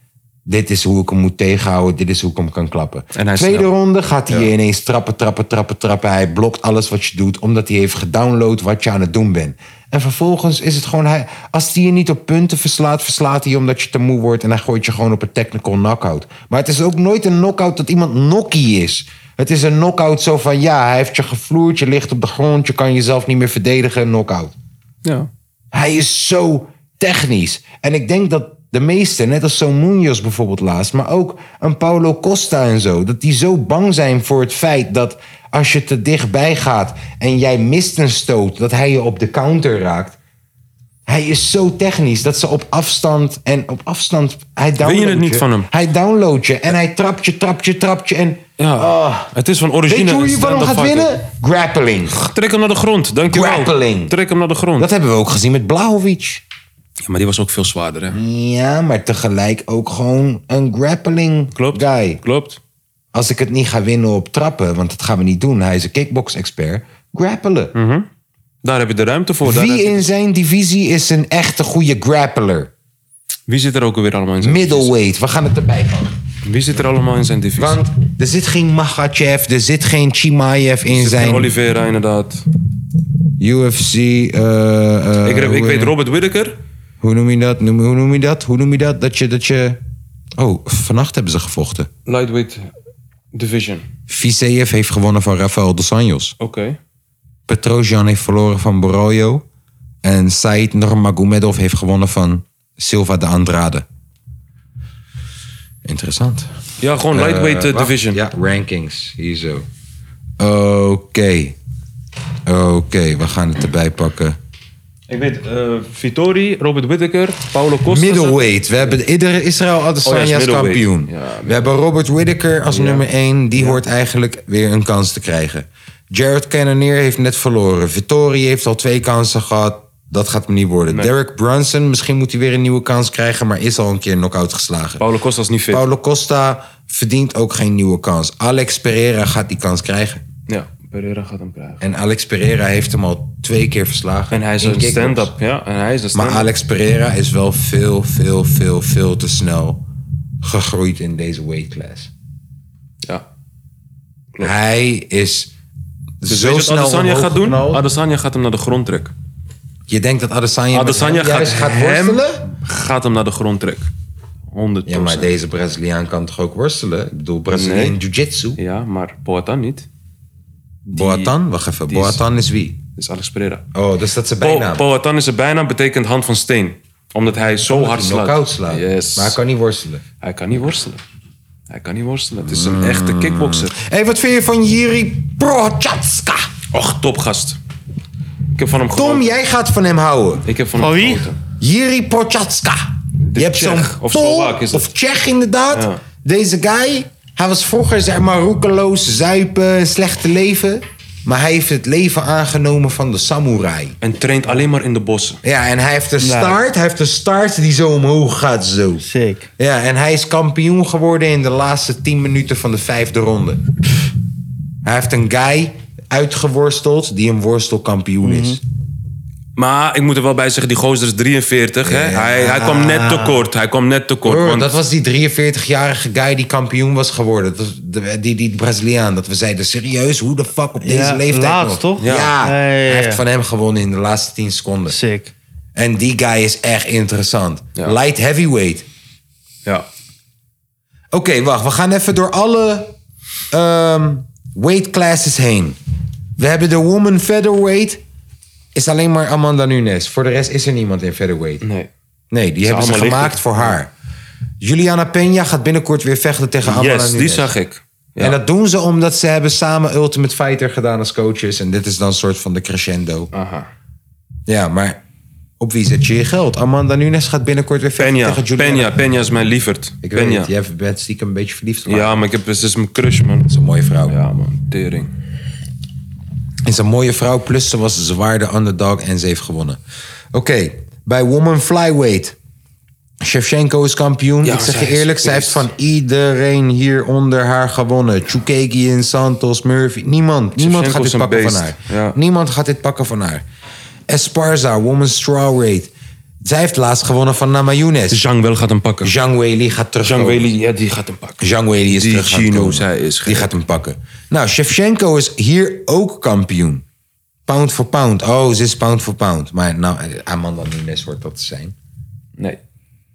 Speaker 1: Dit is hoe ik hem moet tegenhouden. Dit is hoe ik hem kan klappen.
Speaker 3: En hij is
Speaker 1: Tweede
Speaker 3: snel.
Speaker 1: ronde gaat hij je ineens trappen, trappen, trappen, trappen. Hij blokt alles wat je doet, omdat hij heeft gedownload wat je aan het doen bent. En vervolgens is het gewoon, hij, als hij je niet op punten verslaat, verslaat hij je omdat je te moe wordt. En hij gooit je gewoon op een technical knockout. Maar het is ook nooit een knockout dat iemand nokkie is. Het is een knockout zo van, ja, hij heeft je gevloerd, je ligt op de grond, je kan jezelf niet meer verdedigen, knockout.
Speaker 3: Ja.
Speaker 1: Hij is zo technisch. En ik denk dat de meesten, net als zo'n Munoz bijvoorbeeld laatst, maar ook een Paulo Costa en zo, dat die zo bang zijn voor het feit dat als je te dichtbij gaat en jij mist een stoot, dat hij je op de counter raakt. Hij is zo technisch dat ze op afstand en op afstand. Hij downloadt
Speaker 3: het niet van hem?
Speaker 1: Hij downloadt je en hij trapt je, trapt je, trapt je. En
Speaker 3: Ja.
Speaker 1: Ah.
Speaker 3: het is van origine...
Speaker 1: weet je hoe
Speaker 3: een
Speaker 1: je van hem
Speaker 3: stand-up
Speaker 1: gaat
Speaker 3: fighter.
Speaker 1: winnen? Grappling.
Speaker 3: Trek hem naar de grond, dankjewel.
Speaker 1: Grappling.
Speaker 3: Trek hem naar de grond.
Speaker 1: Dat hebben we ook gezien met Blahovic.
Speaker 3: Ja, maar die was ook veel zwaarder, hè?
Speaker 1: Mm, Ja, maar tegelijk ook gewoon een grappling
Speaker 3: Klopt.
Speaker 1: guy.
Speaker 3: Klopt.
Speaker 1: Als ik het niet ga winnen op trappen, want dat gaan we niet doen. Hij is een kickbox-expert. Grappelen.
Speaker 3: Mm. Daar heb je de ruimte voor. Daar heb
Speaker 1: Wie
Speaker 3: je-
Speaker 1: in zijn divisie is een echte goede grappler?
Speaker 3: Wie zit er ook alweer allemaal in zijn
Speaker 1: Middleweight. We gaan het erbij houden.
Speaker 3: divisie? Wie zit er allemaal in zijn divisie?
Speaker 1: Want er zit geen Makhachev, er zit geen Chimaev in
Speaker 3: Er zit geen
Speaker 1: zijn
Speaker 3: Oliveira, inderdaad.
Speaker 1: UFC. eh, eh,
Speaker 3: ik, heb- ik
Speaker 1: hoe-
Speaker 3: weet Robert Whittaker.
Speaker 1: Hoe noem je dat? Noem- hoe noem je dat? Hoe noem je dat? Dat je, dat je... Oh, vannacht hebben ze gevochten.
Speaker 3: Lightweight Division.
Speaker 1: Viseev heeft gewonnen van Rafael dos Anjos.
Speaker 3: Oké.
Speaker 1: Petrosjan heeft verloren van Boroyo. En Said Nurmagomedov heeft gewonnen van Silva de Andrade. Interessant.
Speaker 3: Ja, gewoon Lightweight eh,
Speaker 1: Eh, wacht.
Speaker 3: Division.
Speaker 1: Ja, rankings. Hier zo. Oké. Oké, we gaan het erbij pakken.
Speaker 7: Ik weet, eh Vittori, Robert Whittaker, Paulo Costa.
Speaker 1: Middleweight. We hebben iedere Israël Adesanya
Speaker 3: Oh ja,
Speaker 1: als
Speaker 3: is middleweight.
Speaker 1: kampioen. we hebben Robert Whittaker als nummer 1. Die hoort eigenlijk weer een kans te krijgen. Jared Cannonier heeft net verloren. Vittori heeft al twee kansen gehad. Dat gaat hem niet worden. Derek Brunson, misschien moet hij weer een nieuwe kans krijgen... maar is al een keer knock-out geslagen.
Speaker 3: Paulo Costa is niet fit.
Speaker 1: Paulo Costa verdient ook geen nieuwe kans. Alex Pereira gaat die kans krijgen.
Speaker 3: Ja, Pereira gaat hem krijgen.
Speaker 1: En Alex Pereira heeft hem al twee keer verslagen.
Speaker 3: En hij is
Speaker 1: In
Speaker 3: een
Speaker 1: kickbox.
Speaker 3: stand-up, ja. En hij is een
Speaker 1: Maar
Speaker 3: stand-up.
Speaker 1: Alex Pereira is wel veel, veel, veel, veel te snel gegroeid in deze weight class.
Speaker 3: Ja.
Speaker 1: Hij is
Speaker 3: Dus Weet
Speaker 1: zo
Speaker 3: je wat
Speaker 1: snel
Speaker 3: Adesanya
Speaker 1: omhoog
Speaker 3: gaat doen?
Speaker 1: geknald.
Speaker 3: Adesanya gaat hem naar de grond trekken.
Speaker 1: Je denkt dat Adesanya, met
Speaker 3: Adesanya
Speaker 1: hem
Speaker 3: gaat
Speaker 1: juist gaat
Speaker 3: hem-
Speaker 1: worstelen?
Speaker 3: Gaat hem naar de grond trekken. 100
Speaker 1: Ja, maar deze Braziliaan kan toch ook worstelen? Ik bedoel, Braziliaan
Speaker 3: Nee.
Speaker 1: Jiu-Jitsu.
Speaker 3: Ja, maar Poatan niet.
Speaker 1: Boatan? Wacht even.
Speaker 3: die is-
Speaker 1: Boatan is wie?
Speaker 3: Dat is Alex Pereira.
Speaker 1: Oh, dus dat is zijn
Speaker 3: Po-
Speaker 1: bijnaam.
Speaker 3: Poatan is zijn bijnaam, betekent hand van steen. Omdat hij zo hard
Speaker 1: Die
Speaker 3: slaat.
Speaker 1: knock-out slaat.
Speaker 3: Yes.
Speaker 1: Maar hij kan niet worstelen.
Speaker 3: Hij kan niet worstelen. Hij kan niet worstelen. Het is een echte kickboxer.
Speaker 1: Hé, hey, wat vind je van Jiri Prochazka?
Speaker 3: Och, topgast. Ik heb van hem
Speaker 1: Tom,
Speaker 3: genoten.
Speaker 1: jij gaat van hem houden.
Speaker 3: Ik heb van,
Speaker 2: Van
Speaker 3: hem
Speaker 2: wie?
Speaker 3: genoten.
Speaker 1: Jiri Prochazka. Je hebt zo'n
Speaker 3: Tsjech of
Speaker 1: Pool,
Speaker 3: Slovaak is dat.
Speaker 1: Of Tsjech inderdaad.
Speaker 3: Ja.
Speaker 1: Deze guy, hij was vroeger zeg maar roekeloos, zuipen, slechte leven. Maar hij heeft het leven aangenomen van de samurai.
Speaker 3: En traint alleen maar in de bossen.
Speaker 1: Ja, en hij heeft een staart. Hij heeft een staart die zo omhoog gaat zo.
Speaker 2: Sick.
Speaker 1: Ja, en hij is kampioen geworden in de laatste 10 minuten van de vijfde ronde. Hij heeft een guy uitgeworsteld die een worstelkampioen
Speaker 3: Mhm.
Speaker 1: is.
Speaker 3: Maar ik moet er wel bij zeggen, die gozer is 43. Hè?
Speaker 1: Ja.
Speaker 3: Hij, hij kwam net tekort. Hij kwam net tekort.
Speaker 1: Broer,
Speaker 3: want-
Speaker 1: dat was die 43-jarige guy die kampioen was geworden. Dat was de- die, die Braziliaan. Dat we zeiden, serieus, hoe de fuck op deze
Speaker 2: Ja,
Speaker 1: leeftijd
Speaker 2: laatst,
Speaker 1: nog?
Speaker 2: toch?
Speaker 1: Ja,
Speaker 2: Ja. Ja, ja, ja,
Speaker 1: hij
Speaker 2: ja.
Speaker 1: heeft van hem gewonnen in de laatste 10 seconden.
Speaker 2: Sick.
Speaker 1: En die guy is echt interessant.
Speaker 3: Ja.
Speaker 1: Light heavyweight.
Speaker 3: Ja.
Speaker 1: Oké, wacht. We gaan even door alle ehm, weight classes heen. We hebben de woman featherweight. Is alleen maar Amanda Nunes. Voor de rest is er niemand in featherweight.
Speaker 3: Nee.
Speaker 1: Nee, die hebben ze
Speaker 3: allemaal
Speaker 1: gemaakt
Speaker 3: lichter.
Speaker 1: voor haar. Juliana Peña gaat binnenkort weer vechten tegen Amanda
Speaker 3: Yes,
Speaker 1: Nunes.
Speaker 3: die zag ik. Ja.
Speaker 1: En dat doen ze omdat ze hebben samen Ultimate Fighter gedaan als coaches. En dit is dan een soort van de crescendo.
Speaker 3: Aha.
Speaker 1: Ja, maar op wie zet je je geld? Amanda Nunes gaat binnenkort weer vechten
Speaker 3: Peña.
Speaker 1: tegen Juliana.
Speaker 3: Peña. Peña is mijn lieverd.
Speaker 1: Ik weet
Speaker 3: Peña.
Speaker 1: het, jij bent stiekem een beetje verliefd. op haar.
Speaker 3: Ja, maar ik heb, ze is mijn crush, man.
Speaker 1: is een mooie vrouw.
Speaker 3: Ja, man. Tering.
Speaker 1: Is een mooie vrouw, plus ze was zwaar de underdog en ze heeft gewonnen. Oké, bij Woman Flyweight. Shevchenko is kampioen.
Speaker 3: Ja,
Speaker 1: ik zeg
Speaker 3: zij
Speaker 1: je
Speaker 3: is
Speaker 1: eerlijk, zij heeft
Speaker 3: pissed.
Speaker 1: van iedereen hieronder haar gewonnen. Chukagian, Santos, Murphy. Niemand. Niemand gaat
Speaker 3: is
Speaker 1: dit
Speaker 3: een
Speaker 1: pakken van
Speaker 3: beest.
Speaker 1: haar.
Speaker 3: Ja.
Speaker 1: Niemand gaat dit pakken van haar. Esparza, Woman Strawweight. Zij heeft laatst gewonnen van Namajunas.
Speaker 3: Zhang wel gaat hem pakken.
Speaker 1: Zhang Weili gaat
Speaker 3: Zhang
Speaker 1: terugkomen.
Speaker 3: Weili, ja, die gaat hem pakken.
Speaker 1: Zhang Weili is
Speaker 3: Die
Speaker 1: terug gaan
Speaker 3: Chino,
Speaker 1: komen.
Speaker 3: zij is gek.
Speaker 1: Die gaat hem pakken. Nou, Shevchenko is hier ook kampioen. Pound for pound. Oh, ze is pound for pound. Maar nou, Amanda Nunes wordt dat te zijn.
Speaker 3: Nee.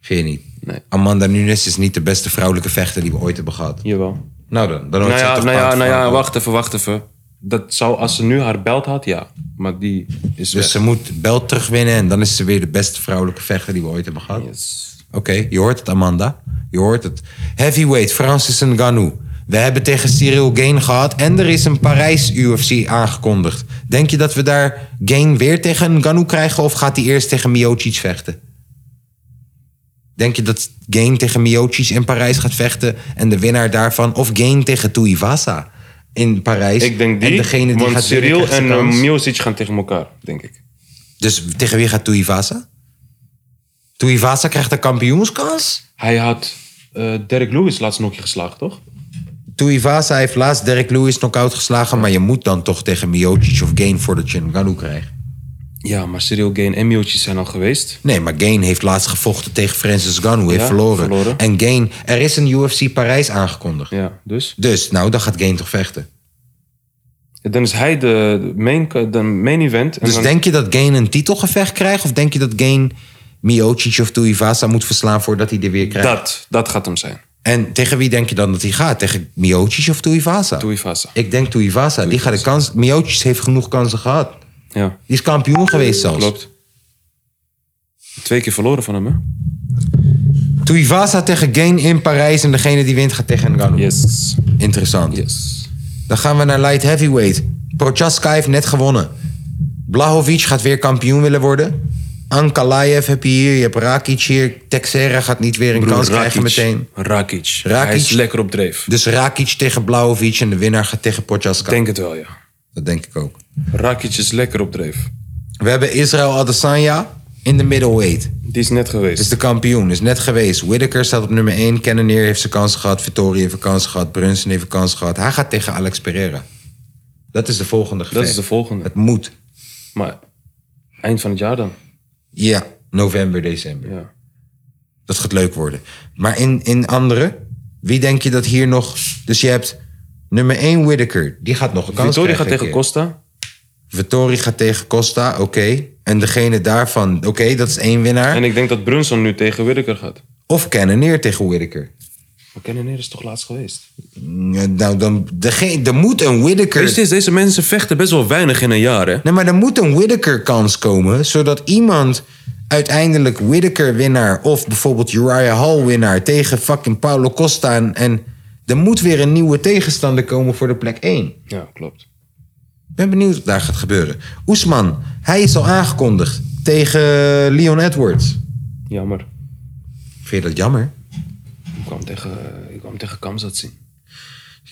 Speaker 1: Vind je niet?
Speaker 3: Nee.
Speaker 1: Amanda Nunes is niet de beste vrouwelijke vechter die we ooit hebben gehad.
Speaker 3: Jawel.
Speaker 1: Nou dan, dan hoort
Speaker 3: Nou
Speaker 1: ze
Speaker 3: ja,
Speaker 1: toch
Speaker 3: nou
Speaker 1: pound
Speaker 3: ja,
Speaker 1: for
Speaker 3: nou ja,
Speaker 1: pound.
Speaker 3: wacht even, wacht even. Dat zou, als ze nu haar belt had, ja. Maar die is
Speaker 1: Dus ze
Speaker 3: weg.
Speaker 1: moet belt terugwinnen en dan is ze weer de beste vrouwelijke vechter die we ooit hebben gehad.
Speaker 3: Yes.
Speaker 1: Oké, je hoort het Amanda. Je hoort het. Heavyweight, Francis Ngannou. We hebben tegen Cyril Gain gehad en er is een Parijs UFC aangekondigd. Denk je dat we daar Gain weer tegen Ngannou krijgen of gaat hij eerst tegen Miocic vechten? Denk je dat Gain tegen Miocic in Parijs gaat vechten en de winnaar daarvan of Gain tegen Tuivasa in Parijs?
Speaker 3: Ik denk die,
Speaker 1: en degene die
Speaker 3: want
Speaker 1: gaat winnen,
Speaker 3: Cyril
Speaker 1: krijgt zijn
Speaker 3: en uh,
Speaker 1: kans.
Speaker 3: Miocic gaan tegen elkaar, denk ik.
Speaker 1: Dus tegen wie gaat Tuivasa? Tuivasa krijgt een kampioenskans?
Speaker 3: Hij had eh Derek Lewis laatst nokje geslagen, toch?
Speaker 1: Tuivasa heeft laatst Derek Lewis knock-out geslagen... maar je moet dan toch tegen Miocic of Gain voordat je een Ngannou krijgt.
Speaker 3: Ja, maar Cyril Gain en Miocic zijn al geweest.
Speaker 1: Nee, maar Gain heeft laatst gevochten tegen Francis Ngannou, heeft
Speaker 3: Ja,
Speaker 1: verloren.
Speaker 3: verloren.
Speaker 1: En Gain, er is een UFC Parijs aangekondigd.
Speaker 3: Ja, dus.
Speaker 1: Dus, nou, dan gaat Gain toch vechten.
Speaker 3: Dan is hij de de main, de main event. En
Speaker 1: Dus
Speaker 3: dan,
Speaker 1: denk je dat Gain een titelgevecht krijgt... of denk je dat Gain Miocic of Tuivasa moet verslaan voordat hij er weer krijgt?
Speaker 3: dat, dat gaat hem zijn.
Speaker 1: En tegen wie denk je dan dat hij gaat? Tegen Miocic of Tuivasa?
Speaker 3: Tuivasa.
Speaker 1: Ik denk Tuivasa. Die gaat de kans. Miocic heeft genoeg kansen gehad.
Speaker 3: Ja,
Speaker 1: Die is kampioen geweest zelfs.
Speaker 3: klopt. Twee keer verloren van hem, hè?
Speaker 1: Tuivasa tegen Gain in Parijs. En degene die wint gaat tegen Ngannou.
Speaker 3: Yes.
Speaker 1: Interessant.
Speaker 3: Yes.
Speaker 1: Dan gaan we naar light heavyweight. Prochaska heeft net gewonnen. Blahovic gaat weer kampioen willen worden. Ankalaev heb je hier, je hebt Rakic hier. Texera gaat niet weer een kans krijgen meteen.
Speaker 3: Rakic. Hij
Speaker 1: Rakic.
Speaker 3: is lekker op dreef.
Speaker 1: Dus Rakic tegen Blauwvic en de winnaar gaat tegen Podjaska.
Speaker 3: Ik denk het wel, ja.
Speaker 1: Dat denk ik ook.
Speaker 3: Rakic is lekker op dreef.
Speaker 1: We hebben Israël Adesanya in de middleweight.
Speaker 3: Die is net geweest.
Speaker 1: Is de kampioen, is net geweest. Whittaker staat op nummer 1. Cannonier heeft zijn kans gehad. Vittori heeft een kans gehad. Brunson heeft een kans gehad. Hij gaat tegen Alex Pereira. Dat is de volgende gevecht.
Speaker 3: is de volgende.
Speaker 1: Het moet.
Speaker 3: Maar eind van het jaar dan.
Speaker 1: Ja, november, december.
Speaker 3: Ja.
Speaker 1: Dat gaat leuk worden. Maar in, in andere, wie denk je dat hier nog... Dus je hebt nummer 1 Whittaker. Die gaat nog een kans
Speaker 3: Vittoria
Speaker 1: krijgen
Speaker 3: gaat
Speaker 1: een
Speaker 3: tegen
Speaker 1: keer.
Speaker 3: Costa.
Speaker 1: Vittori gaat tegen Costa, oké. En degene daarvan, oké, dat is één winnaar.
Speaker 3: En ik denk dat Brunson nu tegen Whittaker gaat.
Speaker 1: Of Cannonier tegen Whittaker.
Speaker 3: Maar Kenneneer is toch laatst geweest?
Speaker 1: Ja, Nou, dan, degene, er moet een Whittaker...
Speaker 3: Weet je, deze mensen vechten best wel weinig in een jaar, hè?
Speaker 1: Nee, maar er moet een Whittaker-kans komen, zodat iemand uiteindelijk Whittaker-winnaar of bijvoorbeeld Uriah Hall-winnaar tegen fucking Paulo Costa en, en er moet weer een nieuwe tegenstander komen voor de plek 1. Ik
Speaker 3: Ja, klopt.
Speaker 1: ben benieuwd wat daar gaat gebeuren. Oesman, hij is al aangekondigd tegen Leon Edwards.
Speaker 3: Jammer.
Speaker 1: Vind je dat jammer?
Speaker 3: Ik kwam tegen, ik kwam tegen Kamzat zien.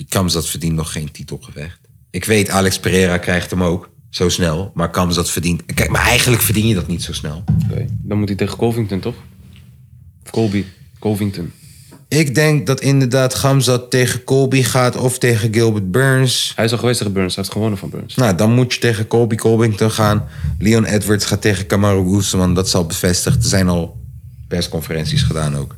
Speaker 1: Kamzat verdient nog geen titelgevecht. Ik weet, Alex Pereira krijgt hem ook zo snel, maar Kamzat verdient... Kijk, maar eigenlijk verdien je dat niet zo snel.
Speaker 3: Oké. Dan moet hij tegen Covington, toch? Of Colby. Covington.
Speaker 1: Ik denk dat inderdaad Gamzat tegen Colby gaat of tegen Gilbert Burns.
Speaker 3: Hij is al geweest tegen Burns. Hij heeft gewonnen van Burns.
Speaker 1: Nou, dan moet je tegen Colby Colbington gaan. Leon Edwards gaat tegen Kamaru Usman. Dat zal bevestigd. Er zijn al persconferenties gedaan ook.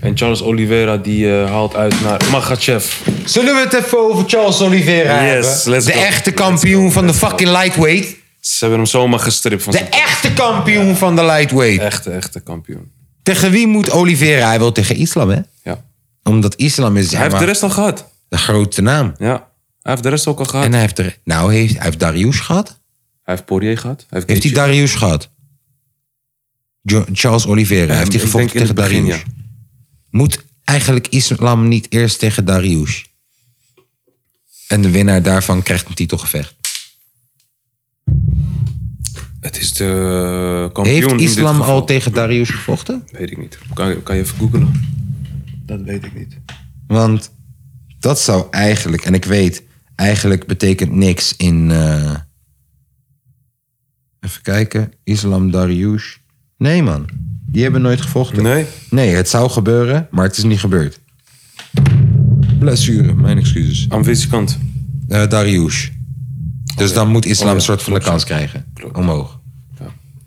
Speaker 3: En Charles Oliveira die eh, haalt uit naar Magachev.
Speaker 1: Zullen we het even over Charles Oliveira
Speaker 3: Yes,
Speaker 1: hebben?
Speaker 3: let's
Speaker 1: de
Speaker 3: go.
Speaker 1: echte kampioen
Speaker 3: Let's go,
Speaker 1: van de
Speaker 3: let's go.
Speaker 1: fucking lightweight.
Speaker 3: Ze hebben hem zomaar gestript van
Speaker 1: De e-
Speaker 3: zijn
Speaker 1: echte kampioen van de lightweight.
Speaker 3: echte, echte kampioen.
Speaker 1: Tegen wie moet Oliveira? Hij wil tegen Islam, hè?
Speaker 3: Ja.
Speaker 1: Omdat Islam is
Speaker 3: Hij
Speaker 1: zeg
Speaker 3: heeft de
Speaker 1: maar,
Speaker 3: rest al gehad.
Speaker 1: de grote naam.
Speaker 3: Ja. Hij heeft de rest ook al gehad.
Speaker 1: En hij heeft er... Nou, heeft, hij heeft Darius gehad.
Speaker 3: Hij heeft Poirier gehad. Hij heeft,
Speaker 1: Heeft hij
Speaker 3: Gaethje.
Speaker 1: Darius gehad? Jo- Charles Oliveira. heeft hij
Speaker 3: ik
Speaker 1: gevochten
Speaker 3: denk in
Speaker 1: tegen
Speaker 3: het begin,
Speaker 1: Darius? Moet eigenlijk Islam niet eerst tegen Darius? En de winnaar daarvan krijgt een titelgevecht.
Speaker 3: Het is de eh, kampioen
Speaker 1: Heeft
Speaker 3: in dit
Speaker 1: Islam
Speaker 3: geval.
Speaker 1: al tegen Darius gevochten?
Speaker 3: Weet ik niet. Kan, kan je even googlen?
Speaker 2: Dat weet ik niet.
Speaker 1: Want dat zou eigenlijk, en ik weet, eigenlijk betekent niks in. eh, even kijken. Islam Darius. Nee, man. Die hebben nooit gevochten.
Speaker 3: Nee?
Speaker 1: Nee, het zou gebeuren, maar het is niet gebeurd. Blessure, mijn excuses.
Speaker 3: Aan deze kant.
Speaker 1: Eh Darius. Dus dan moet Islam
Speaker 3: Oh, ja.
Speaker 1: een soort van de kans krijgen.
Speaker 3: Klopt.
Speaker 1: Omhoog.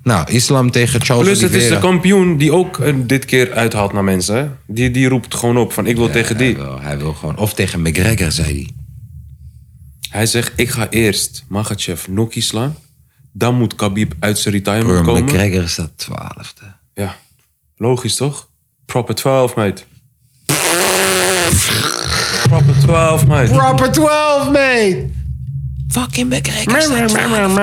Speaker 1: Nou, Islam tegen Charles
Speaker 3: Plus het is
Speaker 1: Oliveira.
Speaker 3: de kampioen die ook eh, dit keer uithaalt naar mensen. Hè? Die, die roept gewoon op van ik wil tegen die.
Speaker 1: Hij wil, hij wil gewoon. Of tegen McGregor, zei hij.
Speaker 3: Hij zegt ik ga eerst Magachev Noki slaan. Dan moet Khabib uit zijn retirement
Speaker 1: Broer,
Speaker 3: komen.
Speaker 1: McGregor staat twaalfde.
Speaker 3: Ja, logisch toch? Proper 12, mate. Proper 12, mate.
Speaker 1: Proper 12, mate! Fucking McGregor staat twaalfde.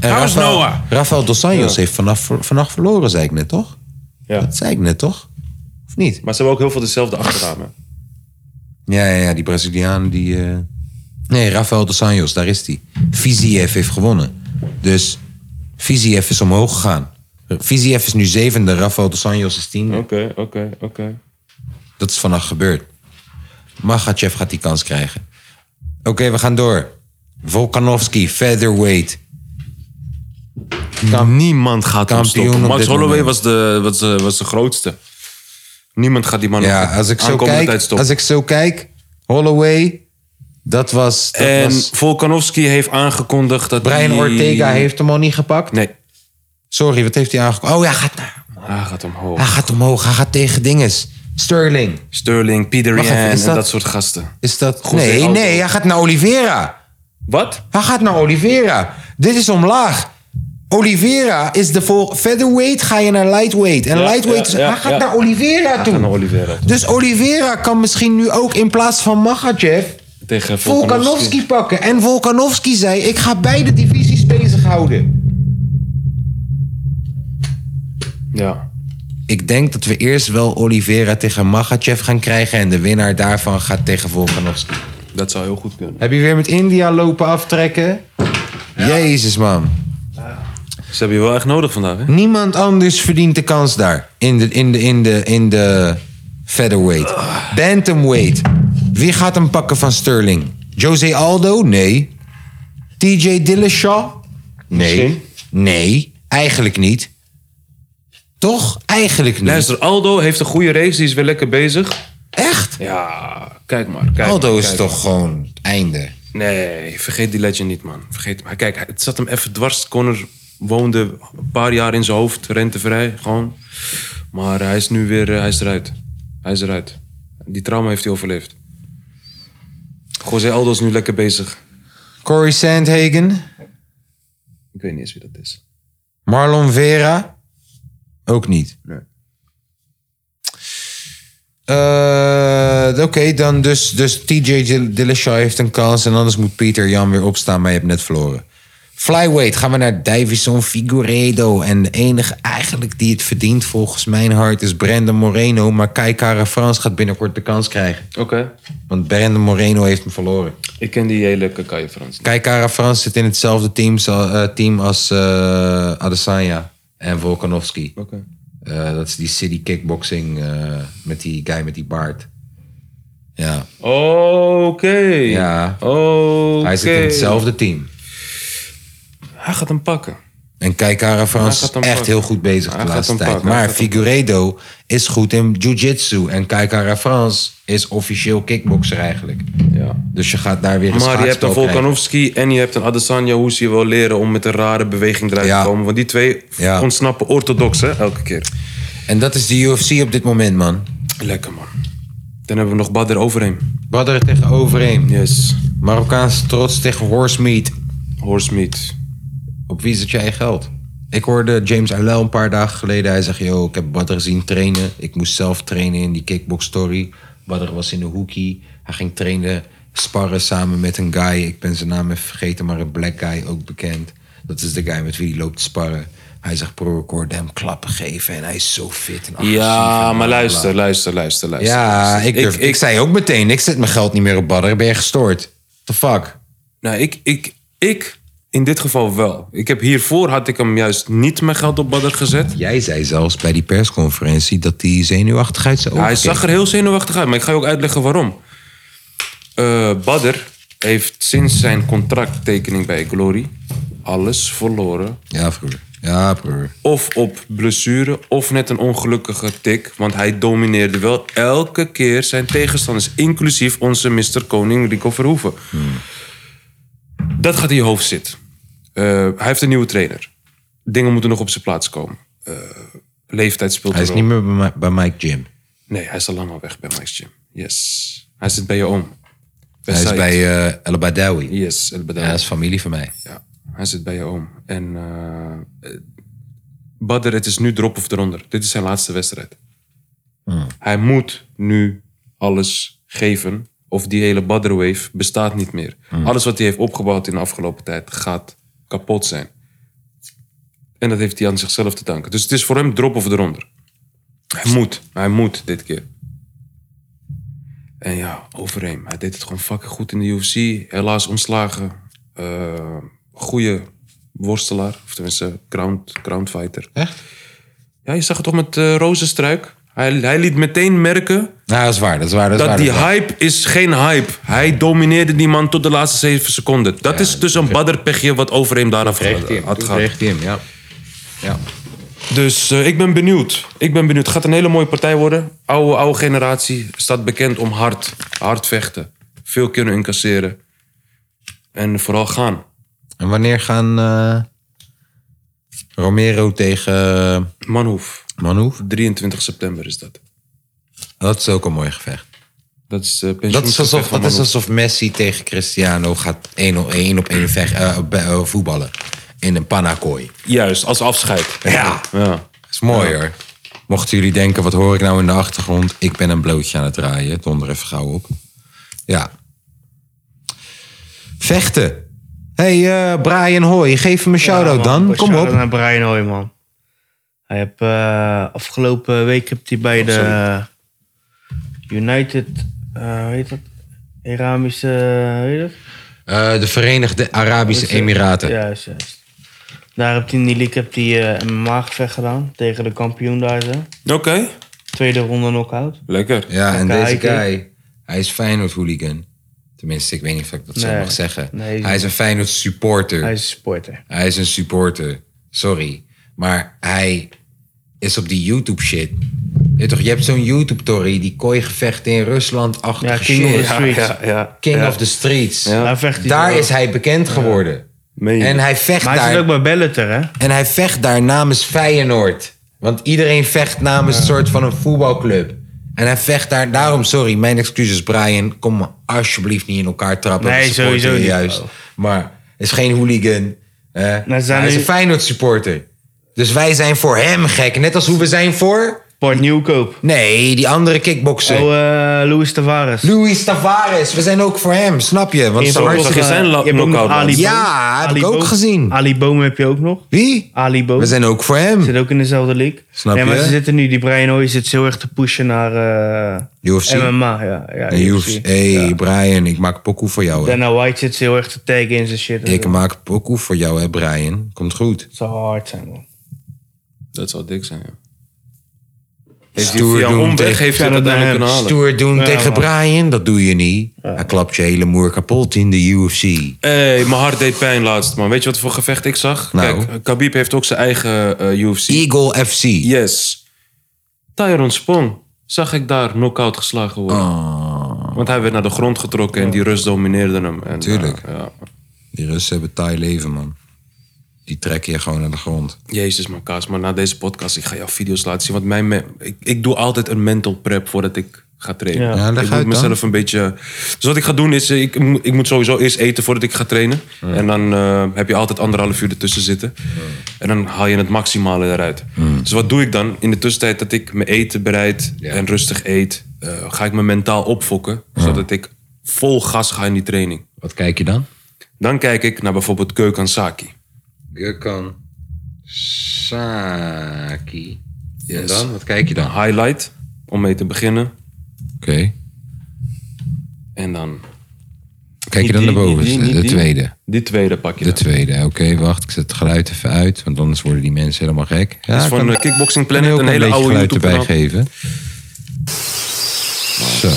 Speaker 1: En
Speaker 3: How's
Speaker 1: Rafael-
Speaker 3: Noah?
Speaker 1: Rafael Dos Anjos
Speaker 3: Ja.
Speaker 1: heeft vanaf, vannacht verloren, zei ik net, toch?
Speaker 3: Ja.
Speaker 1: Dat zei ik net, toch? Of niet?
Speaker 3: Maar ze hebben ook heel veel dezelfde achternamen.
Speaker 1: Ja, ja, ja, die Braziliaan die. eh, Nee, Rafael dos Anjos, daar is die. Fiziev heeft gewonnen. Dus Fiziev is omhoog gegaan. Fiziev is nu zevende, Rafael dos Anjos is tiende.
Speaker 3: Oké, oké, oké.
Speaker 1: Dat is vannacht gebeurd. Magachev gaat die kans krijgen. Oké, we gaan door. Volkanovski, featherweight.
Speaker 3: Niemand gaat hem
Speaker 1: Kampioen
Speaker 3: stoppen.
Speaker 1: op
Speaker 3: Max
Speaker 1: dit
Speaker 3: Holloway
Speaker 1: moment.
Speaker 3: was de, was, de, was de grootste. Niemand gaat die man op
Speaker 1: Ja,
Speaker 3: de
Speaker 1: als ik zo
Speaker 3: aankomende tijd
Speaker 1: kijk,
Speaker 3: stoppen.
Speaker 1: als ik zo kijk Holloway, dat was... Dat
Speaker 3: en
Speaker 1: was
Speaker 3: Volkanovski heeft aangekondigd dat
Speaker 1: Brian
Speaker 3: hij-
Speaker 1: Ortega heeft hem al niet gepakt.
Speaker 3: Nee,
Speaker 1: Sorry, wat heeft hij aangekomen? Oh, ja, hij gaat naar...
Speaker 3: hij gaat omhoog.
Speaker 1: Hij gaat omhoog, hij gaat tegen dinges. Sterling.
Speaker 3: Sterling, Peter
Speaker 1: Wacht even,
Speaker 3: Yan
Speaker 1: is
Speaker 3: en
Speaker 1: dat-
Speaker 3: dat soort gasten.
Speaker 1: Is dat...
Speaker 3: Goed,
Speaker 1: nee,
Speaker 3: hè,
Speaker 1: nee,
Speaker 3: Aldo.
Speaker 1: hij gaat naar Oliveira.
Speaker 3: Wat?
Speaker 1: Hij gaat naar Oliveira. Dit is omlaag. Oliveira is de vol... Featherweight ga je naar lightweight. En
Speaker 3: Ja,
Speaker 1: lightweight... is-
Speaker 3: ja, ja,
Speaker 1: hij gaat
Speaker 3: ja.
Speaker 1: naar Oliveira toe.
Speaker 3: gaat naar Oliveira toe.
Speaker 1: Dus Oliveira kan misschien nu ook in plaats van Magachev...
Speaker 3: Tegen Volkanovski.
Speaker 1: Volkanovski pakken. En Volkanovski zei... Ik ga beide divisies bezighouden.
Speaker 3: Ja.
Speaker 1: Ik denk dat we eerst wel Oliveira tegen Magachev gaan krijgen... en de winnaar daarvan gaat tegen Volkanovski.
Speaker 3: Dat zou heel goed kunnen.
Speaker 1: Heb je weer met India lopen aftrekken? Jezus, man.
Speaker 3: Ze hebben je wel echt nodig vandaag, hè?
Speaker 1: Niemand anders verdient de kans daar. In de, in de, in de, in de featherweight. Bantamweight. Wie gaat hem pakken van Sterling? Jose Aldo? Nee. TJ Dillashaw? Nee.
Speaker 2: Misschien.
Speaker 1: Nee, eigenlijk niet. Toch? Eigenlijk niet.
Speaker 3: Luister, Aldo heeft een goede race. Die is weer lekker bezig.
Speaker 1: Echt?
Speaker 3: Ja, kijk maar. Kijk
Speaker 1: Aldo
Speaker 3: maar,
Speaker 1: is
Speaker 3: kijk
Speaker 1: toch gewoon het einde.
Speaker 3: Nee, vergeet die legend niet, man. Vergeet hem. Kijk, het zat hem even dwars. Conor woonde een paar jaar in zijn hoofd, rentevrij, gewoon. Maar hij is nu weer, eh, hij is eruit. Hij is eruit. Die trauma heeft hij overleefd. José Aldo is nu lekker bezig.
Speaker 1: Corey Sandhagen?
Speaker 3: Ik weet niet eens wie dat is.
Speaker 1: Marlon Vera? Ook niet.
Speaker 3: Nee.
Speaker 1: Eh, Oké, dan dus, dus TJ Dill- Dillashaw heeft een kans. En anders moet Pieter Jan weer opstaan, maar je hebt net verloren. Flyweight gaan we naar Davison Figueiredo. En de enige eigenlijk die het verdient volgens mijn hart is Brandon Moreno. Maar Kai Kara Frans gaat binnenkort de kans krijgen.
Speaker 3: Oké.
Speaker 1: Want Brandon Moreno heeft hem verloren.
Speaker 3: Ik ken die hele kakaïe Frans.
Speaker 1: Kai Kara Frans zit in hetzelfde team, zo- eh, team als eh, Adesanya en Volkanovski.
Speaker 3: Oké.
Speaker 1: Eh, dat is die city kickboxing eh, met die guy met die baard. Ja,
Speaker 3: Oké.
Speaker 1: Ja.
Speaker 3: Oké.
Speaker 1: hij zit in hetzelfde team.
Speaker 3: Hij gaat hem pakken.
Speaker 1: En kijk, Cara Frans
Speaker 3: Hij
Speaker 1: is
Speaker 3: gaat hem
Speaker 1: echt
Speaker 3: pakken.
Speaker 1: heel goed bezig
Speaker 3: Hij
Speaker 1: de
Speaker 3: gaat
Speaker 1: laatste
Speaker 3: hem
Speaker 1: tijd.
Speaker 3: pakken, hij
Speaker 1: Maar
Speaker 3: gaat hem
Speaker 1: Figueiredo is goed in jiu-jitsu. En kijk, Cara Frans is officieel kickboxer eigenlijk.
Speaker 3: Ja.
Speaker 1: Dus je gaat daar weer een
Speaker 3: Maar je hebt een
Speaker 1: schaakspel krijgen.
Speaker 3: Volkanovski en je hebt een Adesanya. Hoe ze je wel leren om met een rare beweging eruit
Speaker 1: Ja.
Speaker 3: te komen. Want die twee
Speaker 1: Ja.
Speaker 3: ontsnappen orthodox hè, elke keer.
Speaker 1: En dat is de UFC op dit moment, man.
Speaker 3: Lekker man. Dan hebben we nog Badr overheen.
Speaker 1: Badder tegen Overeem.
Speaker 3: Yes.
Speaker 1: Marokkaanse trots tegen horse meat.
Speaker 3: Horse meat.
Speaker 1: Op wie zit jij geld? Ik hoorde James Allel een paar dagen geleden. Hij zegt, yo, ik heb Badr zien trainen. Ik moest zelf trainen in die kickbox story. Badr was in de hoekie. Hij ging trainen, sparren samen met een guy. Ik ben zijn naam even vergeten, maar een black guy, ook bekend. Dat is de guy met wie hij loopt te sparren. Hij zegt, pro, ik hoorde hem klappen geven. En hij is zo fit en agressief.
Speaker 3: Ja,
Speaker 1: en
Speaker 3: maar
Speaker 1: bla,
Speaker 3: luister,
Speaker 1: bla.
Speaker 3: luister, luister, luister.
Speaker 1: nou, Ja, ik, durf,
Speaker 3: Ik,
Speaker 1: ik, zei ook meteen, ik zet mijn geld niet meer op Badr. Ben je gestoord? The fuck?
Speaker 3: nou, ik, ik, ik in dit geval wel. Ik heb hiervoor had ik hem juist niet mijn geld op Badr gezet.
Speaker 1: Jij zei zelfs bij die persconferentie dat hij zenuwachtig uit zijn ogen
Speaker 3: hij
Speaker 1: keek.
Speaker 3: zag er heel zenuwachtig uit, maar ik ga je ook uitleggen waarom. Eh Badr heeft sinds zijn contracttekening bij Glory alles verloren.
Speaker 1: Ja, broer. Ja, broer.
Speaker 3: Of op blessure, of net een ongelukkige tik. Want hij domineerde wel elke keer zijn tegenstanders. Inclusief onze Mr. Koning Rico Verhoeven.
Speaker 1: Hmm.
Speaker 3: Dat gaat in je hoofd zitten. Eh, hij heeft een nieuwe trainer. Dingen moeten nog op zijn plaats komen. Eh, leeftijd speelt
Speaker 1: Hij
Speaker 3: een
Speaker 1: is
Speaker 3: rol.
Speaker 1: niet meer bij, Mi- bij Mike Jim.
Speaker 3: Nee, hij is al lang al weg bij Mike's Gym. Yes. Hij zit bij je oom. Bij
Speaker 1: Hij is
Speaker 3: Said.
Speaker 1: bij eh El Badawi.
Speaker 3: Yes, El
Speaker 1: Ja,
Speaker 3: Badawi.
Speaker 1: dat is familie van mij.
Speaker 3: Ja, hij zit bij je oom. En eh, eh, Badr, het is nu drop of eronder. Dit is zijn laatste wedstrijd.
Speaker 1: Hmm.
Speaker 3: Hij moet nu alles geven. Of die hele Badr-wave bestaat niet meer.
Speaker 1: Hmm.
Speaker 3: Alles wat hij heeft opgebouwd in de afgelopen tijd gaat kapot zijn. En dat heeft hij aan zichzelf te danken. Dus het is voor hem drop of eronder. Hij moet, hij moet dit keer. En ja, overheen. Hij deed het gewoon fucking goed in de UFC. Helaas ontslagen. Eh goede worstelaar. Of tenminste, ground, ground fighter.
Speaker 1: Echt?
Speaker 3: Ja, je zag het toch met eh Rozenstruik. Hij, hij liet meteen merken
Speaker 1: Nou, dat is waar. Dat is waar. Dat, is
Speaker 3: dat
Speaker 1: waar,
Speaker 3: die
Speaker 1: dat is waar.
Speaker 3: hype is geen hype. Hij domineerde die man tot de laatste zeven seconden. Dat is dus een badderpechje wat overheen daaraf
Speaker 1: Kreeg hij hem.
Speaker 3: had
Speaker 1: Toen
Speaker 3: gehad.
Speaker 1: kreeg hij hem, ja. Ja.
Speaker 3: Dus eh, ik ben benieuwd. Ik ben benieuwd. Het gaat een hele mooie partij worden. Oude, oude generatie staat bekend om hard. Hard vechten. Veel kunnen incasseren. En vooral gaan.
Speaker 1: En wanneer gaan eh, Romero tegen eh,
Speaker 3: Manhoef.
Speaker 1: Manhoef?
Speaker 3: 23 september is dat.
Speaker 1: Dat is ook een mooi gevecht.
Speaker 3: Dat is eh
Speaker 1: Dat is alsof,
Speaker 3: van
Speaker 1: dat is
Speaker 3: Manhoef.
Speaker 1: alsof Messi tegen Cristiano gaat 1 op 1 op 1 vecht, eh, op- eh, voetballen. In een panakooi.
Speaker 3: Juist, als afscheid.
Speaker 1: Ja.
Speaker 3: ja.
Speaker 1: Dat is mooi hoor. Mochten jullie denken, wat hoor ik nou in de achtergrond? Ik ben een blootje aan het draaien. Donder even gauw op. Ja. Vechten. Hey eh, Brian Hoy, geef hem een shout-out dan. Kom
Speaker 2: Shout-out
Speaker 1: op.
Speaker 2: naar Brian Hoy, man. Hij heb, eh, afgelopen week heb hij
Speaker 1: Oh,
Speaker 2: bij de United, eh, hoe heet dat? Eramische, hoe heet dat?
Speaker 1: Eh, de Verenigde Eh, Arabische Emiraten.
Speaker 2: Juist, juist. Daar heb die Nilik heb die eh MMA-gevecht gedaan tegen de kampioen daar. Zo.
Speaker 3: Oké,
Speaker 2: Tweede ronde knock-out.
Speaker 3: lekker.
Speaker 1: Ja, en
Speaker 2: Oké,
Speaker 1: deze
Speaker 2: oké.
Speaker 1: guy, hij is Feyenoord hooligan. Tenminste, ik weet niet of ik dat zo
Speaker 2: Nee.
Speaker 1: mag zeggen.
Speaker 2: Nee,
Speaker 1: hij is een Feyenoord supporter.
Speaker 2: Hij is een sporter.
Speaker 1: Hij is een supporter. Sorry. Maar hij is op die YouTube shit. Je, weet toch, je hebt zo'n YouTube tory, die kooi gevechten in Rusland achter
Speaker 2: Ja, King
Speaker 1: shit.
Speaker 2: of the Streets.
Speaker 7: ja.
Speaker 1: King of the Streets.
Speaker 2: Daar vecht hij
Speaker 1: Daar
Speaker 2: wel.
Speaker 1: is hij bekend geworden.
Speaker 7: Meen je?
Speaker 1: En hij vecht
Speaker 2: Maar hij
Speaker 1: daar.
Speaker 2: zit ook bij Bellator, hè?
Speaker 1: En hij vecht daar namens Feyenoord. Want iedereen vecht namens een soort van een voetbalclub. En hij vecht daar. Daarom, sorry, mijn excuses, Brian. Kom me alsjeblieft niet in elkaar trappen.
Speaker 2: Nee,
Speaker 1: We supporten
Speaker 2: sowieso
Speaker 1: je
Speaker 2: niet. Nou,
Speaker 1: Juist. Maar hij is geen hooligan. hè.
Speaker 2: zijn
Speaker 1: hij is
Speaker 2: nu-
Speaker 1: een Feyenoord supporter. Dus wij zijn voor hem gek. Net als hoe we zijn voor.
Speaker 2: Port Nieuwkoop.
Speaker 1: Nee, die andere kickbokser.
Speaker 2: Oh, eh Luis Tavares.
Speaker 1: Luis Tavares. We zijn ook voor hem, snap je? Want
Speaker 2: Je hebt ook
Speaker 1: Tavares-
Speaker 2: nog,
Speaker 3: zag je
Speaker 2: eh,
Speaker 3: zijn
Speaker 2: je
Speaker 3: la-
Speaker 2: hebt ook nog
Speaker 3: knockout
Speaker 2: Ali Boom.
Speaker 3: dan?
Speaker 1: Ja, heb
Speaker 2: Ali
Speaker 1: ik ook
Speaker 2: Boom.
Speaker 1: gezien.
Speaker 2: Ali Boom heb je ook nog.
Speaker 1: Wie?
Speaker 2: Ali Boom.
Speaker 1: We zijn ook voor hem.
Speaker 2: Zit ook in dezelfde league.
Speaker 1: Snap
Speaker 2: nee, maar
Speaker 1: je?
Speaker 2: ze zitten nu, die Brian Hoy zit heel erg te pushen naar eh,
Speaker 1: UFC.
Speaker 2: MMA. Ja, ja,
Speaker 1: En
Speaker 2: UFC.
Speaker 1: UFC. Hey Brian, ik maak pokoe voor jou. Hè.
Speaker 2: Dana White zit heel erg te taggen in zijn
Speaker 3: Eh,
Speaker 2: shit.
Speaker 1: Ik maak pokoe voor jou, hè, Brian. Komt goed.
Speaker 2: Het zou hard zijn, man.
Speaker 3: Dat zou dik zijn, ja.
Speaker 1: Stoer
Speaker 3: Via
Speaker 1: doen,
Speaker 3: omweg
Speaker 1: tegen,
Speaker 3: heeft hij
Speaker 2: Ja,
Speaker 3: dat
Speaker 2: dat hem.
Speaker 3: uiteindelijk kunnen halen.
Speaker 1: stoer doen tegen
Speaker 2: man.
Speaker 1: Brian, dat doe je niet. Hij klapt je hele moer kapot in de UFC.
Speaker 3: hey, mijn hart deed pijn laatst, man. Weet je wat voor gevecht ik zag?
Speaker 1: Nou.
Speaker 3: Kijk, Khabib heeft ook zijn eigen eh, UFC.
Speaker 1: Eagle FC.
Speaker 3: Yes. Tyron Spong zag ik daar knock-out geslagen worden. Want hij werd naar de grond getrokken en die Rus domineerde hem. En,
Speaker 1: Tuurlijk.
Speaker 3: eh, ja.
Speaker 1: Die Russen hebben taai leven, man. Die trekken je gewoon naar de grond.
Speaker 3: Jezus, man, Kaas. Maar na deze podcast, ik ga jouw video's laten zien. Want mijn me- ik, ik doe altijd een mental prep voordat ik ga trainen.
Speaker 2: Ja.
Speaker 1: Ja, leg uit
Speaker 3: ik moet
Speaker 1: dan.
Speaker 3: mezelf een beetje... Dus wat ik ga doen is, eh, ik, mo- ik moet sowieso eerst eten voordat ik ga trainen. En dan eh, heb je altijd anderhalf uur ertussen zitten. En dan haal je het maximale eruit. Dus wat doe ik dan? In de tussentijd dat ik mijn eten bereid en rustig eet... eh, ga ik me mentaal opfokken. Zodat ik vol gas ga in die training.
Speaker 1: Wat kijk je dan?
Speaker 3: Dan kijk ik naar bijvoorbeeld Keukansaki.
Speaker 1: Gökhan Saki.
Speaker 3: Yes.
Speaker 1: En dan? Wat kijk je dan? Oké.
Speaker 3: Highlight, om mee te beginnen. En dan
Speaker 1: Kijk je dan naar
Speaker 3: Niet die,
Speaker 1: boven?
Speaker 3: niet die, niet
Speaker 1: De
Speaker 3: die.
Speaker 1: tweede.
Speaker 3: Die tweede pak je
Speaker 1: De
Speaker 3: dan.
Speaker 1: tweede, oké, wacht. Ik zet het geluid even uit, want anders worden die mensen helemaal gek. Ja,
Speaker 3: Dat is
Speaker 1: ik
Speaker 3: van
Speaker 1: kan-
Speaker 3: eh, Kickboxing
Speaker 1: kan
Speaker 3: Planet,
Speaker 1: ook
Speaker 3: een
Speaker 1: een
Speaker 3: hele
Speaker 1: beetje
Speaker 3: oude
Speaker 1: geluid
Speaker 3: YouTube
Speaker 1: erbij
Speaker 3: kanaal.
Speaker 1: geven. Zo,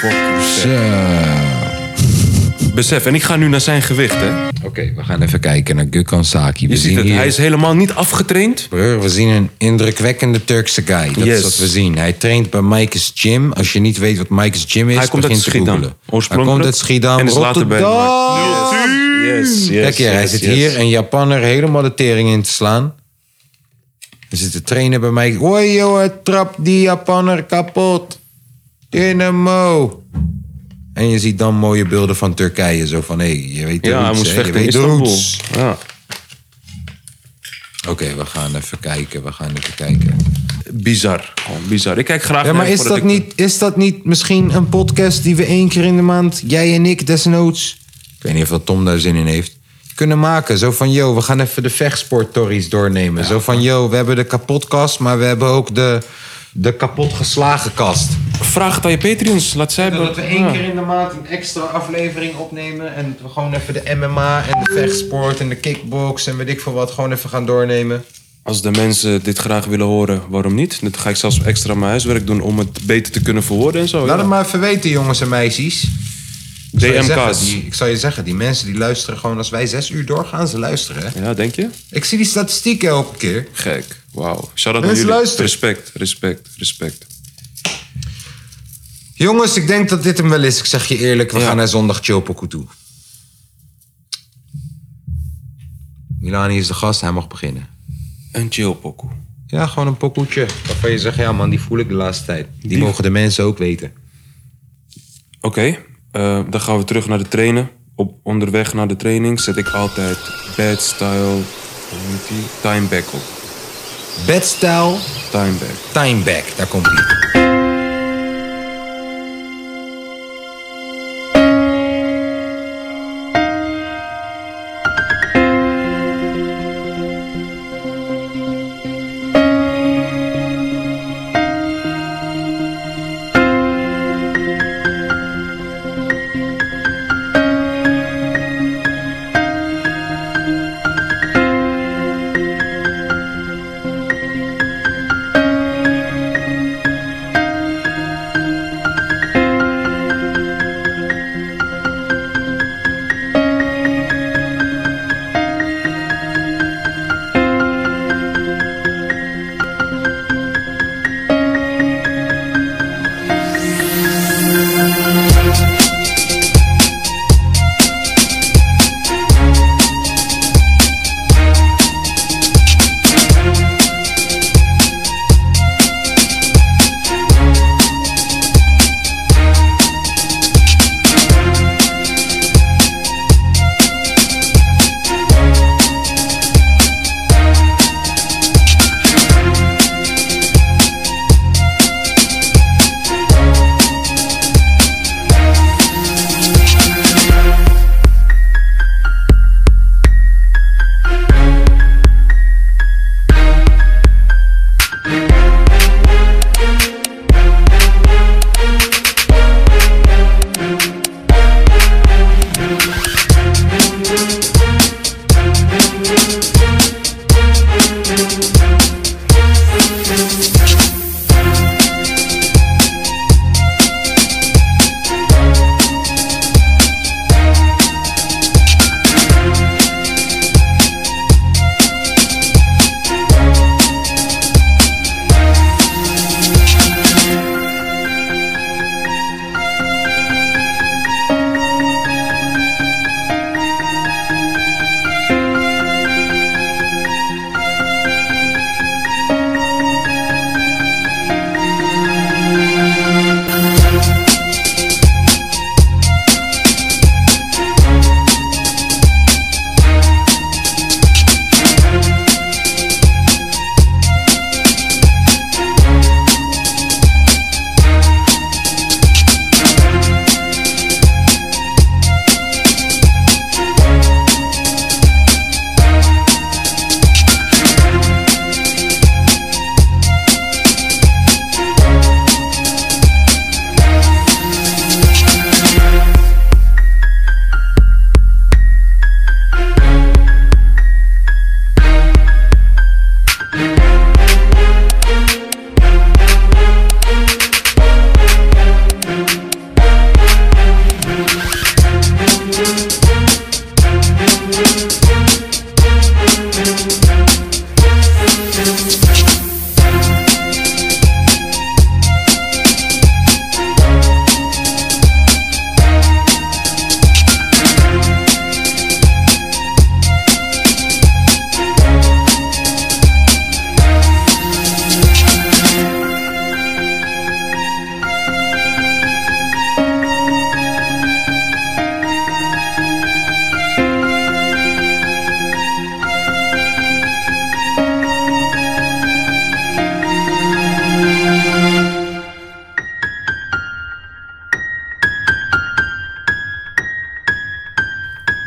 Speaker 3: Fuck.
Speaker 1: zo.
Speaker 3: Besef, en ik ga nu naar zijn gewicht, hè.
Speaker 1: Oké, we gaan even kijken naar Gökhan Saki. We
Speaker 3: Je ziet
Speaker 1: zien
Speaker 3: het,
Speaker 1: hier,
Speaker 3: hij is helemaal niet afgetraind.
Speaker 1: Broer, we zien een indrukwekkende Turkse guy. Dat is
Speaker 3: Yes.
Speaker 1: wat we zien. Hij traint bij Mike's Gym. Als je niet weet wat Mike's Gym is,
Speaker 3: Hij komt uit
Speaker 1: begin te googelen.
Speaker 3: Schiedam.
Speaker 1: Hij komt uit Schiedam,
Speaker 3: En is later bij
Speaker 1: Rotterdam.
Speaker 3: Yes, yes,
Speaker 1: Kijk hier, hij
Speaker 3: yes,
Speaker 1: zit
Speaker 3: yes.
Speaker 1: hier een Japanner helemaal de tering in te slaan. Er zit de trainer bij mij. Hoi jongen, trap die Japanner kapot. Dynamo. En je ziet dan mooie beelden van Turkije. Zo van, hé, je weet de
Speaker 3: Ja, hij
Speaker 1: roots,
Speaker 3: moest
Speaker 1: hè,
Speaker 3: vechten
Speaker 1: je
Speaker 3: in
Speaker 1: weet de
Speaker 3: Istanbul.
Speaker 1: roots.
Speaker 3: Ja.
Speaker 1: Oké, we gaan even kijken, we gaan even kijken.
Speaker 3: Bizar, gewoon bizar. Ik kijk graag
Speaker 1: Ja, maar
Speaker 3: naar hem
Speaker 1: is
Speaker 3: voordat
Speaker 1: dat,
Speaker 3: ik-
Speaker 1: niet, is dat niet misschien een podcast die we één keer in de maand, jij en ik desnoods, ik weet niet of dat Tom daar zin in heeft, kunnen maken? Zo van, yo, we gaan even de vechtsporttories doornemen. Zo van, yo, we hebben de kapotkast, maar we hebben ook de, de kapot geslagen kast.
Speaker 3: Vraag het aan je Patreons, laat zij...
Speaker 1: Dat we
Speaker 3: Ja.
Speaker 1: één keer in de maand een extra aflevering opnemen en we gewoon even de MMA en de vechtsport en de kickbox en weet ik veel wat gewoon even gaan doornemen.
Speaker 3: Als de mensen dit graag willen horen, waarom niet? Dan ga ik zelfs extra mijn huiswerk doen om het beter te kunnen verwoorden en zo.
Speaker 1: Laat het
Speaker 3: Ja.
Speaker 1: maar even weten, jongens en meisjes. Ik zal je zeggen,
Speaker 3: DMK's.
Speaker 1: die- Ik zal je zeggen, die mensen die luisteren gewoon als wij zes uur doorgaan, ze luisteren. Hè?
Speaker 3: Ja, denk je?
Speaker 1: Ik zie die statistieken elke keer.
Speaker 3: Gek. Wauw. Shout-out naar
Speaker 1: Mensen,
Speaker 3: jullie.
Speaker 1: luister.
Speaker 3: Respect, respect, respect.
Speaker 1: Jongens, ik denk dat dit hem wel is. Ik zeg je eerlijk, we
Speaker 3: Ja.
Speaker 1: gaan naar zondag Chopoku toe. Milani is de gast, hij mag beginnen.
Speaker 3: Een chill pokoe.
Speaker 1: Ja, gewoon een pokoetje. Waarvan je zegt, ja man, die voel ik de laatste tijd. Die, mogen de mensen ook weten.
Speaker 3: Oké, eh, dan gaan we terug naar de trainen. Op onderweg naar de training zet ik altijd bad style, hoe heet die? Time back op.
Speaker 1: Bedstyle,
Speaker 3: Time back.
Speaker 1: timeback, daar komt ie.
Speaker 3: Oké,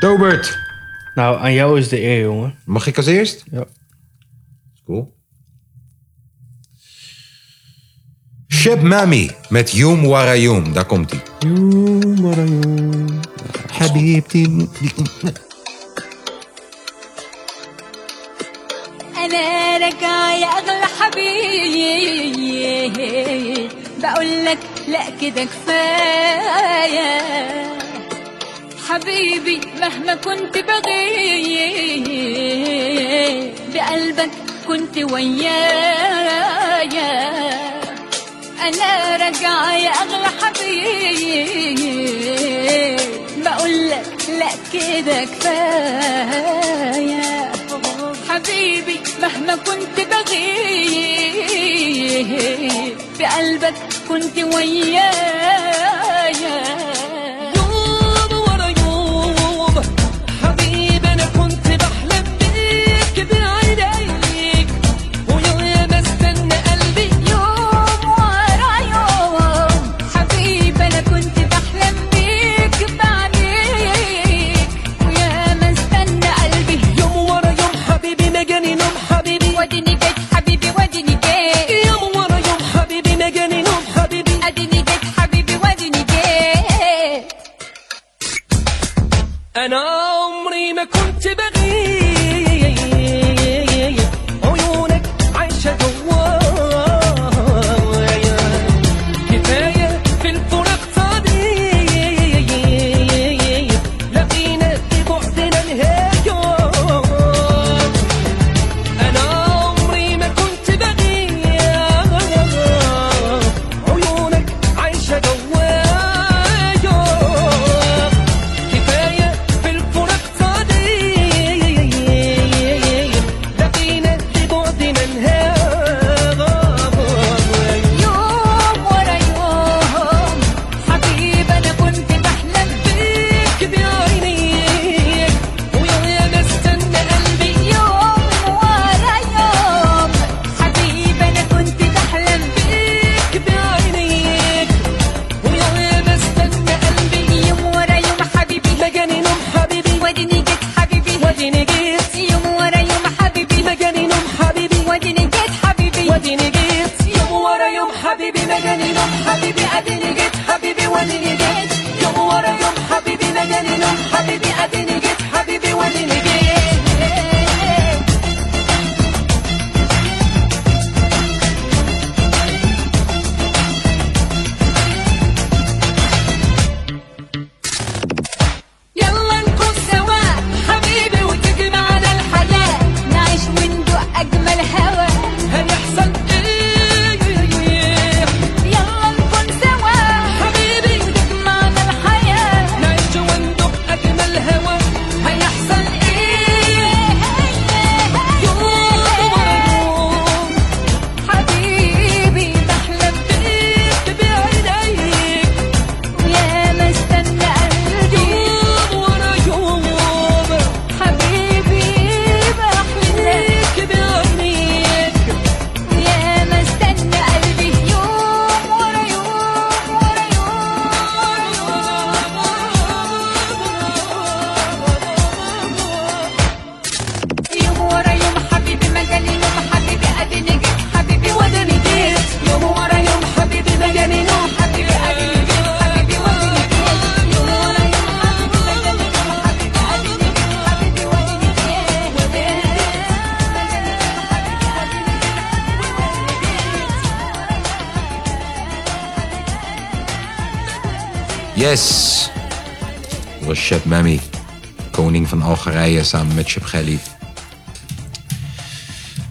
Speaker 1: Robert.
Speaker 2: Nou, aan jou is de eer, jongen.
Speaker 1: Mag ik als eerst?
Speaker 2: Ja.
Speaker 1: Cool. Shep Mami met Yum Warayoum. Daar komt hij. Habib Tim.
Speaker 8: انا لك يا اغلى حبيب بقول لك لا كده كفايه حبيبي مهما كنت بغيب بقلبك كنت ويايا انا راجعه يا اغلى حبيب بقولك لا كده كفايه حبيبي مهما كنت بغيب بقلبك كنت ويايا يوم ورا يوم حبيبي انا كنت بحلم بيك بعينيك ويوم استنى قلبي يوم ورا يوم حبيبي انا كنت بحلم بيك بعينيك ويوم استنى قلبي يوم ورا يوم حبيبي ما جاني نوم حبيبي وديني جيت حبيبي وديني جيت يوم ورا يوم حبيبي ما جاني نوم حبيبي اديني جيت حبيبي وديني جيت
Speaker 4: انا عمري ما كنت بغيب عيونك عايشه جوايا كفايه في الفراق طبيعي لقينا في بعدنا الهجر انا عمري ما كنت بغيب عيونك عايشه جوايا كفاية في الفراق صديق لقينا في بعدنا الهوى
Speaker 8: يوم ورا
Speaker 4: آه،
Speaker 8: يوم حبيبي انا كنت بحلم بيك بعينيك ويوم استنى قلبي يوم ورا يوم حبيبي انا كنت بحلم بيك بعينيك ويوم استنى قلبي يوم ورا يوم حبيبي مجاني نوم حبيبي وديني جيت حبيبي وديني جيت يوم ورا يوم حبيبي مجاني نوم حبيبي وديني جيت حبيبي وديني جيت يوم ورا يوم حبيبي مجاني نوم حبيبي اديني جيت حبيبي وديني جيت يوم ورا يوم حبيبي مجاني نوم حبيبي اديني جيت حبيبي وديني جيت يلا نكون سوا حبيبي وتجمعنا الحياة نعيش وندوق أجمل هوا هيحصل إيه يلا نكون سوا حبيبي وتجمعنا الحياة نعيش وندوق أجمل هوا هيحصل إيه يوم ورا يوم حبيبي بحلم بيك بعينيك ويا ما استنى قلبي يوم ورا يوم حبيبي بحلمك بعينيك ويا ما استنى قلبي يوم ورا يوم ورا يوم يوم ورا يوم حبيبي ما جاني نوم حبيبي اديني جيت حبيبي وداني جيت يوم ورا يوم حبيبي ما جاني نوم حبيبي اديني جيت حبيبي وداني جيت يوم ورا يوم حبيبي ما جاني نوم حبيبي اديني جيت حبيبي وداني جيت وداني جيت ما جاني نوم حبيبي اديني جيت حبيبي وداني جيت
Speaker 1: Yes. Dat was Shep Mami. Koning van Algerije samen met Shepgeli.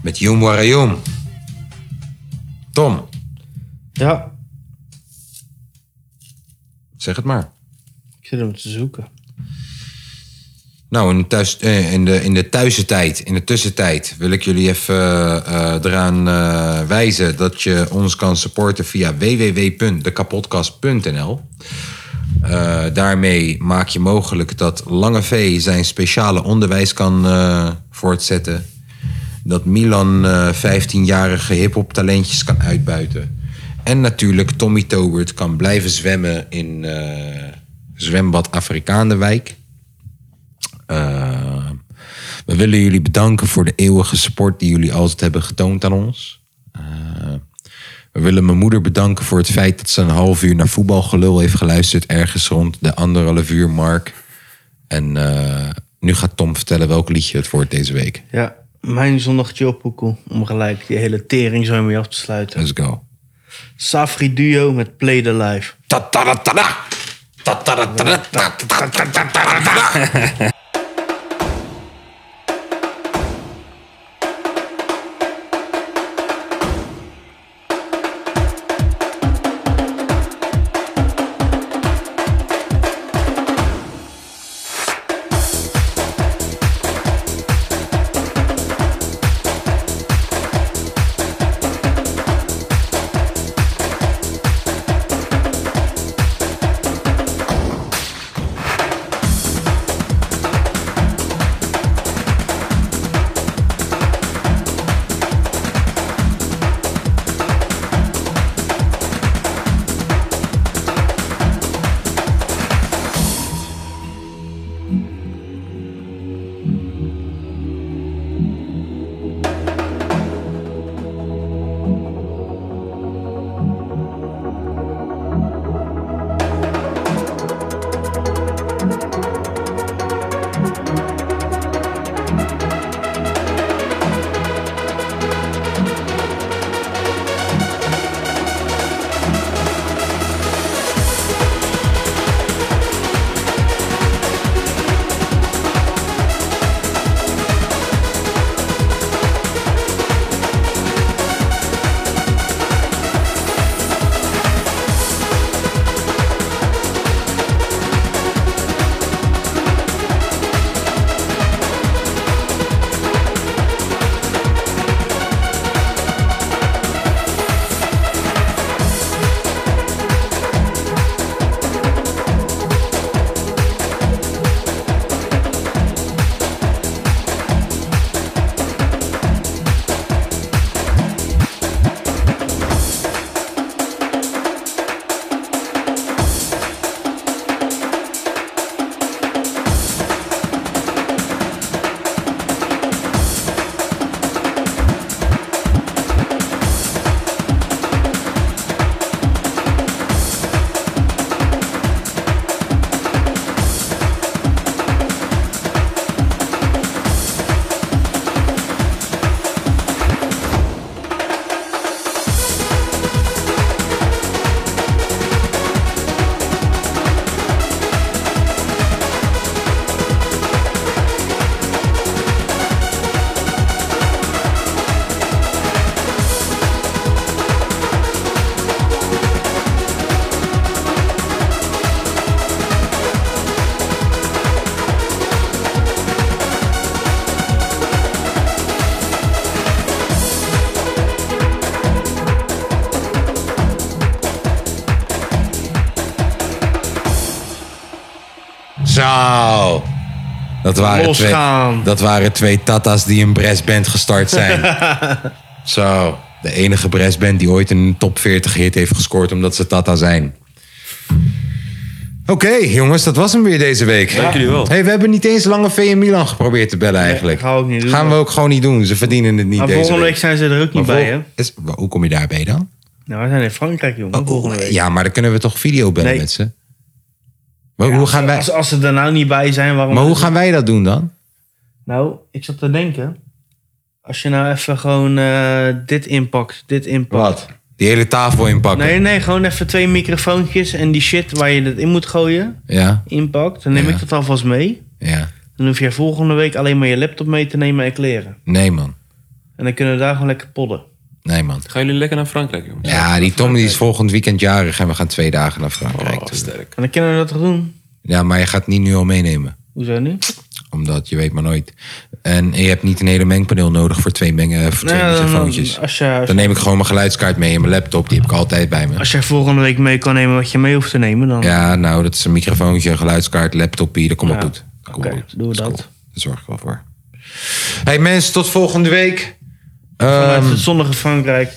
Speaker 1: Met Yum Warayoum. Tom,
Speaker 2: Ja,
Speaker 1: zeg het maar.
Speaker 2: ik zit hem te zoeken.
Speaker 1: Nou, in de, thuis, eh, in de, in de thuisentijd, in de tussentijd, wil ik jullie even eh, eh, eraan eh, wijzen dat je ons kan supporten via www.dekapodcast.nl. Eh, daarmee maak je mogelijk dat Lange V zijn speciale onderwijs kan eh, voortzetten. Dat Milan eh, 15-jarige hip-hop talentjes kan uitbuiten. En natuurlijk Tommy Tobert kan blijven zwemmen in eh, zwembad Afrikaanenwijk. Eh, we willen jullie bedanken voor de eeuwige support die jullie altijd hebben getoond aan ons. Eh, we willen mijn moeder bedanken voor het feit dat ze een half uur naar voetbalgelul heeft geluisterd. Ergens rond de anderhalf uur mark. En eh, nu gaat Tom vertellen welk liedje het wordt deze week.
Speaker 2: Ja, mijn zondag chillpoekel. Om gelijk die hele tering zo mee af te sluiten.
Speaker 1: Let's go.
Speaker 2: Safri Duo met Play the Life.
Speaker 1: Zo. Dat waren, twee,
Speaker 2: Losgaan.
Speaker 1: dat waren twee tata's die een brassband gestart zijn. Zo. De enige brassband die ooit een top 40 hit heeft gescoord omdat ze tata zijn. Oké, jongens, dat was hem weer deze week.
Speaker 3: Dank jullie wel.
Speaker 1: Hey, we hebben niet eens lange VM Milan geprobeerd te bellen eigenlijk.
Speaker 2: gaan we ook niet doen.
Speaker 1: Gaan we ook gewoon niet doen. Ze verdienen het niet
Speaker 2: Maar
Speaker 1: deze
Speaker 2: volgende week
Speaker 1: week.
Speaker 2: zijn ze er ook niet
Speaker 1: Maar
Speaker 2: bij,
Speaker 1: vol-
Speaker 2: hè?
Speaker 1: is- maar hoe kom je daarbij dan?
Speaker 2: Nou, we zijn in Frankrijk, jongen. volgende week.
Speaker 1: Oh, Ja, maar dan kunnen we toch video bellen
Speaker 2: Nee.
Speaker 1: met ze? Maar, hoe gaan wij,
Speaker 2: Als, als ze er nou niet bij zijn, waarom...
Speaker 1: maar hoe gaan wij dat doen dan?
Speaker 2: Nou, ik zat te denken. Als je nou even gewoon eh, dit inpakt, dit inpakt.
Speaker 1: Die hele tafel inpakken.
Speaker 2: Nee, nee, gewoon even twee microfoontjes en die shit waar je het in moet gooien,
Speaker 1: Ja,
Speaker 2: inpakt. Dan neem
Speaker 1: Ja.
Speaker 2: ik dat alvast mee.
Speaker 1: ja.
Speaker 2: Dan hoef jij volgende week alleen maar je laptop mee te nemen en kleren.
Speaker 1: Nee, man.
Speaker 2: En dan kunnen we daar gewoon lekker podden.
Speaker 1: Nee, man.
Speaker 3: Gaan jullie lekker naar Frankrijk, jongens?
Speaker 1: Ja, die Tom die is volgend weekend jarig en we gaan twee dagen naar Frankrijk.
Speaker 3: Oh,
Speaker 1: toe.
Speaker 3: sterk.
Speaker 2: En dan kunnen we dat toch doen?
Speaker 1: Ja, maar je gaat niet nu al meenemen.
Speaker 2: Hoezo nu?
Speaker 1: Omdat je weet maar nooit. En je hebt niet een hele mengpaneel nodig voor twee, mengen, voor twee
Speaker 2: Nou, dan-
Speaker 1: microfoontjes.
Speaker 2: als, je, als,
Speaker 1: Dan neem ik gewoon mijn geluidskaart mee en mijn laptop. Die heb ik altijd bij me.
Speaker 2: als jij volgende week mee kan nemen wat je mee hoeft te nemen, dan...
Speaker 1: Ja, nou, dat is een microfoontje, een geluidskaart, laptop hier. Dat komt wel
Speaker 2: Ja.
Speaker 1: goed. Dat komt wel
Speaker 2: Oké,
Speaker 1: goed.
Speaker 2: doen we
Speaker 1: is
Speaker 2: dat.
Speaker 1: cool. Daar zorg ik wel voor. Hey mensen, tot volgende week.
Speaker 2: Vanuit
Speaker 1: Ehm,
Speaker 2: het zonnige Frankrijk.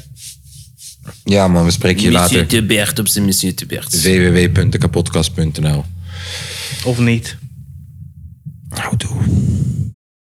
Speaker 1: ja man, we spreken je later.
Speaker 9: Monsieur Tubert op zijn Monsieur Tubert.
Speaker 1: www.kapodcast.nl
Speaker 2: Of niet.